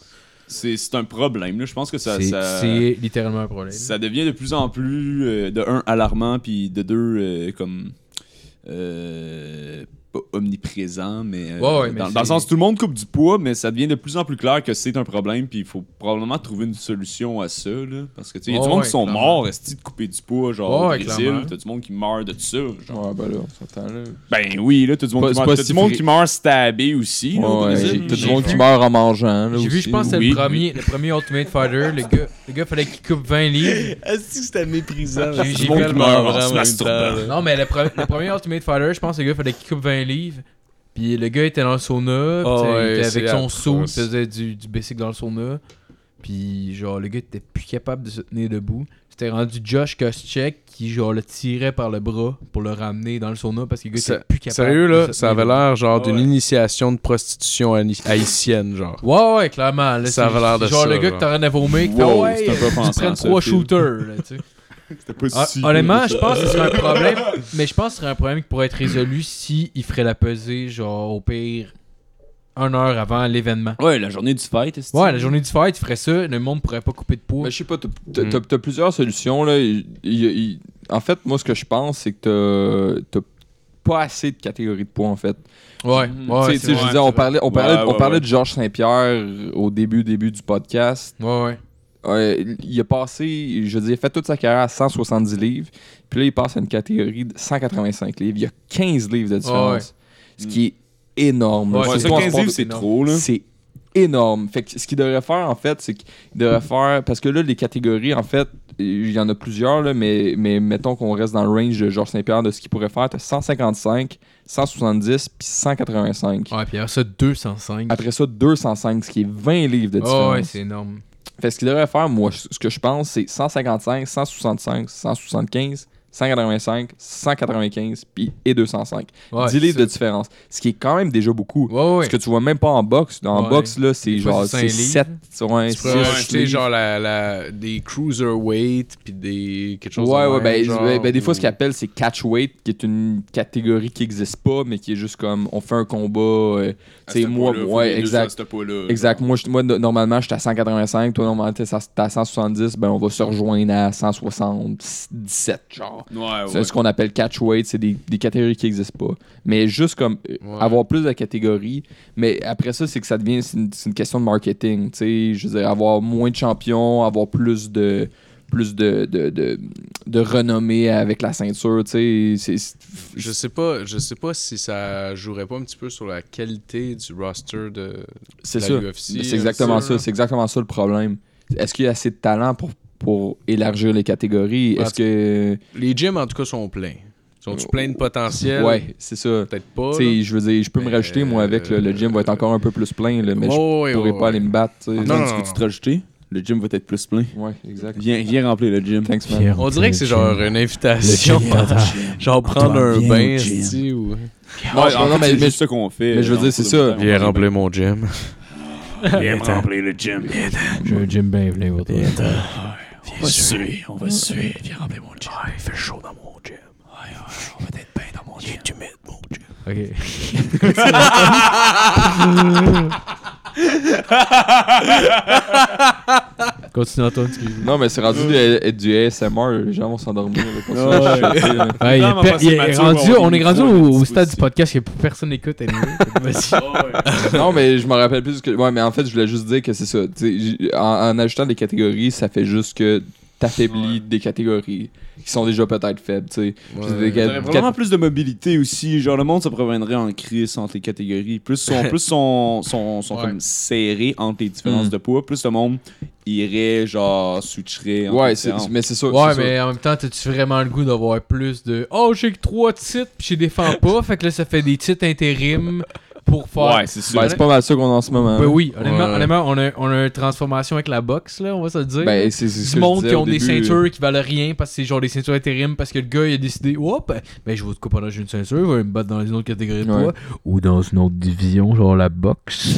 [SPEAKER 5] C'est c'est un problème, là. Je pense que ça.
[SPEAKER 3] C'est
[SPEAKER 5] ça-
[SPEAKER 3] c'est littéralement un problème.
[SPEAKER 5] Ça devient de plus en plus, euh, de un, alarmant, puis de deux, euh, comme. euh, pas omniprésent, mais. euh,
[SPEAKER 3] Ouais, ouais, mais
[SPEAKER 5] dans,
[SPEAKER 3] c'est-
[SPEAKER 5] dans le sens, tout le monde coupe du poids, mais ça devient de plus en plus clair que c'est un problème, puis il faut probablement trouver une solution à ça, là. Parce que, tu sais, il y a
[SPEAKER 3] Ouais,
[SPEAKER 5] du monde
[SPEAKER 3] ouais,
[SPEAKER 5] qui sont
[SPEAKER 3] clairement.
[SPEAKER 5] morts, esti de couper du poids, genre,
[SPEAKER 3] Ouais,
[SPEAKER 5] au
[SPEAKER 3] ouais,
[SPEAKER 5] Brésil,
[SPEAKER 3] clairement.
[SPEAKER 5] t'as du monde qui meurt de ça, genre.
[SPEAKER 6] Ouais, ben là, on s'entend là.
[SPEAKER 5] Ben oui, là, t'as du monde,
[SPEAKER 6] Pas-
[SPEAKER 5] qui,
[SPEAKER 6] c'est
[SPEAKER 5] meurt,
[SPEAKER 6] pas
[SPEAKER 5] t'as
[SPEAKER 6] si
[SPEAKER 5] du monde
[SPEAKER 6] fré-
[SPEAKER 5] qui meurt stabé aussi. là, au
[SPEAKER 6] Ouais,
[SPEAKER 5] Brésil.
[SPEAKER 6] j'ai- t'as du
[SPEAKER 3] j'ai
[SPEAKER 6] monde qui
[SPEAKER 3] vu-
[SPEAKER 6] meurt en mangeant là
[SPEAKER 3] J'ai vu,
[SPEAKER 6] aussi,
[SPEAKER 3] je pense,
[SPEAKER 6] là.
[SPEAKER 3] c'est le
[SPEAKER 5] oui,
[SPEAKER 3] premier, le premier Ultimate Fighter. Le gars, le gars fallait qu'il coupe 20 livres.
[SPEAKER 4] Est-ce que c'était méprisant?
[SPEAKER 3] J'ai- j'ai
[SPEAKER 4] C'est bon
[SPEAKER 3] vu
[SPEAKER 4] qu'il
[SPEAKER 3] le
[SPEAKER 4] meurt
[SPEAKER 5] moment en
[SPEAKER 4] en
[SPEAKER 5] se
[SPEAKER 4] même
[SPEAKER 5] masturbant.
[SPEAKER 4] temps, là.
[SPEAKER 3] Non, mais le, pre- le premier Ultimate Fighter, je pense, que le gars fallait qu'il coupe 20 livres. Puis le gars était dans le sauna. puis
[SPEAKER 4] Ah
[SPEAKER 3] tu sais,
[SPEAKER 4] ouais,
[SPEAKER 3] il était
[SPEAKER 4] c'est
[SPEAKER 3] avec son
[SPEAKER 4] atroce.
[SPEAKER 3] saut, il faisait du, du basic dans le sauna. Puis genre, le gars était plus capable de se tenir debout. C'était rendu Josh Koscheck qui, genre, le tirait par le bras pour le ramener dans le sauna parce que le gars
[SPEAKER 4] Ça-
[SPEAKER 3] était plus capable.
[SPEAKER 4] Sérieux,
[SPEAKER 3] de
[SPEAKER 4] là,
[SPEAKER 3] se
[SPEAKER 4] ça
[SPEAKER 3] tenir
[SPEAKER 4] avait
[SPEAKER 3] debout.
[SPEAKER 4] l'air genre
[SPEAKER 5] Ah
[SPEAKER 4] d'une
[SPEAKER 5] ouais.
[SPEAKER 4] initiation de prostitution haï- haïtienne, genre.
[SPEAKER 3] Ouais, ouais, clairement. là,
[SPEAKER 4] Ça
[SPEAKER 3] c'est-
[SPEAKER 4] avait l'air de
[SPEAKER 3] Genre,
[SPEAKER 4] ça,
[SPEAKER 3] le gars
[SPEAKER 4] genre.
[SPEAKER 3] que t'aurais de vomir, qui fait
[SPEAKER 5] Wow,
[SPEAKER 3] ouais,
[SPEAKER 5] c'est un peu
[SPEAKER 3] tu
[SPEAKER 5] offensant,
[SPEAKER 3] prennes
[SPEAKER 5] ça,
[SPEAKER 3] trois
[SPEAKER 5] le film.
[SPEAKER 3] shooters, là, tu sais.
[SPEAKER 5] C'était pas
[SPEAKER 3] Ah,
[SPEAKER 5] si-
[SPEAKER 3] honnêtement, je pense que ce serait un problème. Mais je pense que ce serait un problème qui pourrait être résolu si il ferait la pesée, genre au pire, une heure avant l'événement.
[SPEAKER 5] Ouais, la journée du fight, esti.
[SPEAKER 3] Ouais, la journée du fight, il ferait ça, le monde pourrait pas couper de poids.
[SPEAKER 6] Mais Ben, je sais pas, t'as-
[SPEAKER 3] Mm.
[SPEAKER 6] t'as t'as- t'as plusieurs solutions. Là. Il- il- il- en fait, moi, ce que je pense, c'est que t'as- t'as pas assez de catégories de poids, en fait.
[SPEAKER 3] Ouais,
[SPEAKER 6] Tu
[SPEAKER 3] ouais,
[SPEAKER 6] sais-
[SPEAKER 3] c'est
[SPEAKER 6] tu sais, je
[SPEAKER 3] vrai.
[SPEAKER 6] veux dire, on parlait, on
[SPEAKER 5] Ouais,
[SPEAKER 6] parlait, on
[SPEAKER 5] ouais,
[SPEAKER 6] parlait
[SPEAKER 5] ouais.
[SPEAKER 6] de Georges Saint-Pierre au début, début du podcast.
[SPEAKER 3] Ouais, ouais.
[SPEAKER 6] Euh, il a passé, je veux dire, il a fait toute sa carrière à 170 livres, puis là, il passe à une catégorie de 185 livres. Il y a 15 livres de différence, ce qui est énorme. là.
[SPEAKER 3] Ouais,
[SPEAKER 5] Ouais, ça,
[SPEAKER 6] pas un
[SPEAKER 5] 15
[SPEAKER 6] sport
[SPEAKER 5] livres,
[SPEAKER 6] de-
[SPEAKER 5] c'est trop, là.
[SPEAKER 6] c'est énorme. Fait que ce qu'il devrait faire, en fait, c'est qu'il devrait faire. Parce que là, les catégories, en fait, il y en a plusieurs, là, mais, mais mettons qu'on reste dans le range de Georges Saint-Pierre de ce qu'il pourrait faire. T'as 155, 170, puis 185.
[SPEAKER 3] Ouais, puis il y a ça 205.
[SPEAKER 6] Après ça, 205, ce qui est 20 livres de
[SPEAKER 3] Ouais,
[SPEAKER 6] différence.
[SPEAKER 3] ouais, c'est énorme.
[SPEAKER 6] Fait que ce qu'il devrait faire, moi, ce que je pense, c'est 155, 165, 175, 185, 195 puis et 205.
[SPEAKER 3] Ouais,
[SPEAKER 6] 10 livres
[SPEAKER 3] c'est-
[SPEAKER 6] de différence. Ce qui est quand même déjà beaucoup.
[SPEAKER 3] Ouais, ouais.
[SPEAKER 6] Ce que tu vois même pas en boxe. En
[SPEAKER 3] Ouais.
[SPEAKER 6] boxe, là, c'est
[SPEAKER 3] Des fois,
[SPEAKER 6] genre
[SPEAKER 3] c'est
[SPEAKER 6] c'est
[SPEAKER 3] cinq livres.
[SPEAKER 6] 7, ouais,
[SPEAKER 4] Ah, Tu pourrais
[SPEAKER 6] six
[SPEAKER 4] acheter
[SPEAKER 6] livres.
[SPEAKER 4] genre la, la- des cruiserweight puis des quelque chose de
[SPEAKER 6] Ouais, ouais,
[SPEAKER 4] même,
[SPEAKER 6] ben,
[SPEAKER 4] genre,
[SPEAKER 6] ben, ben, des fois, ce qu'ils
[SPEAKER 4] ou-
[SPEAKER 6] appellent, c'est catch weight, qui est une catégorie qui existe pas, mais qui est juste comme on fait un combat. euh,
[SPEAKER 5] À
[SPEAKER 6] tu sais,
[SPEAKER 5] ce
[SPEAKER 6] moi,
[SPEAKER 5] poids-là, faut
[SPEAKER 6] ouais,
[SPEAKER 5] les deux
[SPEAKER 6] exact.
[SPEAKER 5] à ce poids-là,
[SPEAKER 6] Exact. Moi, je- moi, no- normalement, j'étais à 185. Toi, normalement, t'es à t'es à 170. Ben, on va se rejoindre à 177, genre.
[SPEAKER 5] genre. Ouais, Ah ouais.
[SPEAKER 6] C'est ce qu'on appelle catch weight. C'est des, des catégories qui n'existent pas. Mais juste comme euh,
[SPEAKER 4] Ouais.
[SPEAKER 6] avoir plus de catégories. Mais après ça, c'est que ça devient. C'est une, c'est une question de marketing. Tu sais, je veux dire, avoir moins de champions, avoir plus de plus de, de, de, de renommée avec la ceinture, tu sais, c'est- c'est-
[SPEAKER 4] Je sais pas, je sais pas si ça jouerait pas un petit peu sur la qualité du roster de
[SPEAKER 6] c'est
[SPEAKER 4] la
[SPEAKER 6] ça.
[SPEAKER 4] UFC.
[SPEAKER 6] C'est exactement
[SPEAKER 4] un petit peu,
[SPEAKER 6] ça,
[SPEAKER 4] là.
[SPEAKER 6] c'est exactement ça le problème. Est-ce qu'il y a assez de talent pour, pour élargir les catégories?
[SPEAKER 4] Ouais,
[SPEAKER 6] Est-ce que.
[SPEAKER 4] Les gyms en tout cas sont pleins. Sont-tu pleins de potentiel
[SPEAKER 6] Ouais, c'est ça.
[SPEAKER 4] Peut-être pas.
[SPEAKER 6] Tu sais, je veux dire, je peux me
[SPEAKER 4] Mais,
[SPEAKER 6] rajouter, moi, avec là, le gym va être encore un peu plus plein, là, mais je pourrais pas aller me battre. tu sais.
[SPEAKER 4] Non, non,
[SPEAKER 5] Tandis
[SPEAKER 4] non.
[SPEAKER 5] que tu te rajouter, le gym va être plus plein.
[SPEAKER 6] Ouais, exact.
[SPEAKER 5] Viens, viens remplir le gym.
[SPEAKER 6] Thanks, man.
[SPEAKER 3] Pierre-
[SPEAKER 4] On dirait que c'est genre une
[SPEAKER 3] Le
[SPEAKER 4] invitation.
[SPEAKER 3] gym, attends.
[SPEAKER 4] genre prendre un
[SPEAKER 5] viens
[SPEAKER 4] bain,
[SPEAKER 5] au gym.
[SPEAKER 4] esti, ou...
[SPEAKER 5] Non,
[SPEAKER 6] non, non, mais-
[SPEAKER 5] mais,
[SPEAKER 6] mais-
[SPEAKER 5] c'est ça qu'on fait.
[SPEAKER 6] mais je veux
[SPEAKER 5] dans
[SPEAKER 6] dire,
[SPEAKER 5] le
[SPEAKER 6] c'est
[SPEAKER 5] cours
[SPEAKER 6] ça.
[SPEAKER 5] de
[SPEAKER 4] Viens
[SPEAKER 5] temps.
[SPEAKER 4] remplir mon gym.
[SPEAKER 7] Viens remplir le gym.
[SPEAKER 3] J'ai un gym bien plein autour.
[SPEAKER 7] On va suer, on va suer. Viens remplir mon gym. il fait chaud dans mon gym. on va être bien dans mon gym. Il est humide, mon gym.
[SPEAKER 3] Ok. Continue, Antoine, excuse-moi.
[SPEAKER 6] Non, mais c'est rendu du, du ASMR, les gens vont s'endormir. là, pour
[SPEAKER 3] Ouais.
[SPEAKER 6] ça, je suis choqué, là.
[SPEAKER 3] Ouais, il
[SPEAKER 7] Non,
[SPEAKER 3] est
[SPEAKER 7] mais
[SPEAKER 3] pe-
[SPEAKER 7] pas
[SPEAKER 3] il est
[SPEAKER 7] Mathieu,
[SPEAKER 3] rendu-
[SPEAKER 7] on
[SPEAKER 3] on est
[SPEAKER 7] est
[SPEAKER 3] rendu
[SPEAKER 7] trop
[SPEAKER 3] au, au
[SPEAKER 7] là-dessus
[SPEAKER 3] stade
[SPEAKER 7] aussi.
[SPEAKER 3] du podcast que personne n'écoute. anyway. Vas-y.
[SPEAKER 6] non, mais je me rappelle plus que. Ouais, mais en fait, je voulais juste dire que c'est ça. Tu sais, j- En, en ajoutant des catégories, ça fait juste que t'affaiblis des catégories qui sont déjà peut-être faibles, tu sais. C'est des cat-
[SPEAKER 5] T'aurais vraiment plus de mobilité aussi. Genre, le monde se proviendrait en crise entre les catégories. Plus sont, plus sont, sont, sont
[SPEAKER 3] Ouais.
[SPEAKER 5] comme serrés entre les différences
[SPEAKER 6] Mm.
[SPEAKER 5] de poids, plus le monde irait, genre, switcherait. entre les
[SPEAKER 6] Ouais, c'est-
[SPEAKER 5] différences.
[SPEAKER 6] mais c'est ça.
[SPEAKER 3] Ouais,
[SPEAKER 6] c'est ça.
[SPEAKER 3] mais en même temps, t'as-tu vraiment le goût d'avoir plus de Oh, j'ai que trois titres, puis je les défends pas, fait que là, ça fait des titres intérim pour faire.
[SPEAKER 5] Ouais, c'est sûr.
[SPEAKER 6] Ben, c'est pas mal ça qu'on a en ce moment. hein.
[SPEAKER 3] Ben oui, honnêtement,
[SPEAKER 4] Ouais.
[SPEAKER 3] honnêtement, on, a, on a une transformation avec la boxe, là, on va se le dire.
[SPEAKER 6] Ben, c'est c'est ce
[SPEAKER 3] du
[SPEAKER 6] que je
[SPEAKER 3] monde
[SPEAKER 6] disais
[SPEAKER 3] qui
[SPEAKER 6] au
[SPEAKER 3] ont des
[SPEAKER 6] début. euh.
[SPEAKER 3] ceintures qui valent rien parce que c'est genre des ceintures intérim parce que le gars il a décidé hop ben, ben je vais te couper là j'ai une ceinture je vais me battre dans une autre catégorie de
[SPEAKER 6] Ouais.
[SPEAKER 3] poids ou dans une autre division genre la boxe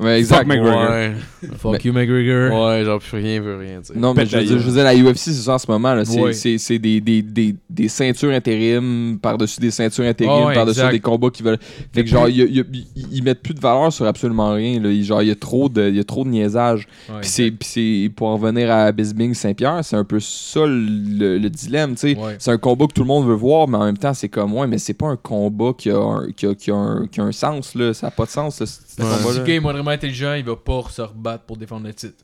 [SPEAKER 6] Ouais, exact.
[SPEAKER 4] Ouais.
[SPEAKER 3] fuck
[SPEAKER 6] Mais-
[SPEAKER 3] you McGregor
[SPEAKER 4] Ouais, genre plus rien veut rien, tu sais.
[SPEAKER 6] Non, mais je veux, dire, je veux dire, la UFC, c'est ça en ce moment. là. C'est
[SPEAKER 3] Ouais.
[SPEAKER 6] c'est- c'est des, des, des, des ceintures intérim par-dessus des ceintures intérim,
[SPEAKER 3] Ah ouais,
[SPEAKER 6] par-dessus
[SPEAKER 3] exact.
[SPEAKER 6] des combats qui veulent. Fait que, genre, il y a- il y a- ils ils mettent plus de valeur sur absolument rien. Là. Il- Genre, il y a trop de, il y a trop de niaisage.
[SPEAKER 3] Ouais,
[SPEAKER 6] Puis c'est- puis c'est pour en revenir à Bisbing Saint-Pierre, c'est un peu ça le, le dilemme, tu sais.
[SPEAKER 3] Ouais.
[SPEAKER 6] C'est un combat que tout le monde veut voir, mais en même temps, c'est comme ouais, mais c'est pas un combat qui a un, qui a, qui a un, qui a un sens là, ça a pas de sens là, ce- ce
[SPEAKER 3] si
[SPEAKER 4] Ouais.
[SPEAKER 3] le
[SPEAKER 6] combat-là.
[SPEAKER 3] gars est moindrement intelligent il va pas se rebattre pour défendre le titre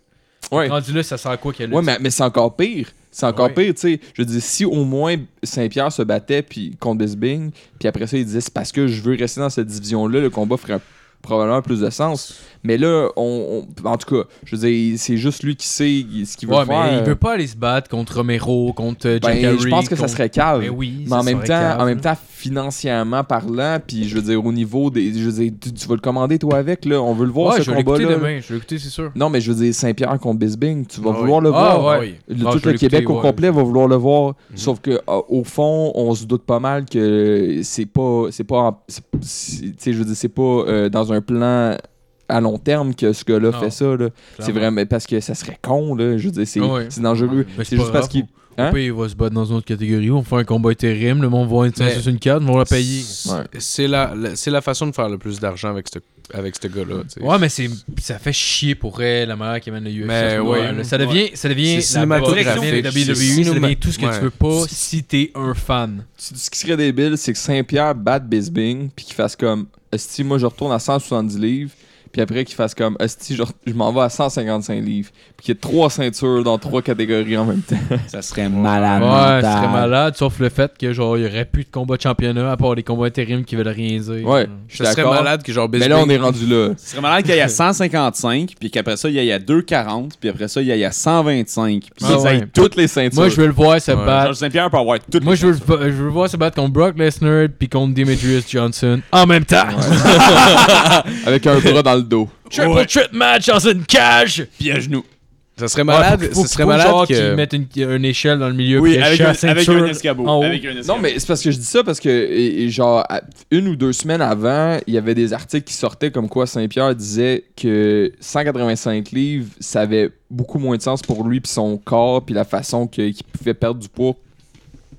[SPEAKER 6] Ouais.
[SPEAKER 3] rendu là ça sert à quoi qu'il y a le
[SPEAKER 6] Ouais, mais, mais c'est encore pire. C'est encore
[SPEAKER 3] Ouais.
[SPEAKER 6] pire, tu sais. Je dis si au moins Saint-Pierre se battait puis contre Bisbing, puis après ça, il disait c'est parce que je veux rester dans cette division-là, le combat ferait probablement plus de sens. Mais là, on, on- en tout cas, je veux dire, c'est juste lui qui sait ce qu'il veut
[SPEAKER 3] Ouais,
[SPEAKER 6] faire. euh,
[SPEAKER 3] mais il veut pas aller se battre contre Romero contre euh, Jack
[SPEAKER 6] Ben,
[SPEAKER 3] Harry
[SPEAKER 6] je pense que ça
[SPEAKER 3] contre-
[SPEAKER 6] serait cave.
[SPEAKER 3] Ben oui,
[SPEAKER 6] Mais
[SPEAKER 3] ça
[SPEAKER 6] en même,
[SPEAKER 3] serait
[SPEAKER 6] temps,
[SPEAKER 3] cave,
[SPEAKER 6] en même
[SPEAKER 3] là.
[SPEAKER 6] temps, financièrement parlant, puis je veux dire, au niveau des. Je veux dire, tu, tu vas le commander toi avec, là. On veut le voir
[SPEAKER 3] ouais,
[SPEAKER 6] ce
[SPEAKER 3] je vais l'écouter
[SPEAKER 6] combat-là.
[SPEAKER 3] demain je vais l'écouter c'est sûr
[SPEAKER 6] Non, mais je veux dire, Saint-Pierre contre Bisbing, tu vas
[SPEAKER 4] Ah
[SPEAKER 6] vouloir le
[SPEAKER 3] ah
[SPEAKER 6] voir.
[SPEAKER 3] ouais
[SPEAKER 6] Le-
[SPEAKER 3] Ah,
[SPEAKER 6] tout
[SPEAKER 3] je vais
[SPEAKER 6] le
[SPEAKER 3] l'écouter,
[SPEAKER 6] Québec au
[SPEAKER 3] ouais. Mhm.
[SPEAKER 6] complet va vouloir le voir. Sauf que euh, au fond, on se doute pas mal que c'est pas. C'est pas. en- c'est- c'est- Tu sais, je veux dire, c'est pas euh, dans un plan à long terme que ce gars-là
[SPEAKER 3] Non,
[SPEAKER 6] fait ça, là. C'est
[SPEAKER 3] clairement.
[SPEAKER 6] vraiment. Parce que ça serait con, là. Je veux dire, c'est
[SPEAKER 3] Ah ouais.
[SPEAKER 6] c'est dangereux.
[SPEAKER 3] Mais
[SPEAKER 6] C'est
[SPEAKER 3] pas
[SPEAKER 6] juste
[SPEAKER 3] grave,
[SPEAKER 6] parce qu'il.
[SPEAKER 3] au- au
[SPEAKER 6] Hein?
[SPEAKER 3] pire, il va se battre dans une autre catégorie. On fait un combat intérim. Le monde va être
[SPEAKER 4] Mais-
[SPEAKER 3] sur une carte. On va la payer.
[SPEAKER 6] Ouais.
[SPEAKER 4] C'est la, la- c'est la façon de faire le plus d'argent avec ce avec ce gars-là. tu sais.
[SPEAKER 3] Ouais, mais c'est ça fait chier pour elle, la manière qui mène le UFC.
[SPEAKER 4] Mais
[SPEAKER 3] à ce
[SPEAKER 4] ouais.
[SPEAKER 3] moment-là. ça devient, ça devient
[SPEAKER 4] C'est
[SPEAKER 3] la boxe, ça devient
[SPEAKER 4] cinématographique,
[SPEAKER 3] la
[SPEAKER 4] c'est
[SPEAKER 3] WWE, ça devient
[SPEAKER 4] cinéma-
[SPEAKER 3] E, tout ce que
[SPEAKER 4] Ouais.
[SPEAKER 3] tu veux pas si t'es un fan.
[SPEAKER 6] Tu- Ce qui serait débile, c'est que Saint-Pierre batte Bisbing, puis qu'il fasse comme Esti, moi je retourne à 170 livres, puis après qu'il fasse comme Esti, je, re- je m'en vais à 155 livres, puis qu'il y ait trois ceintures dans trois catégories en même temps.
[SPEAKER 5] Ça serait malade.
[SPEAKER 3] Ouais, ce
[SPEAKER 5] mental.
[SPEAKER 3] serait malade, sauf le fait que genre il y aurait plus de combats de championnat à part des combats intérims qui veulent rien dire.
[SPEAKER 6] Ouais, je suis
[SPEAKER 4] Ça serait
[SPEAKER 6] d'accord.
[SPEAKER 4] malade que genre
[SPEAKER 6] Mais là, on est rendu là.
[SPEAKER 5] Ce serait malade qu'il y ait à 155, puis qu'après ça, il y ait à 240, puis après ça, il y ait à 125. Puis
[SPEAKER 3] Ah
[SPEAKER 5] ça,
[SPEAKER 3] ouais.
[SPEAKER 6] Toutes les ceintures.
[SPEAKER 3] Moi je veux le voir se
[SPEAKER 4] Ouais.
[SPEAKER 3] battre.
[SPEAKER 5] Georges Saint-Pierre peut avoir tout.
[SPEAKER 3] Moi je veux, le vo- je veux le voir se battre contre Brock Lesnar puis contre Demetrius Johnson en même temps.
[SPEAKER 6] Avec un bras dans le dos.
[SPEAKER 3] Triple threat match dans une cage.
[SPEAKER 5] Puis à genoux.
[SPEAKER 4] Ça serait malade,
[SPEAKER 3] Ouais, faut- faut-
[SPEAKER 4] ça serait
[SPEAKER 3] faut,
[SPEAKER 4] malade
[SPEAKER 3] genre,
[SPEAKER 4] que
[SPEAKER 3] qu'ils mettent une, une échelle dans le milieu.
[SPEAKER 5] Oui,
[SPEAKER 3] puis
[SPEAKER 5] avec
[SPEAKER 3] la
[SPEAKER 5] un,
[SPEAKER 3] ceinture Ah, oh.
[SPEAKER 5] avec un escabeau.
[SPEAKER 3] en haut.
[SPEAKER 5] Avec un escabeau.
[SPEAKER 6] Non, mais c'est parce que je dis ça parce que, et- et genre, à- une ou deux semaines avant, il y avait des articles qui sortaient comme quoi Saint-Pierre disait que 185 livres, ça avait beaucoup moins de sens pour lui, puis son corps, puis la façon que- qu'il pouvait perdre du poids.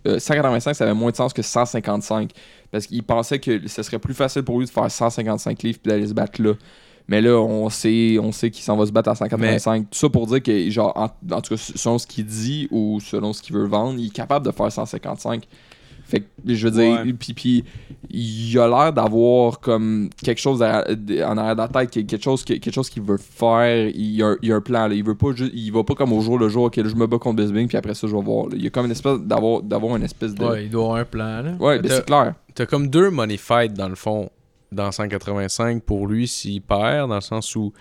[SPEAKER 6] Euh, 185, ça avait moins de sens que 155. Parce qu'il pensait que ce serait plus facile pour lui de faire 155 livres puis d'aller se battre là. Mais là, on sait, on sait qu'il s'en va se battre à 185. Tout ça pour dire que, genre, en, en tout cas, selon ce qu'il dit ou selon ce qu'il veut vendre, il est capable de faire 155. Fait que, je veux
[SPEAKER 5] Ouais.
[SPEAKER 6] dire, puis- puis il a l'air d'avoir comme quelque chose à- en arrière de la tête, quelque chose, que- quelque chose qu'il veut faire. Il y a, un- il y a un plan, là. Il veut pas ju- il va pas comme au jour le jour, ok, là, je me bats contre Bisbing, puis après ça, je vais voir. là. Il y a comme une espèce d'avoir, d'avoir une espèce de.
[SPEAKER 3] Ouais, il doit avoir un plan. Là.
[SPEAKER 6] Ouais, ben,
[SPEAKER 4] T'as-
[SPEAKER 6] c'est clair.
[SPEAKER 4] t'as comme deux money fights dans le fond dans 185 pour lui s'il perd dans le sens où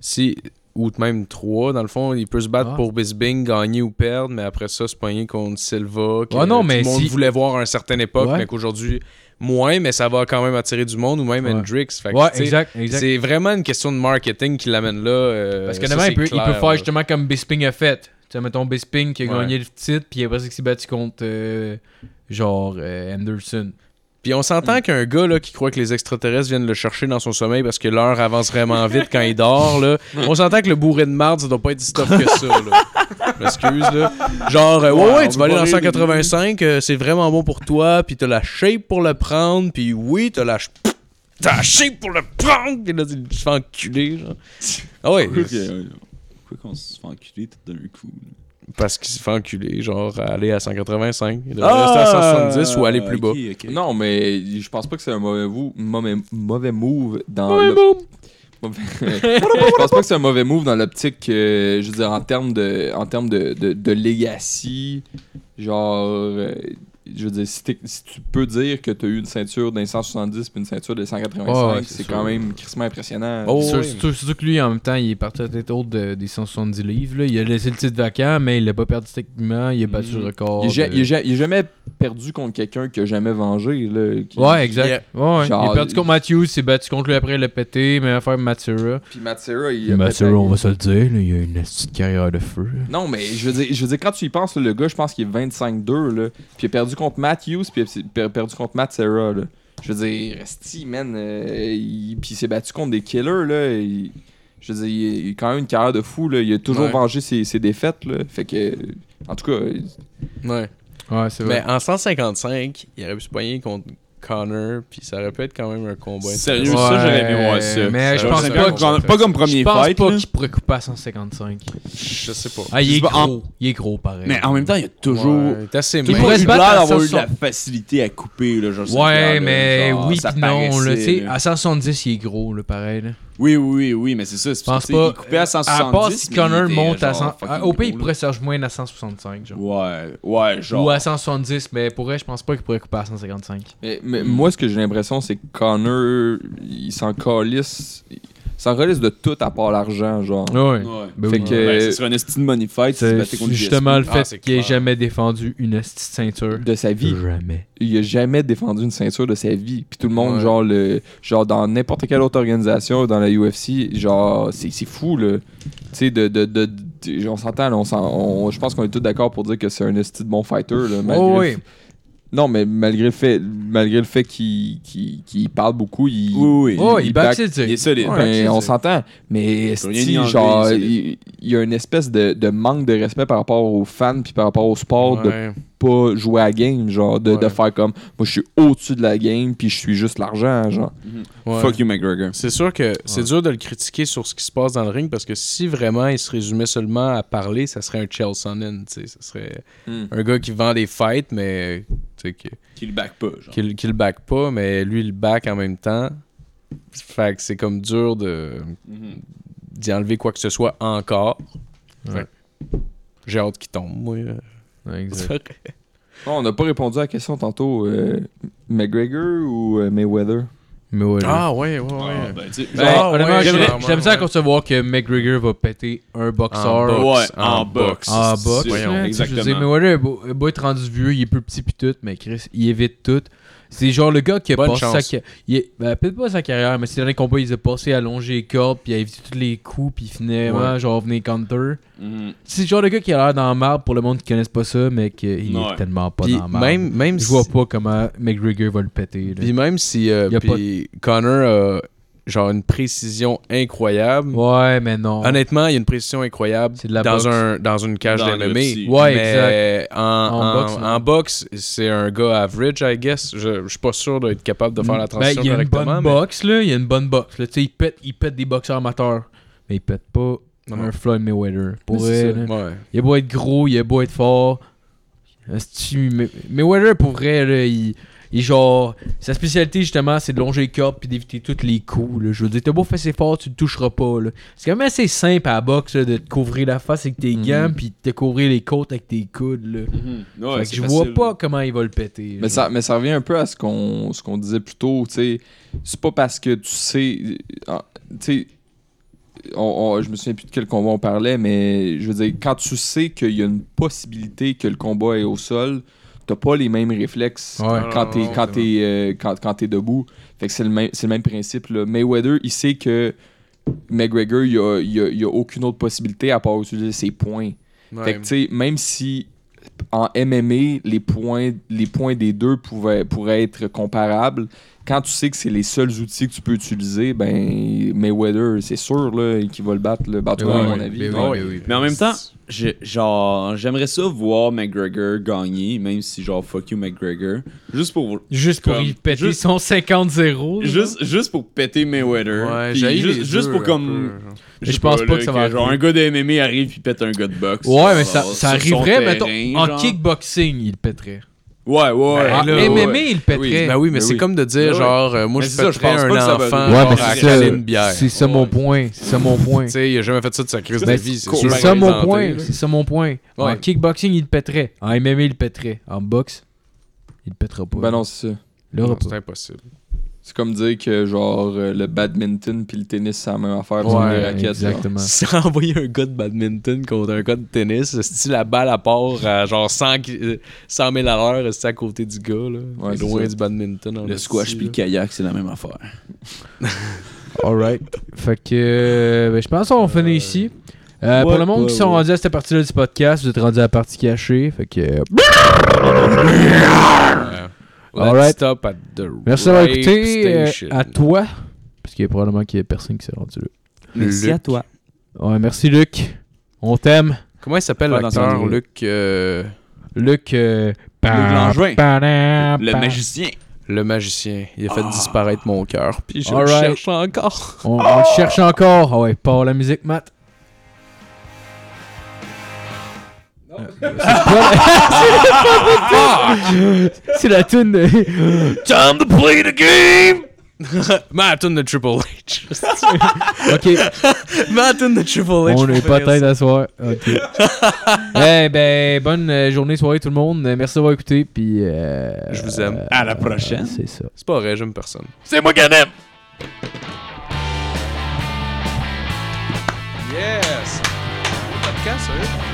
[SPEAKER 4] si ou même trois dans le fond il peut se battre
[SPEAKER 3] Ah.
[SPEAKER 4] pour Bisbing gagner ou perdre mais après ça se pogner contre Silva que
[SPEAKER 3] Ouais, non,
[SPEAKER 4] tout
[SPEAKER 3] mais
[SPEAKER 4] le monde
[SPEAKER 3] si-
[SPEAKER 4] voulait voir à une certaine époque
[SPEAKER 3] Ouais.
[SPEAKER 4] mais qu'aujourd'hui moins mais ça va quand même attirer du monde ou même
[SPEAKER 3] Ouais.
[SPEAKER 4] Hendrix Fait que,
[SPEAKER 3] Ouais,
[SPEAKER 4] tu sais,
[SPEAKER 3] exact, exact.
[SPEAKER 4] c'est vraiment une question de marketing qui l'amène là euh,
[SPEAKER 3] Parce
[SPEAKER 4] ça,
[SPEAKER 3] qu'honnêtement,
[SPEAKER 4] c'est
[SPEAKER 3] il peut, il
[SPEAKER 4] clair,
[SPEAKER 3] peut faire
[SPEAKER 4] là.
[SPEAKER 3] justement comme Bisping a fait. Tu sais, mettons Bisping qui a
[SPEAKER 4] Ouais.
[SPEAKER 3] gagné le titre, puis après, c'est qu'il s'est battu contre euh, genre euh, Anderson.
[SPEAKER 4] Puis on
[SPEAKER 5] Mm.
[SPEAKER 4] s'entend qu'un gars là, qui croit que les extraterrestres viennent le chercher dans son sommeil parce que l'heure avance vraiment vite quand il dort, là. on s'entend que le bourré de marde, ça doit pas être du stuff que ça. Là. Je m'excuse. Là. Genre, euh, ouais, ouais, tu
[SPEAKER 5] on peut
[SPEAKER 4] vas aller
[SPEAKER 5] pas
[SPEAKER 4] dans
[SPEAKER 5] rire
[SPEAKER 4] 185, euh, c'est vraiment bon pour toi, puis t'as la shape pour le prendre, puis oui, t'as la... ch- Tâchez pour le prendre! Puis là, tu te fais enculer, genre. Ah ouais,
[SPEAKER 5] Ok, ouais. Pourquoi qu'on se fait enculer tout d'un coup? là?
[SPEAKER 4] parce qu'il se fait enculer, genre, à aller à 185. Il
[SPEAKER 3] euh,
[SPEAKER 4] devrait
[SPEAKER 5] Ah,
[SPEAKER 4] rester à 170 ou aller plus bas.
[SPEAKER 5] ok, ok.
[SPEAKER 6] Non, mais je pense pas que c'est un mauvais, mou- mauvais, mauvais move dans l'op- Mauvais- je pense pas que c'est un mauvais move dans l'optique, euh, je veux dire, en termes de, en termes de, de, de legacy, genre, euh, je veux dire, si, t'es- si tu peux dire que t'as eu une ceinture d'un 170 puis une ceinture de 185,
[SPEAKER 3] Ah ouais, c'est
[SPEAKER 6] c'est
[SPEAKER 3] sûr.
[SPEAKER 6] quand même crissement impressionnant.
[SPEAKER 5] Ah
[SPEAKER 4] Oh,
[SPEAKER 3] Sur-
[SPEAKER 4] ouais.
[SPEAKER 3] Surtout surtout que lui, en même temps, il est parti à la tête haute de- des 170 livres. là. Il a laissé le titre vacant, mais il l'a pas perdu techniquement. Il a battu
[SPEAKER 5] Mm.
[SPEAKER 6] Mhm.
[SPEAKER 3] le record.
[SPEAKER 6] Il est, ja-
[SPEAKER 3] de-
[SPEAKER 6] il est ja- il est jamais perdu contre quelqu'un qui a jamais vengé, là. qui-
[SPEAKER 3] Ouais, exact. Ouais, ouais. il
[SPEAKER 6] Genre-
[SPEAKER 3] a perdu contre Matthews, il s'est battu contre lui après, il l'a pété, mais affaire Matsura.
[SPEAKER 6] Puis Matsura, il a
[SPEAKER 3] Matsura,
[SPEAKER 6] pété-
[SPEAKER 3] on va se le dire, là, il a une petite carrière de feu.
[SPEAKER 6] Non, mais je veux dire, je veux dire quand tu y penses, là, le gars, je pense qu'il est 25-2, là. Puis il a perdu contre Matt Hughes, puis il a per- perdu contre Matt Serra, là. Je veux dire, Resti, man, euh, il- puis il s'est battu contre des killers, là. Il- je veux dire, il il a quand même une carrière de fou, là. Il a toujours
[SPEAKER 4] Ouais.
[SPEAKER 6] vengé ses, ses défaites, là. Fait que, en tout cas, euh,
[SPEAKER 4] Ouais.
[SPEAKER 3] Ouais, c'est
[SPEAKER 4] Mais
[SPEAKER 3] vrai.
[SPEAKER 4] en 155, il aurait pu se poigner contre Connor, puis ça aurait pu être quand même un combat.
[SPEAKER 5] Sérieux,
[SPEAKER 4] intéressant.
[SPEAKER 5] ça,
[SPEAKER 3] Ouais,
[SPEAKER 5] j'aurais aimé voir ça.
[SPEAKER 3] mais
[SPEAKER 5] Ça,
[SPEAKER 3] je pense
[SPEAKER 5] j'aurais
[SPEAKER 3] pas
[SPEAKER 5] aimé
[SPEAKER 3] que-
[SPEAKER 5] voir ça. Pas comme
[SPEAKER 3] Je
[SPEAKER 5] premier
[SPEAKER 3] pense
[SPEAKER 5] fight.
[SPEAKER 3] pas
[SPEAKER 5] là. Oh.
[SPEAKER 3] qu'il pourrait couper à 155.
[SPEAKER 4] Je sais pas.
[SPEAKER 3] Ah, il est
[SPEAKER 5] Je sais pas, en-
[SPEAKER 3] gros. Il est gros, pareil.
[SPEAKER 5] Mais en même temps, il y a toujours.
[SPEAKER 4] Ouais, t'as ses
[SPEAKER 3] Tu
[SPEAKER 5] Il
[SPEAKER 4] mains.
[SPEAKER 3] pourrais
[SPEAKER 5] pourrait
[SPEAKER 3] se
[SPEAKER 5] se
[SPEAKER 3] battre à
[SPEAKER 5] d'avoir eu de la
[SPEAKER 3] 160.
[SPEAKER 5] facilité à couper, là, genre,
[SPEAKER 3] Ouais,
[SPEAKER 5] Sinclair, là,
[SPEAKER 3] mais
[SPEAKER 5] genre,
[SPEAKER 3] oui
[SPEAKER 5] ça
[SPEAKER 3] pis non, là, tu
[SPEAKER 5] paraissait,
[SPEAKER 3] sais,
[SPEAKER 5] là.
[SPEAKER 3] à 170, il est gros, là, pareil, là.
[SPEAKER 5] Oui, oui, oui, mais c'est ça. Je
[SPEAKER 3] pense pas- euh,
[SPEAKER 5] Il coupait à 170.
[SPEAKER 3] à part si
[SPEAKER 5] mais
[SPEAKER 3] Connor
[SPEAKER 5] il était,
[SPEAKER 3] monte à
[SPEAKER 5] genre,
[SPEAKER 3] 100.
[SPEAKER 5] fucking
[SPEAKER 3] à- Au pire, il
[SPEAKER 5] gros,
[SPEAKER 3] pourrait se rejoindre à 165, genre.
[SPEAKER 5] là. Ouais, ouais, genre.
[SPEAKER 3] Ou à 170, mais pour vrai, je pense pas qu'il pourrait couper à 155.
[SPEAKER 6] Mais, mais moi, ce que j'ai l'impression, c'est que Connor, il s'en calisse. Il s'en calisse de tout à part l'argent, genre.
[SPEAKER 3] Ouais.
[SPEAKER 5] Ouais.
[SPEAKER 3] Ben
[SPEAKER 6] Fait
[SPEAKER 3] oui.
[SPEAKER 6] que-
[SPEAKER 5] Ben, c'est sur un esti de money fight, c'est
[SPEAKER 3] Ah, C'est justement le fait qu'il ait jamais défendu une esti de ceinture.
[SPEAKER 6] De sa vie.
[SPEAKER 3] Jamais.
[SPEAKER 6] il a jamais défendu une ceinture de sa vie. Puis tout le monde,
[SPEAKER 4] Ouais.
[SPEAKER 6] genre, le, genre dans n'importe quelle autre organisation, dans la UFC, genre, c'est c'est fou, là. Tu sais, de, de, de, de- on s'entend, là, on s'en- on- je pense qu'on est tous d'accord pour dire que c'est un esti de bon fighter, là, malgré
[SPEAKER 3] Oh,
[SPEAKER 6] le
[SPEAKER 3] oui.
[SPEAKER 6] f- Non, mais malgré le fait, malgré le fait qu'il qu'il- qu'il parle beaucoup, il...
[SPEAKER 5] Oui, oui.
[SPEAKER 3] Oh,
[SPEAKER 6] il
[SPEAKER 3] il back
[SPEAKER 6] back-
[SPEAKER 3] ses dires.
[SPEAKER 5] Il est solide.
[SPEAKER 6] Ouais,
[SPEAKER 3] c'est
[SPEAKER 6] on
[SPEAKER 3] ça.
[SPEAKER 6] s'entend, mais esti,
[SPEAKER 5] rien y enlever,
[SPEAKER 6] genre,
[SPEAKER 5] c'est-
[SPEAKER 6] il, il y a une espèce de, de manque de respect par rapport aux fans puis par rapport au sport de
[SPEAKER 4] Ouais.
[SPEAKER 6] pas jouer à la game, genre, de, de
[SPEAKER 4] Ouais.
[SPEAKER 6] faire comme moi je suis au-dessus de la game, puis je suis juste l'argent, genre.
[SPEAKER 4] Ouais.
[SPEAKER 5] Fuck you, McGregor.
[SPEAKER 4] C'est sûr que c'est dur de le critiquer sur ce qui se passe dans le ring parce que si vraiment il se résumait seulement à parler, ça serait un Chael Sonnen, tu sais, ça serait
[SPEAKER 6] Mm.
[SPEAKER 4] un gars qui vend des fights mais tu sais que-
[SPEAKER 5] Qu'il back pas, genre.
[SPEAKER 4] qui, le- qui le back pas mais lui il le back en même temps. Fait que c'est comme dur de
[SPEAKER 5] Mhm.
[SPEAKER 4] d'y enlever quoi que ce soit encore. Fait
[SPEAKER 3] Ouais.
[SPEAKER 4] que J'ai hâte qu'il tombe, moi. là.
[SPEAKER 3] Ouais, exact.
[SPEAKER 6] Non, on n'a pas répondu à la question tantôt. euh, McGregor ou euh, Mayweather
[SPEAKER 3] Mais ouais. là.
[SPEAKER 4] Ah ouais, ouais, ouais.
[SPEAKER 5] Ah, ben, tu sais,
[SPEAKER 3] Ben,
[SPEAKER 4] Ah,
[SPEAKER 3] honnêtement,
[SPEAKER 4] ouais,
[SPEAKER 3] j'aimerais-
[SPEAKER 4] clairement,
[SPEAKER 3] j'aime ça
[SPEAKER 4] ouais.
[SPEAKER 3] concevoir que McGregor va péter un
[SPEAKER 6] Ah,
[SPEAKER 3] boxeur.
[SPEAKER 6] bah
[SPEAKER 4] boxe.
[SPEAKER 5] Ouais,
[SPEAKER 4] en
[SPEAKER 5] en boxe.
[SPEAKER 4] boxe.
[SPEAKER 3] Ah, box.
[SPEAKER 5] Voyons,
[SPEAKER 3] Exactement. Je veux dire,
[SPEAKER 5] exactement.
[SPEAKER 3] Mayweather, beau- euh, beau être rendu vieux, il est plus petit pis tout, mais Chris, il évite tout. C'est genre le gars qui a
[SPEAKER 4] Bonne
[SPEAKER 3] passé sa
[SPEAKER 4] chance.
[SPEAKER 3] carrière. Ben, peut-être pas sa carrière, mais ses derniers combats, il a passé allongé les cordes, puis il a évité tous les coups, puis il finit,
[SPEAKER 4] Ouais.
[SPEAKER 3] ouais, genre, venir counter.
[SPEAKER 5] Mhm.
[SPEAKER 3] C'est le genre de gars qui a l'air dans la marbre pour le monde qui connaisse pas ça, mais qu'il
[SPEAKER 5] Ouais.
[SPEAKER 3] est tellement pas
[SPEAKER 4] Puis
[SPEAKER 3] dans la marbre.
[SPEAKER 4] même même
[SPEAKER 3] Je vois
[SPEAKER 4] si-
[SPEAKER 3] pas comment McGregor va le péter. là.
[SPEAKER 4] Puis même si euh,
[SPEAKER 3] Y a pas-
[SPEAKER 4] puis Connor a genre une précision incroyable.
[SPEAKER 3] Ouais, mais non.
[SPEAKER 4] Honnêtement, il y a une précision incroyable
[SPEAKER 3] C'est de la boxe.
[SPEAKER 4] dans, un, dans une cage
[SPEAKER 5] Dans
[SPEAKER 4] d'MMA.
[SPEAKER 5] l'UFC.
[SPEAKER 3] Ouais,
[SPEAKER 4] mais En,
[SPEAKER 3] En
[SPEAKER 4] en- en
[SPEAKER 3] boxe,
[SPEAKER 4] boxe,
[SPEAKER 3] non.
[SPEAKER 4] c'est un gars average, I guess. Je, je suis pas sûr d'être capable de faire la
[SPEAKER 3] Ben,
[SPEAKER 4] transition
[SPEAKER 3] il y a une
[SPEAKER 4] correctement.
[SPEAKER 3] bonne
[SPEAKER 4] mais-
[SPEAKER 3] boxe, là. Il y a une bonne boxe. Là. Tu sais, Il, pète, il pète des boxeurs amateurs, mais il pète pas
[SPEAKER 4] Non, non.
[SPEAKER 3] un Floyd Mayweather. Pour
[SPEAKER 4] Ouais,
[SPEAKER 3] vrai, là.
[SPEAKER 4] ouais.
[SPEAKER 3] Il a beau être gros, il a beau être fort. Asti, May- Mayweather, pour vrai, là, il, il genre. Sa spécialité, justement, c'est de longer les cordes puis d'éviter tous les coups. là. Je veux dire, t'as beau faire ses forts, tu le toucheras pas. là. C'est quand même assez simple à la boxe là, de te couvrir la face avec tes gants puis de te couvrir les côtes avec tes coudes. Là.
[SPEAKER 5] Mhm. Ouais,
[SPEAKER 3] Fait que
[SPEAKER 5] c'est
[SPEAKER 3] je vois
[SPEAKER 5] facile.
[SPEAKER 3] pas comment il va le péter.
[SPEAKER 6] mais
[SPEAKER 3] genre.
[SPEAKER 6] ça, mais ça revient un peu à ce qu'on ce qu'on disait plus tôt, tu sais. C'est pas parce que tu sais. euh, Tu sais. on- on- je me souviens plus de quel combat on parlait, mais je veux dire, quand tu sais qu'il y a une possibilité que le combat est au sol, t'as pas les mêmes réflexes
[SPEAKER 3] Ouais.
[SPEAKER 6] quand
[SPEAKER 4] Non,
[SPEAKER 6] t'es
[SPEAKER 4] non,
[SPEAKER 6] quand
[SPEAKER 4] c'est
[SPEAKER 6] t'es euh, quand, quand t'es debout fait que c'est le même c'est le même principe là. Mayweather il sait que McGregor il a, il a- il a aucune autre possibilité à part utiliser ses points
[SPEAKER 4] Ouais.
[SPEAKER 6] fait que tu sais même si en MMA, les points, les points des deux pouvaient, pourraient être comparables. Quand tu sais que c'est les seuls outils que tu peux utiliser, ben Mayweather, c'est sûr là, qu'il va le battre. Là. Ben, en tout cas, à mon avis.
[SPEAKER 3] ben oui,
[SPEAKER 6] Ouais.
[SPEAKER 3] ben oui.
[SPEAKER 5] Mais en même temps, j'ai- genre, j'aimerais ça voir McGregor gagner, même si genre fuck you McGregor, juste pour
[SPEAKER 3] Juste pour
[SPEAKER 5] Comme-
[SPEAKER 3] y péter
[SPEAKER 5] juste-
[SPEAKER 3] son 50-0. là.
[SPEAKER 5] juste juste pour péter Mayweather,
[SPEAKER 4] Ouais,
[SPEAKER 5] puis
[SPEAKER 4] j'haïs
[SPEAKER 5] juste,
[SPEAKER 4] les
[SPEAKER 5] juste
[SPEAKER 4] deux
[SPEAKER 5] pour
[SPEAKER 4] un
[SPEAKER 5] comme
[SPEAKER 4] peu, genre.
[SPEAKER 3] Mais je pense
[SPEAKER 5] sais
[SPEAKER 3] pas
[SPEAKER 5] là,
[SPEAKER 3] que ça va
[SPEAKER 5] genre un
[SPEAKER 3] arriver.
[SPEAKER 5] gars de MMA arrive puis pète un gars de boxe.
[SPEAKER 3] Ouais, mais ça,
[SPEAKER 5] Genre,
[SPEAKER 3] ça
[SPEAKER 5] sur son
[SPEAKER 3] arriverait, mettons,
[SPEAKER 5] terrain,
[SPEAKER 3] en Ben,
[SPEAKER 5] genre.
[SPEAKER 3] kickboxing, il le pèterait. Ah,
[SPEAKER 5] Ouais, ouais.
[SPEAKER 3] En
[SPEAKER 4] là,
[SPEAKER 3] MMA,
[SPEAKER 4] ouais.
[SPEAKER 3] il le pèterait.
[SPEAKER 4] Oui, ben oui, mais
[SPEAKER 6] Ben
[SPEAKER 4] c'est
[SPEAKER 6] oui.
[SPEAKER 4] comme de dire,
[SPEAKER 5] Ben
[SPEAKER 4] genre, euh, moi,
[SPEAKER 5] Mais
[SPEAKER 4] je
[SPEAKER 5] c'est ça, je
[SPEAKER 4] pèterais
[SPEAKER 5] pense
[SPEAKER 4] un
[SPEAKER 5] pas que ça va-
[SPEAKER 4] enfant,
[SPEAKER 5] Ouais,
[SPEAKER 4] genre,
[SPEAKER 5] mais c'est
[SPEAKER 4] à
[SPEAKER 5] ça.
[SPEAKER 4] caler une bière.
[SPEAKER 3] C'est ça mon point. C'est ça mon point.
[SPEAKER 4] Tu sais, il a jamais fait ça de sa crise de
[SPEAKER 3] Ben,
[SPEAKER 4] vie, c'est
[SPEAKER 3] C'est
[SPEAKER 4] sûr.
[SPEAKER 3] ça mon
[SPEAKER 4] Présenté,
[SPEAKER 3] point.
[SPEAKER 4] là.
[SPEAKER 3] C'est ça mon point. En
[SPEAKER 4] Ouais.
[SPEAKER 3] kickboxing, il le pèterait. En MMA, il le pèterait. En boxe, il le pètera pas.
[SPEAKER 6] Ben non, c'est ça.
[SPEAKER 3] Là,
[SPEAKER 4] Non,
[SPEAKER 3] pas.
[SPEAKER 4] C'est impossible.
[SPEAKER 6] C'est comme dire que genre euh, le badminton puis le tennis, c'est la même affaire. c'est
[SPEAKER 4] Ouais,
[SPEAKER 6] des raquettes, genre.
[SPEAKER 3] exactement.
[SPEAKER 4] Si t'as envoyé un gars de badminton contre un gars de tennis, si la balle à part à genre 100, qui- euh, 100 000 à l'heure, c'est à côté du gars, là.
[SPEAKER 6] Ouais,
[SPEAKER 4] C'est
[SPEAKER 6] c'est
[SPEAKER 4] loin
[SPEAKER 6] ça.
[SPEAKER 4] du badminton. en
[SPEAKER 5] Le
[SPEAKER 4] esti,
[SPEAKER 5] squash
[SPEAKER 4] là.
[SPEAKER 5] puis le kayak, c'est la même affaire.
[SPEAKER 3] Alright. fait que euh, ben, je pense qu'on finit ici. Euh, pour le monde qui sont rendus à cette partie-là du podcast, vous êtes rendus à la partie cachée. Fait que. euh,
[SPEAKER 4] Let's
[SPEAKER 3] Alright.
[SPEAKER 4] stop at the
[SPEAKER 3] Merci d'avoir
[SPEAKER 4] rape
[SPEAKER 3] écouté. euh,
[SPEAKER 4] station.
[SPEAKER 3] à toi. Parce qu'il y a probablement qu'il y a personne qui s'est rendu là.
[SPEAKER 5] Merci à toi.
[SPEAKER 3] Ouais, merci Luc. On t'aime.
[SPEAKER 4] Comment il s'appelle
[SPEAKER 5] Pas
[SPEAKER 4] l'acteur,
[SPEAKER 5] d'entendre.
[SPEAKER 4] Luc euh,
[SPEAKER 3] Luc. euh,
[SPEAKER 5] Langevin.
[SPEAKER 3] pa- pa-
[SPEAKER 5] Le
[SPEAKER 3] pa-
[SPEAKER 5] magicien.
[SPEAKER 4] Le magicien. Il a fait disparaître mon cœur. Puis je le
[SPEAKER 3] Alright.
[SPEAKER 4] cherche encore.
[SPEAKER 3] On, on le cherche encore. Ah ouais, pas la musique, Matt. Euh, C'est pas- c'est la tune de...
[SPEAKER 4] Time to play the game! Martin de Triple H.
[SPEAKER 3] Ok,
[SPEAKER 4] Martin de Triple H.
[SPEAKER 3] On est peut-être à soir. Ok. eh ben, bonne euh, journée, soirée tout le monde. Euh, Merci d'avoir écouté. Puis. euh,
[SPEAKER 4] Je vous aime.
[SPEAKER 5] À la
[SPEAKER 3] euh,
[SPEAKER 5] prochaine.
[SPEAKER 3] C'est ça.
[SPEAKER 4] C'est pas vrai, j'aime personne.
[SPEAKER 7] C'est moi qui en aime.
[SPEAKER 4] Yes! Podcast, sérieux?